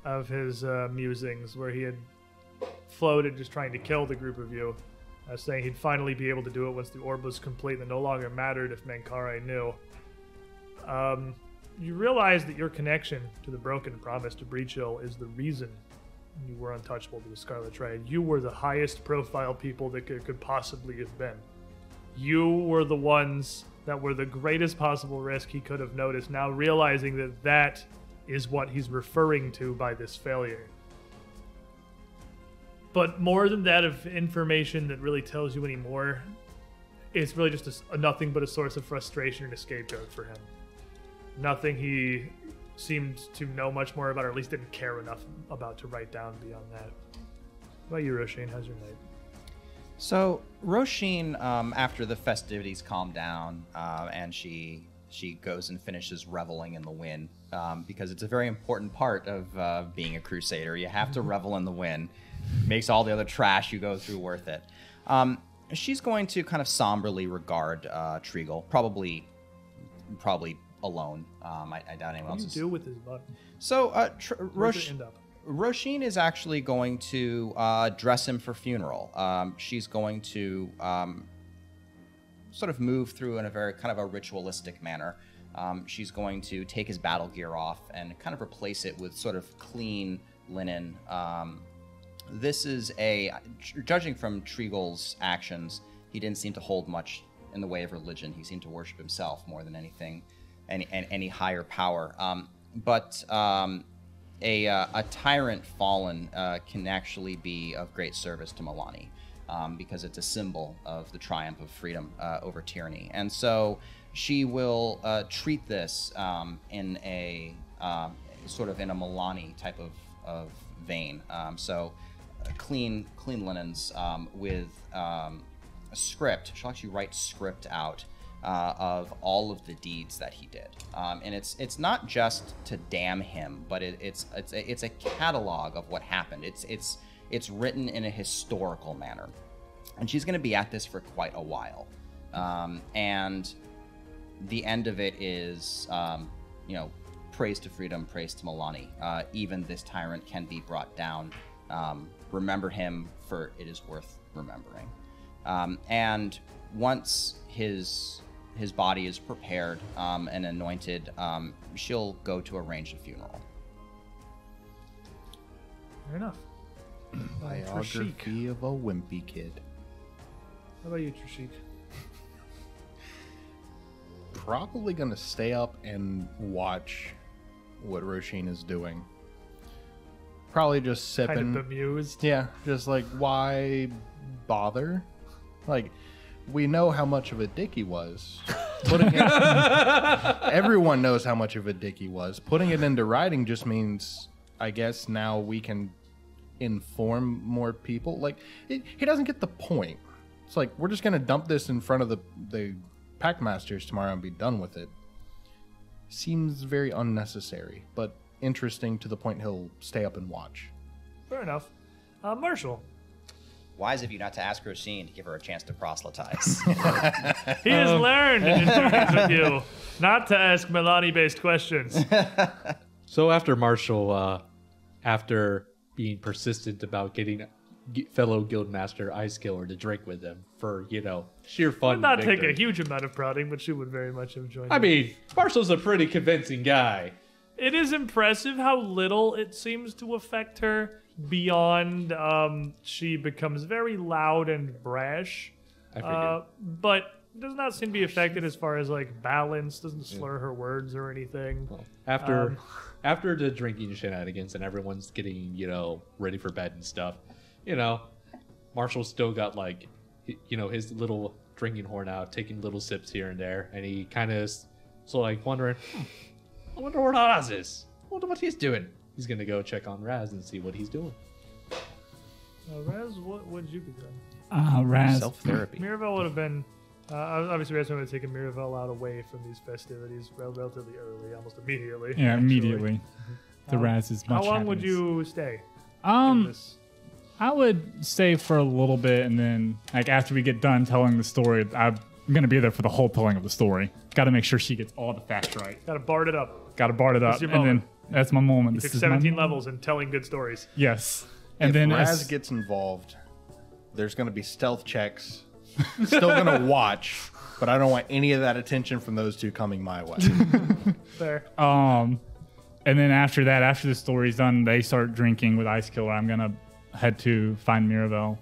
Speaker 1: of his uh, musings, where he had floated just trying to kill the group of you, uh, saying he'd finally be able to do it once the orb was complete, and it no longer mattered if Mankare knew. Um, you realize that your connection to the broken promise to Breach Hill is the reason you were untouchable to the Scarlet Triad. You were the highest profile people that could, could possibly have been you were the ones that were the greatest possible risk he could have noticed. Now realizing that that is what he's referring to by this failure. But more than that of information that really tells you anymore, it's really just a s a nothing but a source of frustration and a scapegoat for him. Nothing he seemed to know much more about, or at least didn't care enough about to write down beyond that. What about you, Roshane? How's your night?
Speaker 6: So Roisin, um, after the festivities calm down, uh, and she she goes and finishes reveling in the win um, because it's a very important part of uh, being a crusader. You have
Speaker 1: Mm-hmm.
Speaker 6: to revel in the win. Makes all the other trash you go through worth it. Um, she's going to kind of somberly regard uh, Trigal, probably probably alone. Um, I, I doubt anyone
Speaker 1: What do
Speaker 6: else
Speaker 1: you do
Speaker 6: is.
Speaker 1: with his button?
Speaker 6: So uh, tr-
Speaker 1: Where'd
Speaker 6: Roisin-
Speaker 1: it end up?
Speaker 6: Roisin is actually going to uh, dress him for funeral. Um, she's going to um, sort of move through in a very kind of a ritualistic manner. Um, she's going to take his battle gear off and kind of replace it with sort of clean linen. Um, this is a, judging from Tregal's actions, he didn't seem to hold much in the way of religion. He seemed to worship himself more than anything, any, and any higher power. Um, but um, a, uh, a tyrant fallen uh, can actually be of great service to Milani um, because it's a symbol of the triumph of freedom uh, over tyranny. And so she will uh, treat this um, in a um sort of in a Milani type of, of vein. Um, so uh, clean clean linens um, with um, a script. She'll actually write script out uh, of all of the deeds that he did, um, and it's it's not just to damn him, but it, it's it's a, it's a catalog of what happened. It's it's it's written in a historical manner, and she's going to be at this for quite a while, um, and the end of it is, um, you know, praise to freedom, praise to Milani. Uh, even this tyrant can be brought down. Um, remember him, for it is worth remembering. Um, and once his his body is prepared um, and anointed, um, she'll go to arrange a funeral.
Speaker 1: Fair enough.
Speaker 2: Biography of a wimpy kid.
Speaker 1: How about you, Trishik?
Speaker 2: probably going to stay up and watch what Roisin is doing. Probably just
Speaker 1: Kind of
Speaker 2: sipping.
Speaker 1: bemused.
Speaker 2: yeah, just like, why bother? Like, we know how much of a dick he was. Putting it- everyone knows how much of a dick he was. Putting it into writing just means, I guess, now we can inform more people. Like it, he doesn't get the point. It's like we're just gonna dump this in front of the the pack masters tomorrow and be done with it. Seems very unnecessary, but interesting to the point he'll stay up and watch.
Speaker 1: Fair enough. Uh, Marshall,
Speaker 6: Wise of you not to ask Rosine to give her a chance to proselytize.
Speaker 1: he has
Speaker 4: Um,
Speaker 1: learned
Speaker 4: <laughs>
Speaker 1: in his journeys with you not to ask Milani-based
Speaker 4: <laughs>
Speaker 1: questions.
Speaker 4: So after Marshall, uh, after being persistent about getting g- fellow guildmaster Ice Killer to drink with him for you know sheer fun, and
Speaker 1: Not take a
Speaker 4: victory.
Speaker 1: huge amount of prodding, but she would very much have joined.
Speaker 4: I
Speaker 1: in.
Speaker 4: mean, Marshall's a pretty convincing guy.
Speaker 1: it is impressive how little it seems to affect her beyond um, she becomes very loud and brash.
Speaker 4: I forget.
Speaker 1: Uh, but does not seem to be affected as far as like balance, doesn't slur her words or anything.
Speaker 4: after
Speaker 1: Um,
Speaker 4: after the drinking shenanigans and everyone's getting you know ready for bed and stuff you know marshall's still got like hi- you know his little drinking horn out taking little sips here and there and he kind of so like wondering hmm, i wonder where raz is I wonder what he's doing he's gonna go check on raz and see what he's doing
Speaker 1: Uh, Raz, what would you be doing?
Speaker 5: Ah, Raz.
Speaker 2: Self therapy.
Speaker 1: Miravel would have been. Uh, obviously, Raz would have taken Miravel out away from these festivities rel- relatively early, almost immediately.
Speaker 5: Yeah,
Speaker 1: actually.
Speaker 5: immediately. The
Speaker 1: Um,
Speaker 5: Raz is
Speaker 1: How
Speaker 5: much
Speaker 1: long would
Speaker 5: happiness.
Speaker 1: you stay? in
Speaker 5: Um,
Speaker 1: this?
Speaker 5: I would stay for a little bit, and then like after we get done telling the story, I'm gonna be there for the whole telling of the story. Got to make sure she gets all the facts right.
Speaker 1: Gotta bard it up.
Speaker 5: Got to bard it up,
Speaker 1: your
Speaker 5: and
Speaker 1: moment.
Speaker 5: then that's my moment. This
Speaker 1: Took
Speaker 5: is my
Speaker 1: 17
Speaker 5: moment.
Speaker 1: levels and telling good stories.
Speaker 5: Yes, and
Speaker 2: if
Speaker 5: then
Speaker 2: Raz
Speaker 5: as-
Speaker 2: gets involved, there's gonna be stealth <laughs> checks. Still gonna watch, but I don't want any of that attention from those two coming my <laughs> way.
Speaker 1: Fair.
Speaker 5: Um, and then after that, after the story's done, they start drinking with Ice Killer. I'm gonna head to find Mirabelle.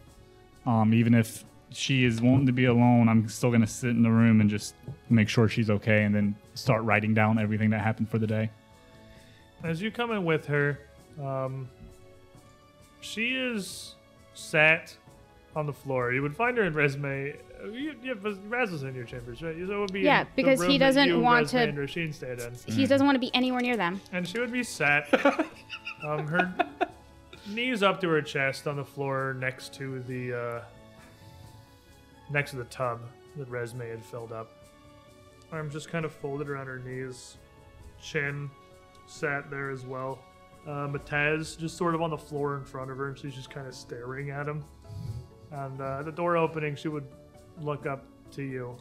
Speaker 5: Um, even if she is wanting to be alone, I'm still gonna sit in the room and just make sure she's okay, and then start writing down everything that happened for the day.
Speaker 1: As you come in with her, um, she is sat on the floor. You would find her in resume. uh, You, you have Raz is in your chambers, right? So it would be
Speaker 3: Yeah,
Speaker 1: in the
Speaker 3: because he
Speaker 1: room that
Speaker 3: doesn't
Speaker 1: you,
Speaker 3: want
Speaker 1: Resume
Speaker 3: to-
Speaker 1: And Rasheen stayed in.
Speaker 3: He doesn't want to be anywhere near them.
Speaker 1: and she would be
Speaker 6: <laughs>
Speaker 1: sat, um, her knees up to her chest on the floor next to the uh, next to the tub that Resme had filled up. Arms just kind of folded around her knees, chin sat there as well. Uh, Matez just sort of on the floor in front of her, and she's just kind of staring at him. And uh, the door opening, she would look up to you.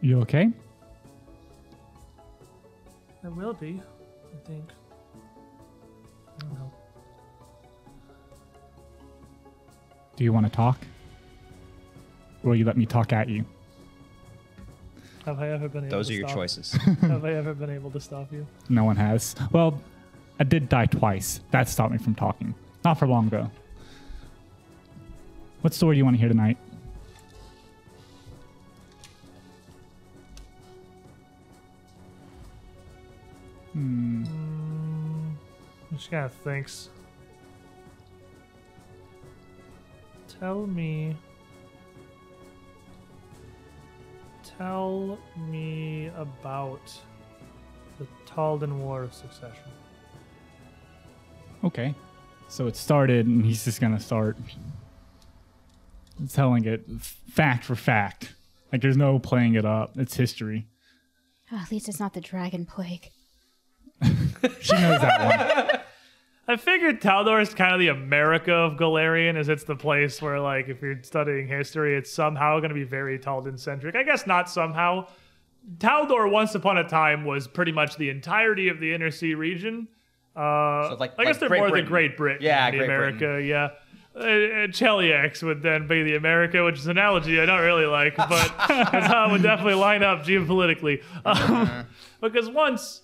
Speaker 5: You okay?
Speaker 1: I will be, I think. I don't know.
Speaker 5: Do you want to talk? Or will you let me talk at you?
Speaker 1: Have I ever been able
Speaker 6: <laughs> Those
Speaker 1: to
Speaker 6: are your
Speaker 1: stop?
Speaker 6: choices.
Speaker 1: Have I ever been able to stop you?
Speaker 5: No one has. Well, I did die twice. That stopped me from talking. Not for long though. What story do you want to hear tonight?
Speaker 1: She kind of thinks. Tell me. Tell me about the Talden War of Succession.
Speaker 5: Okay. So it started, and he's just gonna start telling it fact for fact. Like there's no playing it up. It's history.
Speaker 3: Oh, at least it's not the dragon plague.
Speaker 5: She knows
Speaker 9: <laughs>
Speaker 5: that one.
Speaker 1: I figured Taldor is kind of the America of Galarian, as it's the place where, like, if you're studying history, it's somehow going to be very Talden centric. I guess not somehow. Taldor, once upon a time, was pretty much the entirety of the Inner Sea region. Uh,
Speaker 6: So like-
Speaker 1: I guess
Speaker 6: like
Speaker 1: they're
Speaker 6: Great
Speaker 1: more
Speaker 6: Britain.
Speaker 1: the Great Britain,
Speaker 6: Yeah,
Speaker 1: than the
Speaker 6: Great
Speaker 1: America,
Speaker 6: Britain.
Speaker 1: yeah. Uh, uh, Chelyx would then be the America, which is an analogy I don't really like,
Speaker 6: <laughs>
Speaker 1: but it's how it would definitely line up geopolitically.
Speaker 6: Uh-huh.
Speaker 1: Um, because once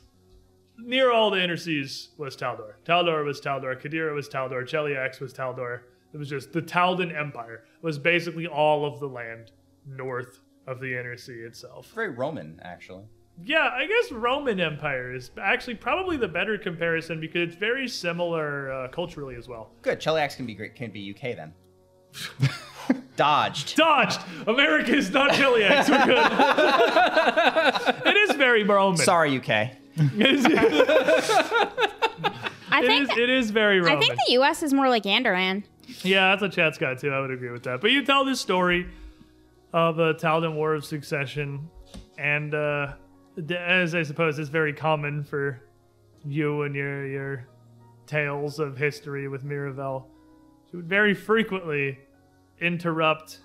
Speaker 1: near all the inner seas was Taldor. Taldor was Taldor. Kadira was Taldor. Cheliax was Taldor. It was just the Taldan Empire was basically all of the land north of the inner sea itself.
Speaker 6: <laughs> Very Roman, actually.
Speaker 1: Yeah, I guess Roman Empire is actually probably the better comparison because it's very similar uh, culturally as well.
Speaker 6: Good. Cheliax can be great. Can be UK <laughs> then. Dodged.
Speaker 1: Dodged! America is not Cheliax. We're good. it is very Roman.
Speaker 6: Sorry, UK.
Speaker 1: it,
Speaker 3: I think
Speaker 1: is, it is very
Speaker 3: I
Speaker 1: Roman.
Speaker 3: think the U.S. is more like Yandaran.
Speaker 1: Yeah, that's what chat's got too. I would agree with that. But you tell this story of a Taldan War of Succession, and uh, d- as I suppose is very common for you and your your tales of history with Miravel, she would very frequently interrupt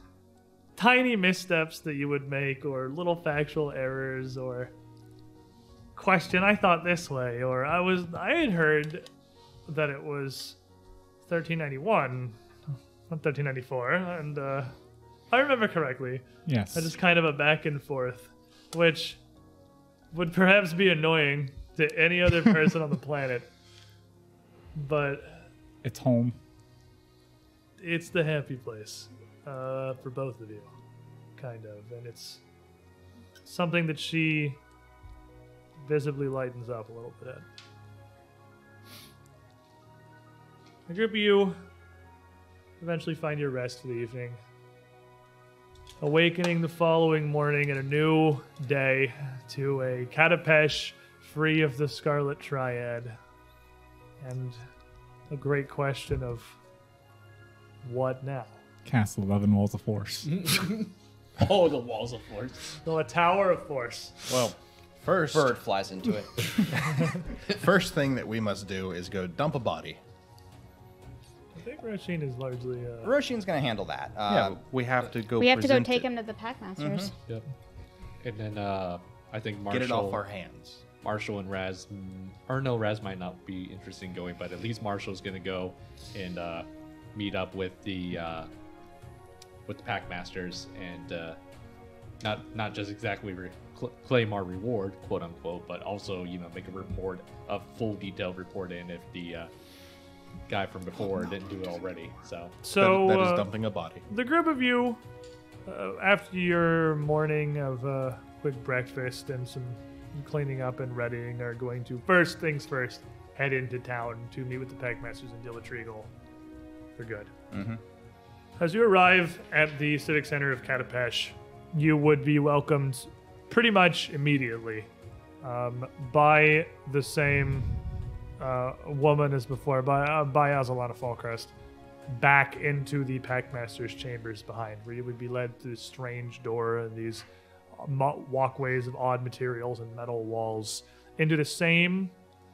Speaker 1: tiny missteps that you would make, or little factual errors, or question. I thought this way, or I was I had heard that it was 1391, not 1394, and uh, I remember correctly.
Speaker 5: Yes.
Speaker 1: That is kind of a back and forth, which would perhaps be annoying to any other person on the planet, but
Speaker 5: it's home.
Speaker 1: it's the happy place uh, for both of you, kind of, and it's something that she visibly lightens up a little bit at. The group of you eventually find your rest for the evening, awakening the following morning in a new day to a Katapesh free of the Scarlet Triad and a great question of what now?
Speaker 5: Castle eleven walls of force.
Speaker 9: Mm-hmm.
Speaker 4: Oh, the walls of force.
Speaker 1: So a tower of force.
Speaker 2: Well, first,
Speaker 6: Bird flies into <laughs> it.
Speaker 2: first thing that we must do is go dump a body.
Speaker 1: I think Roshin is largely uh,
Speaker 6: Roshin's gonna handle that.
Speaker 2: Yeah,
Speaker 6: Uh,
Speaker 2: we have to go.
Speaker 3: We have to go
Speaker 2: present
Speaker 3: take
Speaker 2: it.
Speaker 3: him to the
Speaker 1: Mm-hmm.
Speaker 3: Packmasters.
Speaker 4: Yep. And then uh, I think Marshall,
Speaker 2: Get it off our hands.
Speaker 4: Marshall and Raz, mm, or no, Raz might not be interested in going, but at least Marshall's gonna go and uh, meet up with the uh, with the pack masters and uh, not not just exactly re- cl- claim our reward, quote unquote, but also you know make a report, a full detailed report in if the uh, guy from before didn't do it already. So
Speaker 1: so
Speaker 2: that, that is
Speaker 1: uh,
Speaker 2: dumping a body.
Speaker 1: the group of you, uh, after your morning of uh, quick breakfast and some cleaning up and readying, are going to first things first head into town to meet with the Packmasters and deal with Treagle for good. As you arrive at the civic center of Katapesh, you would be welcomed pretty much immediately um, by the same uh, woman as before, by uh, by Azalana Fallcrest back into the Packmaster's chambers behind, where you would be led through this strange door and these uh, mo- walkways of odd materials and metal walls into the same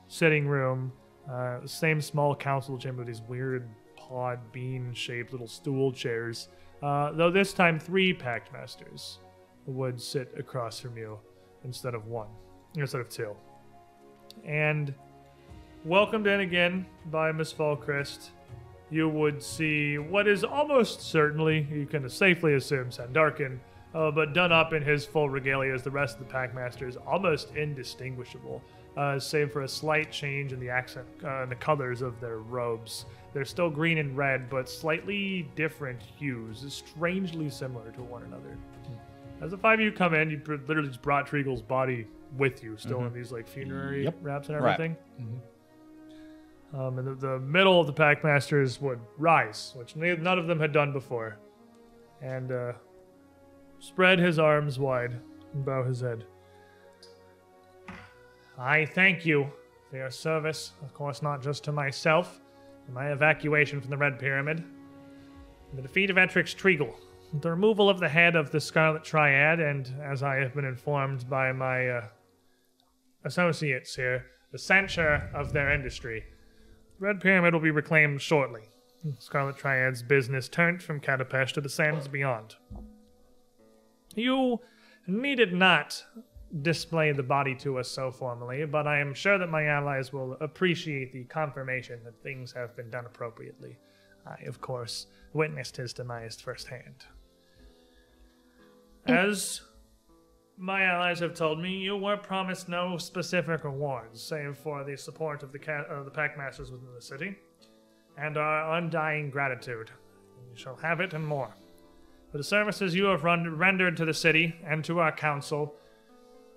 Speaker 1: sitting room, uh, same small council chamber with these weird pod bean shaped little stool chairs. Uh, though this time, three Packmasters would sit across from you instead of one, instead of two. And welcomed in again by Miss Falcrest you would see what is almost certainly, you can safely assume, Sandarkin, uh, but done up in his full regalia as the rest of the Packmasters, almost indistinguishable, uh, save for a slight change in the accent uh, and the colors of their robes. They're still green and red, but slightly different hues, strangely similar to one another. As the five of you come in, you pr- literally just brought Treagle's body with you, still in these like funerary
Speaker 2: Yep.
Speaker 1: wraps and
Speaker 6: Right.
Speaker 1: everything. Um, and the, the middle of the pack masters would rise, which ne- none of them had done before, and uh, spread his arms wide and bow his head. I thank you for your service, of course, not just to myself, and my evacuation from the Red Pyramid, and the defeat of Etrix Treagle, the removal of the head of the Scarlet Triad, and, as I have been informed by my uh, associates here, the censure of their industry. Red Pyramid will be reclaimed shortly. Scarlet Triad's business turned from Katapesh to the sands beyond. You needed not display the body to us so formally, but I am sure that my allies will appreciate the confirmation that things have been done appropriately. I, of course, witnessed his demise firsthand. As my allies have told me you were promised no specific rewards, save for the support of the ca- uh, the packmasters within the city, and our undying gratitude. You shall have it and more for the services you have run- rendered to the city and to our council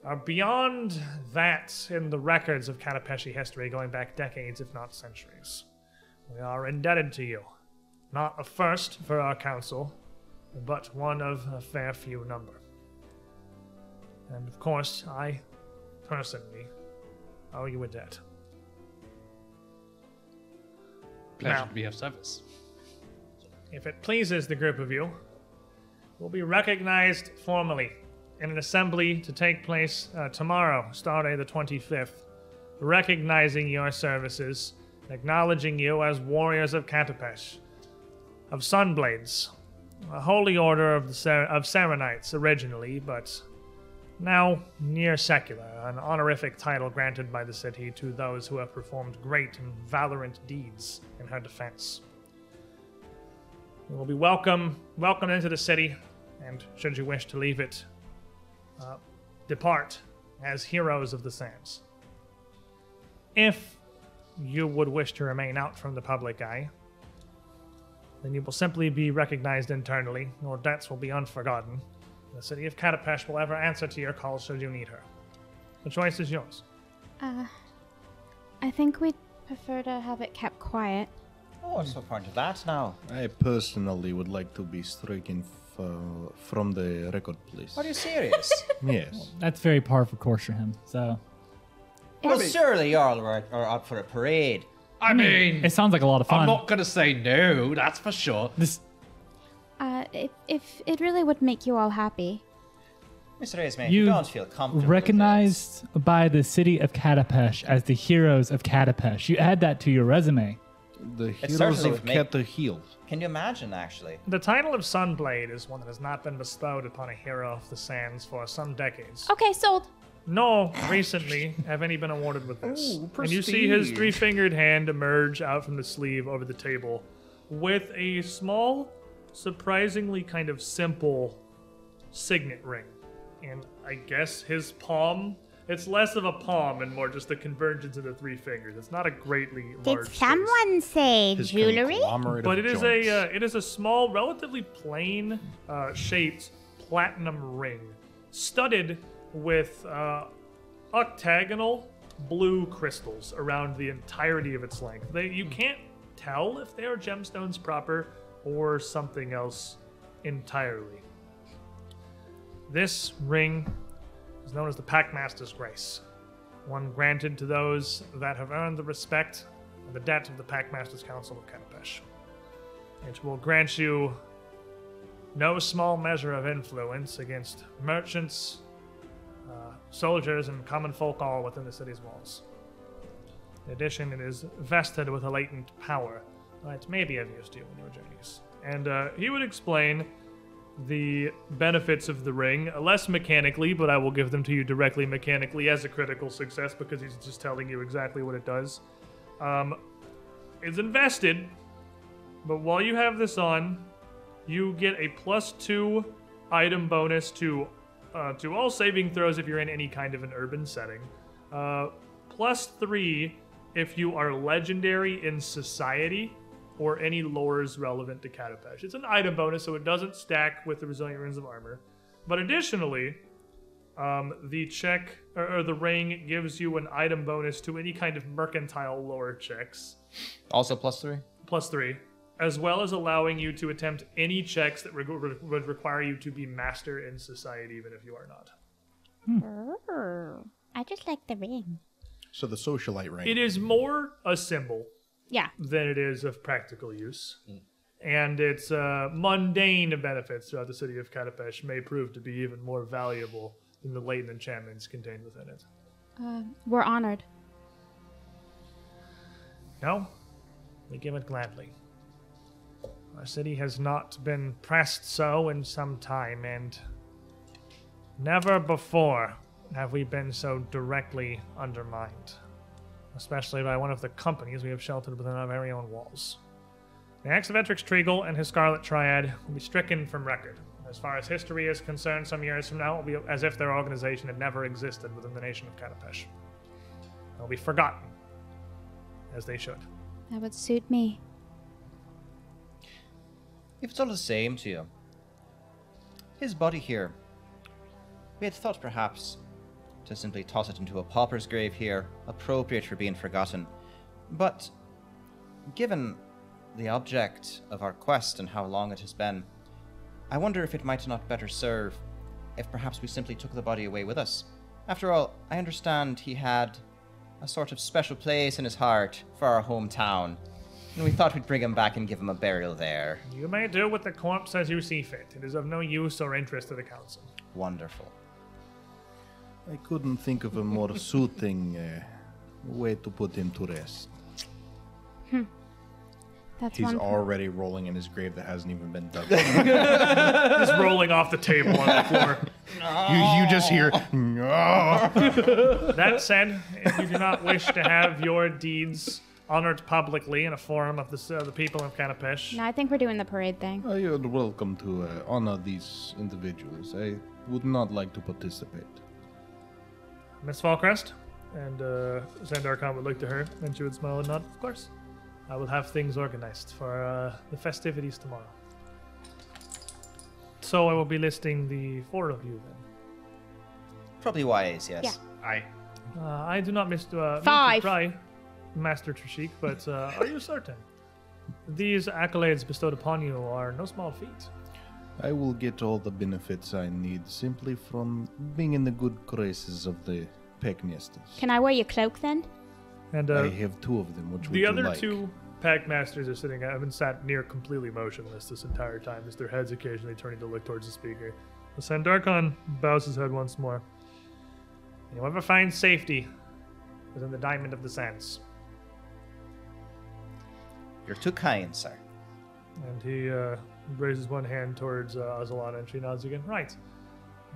Speaker 1: are beyond that in the records of Katapeshi history, going back decades, if not centuries. We are indebted to you, not a first for our council, but one of a fair few number. And of course, I personally Oh, you with that?
Speaker 4: Pleasure
Speaker 1: Now.
Speaker 4: to be of service.
Speaker 1: If it pleases the group of you, will be recognized formally in an assembly to take place uh, tomorrow, Saturday the 25th, recognizing your services, acknowledging you as warriors of Catapesh, of Sunblades, a holy order of the Sar- of Saranites originally, but now near secular, an honorific title granted by the city to those who have performed great and valorant deeds in her defense. You will be welcome, welcome into the city, and should you wish to leave it, uh, depart as heroes of the sands. If you would wish to remain out from the public eye, then you will simply be recognized internally. Your debts will be unforgotten. The city of Katapesh will ever answer to your calls should you need her. The choice is yours.
Speaker 3: I think we'd prefer to have it kept quiet.
Speaker 6: Oh, I'm so far to that now.
Speaker 2: I personally would like to be stricken f- uh, from the record, please.
Speaker 6: Are you <laughs> serious?
Speaker 2: Yes.
Speaker 9: That's very par for course for him. So
Speaker 6: well, surely you're all right, are up for a parade.
Speaker 4: I mean,
Speaker 9: it sounds like a lot of
Speaker 4: I'm
Speaker 9: fun.
Speaker 4: not gonna say no. That's for sure.
Speaker 9: This
Speaker 3: Uh, if, if it really would make you all happy.
Speaker 6: Mr. Ismay,
Speaker 9: You
Speaker 6: you don't feel comfortable.
Speaker 9: recognized by the city of Katapesh as the heroes of Katapesh. You add that to your resume.
Speaker 2: The heroes
Speaker 6: certainly
Speaker 2: of
Speaker 6: would make-
Speaker 2: Keta Hill.
Speaker 6: with it. Can you imagine, actually?
Speaker 1: The title of Sunblade is one that has not been bestowed upon a hero of the sands for some decades.
Speaker 3: Okay, sold.
Speaker 1: No, recently have any been awarded with this. and you see his
Speaker 2: prestige.
Speaker 1: three fingered hand emerge out from the sleeve over the table with a small, surprisingly kind of simple signet ring. And I guess his palm. It's less of a palm and more just the convergence of the three fingers. It's not a greatly large. space.
Speaker 3: say
Speaker 2: His conglomerate of
Speaker 1: But it is
Speaker 2: joints.
Speaker 1: a uh, it is a small, relatively plain uh, shaped platinum ring, studded with uh, octagonal blue crystals around the entirety of its length. They,
Speaker 2: Hmm.
Speaker 1: you can't tell if they are gemstones proper or something else entirely. This ring is known as the Packmaster's Grace, one granted to those that have earned the respect and the debt of the Packmaster's Council of Katapesh. It will grant you no small measure of influence against merchants, uh, soldiers, and common folk all within the city's walls. In addition, it is vested with a latent power that may be of use to you on your journeys. And uh, he would explain the benefits of the ring, uh, less mechanically, but I will give them to you directly mechanically as a critical success because he's just telling you exactly what it does. Um, it's invested but while you have this on, you get a plus two item bonus to uh, to all saving throws if you're in any kind of an urban setting. Uh, plus three if you are legendary in society or any lores relevant to Catapesh. It's an item bonus, so it doesn't stack with the resilient runes of armor. But additionally, um, the check or, or the ring gives you an item bonus to any kind of mercantile lore checks
Speaker 6: Also plus three?
Speaker 1: plus three, as well as allowing you to attempt any checks that re- re- would require you to be master in society, even if you are not.
Speaker 3: I just like the ring.
Speaker 2: So the socialite ring.
Speaker 1: It is more a symbol
Speaker 3: Yeah.
Speaker 1: than it is of practical use. And its uh, mundane benefits throughout the city of Katapesh may prove to be even more valuable than the latent enchantments contained within it.
Speaker 3: Uh, We're honored.
Speaker 1: No, we give it gladly. Our city has not been pressed so in some time, and never before have we been so directly undermined, especially by one of the companies we have sheltered within our very own walls. The axe of Etrix Treagle and his Scarlet Triad will be stricken from record. As far as history is concerned, some years from now, it will be as if their organization had never existed within the nation of Katapesh. They'll be forgotten, as they should.
Speaker 3: That would suit me.
Speaker 6: If it's all the same to you, his body here. We had thought perhaps to simply toss it into a pauper's grave here, appropriate for being forgotten. But given the object of our quest and how long it has been, I wonder if it might not better serve if perhaps we simply took the body away with us. After all, I understand he had a sort of special place in his heart for our hometown. And we thought we'd bring him back and give him a burial there.
Speaker 1: You may do with the corpse as you see fit. It is of no use or interest to the council.
Speaker 6: Wonderful.
Speaker 2: I couldn't think of a more soothing uh, way to put him to rest.
Speaker 3: That's
Speaker 2: He's
Speaker 3: one.
Speaker 2: already rolling in his grave that hasn't even been dug.
Speaker 1: Just rolling off the table on the floor.
Speaker 2: you, you just hear, "Hmm, no.
Speaker 1: That said, if you do not wish to have your deeds honored publicly in a forum of the, uh, the people of Kanapesh,
Speaker 3: no, I think we're doing the parade thing.
Speaker 2: Uh, You're welcome to uh, honor these individuals. I would not like to participate.
Speaker 1: Miss Fallcrest and uh, Zandarkhan would look to her, and she would smile and nod. Of course, I will have things organized for uh, the festivities tomorrow. So I will be listing the four of you then.
Speaker 6: Probably wise, yes.
Speaker 3: Yeah.
Speaker 4: I
Speaker 1: Uh, I do not miss to, uh, mean to
Speaker 3: Five.
Speaker 1: try, Master Trishik, but uh, are you certain? These accolades bestowed upon you are no small feat.
Speaker 2: I will get all the benefits I need simply from being in the good graces of the Peckmasters.
Speaker 3: Can I wear your cloak then?
Speaker 1: And
Speaker 2: I
Speaker 1: uh,
Speaker 2: have two of them. Which would
Speaker 1: the
Speaker 2: you
Speaker 1: other
Speaker 2: like?
Speaker 1: two pack masters are sitting. I haven't sat near completely motionless this entire time, as their heads occasionally turning to look towards the speaker. The Sandarkon bows his head once more. And Whoever finds safety within the diamond of the sands,
Speaker 6: You're too kind, sir.
Speaker 1: and he uh, raises one hand towards uh, Azalana, and she nods again. Right.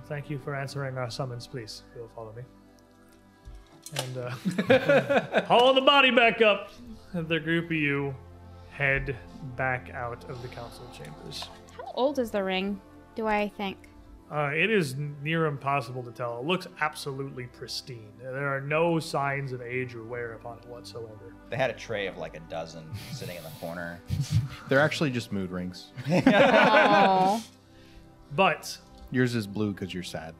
Speaker 1: Thank you for answering our summons. Please, you'll follow me. And uh, <laughs> haul the body back up. And the group of you head back out of the council chambers.
Speaker 3: How old is the ring? Do I think?
Speaker 1: Uh, it is near impossible to tell. It looks absolutely pristine. There are no signs of age or wear upon it whatsoever.
Speaker 6: They had a tray of like a dozen <laughs> sitting in the corner.
Speaker 2: They're actually just mood rings.
Speaker 3: Oh,
Speaker 1: But
Speaker 2: Yours is blue because you're sad.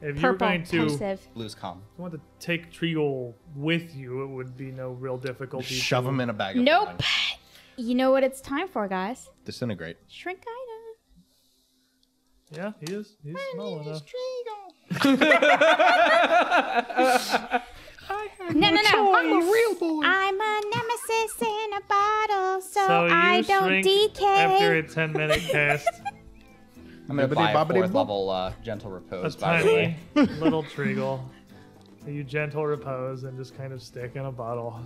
Speaker 1: if you're
Speaker 3: purple
Speaker 1: going to if
Speaker 3: pensive.
Speaker 6: Blues come.
Speaker 1: you want to take Triol with you, it would be no real difficulty.
Speaker 2: Shove
Speaker 1: to-
Speaker 2: them in a bag. Of
Speaker 3: Nope.
Speaker 2: holding.
Speaker 3: You know what it's time for, guys?
Speaker 2: Disintegrate.
Speaker 3: Shrink item.
Speaker 1: Yeah, he is. He's small
Speaker 3: <laughs>
Speaker 1: enough.
Speaker 3: No, no, no. I'm a real boy. I'm a nemesis in a bottle, so,
Speaker 1: So you
Speaker 3: I don't
Speaker 1: shrink
Speaker 3: decay.
Speaker 1: after a ten-minute
Speaker 5: <laughs>
Speaker 1: cast.
Speaker 6: I'm gonna
Speaker 2: Bibbidi
Speaker 6: buy a
Speaker 2: bobbidi
Speaker 6: fourth
Speaker 2: boop.
Speaker 6: level uh, gentle
Speaker 1: a
Speaker 6: repose. By the
Speaker 1: tiny
Speaker 6: way,
Speaker 1: <laughs> little Trigal. So you gentle repose and just kind of stick in a bottle.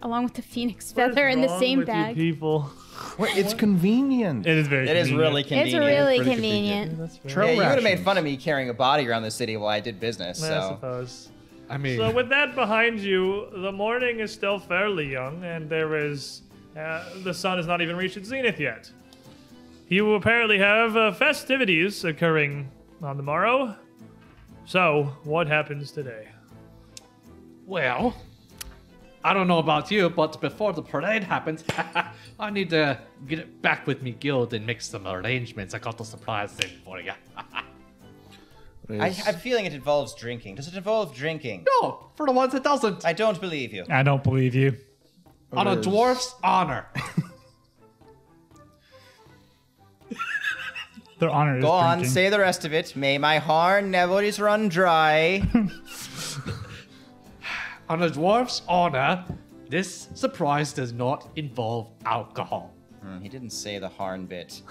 Speaker 3: Along with the phoenix
Speaker 1: What is
Speaker 3: feather in the
Speaker 1: wrong
Speaker 3: same
Speaker 1: with you
Speaker 3: bag.
Speaker 1: people.
Speaker 2: Wait, it's convenient.
Speaker 5: It is very.
Speaker 6: it is really
Speaker 3: It's
Speaker 6: convenient.
Speaker 3: really
Speaker 2: pretty
Speaker 3: convenient.
Speaker 1: That's fair.
Speaker 2: Trail
Speaker 6: yeah, you would have made
Speaker 2: rations.
Speaker 6: fun of me carrying a body around the city while I did business.
Speaker 1: I
Speaker 6: So
Speaker 1: suppose.
Speaker 4: I mean
Speaker 1: So with that behind you, the morning is still fairly young, and there is uh, the sun has not even reached its zenith yet. You apparently have uh, festivities occurring on the morrow. So what happens today?
Speaker 4: Well, I don't know about you, but before the parade happens, <laughs> I need to get it back with me guild and make some arrangements. I got a surprise thing for you.
Speaker 6: I, I'm feeling it involves drinking. Does it involve drinking?
Speaker 4: <laughs> no, for the ones that doesn't.
Speaker 6: I don't believe you.
Speaker 5: I don't believe you.
Speaker 4: On a
Speaker 2: is-
Speaker 4: dwarf's honor. <laughs>
Speaker 5: Their honor is
Speaker 6: Go on,
Speaker 5: drinking.
Speaker 6: say the rest of it. May my horn never is run dry.
Speaker 4: On a dwarf's honor, this surprise does not involve alcohol.
Speaker 6: Hmm, he didn't say the horn bit.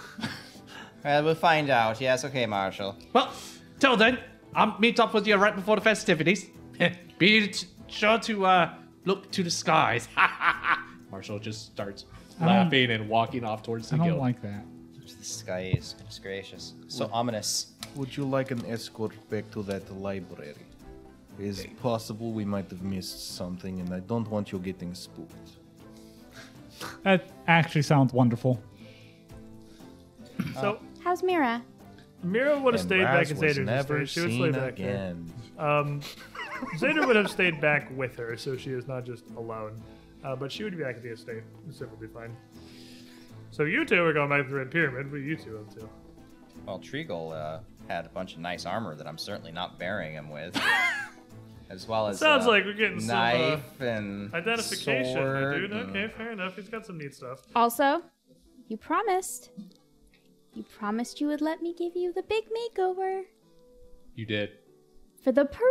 Speaker 6: <laughs> well, we'll find out. Yes, okay, Marshall.
Speaker 4: Well, till then, I'll meet up with you right before the festivities. <laughs> Be t- sure to uh, look to the skies. <laughs> Marshall just starts laughing and walking off towards the
Speaker 5: I don't
Speaker 4: guild.
Speaker 5: like that.
Speaker 6: This guy is goodness gracious. So ominous.
Speaker 2: Would you like an escort back to that library? Is it possible we might have missed something, and I don't want you getting spooked.
Speaker 5: That actually sounds wonderful.
Speaker 1: So
Speaker 3: How's Mira?
Speaker 1: Mira would have
Speaker 2: Uh, And
Speaker 1: stayed
Speaker 2: Raz
Speaker 1: back and
Speaker 2: was
Speaker 1: stayed
Speaker 2: never
Speaker 1: her. She would stay
Speaker 2: seen
Speaker 1: back there.
Speaker 2: again.
Speaker 1: Zader would
Speaker 2: <laughs>
Speaker 1: have stayed back with her, so she is not just alone. Uh, but she would be back at the estate, so it would be fine. So you two are going back to the Red Pyramid. What are you two up to?
Speaker 6: Well, Treagle uh, had a bunch of nice armor that I'm certainly not burying him with. as well as
Speaker 1: Sounds
Speaker 6: uh,
Speaker 1: like we're getting some, uh,
Speaker 6: knife and
Speaker 1: Identification, my
Speaker 6: sword
Speaker 1: dude.
Speaker 6: and-
Speaker 1: Okay, fair enough. He's got some neat stuff.
Speaker 3: Also, you promised. You promised you would let me give you the big makeover
Speaker 4: You did.
Speaker 3: for the parade.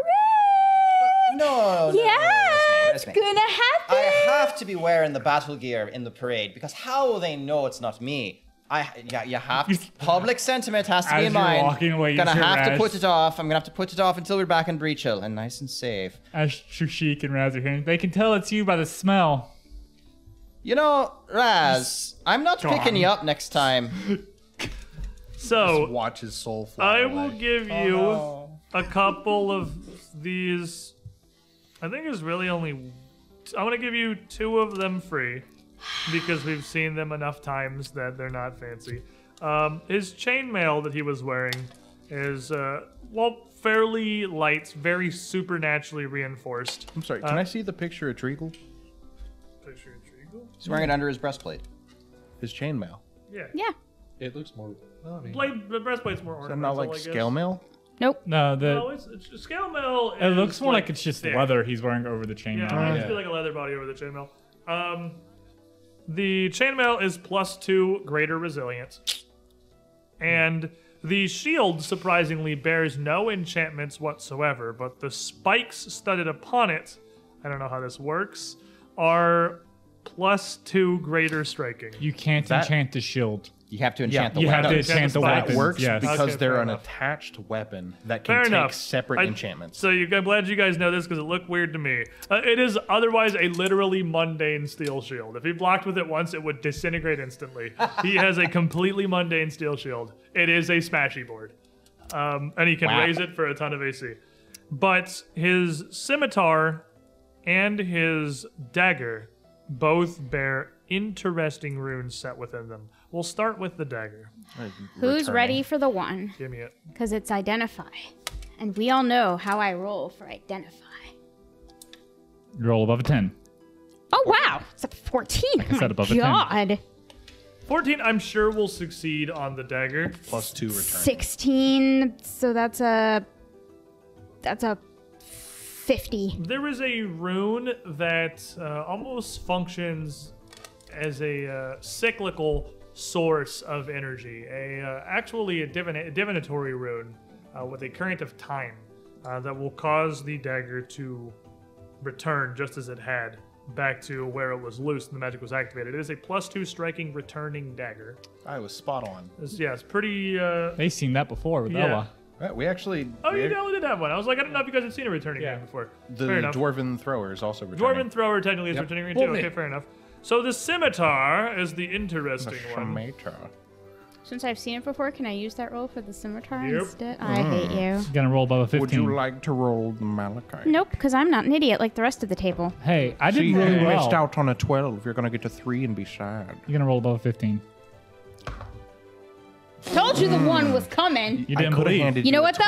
Speaker 6: No, Oh, no, no, no,
Speaker 3: Yeah,
Speaker 6: no,
Speaker 3: it's
Speaker 6: that's me, that's me.
Speaker 3: gonna happen.
Speaker 6: I have to be wearing the battle gear in the parade because how will they know it's not me? I yeah, you have to, public sentiment has to
Speaker 5: As
Speaker 6: be in
Speaker 5: you're
Speaker 6: mind.
Speaker 5: walking away, you
Speaker 6: gonna
Speaker 5: hear
Speaker 6: have
Speaker 5: Raz.
Speaker 6: to put it off. I'm gonna have to put it off until we're back in Breach Hill and nice and safe.
Speaker 5: As Shushik and Raz are hearing, they can tell it's you by the smell.
Speaker 6: You know, Raz, I'm not picking
Speaker 5: Gone.
Speaker 6: you up next time.
Speaker 2: Just
Speaker 1: So
Speaker 2: watch his soul fly.
Speaker 1: I will
Speaker 2: away.
Speaker 1: give you a couple of these. I think it's really only. I want to give you two of them free because we've seen them enough times that they're not fancy. Um, his chainmail that he was wearing is, uh, well, fairly light, very supernaturally reinforced.
Speaker 2: I'm sorry. Can I see the picture of Treacle?
Speaker 1: Picture intriguing.
Speaker 6: He's wearing it under his breastplate.
Speaker 2: His chainmail.
Speaker 1: Yeah.
Speaker 3: Yeah.
Speaker 4: It looks more. Well, I mean,
Speaker 1: Blade, the breastplate's more
Speaker 2: I'm
Speaker 1: ornamental.
Speaker 2: not like
Speaker 1: I guess.
Speaker 2: scale mail.
Speaker 3: Nope.
Speaker 5: No,
Speaker 1: No,
Speaker 5: the
Speaker 1: it's, it's scale mail.
Speaker 5: it looks more like, it's just
Speaker 1: thick.
Speaker 5: leather he's wearing over the chainmail.
Speaker 1: Yeah, it might just be like a leather body over the chainmail. Um, the chainmail is plus two greater resilience, and the shield surprisingly bears no enchantments whatsoever. But the spikes studded upon it, I don't know how this works, are plus two greater striking.
Speaker 5: You can't enchant the shield.
Speaker 6: You have to enchant the
Speaker 5: You have to
Speaker 6: weapon.
Speaker 1: enchant the
Speaker 5: enchant the
Speaker 1: spikes.
Speaker 5: weapon.
Speaker 1: That
Speaker 2: Works
Speaker 5: yes.
Speaker 2: because
Speaker 1: Okay,
Speaker 2: they're
Speaker 1: fair
Speaker 2: an
Speaker 1: enough.
Speaker 2: attached weapon that can
Speaker 1: Fair
Speaker 2: take
Speaker 1: enough.
Speaker 2: separate
Speaker 1: I-
Speaker 2: enchantments.
Speaker 1: So you, I'm glad you guys know this because it looked weird to me. Uh, it is otherwise a literally mundane steel shield. If he blocked with it once, it would disintegrate
Speaker 2: <laughs>
Speaker 1: instantly. he has a completely mundane steel shield. It is a smashy board, um, and he can
Speaker 6: Wow.
Speaker 1: raise it for a ton of AC. But his scimitar and his dagger both bear interesting runes set within them. We'll start with the dagger.
Speaker 3: Who's
Speaker 2: Returning.
Speaker 3: ready for the one?
Speaker 1: Give me it.
Speaker 3: Because it's identify. And we all know how I roll for identify.
Speaker 5: Roll above a ten.
Speaker 3: Oh, wow. It's a 14.
Speaker 5: said,
Speaker 3: My
Speaker 5: above a 10.
Speaker 3: God.
Speaker 1: 14, I'm sure, will succeed on the dagger.
Speaker 2: Plus two return.
Speaker 3: 16. So that's a. That's a 50.
Speaker 1: There is a rune that uh, almost functions as a uh, cyclical source of energy. A uh, actually a, divina- divinatory rune uh, with a current of time uh, that will cause the dagger to return just as it had back to where it was loose and the magic was activated. It is a plus two striking returning dagger.
Speaker 2: I was spot on.
Speaker 1: It's, yeah, it's pretty. Uh,
Speaker 5: They've seen that before with
Speaker 1: Yeah.
Speaker 5: Ella.
Speaker 2: Right, we actually.
Speaker 1: oh, you
Speaker 2: we-
Speaker 1: definitely did have one. I was like, I don't know if you guys had seen a returning
Speaker 5: Yeah.
Speaker 1: dagger before.
Speaker 2: The
Speaker 1: Fair enough.
Speaker 2: dwarven thrower is also returning.
Speaker 1: Dwarven thrower technically is returning green too.
Speaker 4: Only.
Speaker 1: Okay, fair enough. So the scimitar is the interesting one.
Speaker 2: Shamator.
Speaker 3: Since I've seen it before, can I use that roll for the scimitar
Speaker 1: Yep. Mm.
Speaker 3: instead? I hate you.
Speaker 5: Gonna roll above a
Speaker 2: Would
Speaker 5: fifteen.
Speaker 2: you like to roll the malachite?
Speaker 3: Nope, because I'm not an idiot like the rest of the table.
Speaker 5: hey, I did
Speaker 2: See,
Speaker 5: really
Speaker 2: you
Speaker 5: well.
Speaker 2: missed out on a 12. You're going to get to 3 and be sad.
Speaker 5: You're gonna roll above a fifteen.
Speaker 3: Told you the one was coming.
Speaker 5: You
Speaker 2: I
Speaker 5: didn't
Speaker 2: could have
Speaker 5: believe.
Speaker 2: handed
Speaker 3: You know
Speaker 2: a
Speaker 3: what, though?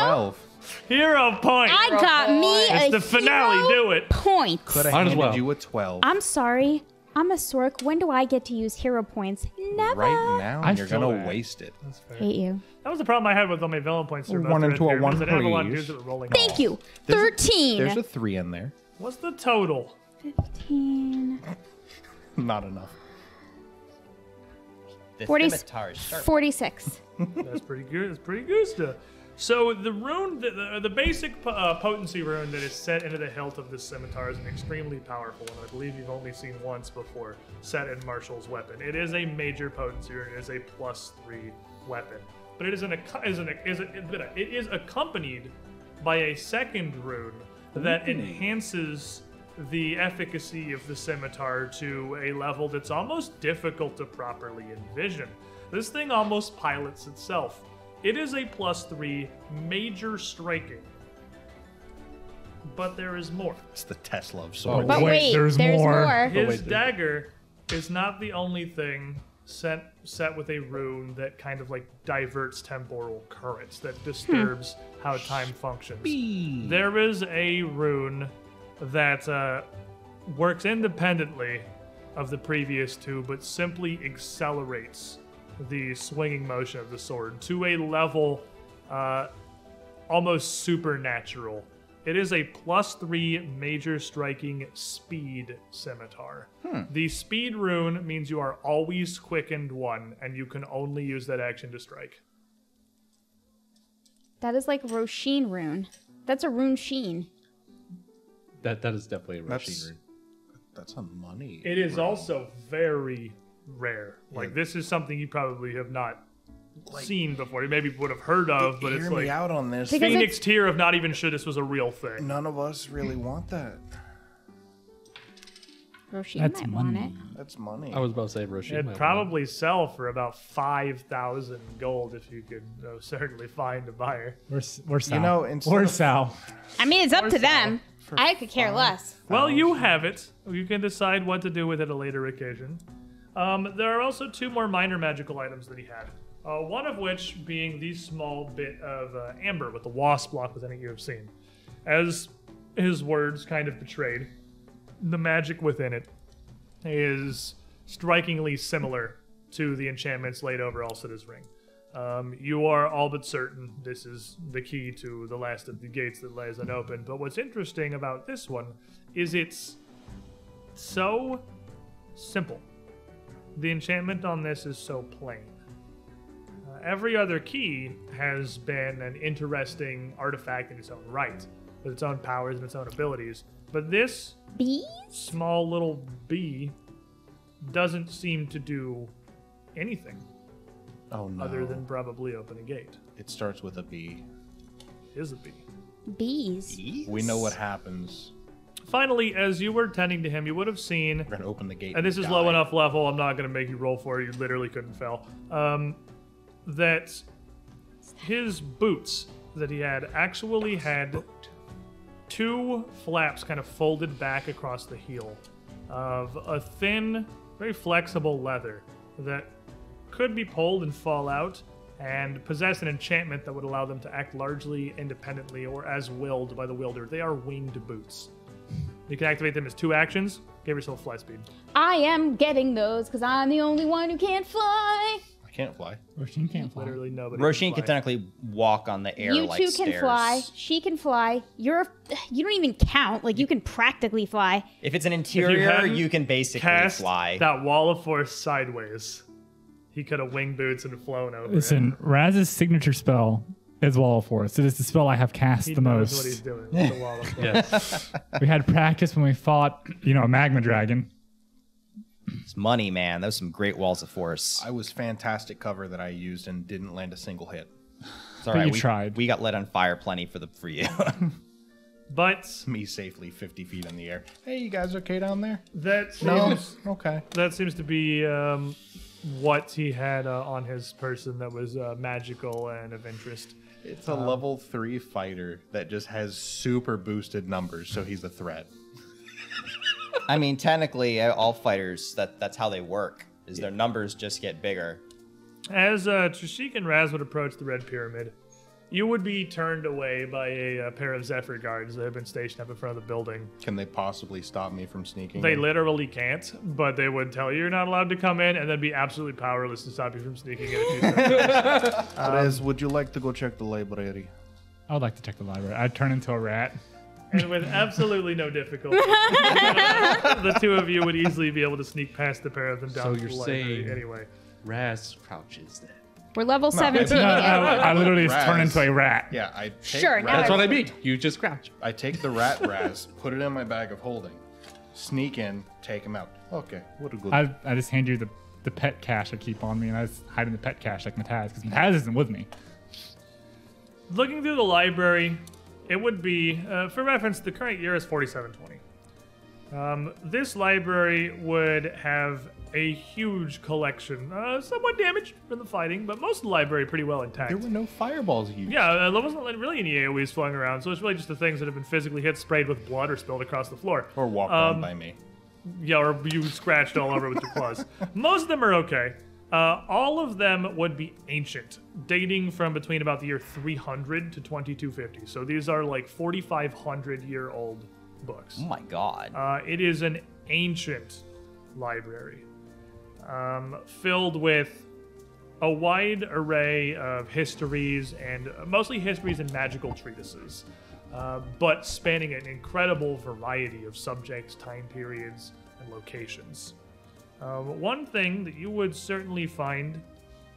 Speaker 2: 12.
Speaker 1: Hero point.
Speaker 3: I got me
Speaker 1: It's
Speaker 3: a
Speaker 1: the finale,
Speaker 3: hero
Speaker 1: do it.
Speaker 3: Point.
Speaker 2: Could have
Speaker 4: Might as
Speaker 2: handed
Speaker 4: well.
Speaker 2: you a 12.
Speaker 3: I'm sorry. I'm a sork. When do I get to use hero points? Never.
Speaker 2: right now,
Speaker 5: I
Speaker 2: and you're
Speaker 5: feel
Speaker 2: going to
Speaker 5: that.
Speaker 2: waste it.
Speaker 3: Hate you.
Speaker 1: That was the problem I had with all my villain points. through both
Speaker 2: One
Speaker 1: Red
Speaker 2: into a
Speaker 1: Deer,
Speaker 2: one,
Speaker 1: because I didn't have a lot of
Speaker 2: please.
Speaker 1: dudes that were rolling
Speaker 3: Thank
Speaker 1: off.
Speaker 3: you.
Speaker 2: There's a-
Speaker 3: Thirteen.
Speaker 2: There's a 3 in there.
Speaker 1: What's the total?
Speaker 3: Fifteen.
Speaker 2: Not enough.
Speaker 6: The
Speaker 3: 40
Speaker 6: scimitar is sharp.
Speaker 3: Forty-six.
Speaker 1: That's pretty good. That's pretty good stuff. So the rune, the, the, the basic po- uh, potency rune that is set into the hilt of this scimitar is an extremely powerful one. I believe you've only seen once before set in Marshall's weapon. It is a major potency rune. It is a plus three weapon, but it is an acco- is an is a, it is accompanied by a second rune that enhances the efficacy of the scimitar to a level that's almost difficult to properly envision. This thing almost pilots itself. It is a plus three major striking. But there is more.
Speaker 2: It's the Tesla
Speaker 5: Oh.
Speaker 2: of swords.
Speaker 3: But wait,
Speaker 5: Wait,
Speaker 3: there's,
Speaker 5: there's
Speaker 3: more.
Speaker 5: more.
Speaker 1: His dagger is not the only thing set set with a rune that kind of like diverts temporal currents that disturbs how time functions. There is a rune that uh, works independently of the previous two, but simply accelerates the swinging motion of the sword to a level uh, almost supernatural. It is a plus three major striking speed scimitar. The speed rune means you are always quickened one, and you can only use that action to strike.
Speaker 3: That is like Roshin rune. That's a rune sheen.
Speaker 4: That that is definitely a Roshin
Speaker 2: That's-
Speaker 4: rune.
Speaker 2: That's a money.
Speaker 1: It is also very rare. Like this is something you probably have not seen before. You maybe would have heard of, but
Speaker 2: Hear
Speaker 1: it's
Speaker 2: me
Speaker 1: like
Speaker 2: out on this.
Speaker 3: Because
Speaker 1: Phoenix tier of not even sure this was a real thing.
Speaker 2: None of us really want that.
Speaker 3: Roshi
Speaker 9: That's
Speaker 3: might want it.
Speaker 9: money.
Speaker 2: That's money.
Speaker 5: Oh,
Speaker 4: I was about to say
Speaker 9: Oh,
Speaker 4: Roshin. might
Speaker 1: It'd
Speaker 4: want
Speaker 1: probably sell for about five thousand gold if you could uh, certainly find a buyer.
Speaker 9: We're, s- we're Sal.
Speaker 2: know, instead
Speaker 9: we're
Speaker 2: of-
Speaker 9: Sal.
Speaker 3: I mean, it's up to them. I could care less.
Speaker 1: Well, you have it. You can decide what to do with it a later occasion. Um, there are also two more minor magical items that he had. Uh, one of which being the small bit of uh, amber with the wasp block within it you have seen. As his words kind of betrayed, the magic within it is strikingly similar to the enchantments laid over Alcida's ring. Um, you are all but certain this is the key to the last of the gates that lies unopened. But what's interesting about this one is it's so simple. The enchantment on this is so plain. Uh, every other key has been an interesting artifact in its own right, with its own powers and its own abilities. But this
Speaker 3: Bees?
Speaker 1: small little bee doesn't seem to do anything
Speaker 2: oh no.
Speaker 1: other than probably open a gate.
Speaker 2: it starts with a B.
Speaker 1: It Is a bee.
Speaker 3: Bees.
Speaker 2: We know what happens.
Speaker 1: Finally, as you were tending to him, you would have seen
Speaker 2: We're gonna open the gate.
Speaker 1: and this is
Speaker 2: die.
Speaker 1: low enough level. I'm not going to make you roll for it. You literally couldn't fail. Um, that his boots that he had actually had two flaps kind of folded back across the heel of a thin, very flexible leather that could be pulled and fall out and possess an enchantment that would allow them to act largely independently or as willed by the wielder. They are winged boots. You can activate them as two actions. Give yourself fly speed.
Speaker 3: I am getting those because I'm the only one who can't fly.
Speaker 2: I can't fly.
Speaker 9: Roshin can't fly.
Speaker 1: Literally nobody.
Speaker 6: Roshin
Speaker 1: can
Speaker 6: can
Speaker 1: fly.
Speaker 6: technically walk on the air
Speaker 3: you
Speaker 6: like
Speaker 3: two can
Speaker 6: stairs.
Speaker 3: fly. She can fly. You're. You don't even count. Like you can practically fly.
Speaker 6: If it's an
Speaker 1: If you
Speaker 6: interior,
Speaker 1: hadn't
Speaker 6: you, can basically
Speaker 1: cast
Speaker 6: fly.
Speaker 1: that wall of force sideways. He could have wing boots and flown over.
Speaker 9: Listen, Raz's signature spell is Wall of Force. It is the spell I have cast
Speaker 1: it. He
Speaker 9: the
Speaker 1: knows what he's <laughs>
Speaker 9: most.
Speaker 1: doing. with the wall of force.
Speaker 9: We had practice when we fought, you know, a magma dragon.
Speaker 6: It's money, man. Those are some great walls of force.
Speaker 2: I was fantastic cover that I used and didn't land a single hit.
Speaker 6: It's all
Speaker 9: But
Speaker 6: right.
Speaker 9: you
Speaker 6: we,
Speaker 9: tried.
Speaker 6: We got lit on fire plenty for the for you. <laughs>
Speaker 1: But
Speaker 2: Me safely 50 feet in the air. Hey, you guys okay down there?
Speaker 1: that seems,
Speaker 2: okay.
Speaker 1: that seems to be um, what he had uh, on his person that was uh, magical and of interest.
Speaker 2: It's a level three fighter that just has super boosted numbers, so he's a threat.
Speaker 6: I mean, technically, uh, all fighters that that's how they work. Is their numbers just get bigger?
Speaker 1: As uh, Trishik and Raz would approach the Red Pyramid, you would be turned away by a, uh pair of Zephyr guards that have been stationed up in front of the building.
Speaker 2: Can they possibly stop me from sneaking?
Speaker 1: They
Speaker 2: in?
Speaker 1: literally can't, but they would tell you you're not allowed to come in and then be absolutely powerless to stop you from sneaking in. if you
Speaker 9: <laughs>
Speaker 1: try.
Speaker 2: Perez, would you like to go check the library?
Speaker 9: I would like to check the library. I'd turn into a rat.
Speaker 1: and with absolutely no difficulty, the two of you would easily be able to sneak past the pair of them down
Speaker 4: So
Speaker 1: to
Speaker 4: you're
Speaker 1: the library
Speaker 4: saying-
Speaker 1: anyway.
Speaker 4: Raz crouches then.
Speaker 3: We're level 17.
Speaker 9: I, I- I literally just turn
Speaker 2: Raz.
Speaker 9: into a rat.
Speaker 2: Yeah, I take
Speaker 3: Sure, now
Speaker 4: That's
Speaker 2: Raz,
Speaker 4: what I mean. You just crouch.
Speaker 2: I take the rat Raz, put it in my bag of holding, sneak in, take him out. Okay, what a good.
Speaker 9: I, I just hand you the, the pet cash I keep on me, and I was hiding the pet cash like Mataz, because Mataz isn't with me.
Speaker 1: Looking through the library, it would be, uh, for reference, the current year is 4720. Um, this library would have a huge collection, uh, somewhat damaged from the fighting, but most of the library pretty well intact.
Speaker 2: there were no fireballs used.
Speaker 1: Yeah, uh, there wasn't like, really any AoEs flying around, so it's really just the things that have been physically hit, sprayed with blood, or spilled across the floor.
Speaker 2: Or walked
Speaker 1: Um,
Speaker 2: on by me.
Speaker 1: Yeah, or you scratched all over with your claws. Most of them are okay. Uh, all of them would be ancient, dating from between about the year 300 to 2250. So these are like 4,500 year old books.
Speaker 6: Oh my god.
Speaker 1: Uh, it is an ancient library um, filled with a wide array of histories and mostly histories and magical treatises, uh, but spanning an incredible variety of subjects, time periods, and locations. Um, one thing that you would certainly find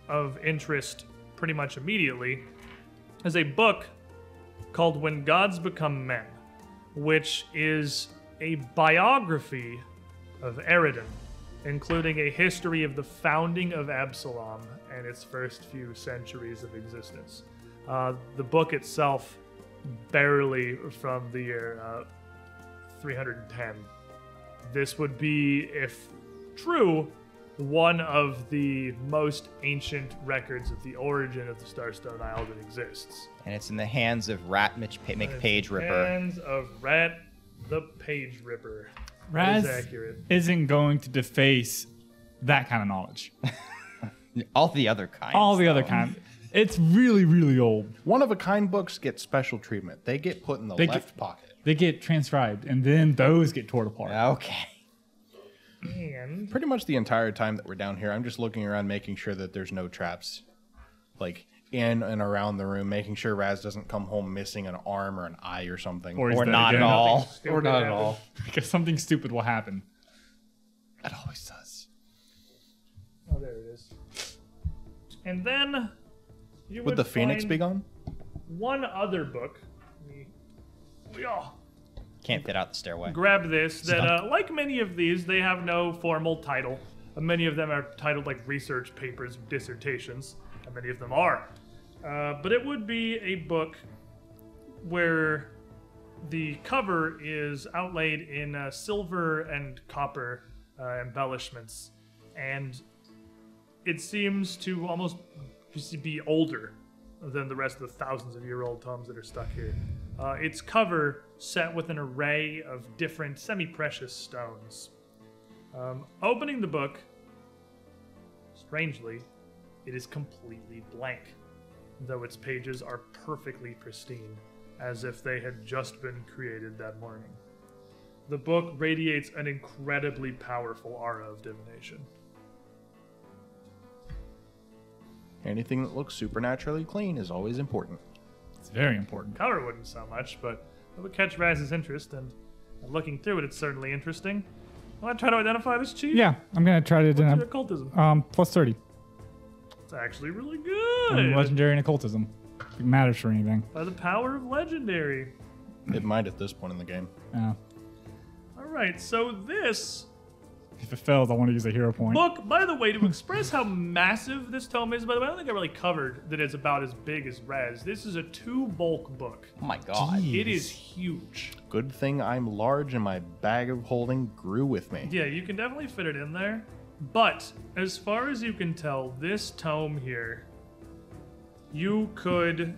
Speaker 1: of interest pretty much immediately is a book called When Gods Become Men which is a biography of Eridan, including a history of the founding of Absalom and its first few centuries of existence. Uh, the book itself, barely from the year uh, 310. This would be, if true, one of the most ancient records of the origin of the Starstone Isle that exists.
Speaker 6: And it's in the hands of Rat Mitch Pa- McPage Ripper.
Speaker 1: Hands of Rat the Page Ripper. That
Speaker 5: Raz
Speaker 1: is accurate.
Speaker 5: isn't going to deface that kind of knowledge.
Speaker 6: All the other kinds.
Speaker 5: All the other
Speaker 6: though.
Speaker 5: kind. It's really, really old.
Speaker 2: One of a kind books get special treatment. They get put in the
Speaker 5: They get-
Speaker 2: left pocket.
Speaker 5: They get transcribed, and then those get torn apart.
Speaker 6: Okay.
Speaker 1: And
Speaker 2: Pretty much the entire time that we're down here, I'm just looking around, making sure that there's no traps, like in and around the room, making sure Raz doesn't come home missing an arm or an eye or something.
Speaker 5: he's
Speaker 6: Or
Speaker 5: dead
Speaker 6: not at
Speaker 5: again.
Speaker 6: all.
Speaker 1: Or not at all.
Speaker 5: Because something stupid will happen.
Speaker 2: <laughs> that always does.
Speaker 1: Oh, there it is. And then you
Speaker 2: Would the phoenix
Speaker 1: find
Speaker 2: be gone?
Speaker 1: One other book. Let me- We all
Speaker 6: Can't fit out the stairway.
Speaker 1: grab this. That uh, like many of these, they have no formal title. Uh, many of them are titled like research papers, dissertations, and many of them are. Uh, but it would be a book where the cover is outlaid in uh, silver and copper uh, embellishments, and it seems to almost just be older than the rest of the thousands of year old tomes that are stuck here. Uh, its cover set with an array of different semi precious stones. Um, opening the book, strangely, it is completely blank, though its pages are perfectly pristine, as if they had just been created that morning. The book radiates an incredibly powerful aura of divination.
Speaker 2: Anything that looks supernaturally clean is always important.
Speaker 5: It's very important.
Speaker 1: Color wouldn't so much, but it would catch Raz's interest, and looking through it, it's certainly interesting. I want to try to identify this chief.
Speaker 9: Yeah, I'm gonna try to.
Speaker 1: What's your
Speaker 9: deny-
Speaker 1: occultism?
Speaker 9: Um, plus thirty.
Speaker 1: It's actually really
Speaker 5: I'm
Speaker 1: good.
Speaker 5: legendary and occultism. If it matters for anything.
Speaker 1: By the power of legendary.
Speaker 2: It might at this point in the game.
Speaker 5: Uh,
Speaker 1: All right, so this
Speaker 5: if it fails, I want to use a hero point.
Speaker 1: book, by the way, to express how massive this tome is, by the way, I don't think I really covered that it's about as big as Raz. This is a two bulk book.
Speaker 6: Oh my god.
Speaker 1: It is huge.
Speaker 2: Good thing I'm large and my bag of holding grew with me.
Speaker 1: Yeah, you can definitely fit it in there. But as far as you can tell, this tome here, you could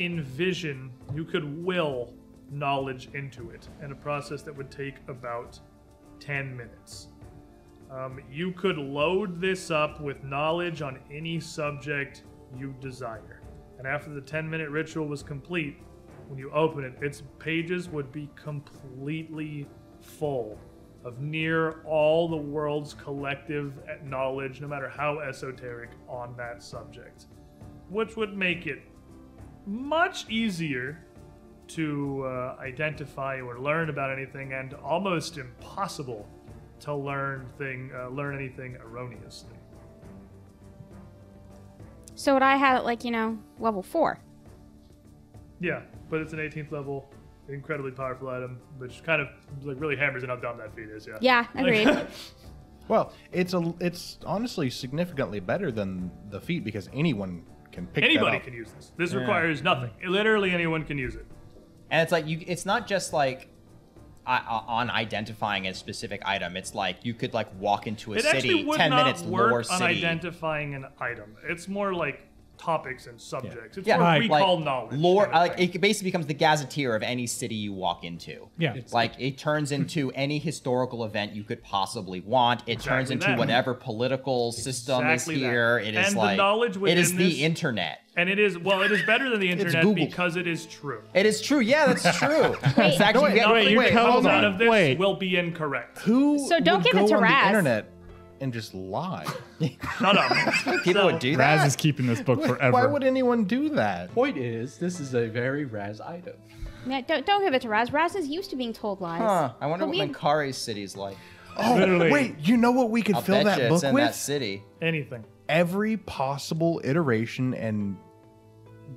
Speaker 1: envision, you could will knowledge into it in a process that would take about 10 minutes. Um, you could load this up with knowledge on any subject you desire. And after the 10 minute ritual was complete, when you open it, its pages would be completely full of near all the world's collective knowledge, no matter how esoteric, on that subject. Which would make it much easier to uh, identify or learn about anything, and almost impossible to learn thing uh, learn anything erroneously.
Speaker 3: So what I had at like you know level four.
Speaker 1: Yeah, but it's an 18th level, incredibly powerful item, which kind of like really hammers in how dumb that feat is. Yeah.
Speaker 3: Yeah,
Speaker 1: <laughs>
Speaker 3: agreed.
Speaker 2: Well, it's a it's honestly significantly better than the feet because anyone can pick
Speaker 1: Anybody
Speaker 2: that up.
Speaker 1: can use this. This requires nothing. Literally anyone can use it.
Speaker 6: And it's like you. It's not just like I- I- on identifying a specific item. It's like you could like walk into a
Speaker 1: It actually
Speaker 6: city,
Speaker 1: would
Speaker 6: ten
Speaker 1: not
Speaker 6: minutes
Speaker 1: work
Speaker 6: lore
Speaker 1: on
Speaker 6: city.
Speaker 1: identifying an item. It's more like topics and subjects. It's
Speaker 6: yeah,
Speaker 1: more
Speaker 6: like,
Speaker 1: recall knowledge.
Speaker 6: Lore,
Speaker 1: kind of
Speaker 6: like
Speaker 1: thing.
Speaker 6: it basically becomes the gazetteer of any city you walk into.
Speaker 9: Yeah.
Speaker 6: like it
Speaker 1: <laughs>
Speaker 6: turns into any historical event you could possibly want. It turns
Speaker 1: Exactly
Speaker 6: into
Speaker 1: that.
Speaker 6: whatever political system
Speaker 1: Exactly
Speaker 6: is
Speaker 1: that.
Speaker 6: here. It is
Speaker 1: And the
Speaker 6: like
Speaker 1: knowledge
Speaker 6: it is
Speaker 1: within
Speaker 6: the
Speaker 1: this-
Speaker 6: internet.
Speaker 1: and it is well, it is better than the internet
Speaker 2: Google.
Speaker 1: because it is true.
Speaker 6: It is true. Yeah, that's
Speaker 1: <laughs>
Speaker 6: true. It's
Speaker 2: No,
Speaker 6: actually,
Speaker 2: wait,
Speaker 6: yeah,
Speaker 2: no, wait,
Speaker 1: Your
Speaker 2: wait,
Speaker 1: comment
Speaker 2: hold on.
Speaker 1: of this
Speaker 9: wait.
Speaker 1: will be incorrect.
Speaker 2: Who
Speaker 3: So don't
Speaker 2: would
Speaker 3: give it
Speaker 2: go
Speaker 3: to
Speaker 2: on
Speaker 3: Raz.
Speaker 2: the internet and just lie?
Speaker 1: Shut up.
Speaker 6: <laughs> people would do that.
Speaker 5: Raz is keeping this book forever.
Speaker 2: Why would anyone do that?
Speaker 8: Point is, this is a very Raz item.
Speaker 3: No, don't, don't give it to Raz. Raz is used to being told lies.
Speaker 6: Huh, I wonder
Speaker 3: But
Speaker 6: what
Speaker 3: we-
Speaker 6: Mankari's city's like.
Speaker 2: Oh,
Speaker 5: Literally.
Speaker 2: wait, you know what we could
Speaker 6: I'll
Speaker 2: fill
Speaker 6: bet
Speaker 2: that
Speaker 6: you it's
Speaker 2: book
Speaker 6: in
Speaker 2: with?
Speaker 6: that city.
Speaker 1: Anything.
Speaker 2: Every possible iteration and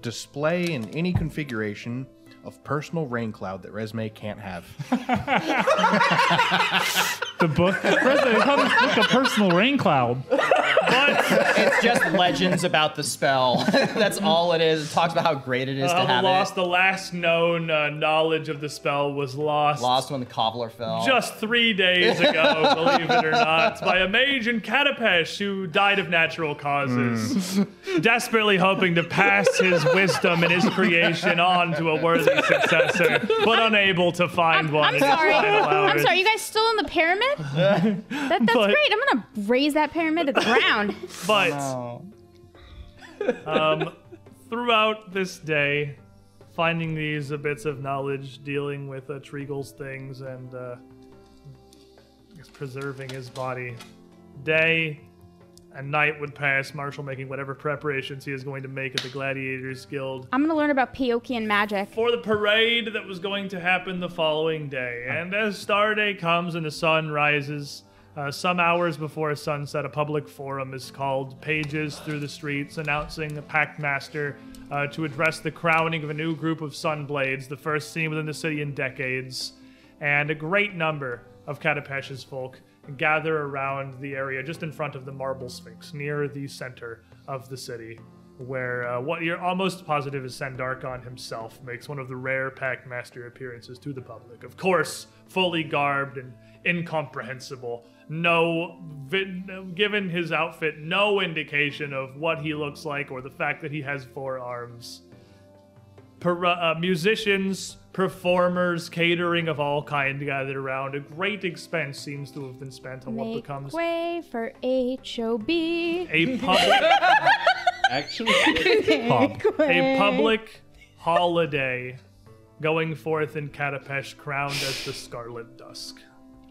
Speaker 2: display in any configuration of personal rain cloud that Resme can't have.
Speaker 9: The book. <laughs> They call this book a personal rain cloud.
Speaker 6: it's just legends about the spell. <laughs> That's all it is. It talks about how great it is to
Speaker 1: Uh,
Speaker 6: have
Speaker 1: lost
Speaker 6: it.
Speaker 1: the last known uh, knowledge of the spell was lost.
Speaker 6: Lost when the cobbler fell.
Speaker 1: Just three
Speaker 6: <laughs>
Speaker 1: days ago, believe it or not, by a mage in Katapesh who died of natural causes,
Speaker 6: Mm.
Speaker 1: desperately hoping to pass his wisdom and his creation on to a worthy successor, but unable to find one.
Speaker 3: I'm
Speaker 1: in his
Speaker 3: sorry.
Speaker 1: final
Speaker 3: I'm
Speaker 1: hours.
Speaker 3: sorry. You guys still in the
Speaker 1: <laughs>
Speaker 3: pyramid? That, that's
Speaker 1: But-
Speaker 3: great. I'm gonna raise that pyramid to the
Speaker 1: <laughs>
Speaker 3: ground.
Speaker 6: Oh,
Speaker 1: But um, throughout this day, finding these uh, bits of knowledge, dealing with uh, Treagle's things, and uh, I guess preserving his body, day and night would pass. Marshall making whatever preparations he is going to make at the Gladiators Guild
Speaker 3: I'm gonna learn about Peokian magic.
Speaker 1: for the parade that was going to happen the following day. And as Star Day comes and the sun rises, uh, some hours before sunset, a public forum is called. Pages through the streets announcing the Pact Master uh, to address the crowning of a new group of Sunblades, the first seen within the city in decades. And a great number of Katapesh's folk gather around the area just in front of the Marble Sphinx, near the center of the city where uh, what you're almost positive is Sandarkon himself makes one of the rare Pact Master appearances to the public. Of course, fully garbed and incomprehensible. No, vi- no- given his outfit, no indication of what he looks like or the fact that he has four arms. Per- uh, musicians, performers, catering of all kind gathered around. A great expense seems to have been spent on what
Speaker 3: Make
Speaker 1: becomes
Speaker 3: way for H-O-B.
Speaker 1: a public.
Speaker 4: Actually,
Speaker 9: Bob.
Speaker 3: <laughs>
Speaker 1: a public holiday going forth in Katapesh crowned as the Scarlet Dusk.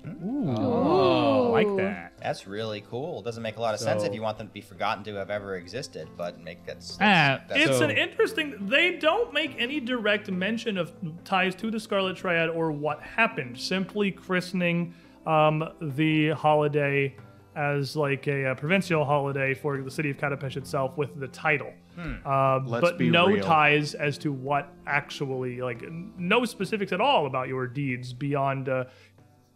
Speaker 5: I like that.
Speaker 6: That's really cool. Doesn't make a lot of sense if you want them to be forgotten to have ever existed, but make that's.
Speaker 4: <laughs>
Speaker 9: Ah,
Speaker 6: that's,
Speaker 1: It's
Speaker 6: that's
Speaker 1: an interesting. They don't make any direct mention of ties to the Scarlet Triad or what happened. Simply christening um, the holiday as like a, uh provincial holiday for the city of Katapesh itself with the title. Uh,
Speaker 2: Let's
Speaker 1: but
Speaker 2: be
Speaker 1: no
Speaker 2: real.
Speaker 1: ties as to what actually like n- no specifics at all about your deeds beyond uh,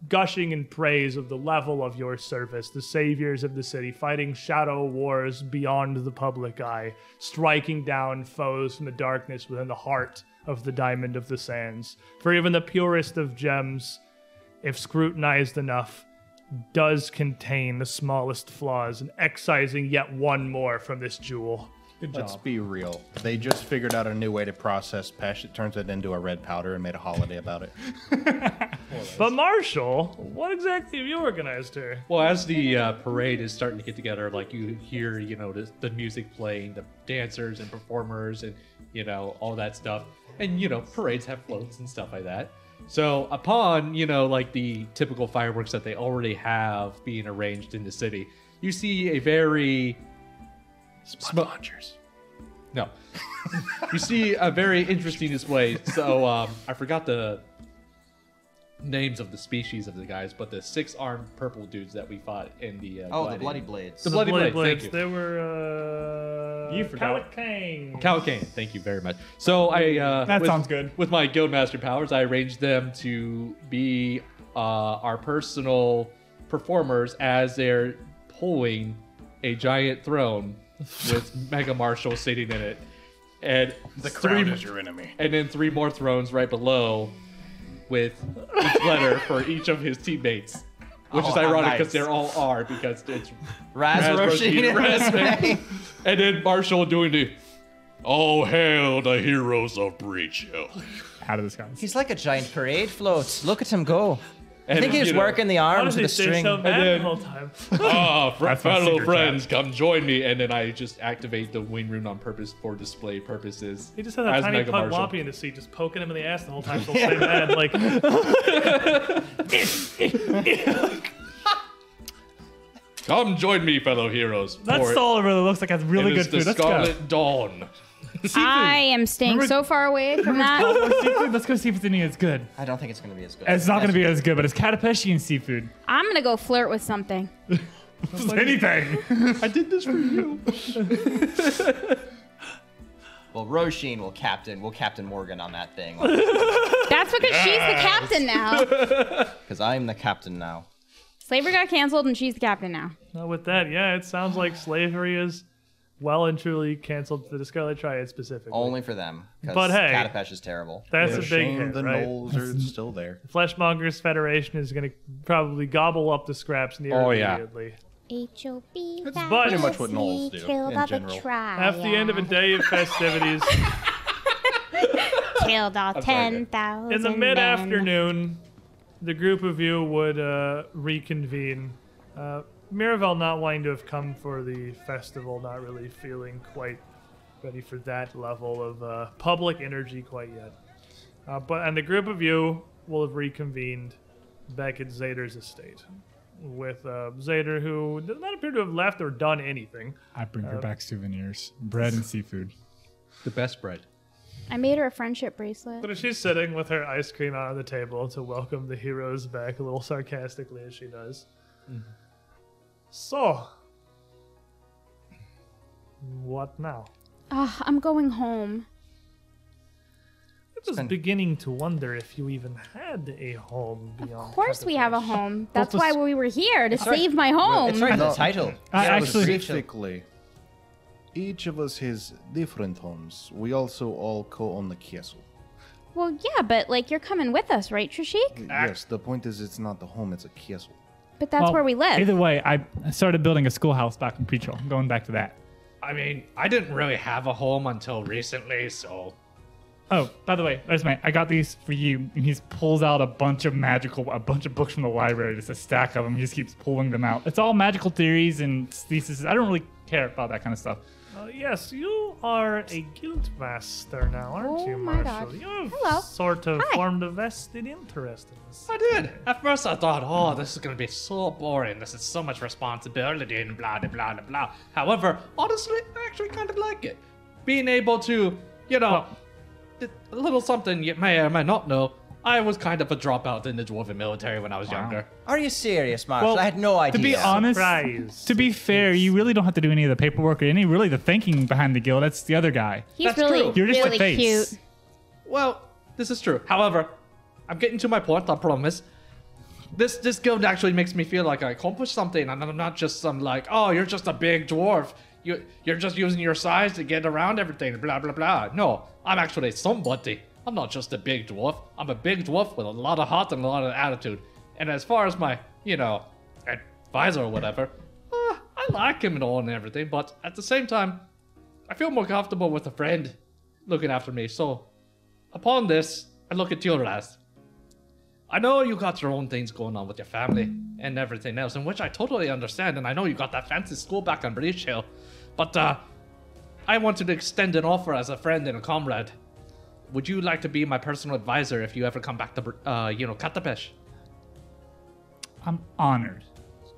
Speaker 1: gushing in praise of the level of your service, the saviors of the city, fighting shadow wars beyond the public eye, striking down foes from the darkness within the heart of the Diamond of the Sands. For even the purest of gems, if scrutinized enough, does contain the smallest flaws, and excising yet one more from this jewel.
Speaker 2: Let's be real. They just figured out a new way to process pesh. It turns it into a red powder and made a holiday about it.
Speaker 1: But Marshall, what exactly have you organized here?
Speaker 4: well, as the uh, parade is starting to get together, like you hear, you know, the, the music playing, the dancers and performers, and you know all that stuff, and you know parades have floats and stuff like that. So upon you know like the typical fireworks that they already have being arranged in the city, you see a very
Speaker 2: Spot launchers.
Speaker 4: No. you see a very interesting display. So um, I forgot the names of the species of the guys, but the six-armed purple dudes that we fought in the uh,
Speaker 6: oh, the
Speaker 4: gladi-
Speaker 6: bloody blades.
Speaker 4: the bloody blade. Thank you.
Speaker 1: They were. Uh,
Speaker 4: You forgot.
Speaker 1: Calicanes.
Speaker 4: Calcane, thank you very much. So I uh,
Speaker 5: That
Speaker 4: with-
Speaker 5: sounds good.
Speaker 4: With my guildmaster powers, I arranged them to be uh, our personal performers as they're pulling a giant
Speaker 6: <laughs>
Speaker 4: throne with Mega Marshall sitting in it, and
Speaker 2: The
Speaker 4: three-
Speaker 2: crown is your enemy.
Speaker 4: and then three more thrones right below with each letter for each of his teammates. Which is
Speaker 6: Oh, how
Speaker 4: ironic because
Speaker 6: nice.
Speaker 4: they're all R because it's
Speaker 6: Raz Roshin. <laughs>
Speaker 4: Rasmus, and then Marshall doing the All hail the heroes of Breach Hill.
Speaker 5: How did this go?
Speaker 6: He's like a giant parade float. Look at him go.
Speaker 4: And,
Speaker 6: I think he's
Speaker 4: you know,
Speaker 6: working the
Speaker 1: Why does
Speaker 6: arms with
Speaker 1: he
Speaker 6: a
Speaker 1: stay
Speaker 6: string.
Speaker 1: so bad
Speaker 4: then-
Speaker 1: the whole time?
Speaker 4: Ah, fr-
Speaker 5: That's my
Speaker 4: fellow
Speaker 5: secret
Speaker 4: friends, come join me. And then I just activate the wing rune on purpose for display purposes.
Speaker 1: He just had a
Speaker 4: as
Speaker 1: tiny
Speaker 4: Mega
Speaker 1: pug
Speaker 4: Marshall.
Speaker 1: Wampy in the seat, just poking him in the ass the
Speaker 4: <laughs>
Speaker 1: whole time. So stay mad. Like,
Speaker 4: Come join me, fellow heroes.
Speaker 9: That
Speaker 4: for
Speaker 9: stall really looks like it's
Speaker 4: it
Speaker 9: really
Speaker 4: is
Speaker 9: good
Speaker 4: the
Speaker 9: food. Let's
Speaker 4: Scarlet
Speaker 9: go.
Speaker 4: Dawn.
Speaker 3: I am staying so far away from that.
Speaker 9: Seafood, Let's go see if it's any as good.
Speaker 6: I don't think it's going to be as good.
Speaker 9: It's not going to be as good, but it's Catapeshian <laughs> seafood.
Speaker 3: I'm gonna go flirt with something.
Speaker 5: Anything.
Speaker 4: I did this for you.
Speaker 6: Well, Roshin will captain. We'll captain Morgan on that
Speaker 1: <laughs>
Speaker 6: thing. Because
Speaker 3: That's because she's the captain now.
Speaker 6: I'm the captain now.
Speaker 3: Slavery got canceled and she's the captain now.
Speaker 1: Now with that, yeah, it sounds like slavery is well and truly canceled for the Scarlet Triad specifically.
Speaker 6: Only for them.
Speaker 1: But hey.
Speaker 6: Catapesh is terrible.
Speaker 1: That's
Speaker 2: It's
Speaker 1: a
Speaker 2: a
Speaker 1: big
Speaker 2: shame
Speaker 1: hit,
Speaker 2: the
Speaker 1: right?
Speaker 2: Knolls are still there.
Speaker 1: Fleshmongers Federation is going to probably gobble up the scraps near
Speaker 2: Oh, yeah.
Speaker 1: immediately.
Speaker 10: H-O-B.
Speaker 1: It's pretty
Speaker 2: much what gnolls do, in general.
Speaker 1: After the end of a day of festivities,
Speaker 10: Killed all ten thousand.
Speaker 1: in the mid afternoon, the group of you would uh, reconvene. Uh, Miravel not wanting to have come for the festival, not really feeling quite ready for that level of uh, public energy quite yet. Uh, but and the group of you will have reconvened back at Zader's estate, with uh, Zader who does not appear to have left or done anything.
Speaker 11: I bring her back souvenirs, bread and seafood.
Speaker 9: The best bread.
Speaker 3: I made her a friendship bracelet.
Speaker 1: But she's sitting with her ice cream out on the table to welcome the heroes back a little sarcastically as she does.
Speaker 5: Mm-hmm.
Speaker 1: So, what now?
Speaker 3: Ugh, I'm going home.
Speaker 1: I
Speaker 5: Hmm.
Speaker 1: was beginning to wonder if you even had a home beyond.
Speaker 3: Of course we have a home. That's
Speaker 1: Well,
Speaker 3: why
Speaker 1: this-
Speaker 3: we were here to save my home.
Speaker 6: It's right in the
Speaker 2: No.
Speaker 6: title.
Speaker 5: I actually,
Speaker 2: Specifically, each of us has different homes. We also all co-own the castle.
Speaker 3: Well, yeah, but like you're coming with us, right, Trishik?
Speaker 5: Ah.
Speaker 2: Yes, the point is it's not the home, it's a castle. <laughs>
Speaker 3: But that's
Speaker 5: well,
Speaker 3: where we live.
Speaker 5: Either way, I started building a schoolhouse back in Preacher. I'm going back to that.
Speaker 9: I mean, I didn't really have a home until recently, so
Speaker 5: Oh, by the way, there's my. I got these for you. And he pulls out a bunch of magical, a bunch of books from the library. Just a stack of them. He just keeps pulling them out. It's all magical theories and theses. I don't really care about that kind of stuff.
Speaker 1: Uh, yes, you are a guild master now, aren't
Speaker 3: Oh
Speaker 1: you,
Speaker 3: my
Speaker 1: Marshall?
Speaker 3: God.
Speaker 1: You have
Speaker 3: Hello.
Speaker 1: sort of
Speaker 3: Hi.
Speaker 1: formed a vested interest in this.
Speaker 9: I did. At first, I thought, oh, this is gonna be so boring. This is so much responsibility and blah, blah, blah, blah, blah. However, honestly, I actually kind of like it. Being able to, you know, th- a little something you may or may not know. I was kind of a dropout in the dwarven military when I was younger.
Speaker 6: Are you serious, Marshall? I had no idea.
Speaker 5: To be honest,
Speaker 1: Surprise.
Speaker 5: to be fair, you really don't have to do any of the paperwork or any really the thinking behind the guild. That's the other guy.
Speaker 3: He's
Speaker 9: That's
Speaker 3: really,
Speaker 9: true.
Speaker 5: You're just a
Speaker 3: really
Speaker 5: face.
Speaker 3: cute.
Speaker 9: Well, this is true. However, I'm getting to my point, I promise. This this guild actually makes me feel like I accomplished something, and I'm not just some like, oh, you're just a big dwarf. You you're just using your size to get around everything, blah blah blah. No, I'm actually somebody. I'm not just a big dwarf. I'm a big dwarf with a lot of heart and a lot of attitude. And as far as my, you know, advisor or whatever, uh, I like him and all and everything, but at the same time, I feel more comfortable with a friend looking after me, so Upon this, I look at you, Raz. I know you got your own things going on with your family and everything else, in which I totally understand, and I know you got that fancy school back on Breach Hill, but uh, I wanted to extend an offer as a friend and a comrade. Would you like to be my personal advisor if you ever come back to, Br- uh, you know, Katapesh?
Speaker 5: I'm honored,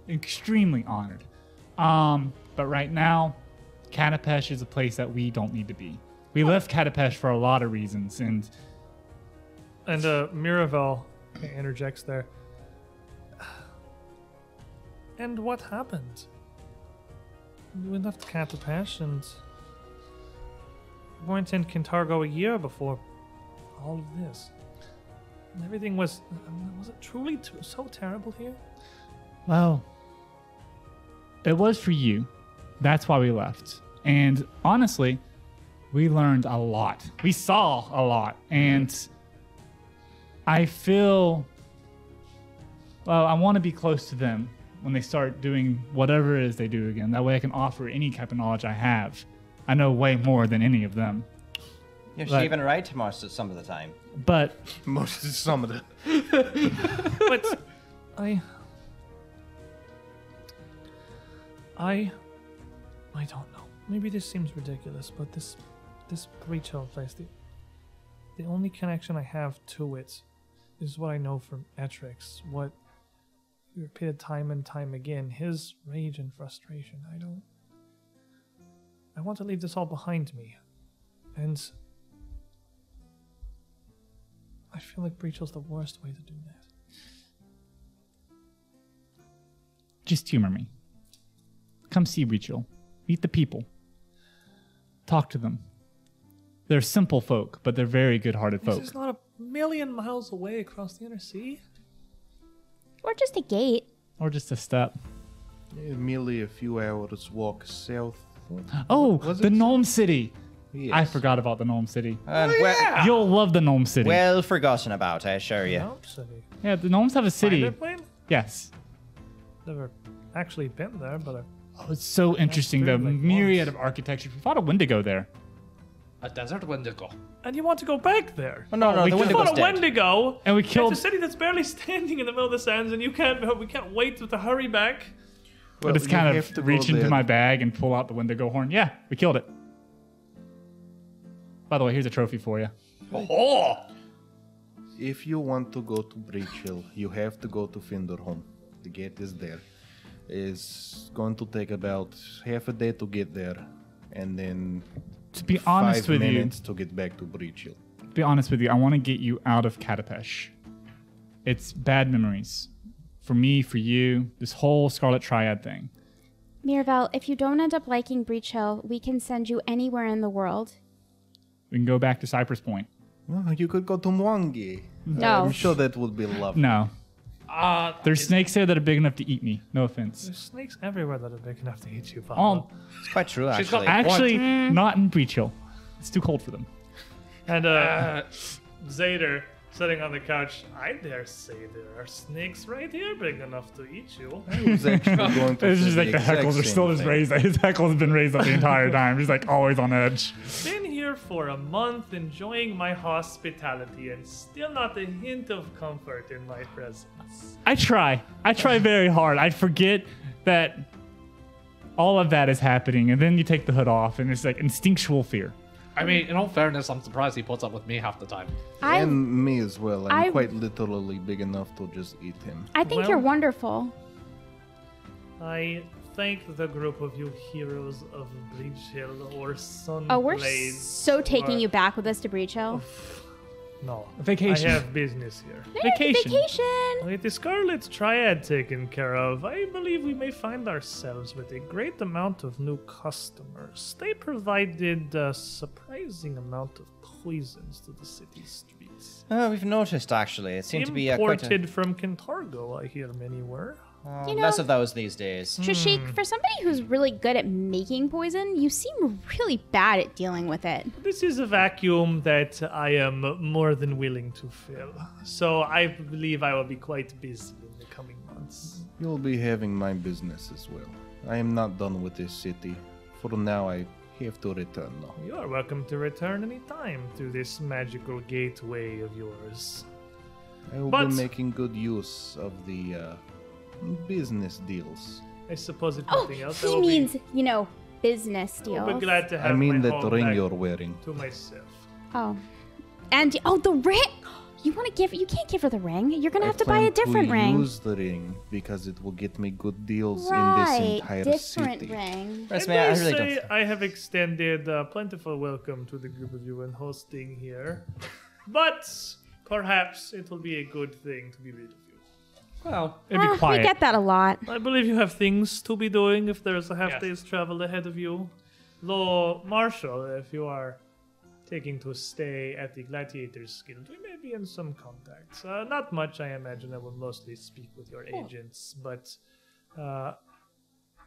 Speaker 5: extremely honored. Um, but right now, Catapesh is a place that we don't need to be. We left Catapesh for a lot of reasons, and
Speaker 1: And uh, Miravel interjects there. And what happened? We left Catapesh and weren't in Kintargo a year before all of this. And everything was. um, Was it truly t- so terrible here?
Speaker 5: Well, it was for you. That's why we left. And honestly, we learned a lot. We saw a lot. And I feel, well, I want to be close to them when they start doing whatever it is they do again. That way I can offer any type of knowledge I have. I know way more than any of them.
Speaker 6: You're
Speaker 5: Like-
Speaker 6: even right, Marshall, some of the time.
Speaker 5: But
Speaker 2: Most of some of the
Speaker 1: but I. I. I don't know. Maybe this seems ridiculous, but this. This breach hole place, the, the only connection I have to it is what I know from Etrix. What he repeated time and time again his rage and frustration. I don't. I want to leave this all behind me. And. I feel like breach hole's the worst way to do that.
Speaker 5: just humor me. Come see Rachel. Meet the people. Talk to them. They're simple folk, but they're very good-hearted folk.
Speaker 12: This is not a million miles away across the inner sea.
Speaker 13: Or just a gate.
Speaker 5: or just a step.
Speaker 2: Merely a few hours walk south.
Speaker 5: Oh,
Speaker 2: was
Speaker 5: the
Speaker 2: it?
Speaker 5: Gnome City.
Speaker 2: Yes. Ah.
Speaker 5: I forgot about the Gnome City.
Speaker 6: And well,
Speaker 5: You'll love the Gnome City.
Speaker 6: well forgotten about, I assure you.
Speaker 12: Mount City.
Speaker 5: yeah, the gnomes have a city.
Speaker 12: Private plane?
Speaker 5: Yes.
Speaker 12: Never actually been there, but I've
Speaker 5: Oh, it's so interesting. The
Speaker 12: food like
Speaker 5: myriad of architecture. We fought a Wendigo there.
Speaker 9: A desert wendigo.
Speaker 12: and you want to go back there.
Speaker 6: Oh, no, no,
Speaker 5: we
Speaker 6: the
Speaker 5: just
Speaker 6: Wendigo's
Speaker 12: What a
Speaker 6: dead.
Speaker 12: Wendigo!
Speaker 5: And we killed-
Speaker 12: It's a city that's barely <laughs> standing in the middle of the sands, and you can't. We can't wait to hurry back.
Speaker 5: but it's kind of reach into my bag and pull out the Wendigo horn. Yeah, we killed it. By the way, here's a trophy for you.
Speaker 9: Oh,
Speaker 2: If you want to go to Breach Hill, you have to go to Finderholm. The gate is there. It's going to take about half a day to get there, and then
Speaker 5: To be honest
Speaker 2: five
Speaker 5: with
Speaker 2: minutes to get back to Breach Hill.
Speaker 5: you, to be honest with you, I want to get you out of Katapesh. It's bad memories. For me, for you, this whole Scarlet Triad thing.
Speaker 3: Mirabelle, if you don't end up liking Breach Hill, we can send you anywhere in the world.
Speaker 5: We can go back to Cypress Point.
Speaker 2: Well, you could go to Mwangi.
Speaker 3: No.
Speaker 2: I'm sure that would be lovely.
Speaker 5: No. Uh, There's snakes there that are big enough to eat me. No offense.
Speaker 12: There's snakes everywhere that are big enough to eat you, Pablo.
Speaker 5: Oh,
Speaker 6: It's quite true, actually.
Speaker 9: got
Speaker 5: actually, not in Breach Hill. It's too cold for them.
Speaker 12: and uh,
Speaker 5: <laughs>
Speaker 1: Zader sitting on the couch. I dare say there are snakes right here big enough to eat you.
Speaker 2: It's actually
Speaker 5: <laughs>
Speaker 2: going to
Speaker 5: It's
Speaker 2: say
Speaker 5: just like the
Speaker 2: exact
Speaker 5: heckles are
Speaker 2: same
Speaker 5: still just
Speaker 2: thing.
Speaker 5: raised. <laughs> His heckles have been raised up the entire time. He's like always on edge.
Speaker 1: Been here for a month enjoying my hospitality and still not a hint of comfort in my presence.
Speaker 5: I try. I try very hard. I forget that all of that is happening, and then you take the hood off, and it's like instinctual fear.
Speaker 9: I mean, in all fairness, I'm surprised he puts up with me half the time.
Speaker 3: I,
Speaker 2: And me as well. I'm
Speaker 3: I-
Speaker 2: quite literally big enough to just eat him.
Speaker 3: I think
Speaker 1: Well-
Speaker 3: you're wonderful.
Speaker 1: I thank the group of you heroes of Breach Hill or Sun
Speaker 3: Oh, we're
Speaker 1: Blades
Speaker 3: so taking
Speaker 1: or-
Speaker 3: you back with us to Breach Hill.
Speaker 1: No.
Speaker 5: Vacation.
Speaker 1: I have business here.
Speaker 5: Vacation.
Speaker 3: Vacation.
Speaker 1: With the Scarlet Triad taken care of, I believe we may find ourselves with a great amount of new customers. They provided a surprising amount of poisons to the city streets.
Speaker 6: Uh, we've noticed, actually. It seemed to be uh, quite a,
Speaker 1: Imported from Cantargo, I hear many were.
Speaker 6: uh,
Speaker 3: You know-
Speaker 6: less of those these days.
Speaker 3: Trishik, for somebody who's really good at making poison, you seem really bad at dealing with it.
Speaker 1: This is a vacuum that I am more than willing to fill, so I believe I will be quite busy in the coming months.
Speaker 2: You'll be having my business as well. I am not done with this city. For now, I have to return now.
Speaker 1: You are welcome to return any time to this magical gateway of yours.
Speaker 2: I will
Speaker 1: But-
Speaker 2: be making good use of the uh, business deals.
Speaker 1: I suppose if
Speaker 3: Oh,
Speaker 1: nothing else, I
Speaker 3: he
Speaker 1: will be-
Speaker 3: means, you know, business
Speaker 1: I'll be
Speaker 3: deals.
Speaker 1: glad to
Speaker 2: I
Speaker 1: have
Speaker 2: mean
Speaker 1: my
Speaker 2: that
Speaker 1: home
Speaker 2: ring
Speaker 1: back
Speaker 2: you're wearing.
Speaker 1: to myself.
Speaker 3: Oh. And, oh, the ring. <gasps> You want to give, you can't give her the ring. You're going to
Speaker 2: I
Speaker 3: have to buy
Speaker 2: plan
Speaker 3: a different
Speaker 2: to
Speaker 3: ring.
Speaker 2: use the ring because it will get me good deals in this
Speaker 3: right.
Speaker 2: entire
Speaker 3: Different
Speaker 2: city.
Speaker 3: ring.
Speaker 6: Yes,
Speaker 1: May
Speaker 6: man,
Speaker 1: I
Speaker 6: I really
Speaker 1: say
Speaker 6: don't.
Speaker 1: I have extended a plentiful welcome to the group of you in hosting here, <laughs> but perhaps it will be a good thing to be rid of you.
Speaker 9: Well,
Speaker 5: It'd be
Speaker 3: Ah, we
Speaker 5: quiet.
Speaker 3: get that a lot.
Speaker 1: I believe you have things to be doing if there is a half
Speaker 9: Yes.
Speaker 1: day's travel ahead of you. Though, Marshal, if you are taking to stay at the Gladiators Guild, we may be in some contacts. Uh, not much, I imagine. I will mostly speak with your agents, but uh,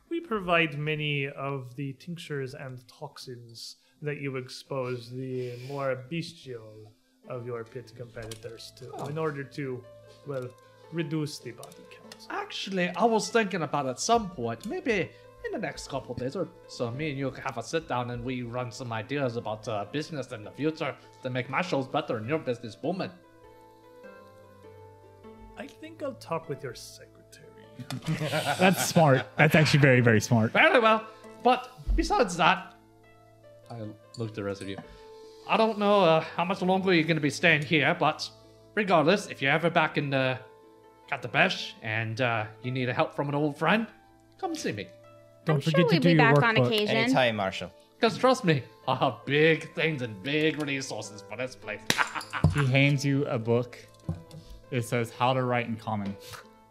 Speaker 1: we provide many of the tinctures and toxins that you expose the more bestial of your pit competitors to in order to, well, reduce the body count.
Speaker 9: actually, I was thinking about at some point, maybe in the next couple days or so, me and you can have a sit down and we run some ideas about uh, business in the future to make my shows better and your business booming.
Speaker 1: I think I'll talk with your secretary.
Speaker 5: That's smart. That's actually very, very smart.
Speaker 9: Very well. But besides that, I look at the rest of you. I don't know uh, how much longer you're going to be staying here, but regardless, if you're ever back in uh, Katapesh and uh, you need help from an old friend, come see me.
Speaker 5: Don't
Speaker 3: I'm
Speaker 5: forget
Speaker 3: sure
Speaker 5: to
Speaker 3: we'll
Speaker 5: do
Speaker 3: be
Speaker 5: your
Speaker 3: back on
Speaker 5: workbook.
Speaker 3: occasion.
Speaker 6: Anytime, Marshall.
Speaker 9: Because trust me, I have big things and big resources for this place.
Speaker 5: He hands you a book. It says how to write in common.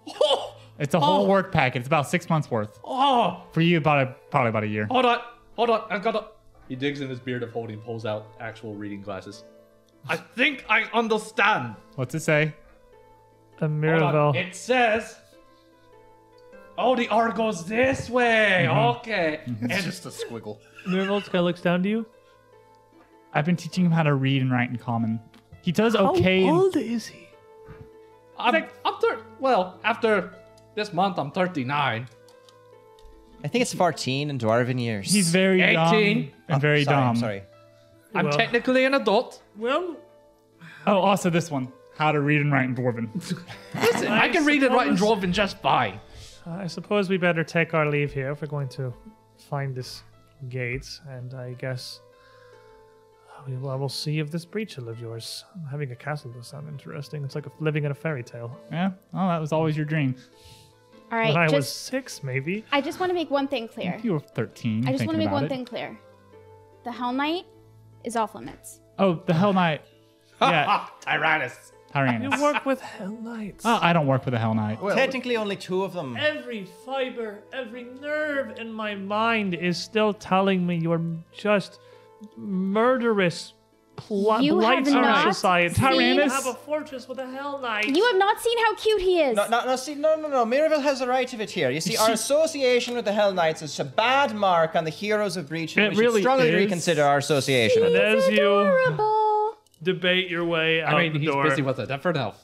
Speaker 9: oh,
Speaker 5: It's a whole work packet. It's about six months worth.
Speaker 9: oh,
Speaker 3: Oh.
Speaker 5: For you, about a, probably about a year.
Speaker 9: hold on, hold on. I've got a,
Speaker 4: He digs in his beard of holding, pulls out actual reading glasses. I think I understand.
Speaker 9: What's it say?
Speaker 1: A
Speaker 4: Hold on.
Speaker 1: Miravel.
Speaker 4: It says, "Oh, the R goes this way."
Speaker 1: Mm-hmm.
Speaker 4: Okay,
Speaker 2: It's
Speaker 4: and
Speaker 2: just a squiggle.
Speaker 1: Miravel Sky looks down to you.
Speaker 9: I've been teaching him how to read and write in common. He does
Speaker 3: Oh,
Speaker 9: okay. in-
Speaker 1: How old is he?
Speaker 4: I'm, I'm thir- Well, after this month, I'm 39.
Speaker 6: I think it's 14 in Dwarven years.
Speaker 9: he's very
Speaker 4: 18.
Speaker 9: dumb
Speaker 3: Oh,
Speaker 9: and very
Speaker 6: sorry,
Speaker 9: dumb.
Speaker 6: I'm sorry.
Speaker 4: I'm
Speaker 1: Well.
Speaker 4: technically an adult.
Speaker 14: Well,
Speaker 9: Oh, also this one: how to read and write in Dwarven.
Speaker 4: Listen, I can read and write in Dwarven just fine.
Speaker 1: Uh, I suppose we better take our leave here if we're going to find this gate, and I guess uh, we will, I will see if this breachel of yours having a castle does sound interesting. It's like living in a fairy tale.
Speaker 9: yeah. Oh, that was always your dream.
Speaker 3: All
Speaker 1: when I
Speaker 3: right.
Speaker 1: was
Speaker 3: Just,
Speaker 1: six, maybe.
Speaker 3: I just want to make one thing clear.
Speaker 9: You were 13.
Speaker 3: I just want
Speaker 9: want
Speaker 3: to make one thing clear. The Hell Knight is off limits.
Speaker 9: Oh, the Hell Knight.
Speaker 3: <laughs>
Speaker 9: Yeah,
Speaker 4: Ah, Tyrannus.
Speaker 1: <laughs> You
Speaker 9: Tyrannus.
Speaker 1: work with Hell Knights.
Speaker 9: Oh, I don't work with the Hell Knight.
Speaker 6: Technically, only two of them.
Speaker 1: Every fiber, every nerve in my mind is still telling me you're just murderous, pl-
Speaker 3: You have
Speaker 1: blights our
Speaker 3: not
Speaker 1: society.
Speaker 3: seen- Tyrannus?
Speaker 1: have a fortress with a Hell Knight.
Speaker 3: You have not seen how cute he is.
Speaker 6: No, no, no, see, no, no, no. Miravel has the right of it here. You see, our association with the Hell Knights is a bad mark on the heroes of Breach. and
Speaker 1: It
Speaker 6: we should
Speaker 1: really
Speaker 6: strongly
Speaker 1: is.
Speaker 6: reconsider our association. with
Speaker 1: And
Speaker 6: them.
Speaker 1: as you
Speaker 3: Adorable.
Speaker 1: debate your way out
Speaker 4: I mean,
Speaker 1: the
Speaker 4: he's
Speaker 1: door,
Speaker 4: busy with a different elf.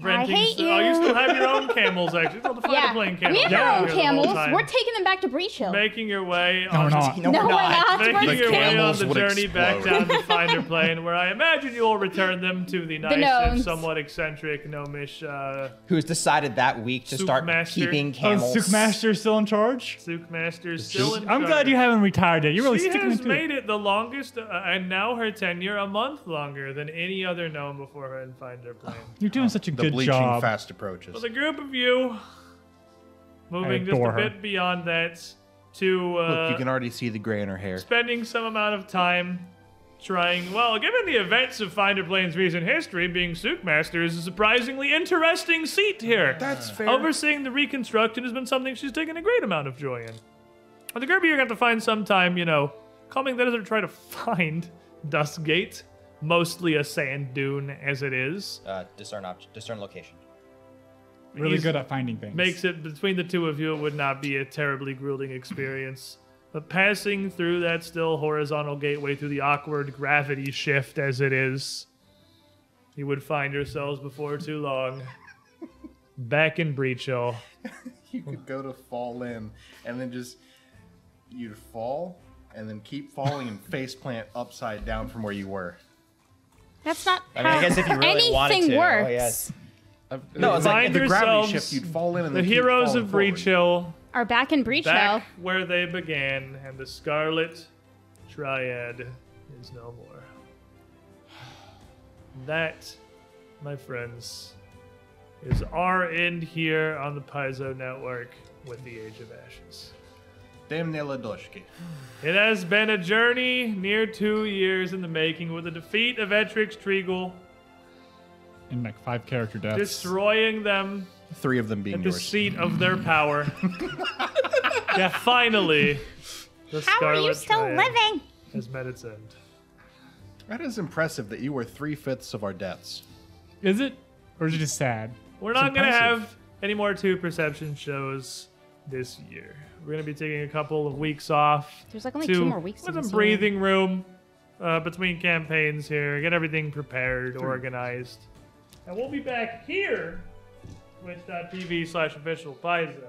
Speaker 1: Brent,
Speaker 3: I hate
Speaker 1: still- Oh, you
Speaker 3: you.
Speaker 1: still have your own camels, actually. Oh, the fire
Speaker 3: Yeah.
Speaker 1: plane
Speaker 3: We
Speaker 1: camels.
Speaker 3: have
Speaker 1: Yeah,
Speaker 3: our
Speaker 1: here
Speaker 3: own
Speaker 1: the whole
Speaker 3: camels.
Speaker 1: time.
Speaker 3: We're taking them back to Breach Hill.
Speaker 1: making your way
Speaker 9: No,
Speaker 1: on
Speaker 9: we're
Speaker 1: the-
Speaker 9: not.
Speaker 6: No,
Speaker 3: no,
Speaker 6: we're
Speaker 3: we're
Speaker 6: not.
Speaker 3: not. We're
Speaker 1: Making your way on
Speaker 2: camels
Speaker 1: the
Speaker 2: would
Speaker 1: journey back down
Speaker 2: explode.
Speaker 1: to Finder Plain, where I imagine you will return them
Speaker 3: <laughs>
Speaker 1: to the nice and
Speaker 3: gnomes.
Speaker 1: somewhat eccentric gnomish uh,
Speaker 6: Who's decided that week to
Speaker 1: Souk
Speaker 6: start
Speaker 1: Master.
Speaker 6: keeping
Speaker 9: Oh,
Speaker 6: camels?
Speaker 9: Master's still in charge?
Speaker 1: Souk Master still in
Speaker 9: I'm
Speaker 1: charge.
Speaker 9: glad you haven't retired yet. You're really
Speaker 1: She
Speaker 9: sticking
Speaker 1: has
Speaker 9: into
Speaker 1: made
Speaker 9: it.
Speaker 1: it the longest, uh, and now her tenure a month longer than any other gnome before her in Finder
Speaker 2: Oh,
Speaker 1: Plain.
Speaker 9: You're doing such a
Speaker 2: The
Speaker 9: good
Speaker 2: bleaching
Speaker 9: job.
Speaker 2: fast approaches.
Speaker 1: So the group of you, moving just a
Speaker 9: adore her.
Speaker 1: bit beyond that, to uh,
Speaker 2: Look, you can already see the gray in her hair.
Speaker 1: spending some amount of time trying. Well, given the events of Finder Plane's recent history, being Soukmaster is a surprisingly interesting seat here.
Speaker 2: That's fair.
Speaker 1: Overseeing the reconstruction has been something she's taken a great amount of joy in. And the Gerber, you're going to have to find some time, you know, coming that is to try to <laughs> find Duskgate, mostly a sand dune as it is.
Speaker 6: Uh, discern object, discern location.
Speaker 9: Really
Speaker 1: He's-
Speaker 9: good at finding things.
Speaker 1: Makes it between the two of you, it would not be a terribly grueling experience. But passing through that still horizontal gateway through the awkward gravity shift as it is, you would find yourselves before too long back in Breach Hill.
Speaker 2: <laughs> You could go to fall in, and then just you'd fall, and then keep falling <laughs> and face plant upside down from where you were.
Speaker 3: That's not
Speaker 6: I mean, I
Speaker 3: how
Speaker 6: guess if you really wanted
Speaker 3: anything
Speaker 6: to.
Speaker 3: works.
Speaker 6: Oh, yes.
Speaker 2: Uh, No,
Speaker 1: it's like- Find
Speaker 2: the gravity
Speaker 1: yourselves
Speaker 2: shift. You'd fall in, and
Speaker 1: The
Speaker 2: then keep
Speaker 1: heroes
Speaker 2: falling
Speaker 1: of Breach
Speaker 2: forward.
Speaker 1: Hill
Speaker 3: Are back in Breach Hill.
Speaker 1: back where they began, and the Scarlet Triad is no more. That, my friends, is our end here on the Paizo Network with the Age of Ashes.
Speaker 2: Damnela Doshki.
Speaker 1: It has been a journey near two years in the making with the defeat of Etrix Trigal,
Speaker 9: in like five character deaths.
Speaker 1: destroying them
Speaker 2: Three of them being
Speaker 1: at the
Speaker 2: yours.
Speaker 1: seat of their power. yeah, finally, the
Speaker 7: How
Speaker 1: Scarlet
Speaker 7: are you still
Speaker 1: Triad
Speaker 7: living?
Speaker 1: has met its end.
Speaker 2: That is impressive that you were three fifths of our deaths.
Speaker 9: Is it? Or is it just sad?
Speaker 1: We're not going to
Speaker 2: impressive.
Speaker 1: have any more two perception shows this year. We're going to be taking a couple of weeks off.
Speaker 3: There's like only
Speaker 1: to-
Speaker 3: two more weeks.
Speaker 1: With
Speaker 3: in
Speaker 1: some
Speaker 3: this year.
Speaker 1: breathing room uh, between campaigns here. Get everything prepared, organized. And we'll be back here, twitch.tv slash official Paizo.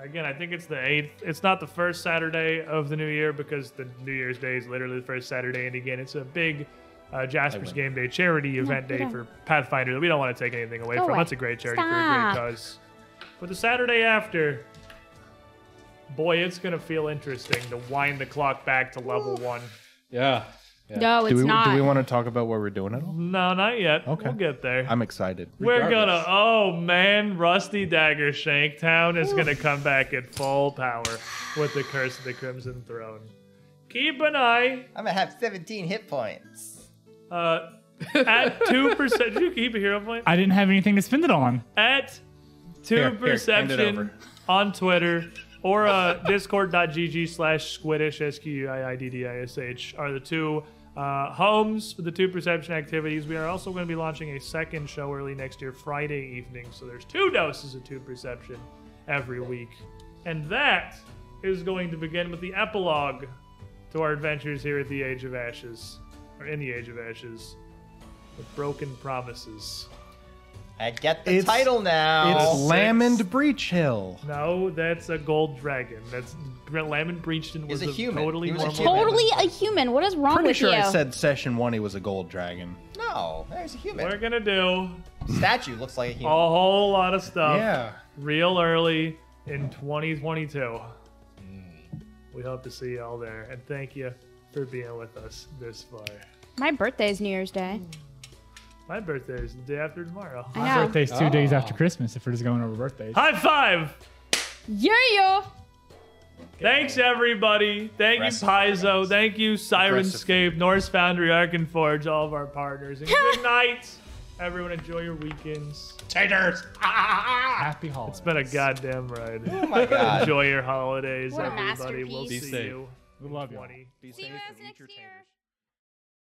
Speaker 1: Again, I think it's the 8th. It's not the first Saturday of the new year because the New Year's Day is literally the first Saturday. And again, it's a big uh, Jasper's Game Day charity event
Speaker 3: we
Speaker 1: day
Speaker 3: don't.
Speaker 1: for Pathfinder that we don't want to take anything away
Speaker 3: Go
Speaker 1: from.
Speaker 3: away.
Speaker 1: That's a great charity for a
Speaker 3: Stop.
Speaker 1: great cause. But the Saturday after, boy, it's going to feel interesting to wind the clock back to level one.
Speaker 4: Yeah.
Speaker 3: No, it's
Speaker 2: do we,
Speaker 3: not.
Speaker 2: Do we want to talk about what we're doing at all?
Speaker 1: No, not yet.
Speaker 2: Okay.
Speaker 1: We'll get there.
Speaker 2: I'm excited.
Speaker 1: We're gonna.
Speaker 4: regardless.
Speaker 1: Oh man, Rusty Dagger Shank Town is gonna come back at full power with the Curse of the Crimson Throne. Keep an eye
Speaker 6: I'm gonna have 17 hit points.
Speaker 1: uh, at two percent. Did you keep a hero point?
Speaker 9: I didn't have anything to spend it on.
Speaker 1: At
Speaker 2: Here,
Speaker 1: two
Speaker 2: here, hand it
Speaker 1: perception
Speaker 2: over.
Speaker 1: on Twitter. or uh, discord.gg slash squidish, S Q U I I D D I S H, are the two uh, homes for the two perception activities. We are also going to be launching a second show early next year, Friday evening. So there's two doses of two perception every week. And that is going to begin with the epilogue to our adventures here at the Age of Ashes, or in the Age of Ashes, with Broken Promises.
Speaker 6: I get the title now.
Speaker 2: It's Lamond Breach Hill.
Speaker 1: No, that's a gold dragon. That's Lamon Breachton was
Speaker 6: a human.
Speaker 1: totally
Speaker 6: He was a
Speaker 1: normal.
Speaker 6: human.
Speaker 3: Totally a human. What is wrong
Speaker 2: Pretty
Speaker 3: with
Speaker 2: sure
Speaker 3: you?
Speaker 2: I said session one. He was a gold dragon.
Speaker 6: No, there's a human.
Speaker 1: We're gonna do
Speaker 6: Statue looks like a
Speaker 1: a
Speaker 6: human.
Speaker 1: whole lot of stuff.
Speaker 2: Yeah.
Speaker 1: Real early in 2022.
Speaker 6: Hmm.
Speaker 1: We hope to see you all there, and thank you for being with us this far.
Speaker 3: My birthday is New Year's Day.
Speaker 1: My birthday is the day after tomorrow.
Speaker 3: I know.
Speaker 9: Birthday's two
Speaker 1: Ah.
Speaker 9: days after Christmas if we're just going over birthdays.
Speaker 1: High five!
Speaker 3: Yeah, yo.
Speaker 1: Thanks everybody. Thank
Speaker 6: Aggressive
Speaker 1: you Paizo. Thank you Sirenscape, Norse Foundry, Ark and Forge, all of our partners. And good night, everyone. Enjoy your weekends.
Speaker 4: Taters!
Speaker 9: Happy holidays.
Speaker 1: It's been a goddamn ride.
Speaker 6: Oh my god.
Speaker 1: Enjoy your holidays,
Speaker 3: What a
Speaker 1: everybody. We'll
Speaker 3: masterpiece.
Speaker 1: see
Speaker 4: Be safe.
Speaker 1: you.
Speaker 9: We love you.
Speaker 1: 20.
Speaker 3: See you guys next year.